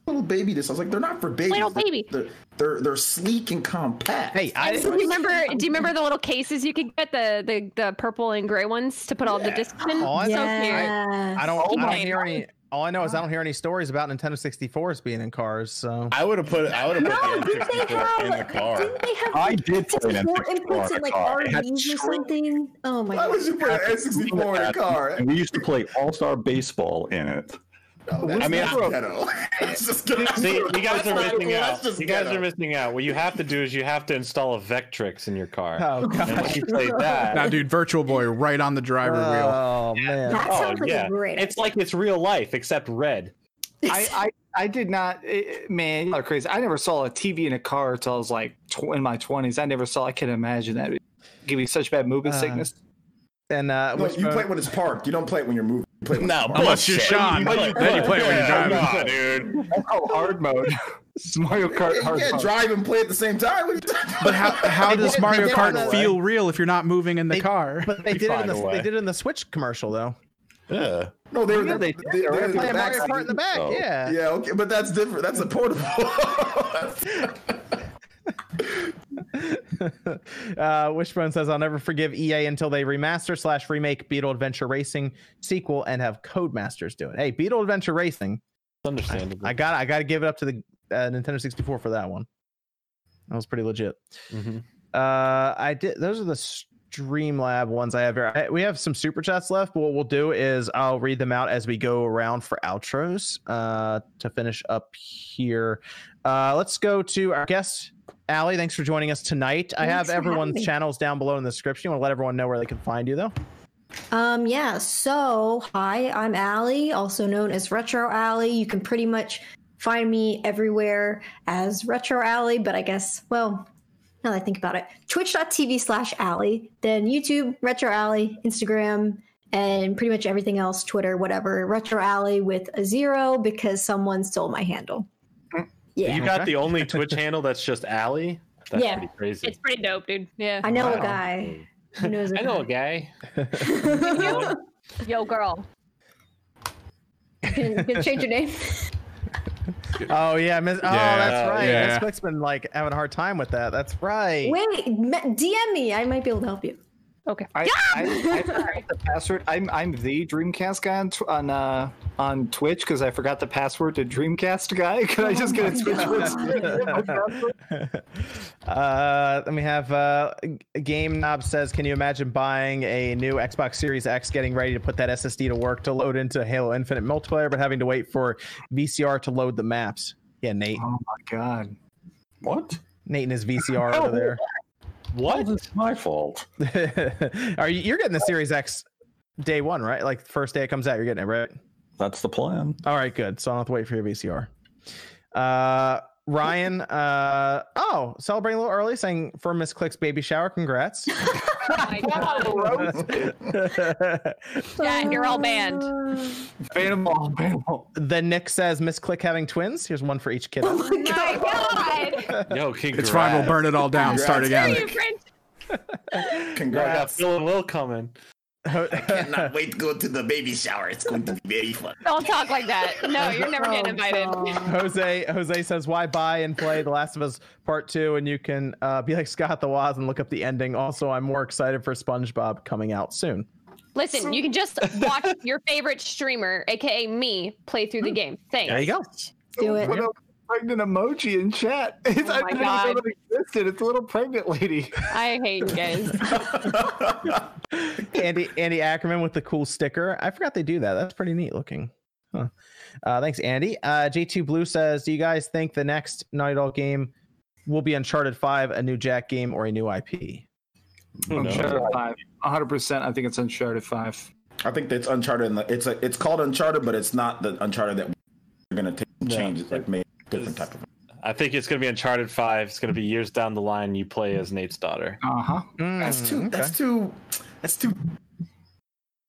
Speaker 4: little baby discs. I was like, they're not for babies.
Speaker 6: Little
Speaker 4: They're-
Speaker 6: baby.
Speaker 4: They're, they're they're sleek and compact.
Speaker 2: Hey, I
Speaker 6: And do you remember? Do you remember the little cases you could get the the, the purple and gray ones to put all the discs in?
Speaker 2: Oh, I-
Speaker 6: so cute.
Speaker 3: yeah.
Speaker 2: I
Speaker 9: Oh
Speaker 2: don't, I don't
Speaker 6: my
Speaker 2: hear any. All I know is I don't hear any stories about Nintendo 64s being in cars. So
Speaker 1: I would have put I would have
Speaker 3: No,
Speaker 1: put the
Speaker 3: didn't they
Speaker 1: N64 in the
Speaker 3: have?
Speaker 1: car.
Speaker 3: Didn't they have?
Speaker 11: I
Speaker 3: like,
Speaker 11: did play an
Speaker 3: 64
Speaker 11: N64
Speaker 3: inputs
Speaker 11: in
Speaker 3: in like
Speaker 11: a car. It had
Speaker 3: RVs or
Speaker 11: screw-
Speaker 3: something? Oh my
Speaker 4: why
Speaker 3: god.
Speaker 4: would you put an N64 in a car?
Speaker 8: Uh, And we used to play All Star Baseball in it.
Speaker 4: No,
Speaker 9: I mean,
Speaker 4: that's
Speaker 9: I-
Speaker 4: ghetto. It's just ghetto.
Speaker 9: See, you guys
Speaker 4: That's
Speaker 9: are
Speaker 4: not
Speaker 9: missing
Speaker 4: cool.
Speaker 9: out.
Speaker 4: That's just
Speaker 9: You guys
Speaker 4: ghetto.
Speaker 9: are missing out. What you have to do is you have to install a Vectrix in your car.
Speaker 2: Oh, God.
Speaker 9: And she played that.
Speaker 7: Now, dude, Virtual Boy right on the driver wheel.
Speaker 2: oh man,
Speaker 3: That sounds like a great.
Speaker 9: It's like it's real life, except red.
Speaker 5: I, I, I did not, eh, man, y'all are crazy. I never saw a TV in a car until I was like tw- in my 20s. I never saw, I can imagine that. It'd give me such bad movement
Speaker 2: Uh,
Speaker 5: sickness.
Speaker 2: and uh,
Speaker 4: No,
Speaker 2: which
Speaker 4: you
Speaker 2: phone-
Speaker 4: play it when it's parked. You don't play it when you're moving. You play it when
Speaker 1: No,
Speaker 4: it's parked.
Speaker 7: Unless
Speaker 1: bullshit.
Speaker 7: you're Sean. Then you play it when you're
Speaker 1: Yeah,
Speaker 7: driving.
Speaker 1: nah, dude.
Speaker 5: That's called hard mode. It's Mario Kart
Speaker 4: You
Speaker 5: hard
Speaker 4: can't
Speaker 5: mode.
Speaker 4: drive and play at the same time. What are you talking
Speaker 7: But how, how
Speaker 2: They
Speaker 7: does
Speaker 2: did-
Speaker 7: Mario
Speaker 2: they did
Speaker 7: Kart
Speaker 2: it
Speaker 7: feel real if you're not moving in the
Speaker 2: They-
Speaker 7: car?
Speaker 2: but they did it in
Speaker 9: find
Speaker 2: the
Speaker 9: a way.
Speaker 2: they did it in the Switch commercial though.
Speaker 1: Yeah. Oh.
Speaker 4: No, they were
Speaker 5: Yeah, they
Speaker 4: they,
Speaker 5: did.
Speaker 4: they,
Speaker 5: They
Speaker 4: were
Speaker 5: were
Speaker 4: in the
Speaker 5: playing
Speaker 4: back
Speaker 2: Mario Kart in the
Speaker 4: seat.
Speaker 2: back,
Speaker 8: so-
Speaker 2: yeah.
Speaker 4: Yeah, okay, but that's different. That's a portable.
Speaker 2: uh, Wishbone says, "I'll never forgive EA until they remaster slash remake Beetle Adventure Racing sequel and have Codemasters do it." Hey, Beetle Adventure Racing,
Speaker 9: It's understandable.
Speaker 2: I got I got to give it up to the uh, Nintendo 64 for that one. That was pretty legit.
Speaker 7: Mm-hmm.
Speaker 9: Mhm.
Speaker 2: Uh, I did. Those are the Streamlab ones I have here. I, we have some super chats left, but what we'll do is I'll read them out as we go around for outros uh, to finish up here. Uh, let's go to our guest, Allie. Thanks for joining us tonight. I have
Speaker 3: Thanks for having
Speaker 2: everyone's
Speaker 3: me.
Speaker 2: channels down below in the description. You want to let everyone know where they can find you, though?
Speaker 3: Um, yeah, so hi, I'm Allie, also known as Retro Allie. You can pretty much find me everywhere as Retro Allie, but I guess, well, now that I think about it, twitch.tv slash Allie, then YouTube, Retro Allie, Instagram, and pretty much everything else, Twitter, whatever, Retro Allie with a zero because someone stole my handle. Yeah.
Speaker 9: You got the only Twitch handle that's just Allie. That's
Speaker 3: Yeah.
Speaker 9: pretty crazy.
Speaker 6: It's pretty dope, dude. Yeah.
Speaker 3: I know a
Speaker 9: Wow.
Speaker 3: guy who knows a
Speaker 9: I know a
Speaker 3: guy.
Speaker 9: guy.
Speaker 6: Yo, girl.
Speaker 3: Can, can change your name.
Speaker 2: Oh yeah, Miss. Oh,
Speaker 7: Yeah.
Speaker 2: that's right.
Speaker 7: Yeah.
Speaker 2: Miss Quick's been like having a hard time with that. That's right.
Speaker 3: Wait, me- DM me. I might be able to help you.
Speaker 6: Okay.
Speaker 5: I, I, I forgot the password. I'm I'm the Dreamcast guy on tw- on, uh, on Twitch because I forgot the password to Dreamcast guy. Could I just get a Twitch password?
Speaker 2: Uh, then we have uh, G- Game Knob says, "Can you imagine buying a new Xbox Series X, getting ready to put that SSD to work to load into Halo Infinite multiplayer, but having to wait for VCR to load the maps?" Yeah, Nate,
Speaker 5: Oh my god!
Speaker 8: What?
Speaker 2: Nate and his VCR over
Speaker 8: What? It's my fault.
Speaker 2: there. Are you? You're getting the Series X day one, right? Like first day it comes out, you're getting it, right?
Speaker 8: That's the plan.
Speaker 2: All right, good. So I don't have to wait for your VCR. Uh, Ryan, uh, oh, celebrating a little early, saying for Miss Click's baby shower, congrats.
Speaker 6: Oh my God. yeah, you're all banned.
Speaker 5: Phantom all, Phantom all.
Speaker 2: Then Nick says Miss Click having twins. Here's one for each kid.
Speaker 6: My God.
Speaker 9: Yo, congrats.
Speaker 7: It's fine. We'll burn it all down. Start
Speaker 6: Are
Speaker 7: again.
Speaker 6: you French?
Speaker 9: I got
Speaker 4: Congrats.
Speaker 9: Phil and Will coming.
Speaker 4: Cannot wait to go to the baby shower. It's going to be very fun.
Speaker 6: Don't talk like that. No, you're never getting invited.
Speaker 2: Jose Jose says why buy and play The Last of Us Part Two, and you can uh, be like Scott the Waz and look up the ending. Also, I'm more excited for SpongeBob coming out soon.
Speaker 6: Listen, you can just watch Hmm. your favorite streamer, aka me, play through the game. Thanks.
Speaker 2: There you go.
Speaker 3: Do it.
Speaker 5: What, el- pregnant emoji in chat. It's, I
Speaker 6: my
Speaker 5: didn't even know
Speaker 6: God.
Speaker 5: it existed. It's a little pregnant lady.
Speaker 6: I hate you guys.
Speaker 2: Andy Andy Ackerman with the cool sticker. I forgot they do that. That's pretty neat looking. Huh. Uh, thanks, Andy. Uh, J2 Blue says, "Do you guys think the next Naughty Dog game will be Uncharted Five, a new Jack game, or a new IP?"
Speaker 5: Uncharted 5. 100%. I think it's Uncharted 5.
Speaker 4: I think it's Uncharted. In the, it's a, it's called Uncharted, but it's not the Uncharted that we're gonna take and change. It's like made a different type of.
Speaker 9: I think it's going to be Uncharted 5. It's going to be years down the line you play as Nate's daughter.
Speaker 5: Uh
Speaker 2: Uh-huh.
Speaker 5: huh.
Speaker 4: That's too. That's too. That's too.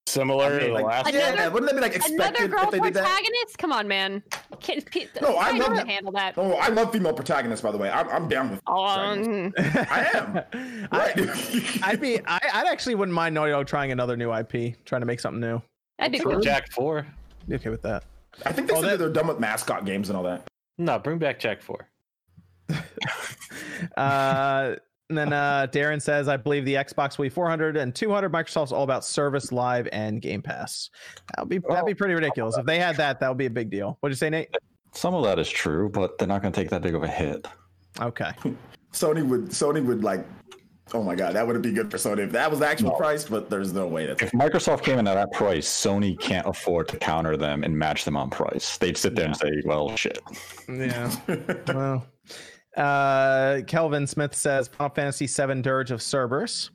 Speaker 10: Similar to the
Speaker 4: like-
Speaker 10: last
Speaker 4: Yeah,
Speaker 6: Another-
Speaker 4: wouldn't that be like
Speaker 6: Another
Speaker 4: expected
Speaker 6: girl
Speaker 4: if they did that?
Speaker 6: protagonist? Come on, man. Kid, pe-
Speaker 4: No, I love
Speaker 6: don't
Speaker 4: that-
Speaker 6: handle that.
Speaker 4: Oh, I love female protagonists. By the way, I'm, I'm down with. protagonists.
Speaker 6: Um,
Speaker 4: I am.
Speaker 2: I,
Speaker 4: Right.
Speaker 2: I'd be. I, I actually wouldn't mind Naughty Dog trying another new IP, trying to make something new.
Speaker 6: that'd be cool.
Speaker 9: Jack 4.
Speaker 2: Be okay with that.
Speaker 4: I
Speaker 9: Oh,
Speaker 4: think they said that they're done with mascot games and all that.
Speaker 9: No, bring back Jack 4.
Speaker 2: Uh, and then uh, Darren says, "I believe the Xbox will be 400 and 200. Microsoft's all about service, live, and Game Pass. That would be that'd be pretty ridiculous if they had that. That would be a big deal. What'd you say, Nate?
Speaker 8: Some of that is true, but they're not going to take that big of a hit.
Speaker 2: Okay.
Speaker 4: Sony would. Sony would like. Oh my god, that would be good for Sony if that was the actual price. But there's no way that.
Speaker 8: If Microsoft came in at that price, Sony can't afford to counter them and match them on price. They'd sit there and say, well, shit.
Speaker 2: Yeah. well, uh, Kelvin Smith says Final Fantasy VII Dirge of Cerberus.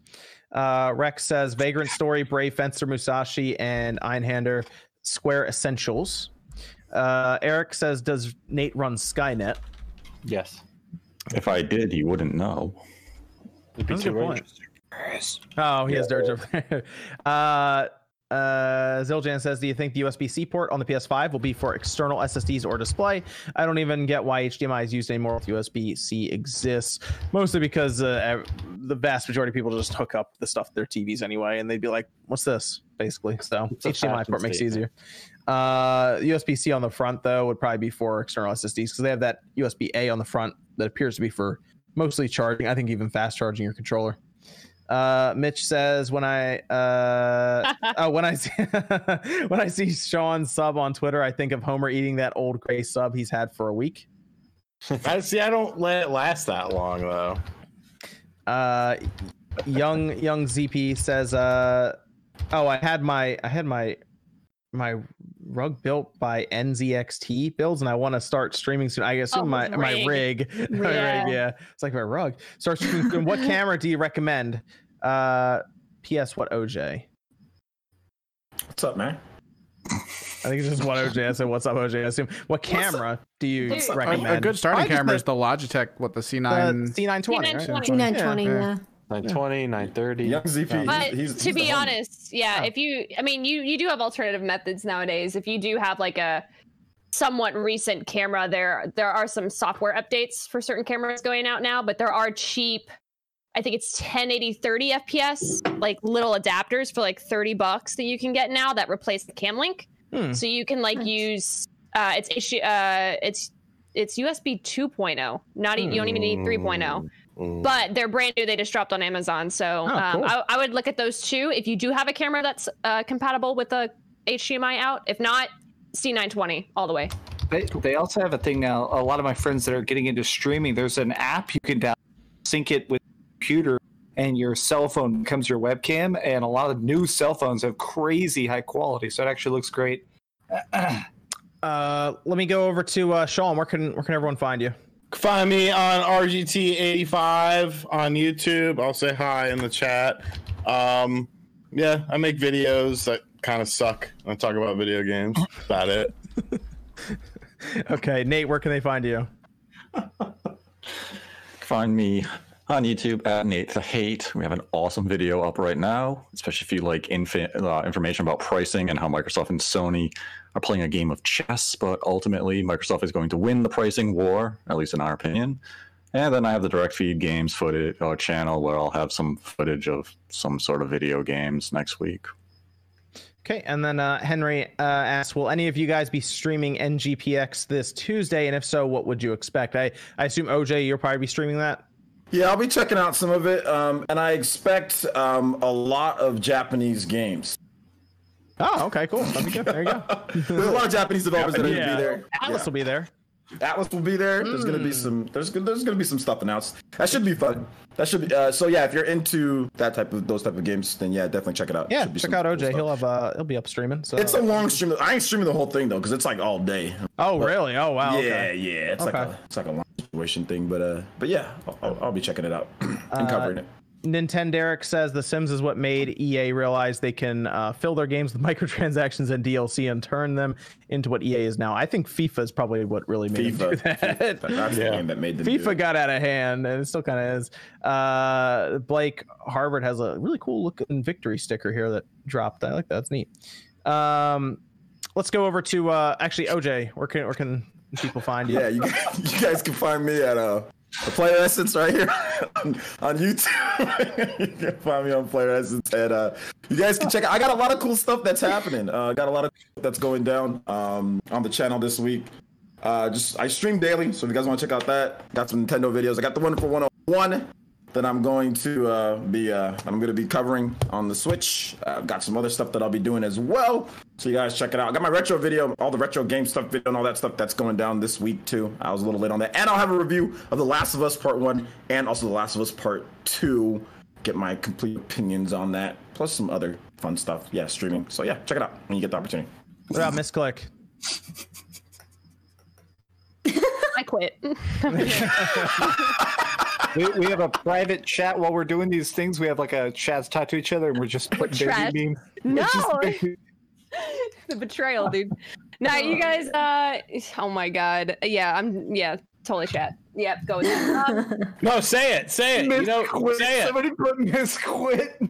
Speaker 2: Uh, Rex says Vagrant Story, Brave Fencer Musashi, and Einhander Square Essentials. Uh, Eric says, Does Nate run Skynet?
Speaker 9: Yes.
Speaker 8: If I did, you wouldn't know.
Speaker 9: It'd be
Speaker 2: That's a
Speaker 9: too
Speaker 2: good
Speaker 9: early.
Speaker 2: point. Oh, he has Dirge over there. Uh, uh, Zildjian says, "Do you think the USB-C port on the PS5 will be for external SSDs or display? I don't even get why HDMI is used anymore if USB-C exists. Mostly because uh, ev- the vast majority of people just hook up the stuff to their TVs anyway, and they'd be like, "What's this?" Basically, so
Speaker 9: a
Speaker 2: HDMI
Speaker 9: fashion
Speaker 2: port makes it easier.
Speaker 9: statement.
Speaker 2: Uh, USB-C on the front though would probably be for external SSDs because they have that USB-A on the front that appears to be for mostly charging. I think even fast charging your controller. Uh, Mitch says when I uh, oh, when I see when I see Sean sub on Twitter, I think of Homer eating that old gray sub he's had for a week.
Speaker 10: I see. I don't let it last that long though.
Speaker 2: Uh, young young ZP says uh, oh I had my I had my my rug built by NZXT builds and I want to start streaming soon. I assume
Speaker 6: Oh,
Speaker 2: my my rig,
Speaker 6: rig.
Speaker 2: my
Speaker 6: Yeah.
Speaker 2: rig, yeah, it's like my rug. Start streaming soon. What camera do you recommend? Uh, P.S. What OJ?
Speaker 4: What's up, man?
Speaker 2: I think it's just one OJ. I said, "What's up, OJ?" I assume. What camera do you
Speaker 6: What's up,
Speaker 2: recommend? Uh,
Speaker 7: A, a good
Speaker 2: I
Speaker 7: starting
Speaker 2: just
Speaker 7: camera
Speaker 2: think
Speaker 7: is the Logitech, what the C9.
Speaker 2: the C920. right?
Speaker 6: C920.
Speaker 3: Two nine twenty.
Speaker 7: Yeah.
Speaker 3: Yeah.
Speaker 9: 920, 930.
Speaker 4: Young ZP.
Speaker 6: But
Speaker 4: he's- he's-
Speaker 6: to
Speaker 4: he's
Speaker 6: be
Speaker 4: the homie.
Speaker 6: honest, yeah, if you, I mean, you you do have alternative methods nowadays. If you do have like a somewhat recent camera, there there are some software updates for certain cameras going out now, but there are cheap. I think it's 1080 30 FPS, like little adapters for like 30 bucks that you can get now that replace the cam link.
Speaker 2: Hmm.
Speaker 6: So you can like
Speaker 3: Nice.
Speaker 6: use uh it's issue uh it's it's USB 2.0. Not e- you don't even need 3.0
Speaker 9: Mm.
Speaker 6: but they're brand new. They just dropped on Amazon. So
Speaker 2: Oh,
Speaker 6: um,
Speaker 2: cool.
Speaker 6: I, I would look at those two. If you do have a camera that's uh, compatible with a HDMI out, if not, C920 all the way.
Speaker 5: They, they also have a thing now. A lot of my friends that are getting into streaming, there's an app you can download, sync it with your computer, and your cell phone becomes your webcam. And a lot of new cell phones have crazy high quality, so it actually looks great.
Speaker 2: Uh, let me go over to uh, Sean. Where can where can everyone find you?
Speaker 1: Find me on RGT85 on YouTube. I'll say hi in the chat. Um, yeah, I make videos that kind of suck. I talk about video games. About it.
Speaker 2: Okay, Nate. Where can they find you?
Speaker 8: Find me on YouTube at Nate the Hate. We have an awesome video up right now, especially if you like infi- uh, information about pricing and how Microsoft and Sony are playing a game of chess. But ultimately, Microsoft is going to win the pricing war, at least in our opinion. And then I have the direct feed games footage uh, channel where I'll have some footage of some sort of video games next week.
Speaker 2: Okay, and then uh, Henry uh, asks, "Will any of you guys be streaming NGPX this Tuesday? And if so, what would you expect?" I I assume OJ, you'll probably be streaming that.
Speaker 4: Yeah, I'll be checking out some of it, um, and I expect um, a lot of Japanese games.
Speaker 2: Oh, okay, cool. That'd be good. There you go.
Speaker 4: There's a lot of Japanese developers that are going to be there.
Speaker 2: Alice will be there. Hmm.
Speaker 4: Atlas will be there. There's gonna be some. There's gonna- there's gonna be some stuff announced. That should be fun. That should be. Uh, so yeah, if you're into that type of those type of games, then yeah, definitely check it out.
Speaker 2: Yeah,
Speaker 4: Should be
Speaker 2: check
Speaker 4: some
Speaker 2: out
Speaker 4: cool
Speaker 2: OJ.
Speaker 4: stuff.
Speaker 2: He'll have uh, he'll be up streaming. So
Speaker 4: It's a long stream. I ain't streaming the whole thing though, because it's like all day.
Speaker 2: oh really? Oh wow.
Speaker 4: yeah,
Speaker 2: okay.
Speaker 4: yeah. It's like
Speaker 2: Okay.
Speaker 4: a it's like a long situation thing, but uh, but yeah, I'll- I'll, I'll be checking it out
Speaker 2: Uh,
Speaker 4: and covering it.
Speaker 2: Nintenderic says The Sims is what made EA realize they can uh, fill their games with microtransactions and DLC and turn them into what EA is now. I think FIFA is probably what really made them do
Speaker 4: FIFA.
Speaker 2: that.
Speaker 4: That- That's the game that made them. do
Speaker 2: FIFA
Speaker 4: it.
Speaker 2: got out of hand, and it still kind of is. Uh, Blake Harvard has a really cool looking victory sticker here that dropped. I like that. That's neat. Um, let's go over to uh, actually OJ. Where can where can people find you?
Speaker 4: Yeah, you, you guys can find me at uh, the Player Essence right here on, on YouTube. you can find me on Player Essence, and uh, you guys can check. out. I got a lot of cool stuff that's happening. Uh, got a lot of stuff that's going down um, on the channel this week. Uh, just I stream daily, so if you guys want to check out that, got some Nintendo videos. I got the one for 101 that I'm going to uh, be uh, I'm going to be covering on the Switch. Uh, I've got some other stuff that I'll be doing as well. So you guys check it out. I got my retro video, all the retro game stuff video and all that stuff that's going down this week too. I was a little late on that. And I'll have a review of The Last of Us Part 1 and also The Last of Us Part 2. Get my complete opinions on that, plus some other fun stuff. Yeah, streaming. So yeah, check it out when you get the opportunity.
Speaker 2: What about Misclick?
Speaker 6: I quit.
Speaker 5: We, we have a private chat while we're doing these things. We have like a chats talk to each other, and we're just putting
Speaker 6: Trash.
Speaker 5: baby memes.
Speaker 6: No.
Speaker 5: It's just-
Speaker 6: the betrayal, dude. Now you guys. Uh, oh my god. Yeah, I'm. Yeah, totally chat. Yep, go with that. Um,
Speaker 10: No, say it. Say it. You
Speaker 5: Miss
Speaker 10: know,
Speaker 5: quit.
Speaker 10: say it.
Speaker 5: Somebody put Miss Quit.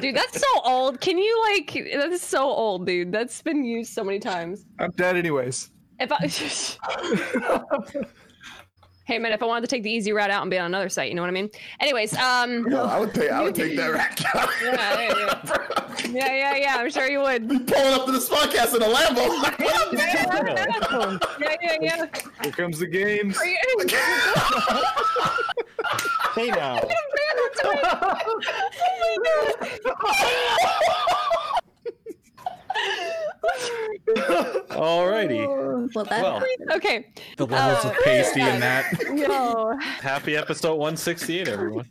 Speaker 6: dude, that's so old. Can you like? That is so old, dude. That's been used so many times.
Speaker 5: I'm dead, anyways.
Speaker 6: If I, hey man, if I wanted to take the easy route out and be on another site, you know what I mean? Anyways, um,
Speaker 4: Yo, I would pay I would take that rack out.
Speaker 6: yeah, yeah, yeah. yeah, yeah, yeah, I'm sure you would.
Speaker 4: Pulling up to this podcast in a Lambo.
Speaker 6: yeah, yeah, yeah.
Speaker 5: Here comes the games.
Speaker 6: Are you-
Speaker 11: Hey now.
Speaker 9: Alrighty.
Speaker 3: Well, that
Speaker 9: Well,
Speaker 6: okay.
Speaker 7: The levels
Speaker 6: Uh,
Speaker 7: of pasty in that.
Speaker 6: No.
Speaker 9: happy episode 168, everyone.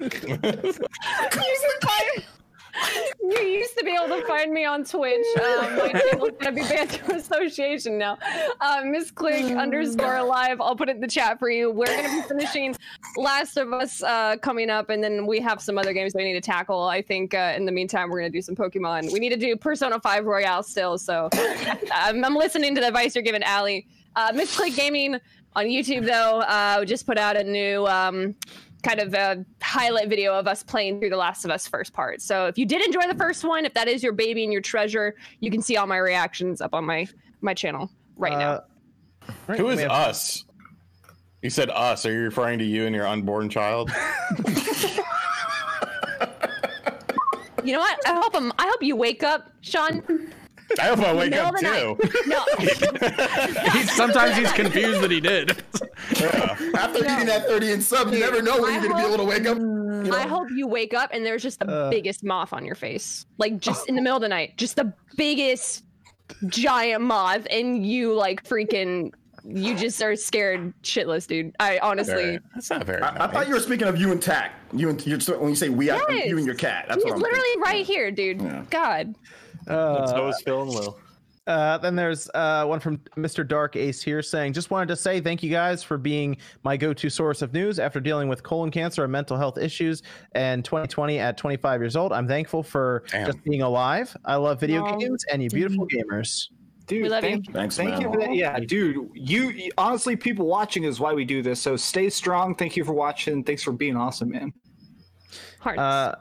Speaker 6: You used to be able to find me on Twitch. Um, my channel's gonna be Banjo Association now. Uh, Miss Click underscore live. I'll put it in the chat for you. We're gonna be finishing Last of Us uh, coming up, and then we have some other games that we need to tackle. I think uh, in the meantime, we're gonna do some Pokemon. We need to do Persona Five Royale still. So I'm, I'm listening to the advice you're giving, Allie. Uh, Miss Click Gaming on YouTube though uh, we just put out a new um, kind of a highlight video of us playing through The Last of Us first part. So if you did enjoy the first one, if that is your baby and your treasure, you can see all my reactions up on my my channel right now.
Speaker 2: Uh, right,
Speaker 10: Who
Speaker 2: we
Speaker 10: is
Speaker 2: have-
Speaker 10: us? You said us. Are you referring to you and your unborn child?
Speaker 6: You know what? I hope I'm, I hope you wake up, Sean.
Speaker 10: I hope I wake
Speaker 6: Middle
Speaker 10: up
Speaker 6: of the
Speaker 10: too.
Speaker 6: No,
Speaker 7: He's, sometimes he's confused that he did.
Speaker 4: After eating that 30 and sub, you never know when you're gonna be able to wake up. You know?
Speaker 6: I hope you wake up and there's just the
Speaker 2: Uh.
Speaker 6: biggest moth on your face, like just in the middle of the night, just the biggest giant moth, and you like freaking. You just are scared shitless, dude. I honestly,
Speaker 10: Alright, That's not very.
Speaker 4: I, I thought you were speaking of you and Tack. You and you when you say we, I,
Speaker 6: Yes.
Speaker 4: you and your cat. That's
Speaker 6: He's
Speaker 4: what I'm.
Speaker 6: literally right here, dude. God.
Speaker 9: That's always Phil and Will.
Speaker 2: Uh, then there's uh, one from Mr. Dark Ace here saying, just wanted to say thank you guys for being my go to source of news after dealing with colon cancer and mental health issues and 2020 at 25 years old. I'm thankful for
Speaker 10: Damn.
Speaker 2: just being alive. I love video
Speaker 6: Aw.
Speaker 2: games and you beautiful gamers.
Speaker 5: Dude,
Speaker 6: We love you.
Speaker 5: thank you.
Speaker 4: Thanks,
Speaker 5: thank
Speaker 4: man.
Speaker 5: you for that. Yeah, dude. You honestly, people watching is why we do this. So stay strong. Thank you for watching. Thanks for being awesome, man.
Speaker 6: Hearts.
Speaker 2: Uh,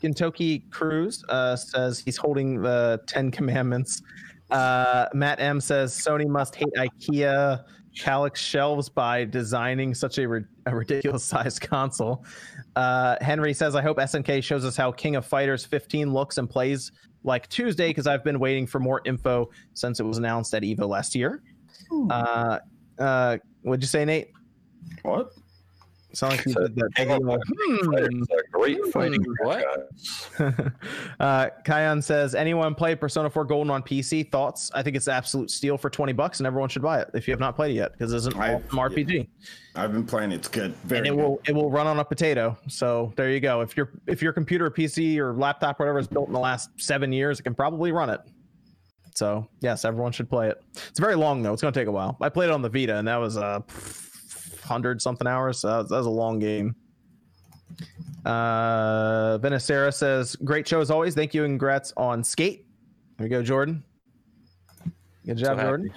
Speaker 2: Kentucky Cruz uh, says he's holding the Ten Commandments. Uh, Matt M says Sony must hate IKEA Calyx shelves by designing such a, ri- a ridiculous sized console. Uh, Henry says I hope SNK shows us how King of Fighters 15 looks and plays like Tuesday because I've been waiting for more info since it was announced at Evo last year. Uh, uh, what'd you say, Nate?
Speaker 4: What?
Speaker 2: Sound like you
Speaker 8: So-
Speaker 2: did that.
Speaker 8: Hang on,
Speaker 2: big old,
Speaker 8: Fighters,
Speaker 2: "Hmm."
Speaker 8: like, Great fighting.
Speaker 9: What?
Speaker 2: uh, Kion says, anyone play Persona 4 Golden on PC? Thoughts? I think it's an absolute steal for 20 bucks, and everyone should buy it if you have not played it yet, because it's an
Speaker 4: I-
Speaker 2: awesome RPG,
Speaker 4: I've been playing. It's good. Very
Speaker 2: and it
Speaker 4: good.
Speaker 2: will it will run on a potato. So there you go. If your if your computer, PC, or laptop, whatever is built in the last seven years, it can probably run it. So yes, everyone should play it. It's very long though. It's going to take a while. I played it on the Vita, and that was a uh, hundred something hours. So that was, that was a long game. Uh, Benacera says, "Great show as always. Thank you and congrats on Skate." There we go, Jordan. Good job,
Speaker 9: happy.
Speaker 2: Jordan.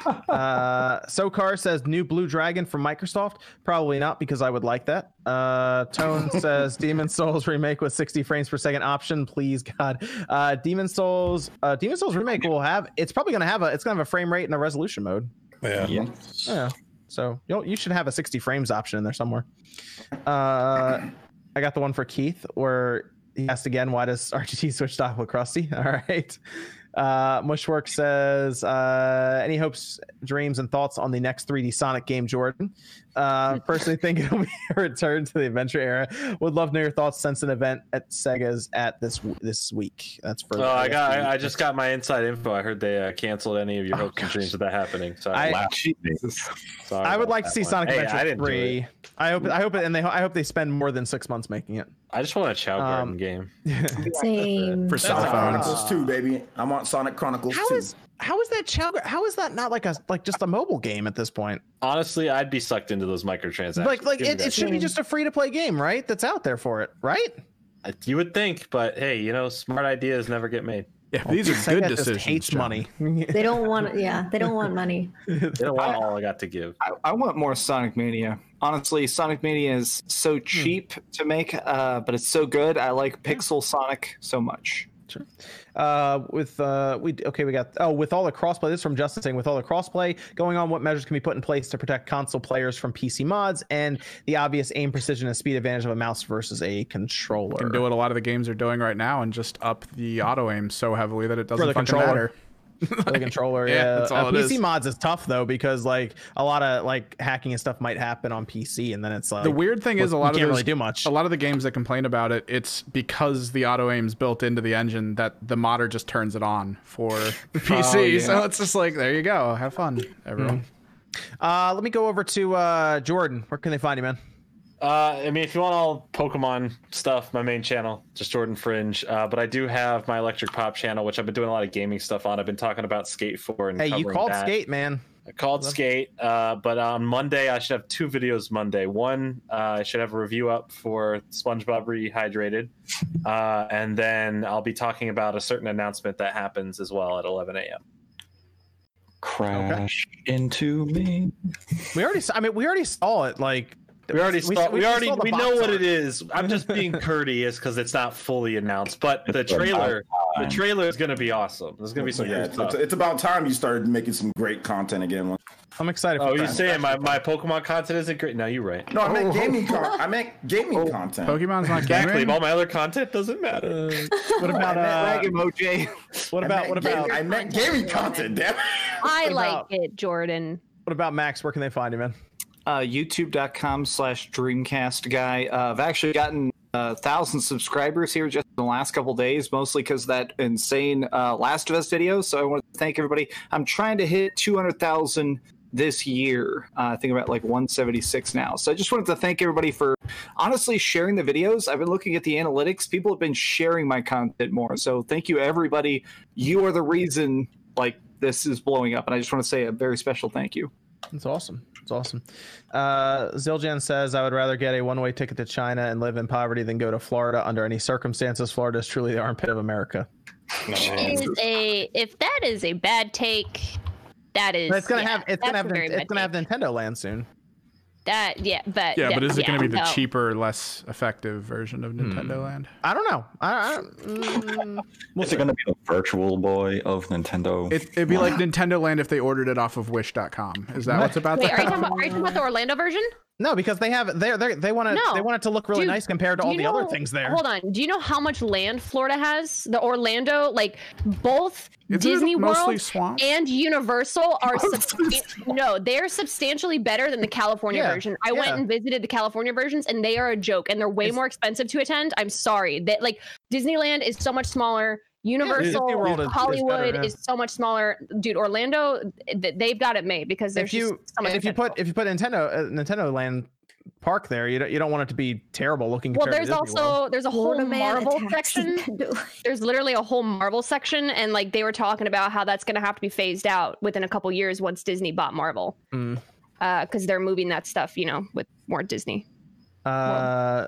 Speaker 2: uh, Sokar says, "New Blue Dragon from Microsoft." Probably not because I would like that. Uh, Tone says, "Demon Souls remake with 60 frames per second option, please, God." Uh, Demon Souls, uh, Demon Souls remake will have. It's probably gonna have a. It's gonna have a frame rate and a resolution mode.
Speaker 10: Yeah.
Speaker 2: Yeah. So you you should have a 60 frames option in there somewhere. Uh, I got the one for Keith where he asked again, why does RGT switch stock with Krusty? All right. Uh, Mushwork says, uh, any hopes, dreams, and thoughts on the next 3D Sonic game, Jordan? Uh, personally, think it'll be a return to the adventure era. Would love to know your thoughts since an event at Sega's at this this week. That's for.
Speaker 9: Oh, I got. I, I just got my inside info. I heard they uh, canceled any of your hopes and dreams of that happening. So
Speaker 2: Oh, I-
Speaker 9: sorry
Speaker 2: I would
Speaker 9: about
Speaker 2: like to
Speaker 9: that
Speaker 2: see
Speaker 9: one.
Speaker 2: Sonic
Speaker 9: Hey, I
Speaker 2: Adventure
Speaker 9: didn't do it.
Speaker 2: Three. I hope. I hope, it, and they. I hope they spend more than six months making it.
Speaker 9: I just want a Chow Garden
Speaker 2: Um,
Speaker 9: game.
Speaker 3: Same.
Speaker 4: for cell
Speaker 2: That's
Speaker 4: phones.
Speaker 2: awesome.
Speaker 4: Chronicles 2, baby. I want Sonic Chronicles
Speaker 2: How
Speaker 4: 2.
Speaker 2: is how is that child? How is that not like a like just a mobile game at this point?
Speaker 9: Honestly, I'd be sucked into those microtransactions.
Speaker 2: Like like
Speaker 9: Give me
Speaker 2: it,
Speaker 9: that
Speaker 2: it should be
Speaker 3: game.
Speaker 2: just a free to play game, right? That's out there for it, right?
Speaker 9: shit. You would think, but hey, you know, smart ideas never get made.
Speaker 7: Yeah, these are
Speaker 2: Sega
Speaker 7: good
Speaker 2: just
Speaker 7: decisions.
Speaker 2: hates
Speaker 7: John.
Speaker 2: money.
Speaker 3: They don't want. Yeah, they don't want money.
Speaker 9: They don't want all I got to give.
Speaker 5: I, I want more Sonic Mania. Honestly, Sonic Mania is so
Speaker 9: Hmm.
Speaker 5: cheap to make, uh, but it's so good. I like Pixel Sonic so much.
Speaker 2: uh, with uh, we okay, we got oh, with all the crossplay. This is from Justin saying, with all the crossplay going on, what measures can be put in place to protect console players from PC mods and the obvious aim, precision, and speed advantage of a mouse versus a controller?
Speaker 7: Can do what a lot of the games are doing right now and just up the auto aim so heavily that it doesn't
Speaker 2: For the
Speaker 7: fucking
Speaker 2: controller.
Speaker 7: matter.
Speaker 2: for the controller.
Speaker 7: Yeah,
Speaker 2: Yeah,
Speaker 7: that's all
Speaker 2: Uh,
Speaker 7: it
Speaker 2: PC
Speaker 7: is.
Speaker 2: mods is tough though because like a lot of like hacking and stuff might happen on PC, and then it's like
Speaker 7: The weird thing is a
Speaker 2: you
Speaker 7: lot of
Speaker 2: can't
Speaker 7: those,
Speaker 2: really do much.
Speaker 7: A lot of the games that complain about it, it's because the auto aim's built into the engine that the modder just turns it on for
Speaker 2: Oh,
Speaker 7: PC. So it's just like there you go, have fun, everyone.
Speaker 2: Uh, let me go over to uh, Jordan. Where can they find you, man?
Speaker 9: Uh, I mean, if you want all Pokemon stuff, my main channel, just Jordan Fringe. Uh, but I do have my Electric Pop channel, which I've been doing a lot of gaming stuff on. I've been talking about Skate 4 and
Speaker 2: Hey, you
Speaker 9: covering
Speaker 2: called
Speaker 9: that.
Speaker 2: skate, man.
Speaker 9: I called Skate, uh, but on Monday I should have two videos. Monday, one uh, I should have a review up for SpongeBob Rehydrated, uh, and then I'll be talking about a certain announcement that happens as well at 11 a.m.
Speaker 8: Crash into me.
Speaker 2: We already, saw, I mean, we already saw it. Like
Speaker 9: We already saw, we, already
Speaker 2: saw the
Speaker 9: we
Speaker 2: box
Speaker 9: know what
Speaker 2: art.
Speaker 9: it is. I'm just being courteous because it's not fully announced, but the
Speaker 8: It's about
Speaker 9: trailer the
Speaker 8: time.
Speaker 9: trailer is going to be awesome. There's going to be
Speaker 4: So
Speaker 9: some
Speaker 4: yeah,
Speaker 9: good
Speaker 4: it's, it's,
Speaker 9: stuff.
Speaker 4: it's about time you started making some great content again.
Speaker 2: I'm excited.
Speaker 9: Oh,
Speaker 2: for
Speaker 9: you're
Speaker 2: that.
Speaker 9: saying my, my Pokemon content isn't great? No, you're right.
Speaker 4: No, I
Speaker 2: Oh.
Speaker 4: meant gaming. Con- I meant gaming content.
Speaker 7: Oh. Pokemon's not
Speaker 9: Exactly.
Speaker 7: gaming.
Speaker 9: All my other content doesn't matter.
Speaker 2: What about uh,
Speaker 5: Dragon Mojay.
Speaker 2: what
Speaker 4: I
Speaker 2: about
Speaker 4: meant
Speaker 2: what
Speaker 4: gaming-
Speaker 2: about
Speaker 4: I meant gaming content. Damn. it.
Speaker 6: I
Speaker 2: What
Speaker 6: like
Speaker 2: about-
Speaker 6: it, Jordan.
Speaker 2: what about Max? Where can they find you, man?
Speaker 5: uh, youtube.com slash dreamcast guy uh, i've actually gotten a thousand subscribers here just in the last couple days mostly because that insane uh, last of us video so i want to thank everybody i'm trying to hit 200000 this year uh, i think about like 176 now so i just wanted to thank everybody for honestly sharing the videos i've been looking at the analytics people have been sharing my content more so thank you everybody you are the reason like this is blowing up and i just want to say a very special thank you
Speaker 2: It's awesome. It's awesome. Uh, Zildjian says, I would rather get a one way ticket to China and live in poverty than go to Florida under any circumstances. Florida is truly the armpit of America.
Speaker 6: Is a if that is a bad take, that is.
Speaker 2: But it's gonna
Speaker 6: yeah,
Speaker 2: have it's
Speaker 6: that's
Speaker 2: gonna have
Speaker 6: a very
Speaker 2: Nin- it's
Speaker 6: bad
Speaker 2: gonna have
Speaker 6: take.
Speaker 2: Nintendo Land soon.
Speaker 6: that. Uh, Yeah, but
Speaker 7: Yeah, but is it going to be the
Speaker 6: no.
Speaker 7: cheaper, less effective version of Nintendo Land?
Speaker 2: I don't know. I, I mm, we'll
Speaker 8: Is it
Speaker 2: see.
Speaker 8: going to be the Virtual Boy of Nintendo?
Speaker 7: It, it'd be like Nintendo Land if they ordered it off of Wish.com. Is that what's about
Speaker 6: Wait, are you
Speaker 7: that?
Speaker 6: talking about, are you talking about the Orlando version?
Speaker 2: No, because they have they they they want to
Speaker 6: No.
Speaker 2: they want it to look really
Speaker 6: Dude,
Speaker 2: nice compared to
Speaker 6: do
Speaker 2: all
Speaker 6: you
Speaker 2: the other
Speaker 6: know-
Speaker 2: things there.
Speaker 6: Hold on. Do you know how much land Florida has? The Orlando, like both
Speaker 7: Isn't it
Speaker 6: Disney
Speaker 7: mostly
Speaker 6: World
Speaker 7: swamp?
Speaker 6: and Universal are substan- no, they're substantially better than the California
Speaker 2: Yeah,
Speaker 6: version. I went
Speaker 2: yeah.
Speaker 6: and visited the California versions, and they are a joke, and they're way more expensive to attend. I'm sorry that like Disneyland is so much smaller. Universal,
Speaker 2: Disney World is- is better,
Speaker 6: Hollywood is,
Speaker 2: yeah.
Speaker 6: so much smaller. Dude, Orlando, th- they've got it made because there's
Speaker 2: if you
Speaker 6: just so much
Speaker 2: if you
Speaker 6: potential.
Speaker 2: put if you put Nintendo uh, Nintendo Land Park there, you don't you don't want it to be terrible looking.
Speaker 6: well, there's
Speaker 2: compared to Disney World.
Speaker 6: also there's a whole
Speaker 3: Florida man
Speaker 6: Marvel
Speaker 3: attacks
Speaker 6: section.
Speaker 3: Nintendo.
Speaker 6: there's literally a whole Marvel section, and like they were talking about how that's going to have to be phased out within a couple years once Disney bought Marvel, because
Speaker 2: Mm.
Speaker 6: they're moving that stuff, you know, with more Disney.
Speaker 2: Uh,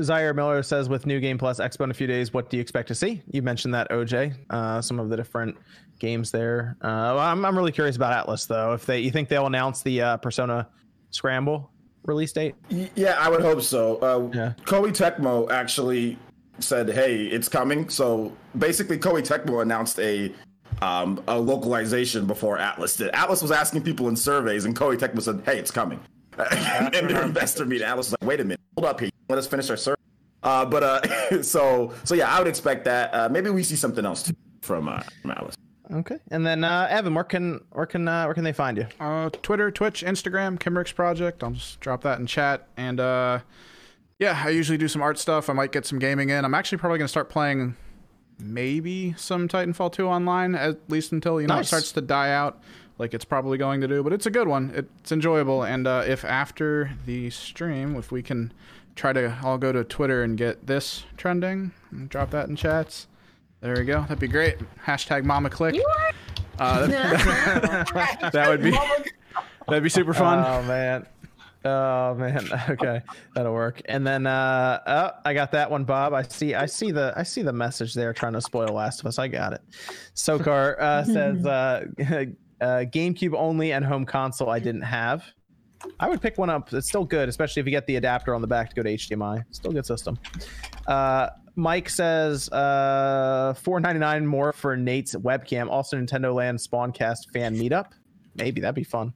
Speaker 2: Zaire Miller says, with New Game Plus Expo in a few days, what do you expect to see? You mentioned that, OJ. Uh, some of the different games there. Uh, well, I'm, I'm really curious about Atlas, though. If they, you think they'll announce the uh, Persona Scramble release date?
Speaker 4: Y- Yeah, I would hope so. Uh,
Speaker 2: Yeah.
Speaker 4: Koei Tecmo actually said, "Hey, it's coming." So basically, Koei Tecmo announced a um, a localization before Atlas did. Atlas was asking people in surveys, and Koei Tecmo said, "Hey, it's coming." and their investor meeting, Atlas was like, "Wait a minute, hold up here. Let us finish our survey." Uh, but uh, so so yeah, I would expect that. Uh, maybe we see something else too from, uh, from Atlas.
Speaker 2: Okay. And then, uh, Evan, where can where can uh, where can they find you?
Speaker 7: Uh, Twitter, Twitch, Instagram, Kimrick's Project. I'll just drop that in chat. And uh, yeah, I usually do some art stuff. I might get some gaming in. I'm actually probably going to start playing maybe some Titanfall 2 online, at least until, you know,
Speaker 2: Nice.
Speaker 7: it starts to die out like it's probably going to do. But it's a good one. It's enjoyable. And uh, if after the stream, if we can try to all go to Twitter and get this trending, and drop that in chats. There we go. That'd be great. Hashtag Mama Click. Uh, that- that would be that'd be super fun.
Speaker 2: Oh man. Oh man. Okay, that'll work. And then uh oh, I got that one, Bob. I see I see the I see the message there trying to spoil Last of Us. I got it. Sokar uh, says uh, uh GameCube only and home console I didn't have. I would pick one up. It's still good, especially if you get the adapter on the back to go to HDMI. Still good system. Uh, Mike says uh, four ninety nine more for Nate's webcam. Also, Nintendo Land Spawncast fan meetup. Maybe that'd be fun.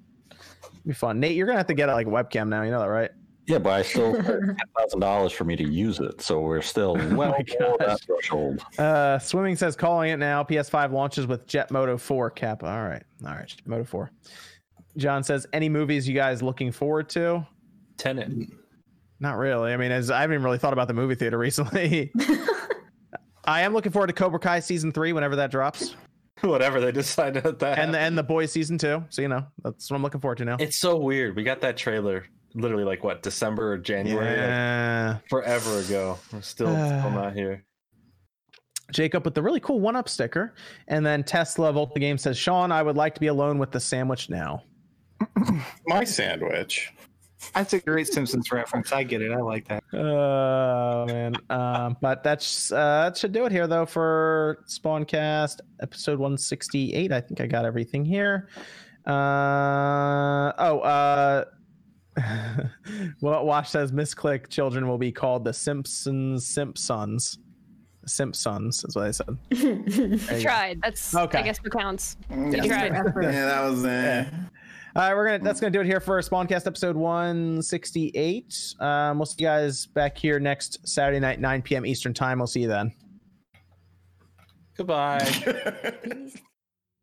Speaker 2: Be fun. Nate, you're gonna have to get like a webcam now. You know that, right?
Speaker 8: Yeah, but I still ten thousand dollars for me to use it, so we're still
Speaker 7: Oh
Speaker 8: well below that threshold.
Speaker 2: Uh, swimming says calling it now. PS5 launches with Jet Moto 4 cap. All right, all right, Jet Moto 4. John says any movies you guys looking forward to?
Speaker 9: Tenet.
Speaker 2: Not really. I mean, as I haven't even really thought about the movie theater recently. I am looking forward to Cobra Kai season three whenever that drops,
Speaker 9: Whatever they decided that.
Speaker 2: and
Speaker 9: happened.
Speaker 2: the, and the boys season two. So you know that's what I'm looking forward to now.
Speaker 9: it's so weird. We got that trailer literally like what December or January, like,
Speaker 2: Yeah.
Speaker 9: forever ago. I'm still, still not here.
Speaker 2: Jacob with the really cool one up sticker. And then Tesla Volta Game says, Sean, I would like to be alone with the sandwich now.
Speaker 1: My sandwich.
Speaker 5: That's a great Simpsons reference. I get it. I like that.
Speaker 2: Oh man. Um, but that's uh that should do it here though for Spawncast episode 168. I think I got everything here. Uh oh, uh well, Wash says misclick children will be called the Simpsons Simpsons. Simpsons is what I said.
Speaker 6: I tried. That's
Speaker 2: Okay.
Speaker 6: I guess what counts.
Speaker 3: Mm,
Speaker 4: Yeah,
Speaker 6: You tried.
Speaker 4: yeah that was. Uh,
Speaker 2: All right, we're gonna that's gonna do it here for Spawncast episode 168. Um, we'll see you guys back here next Saturday night, 9 p.m. Eastern time. We'll see you then.
Speaker 9: Goodbye.
Speaker 3: Please.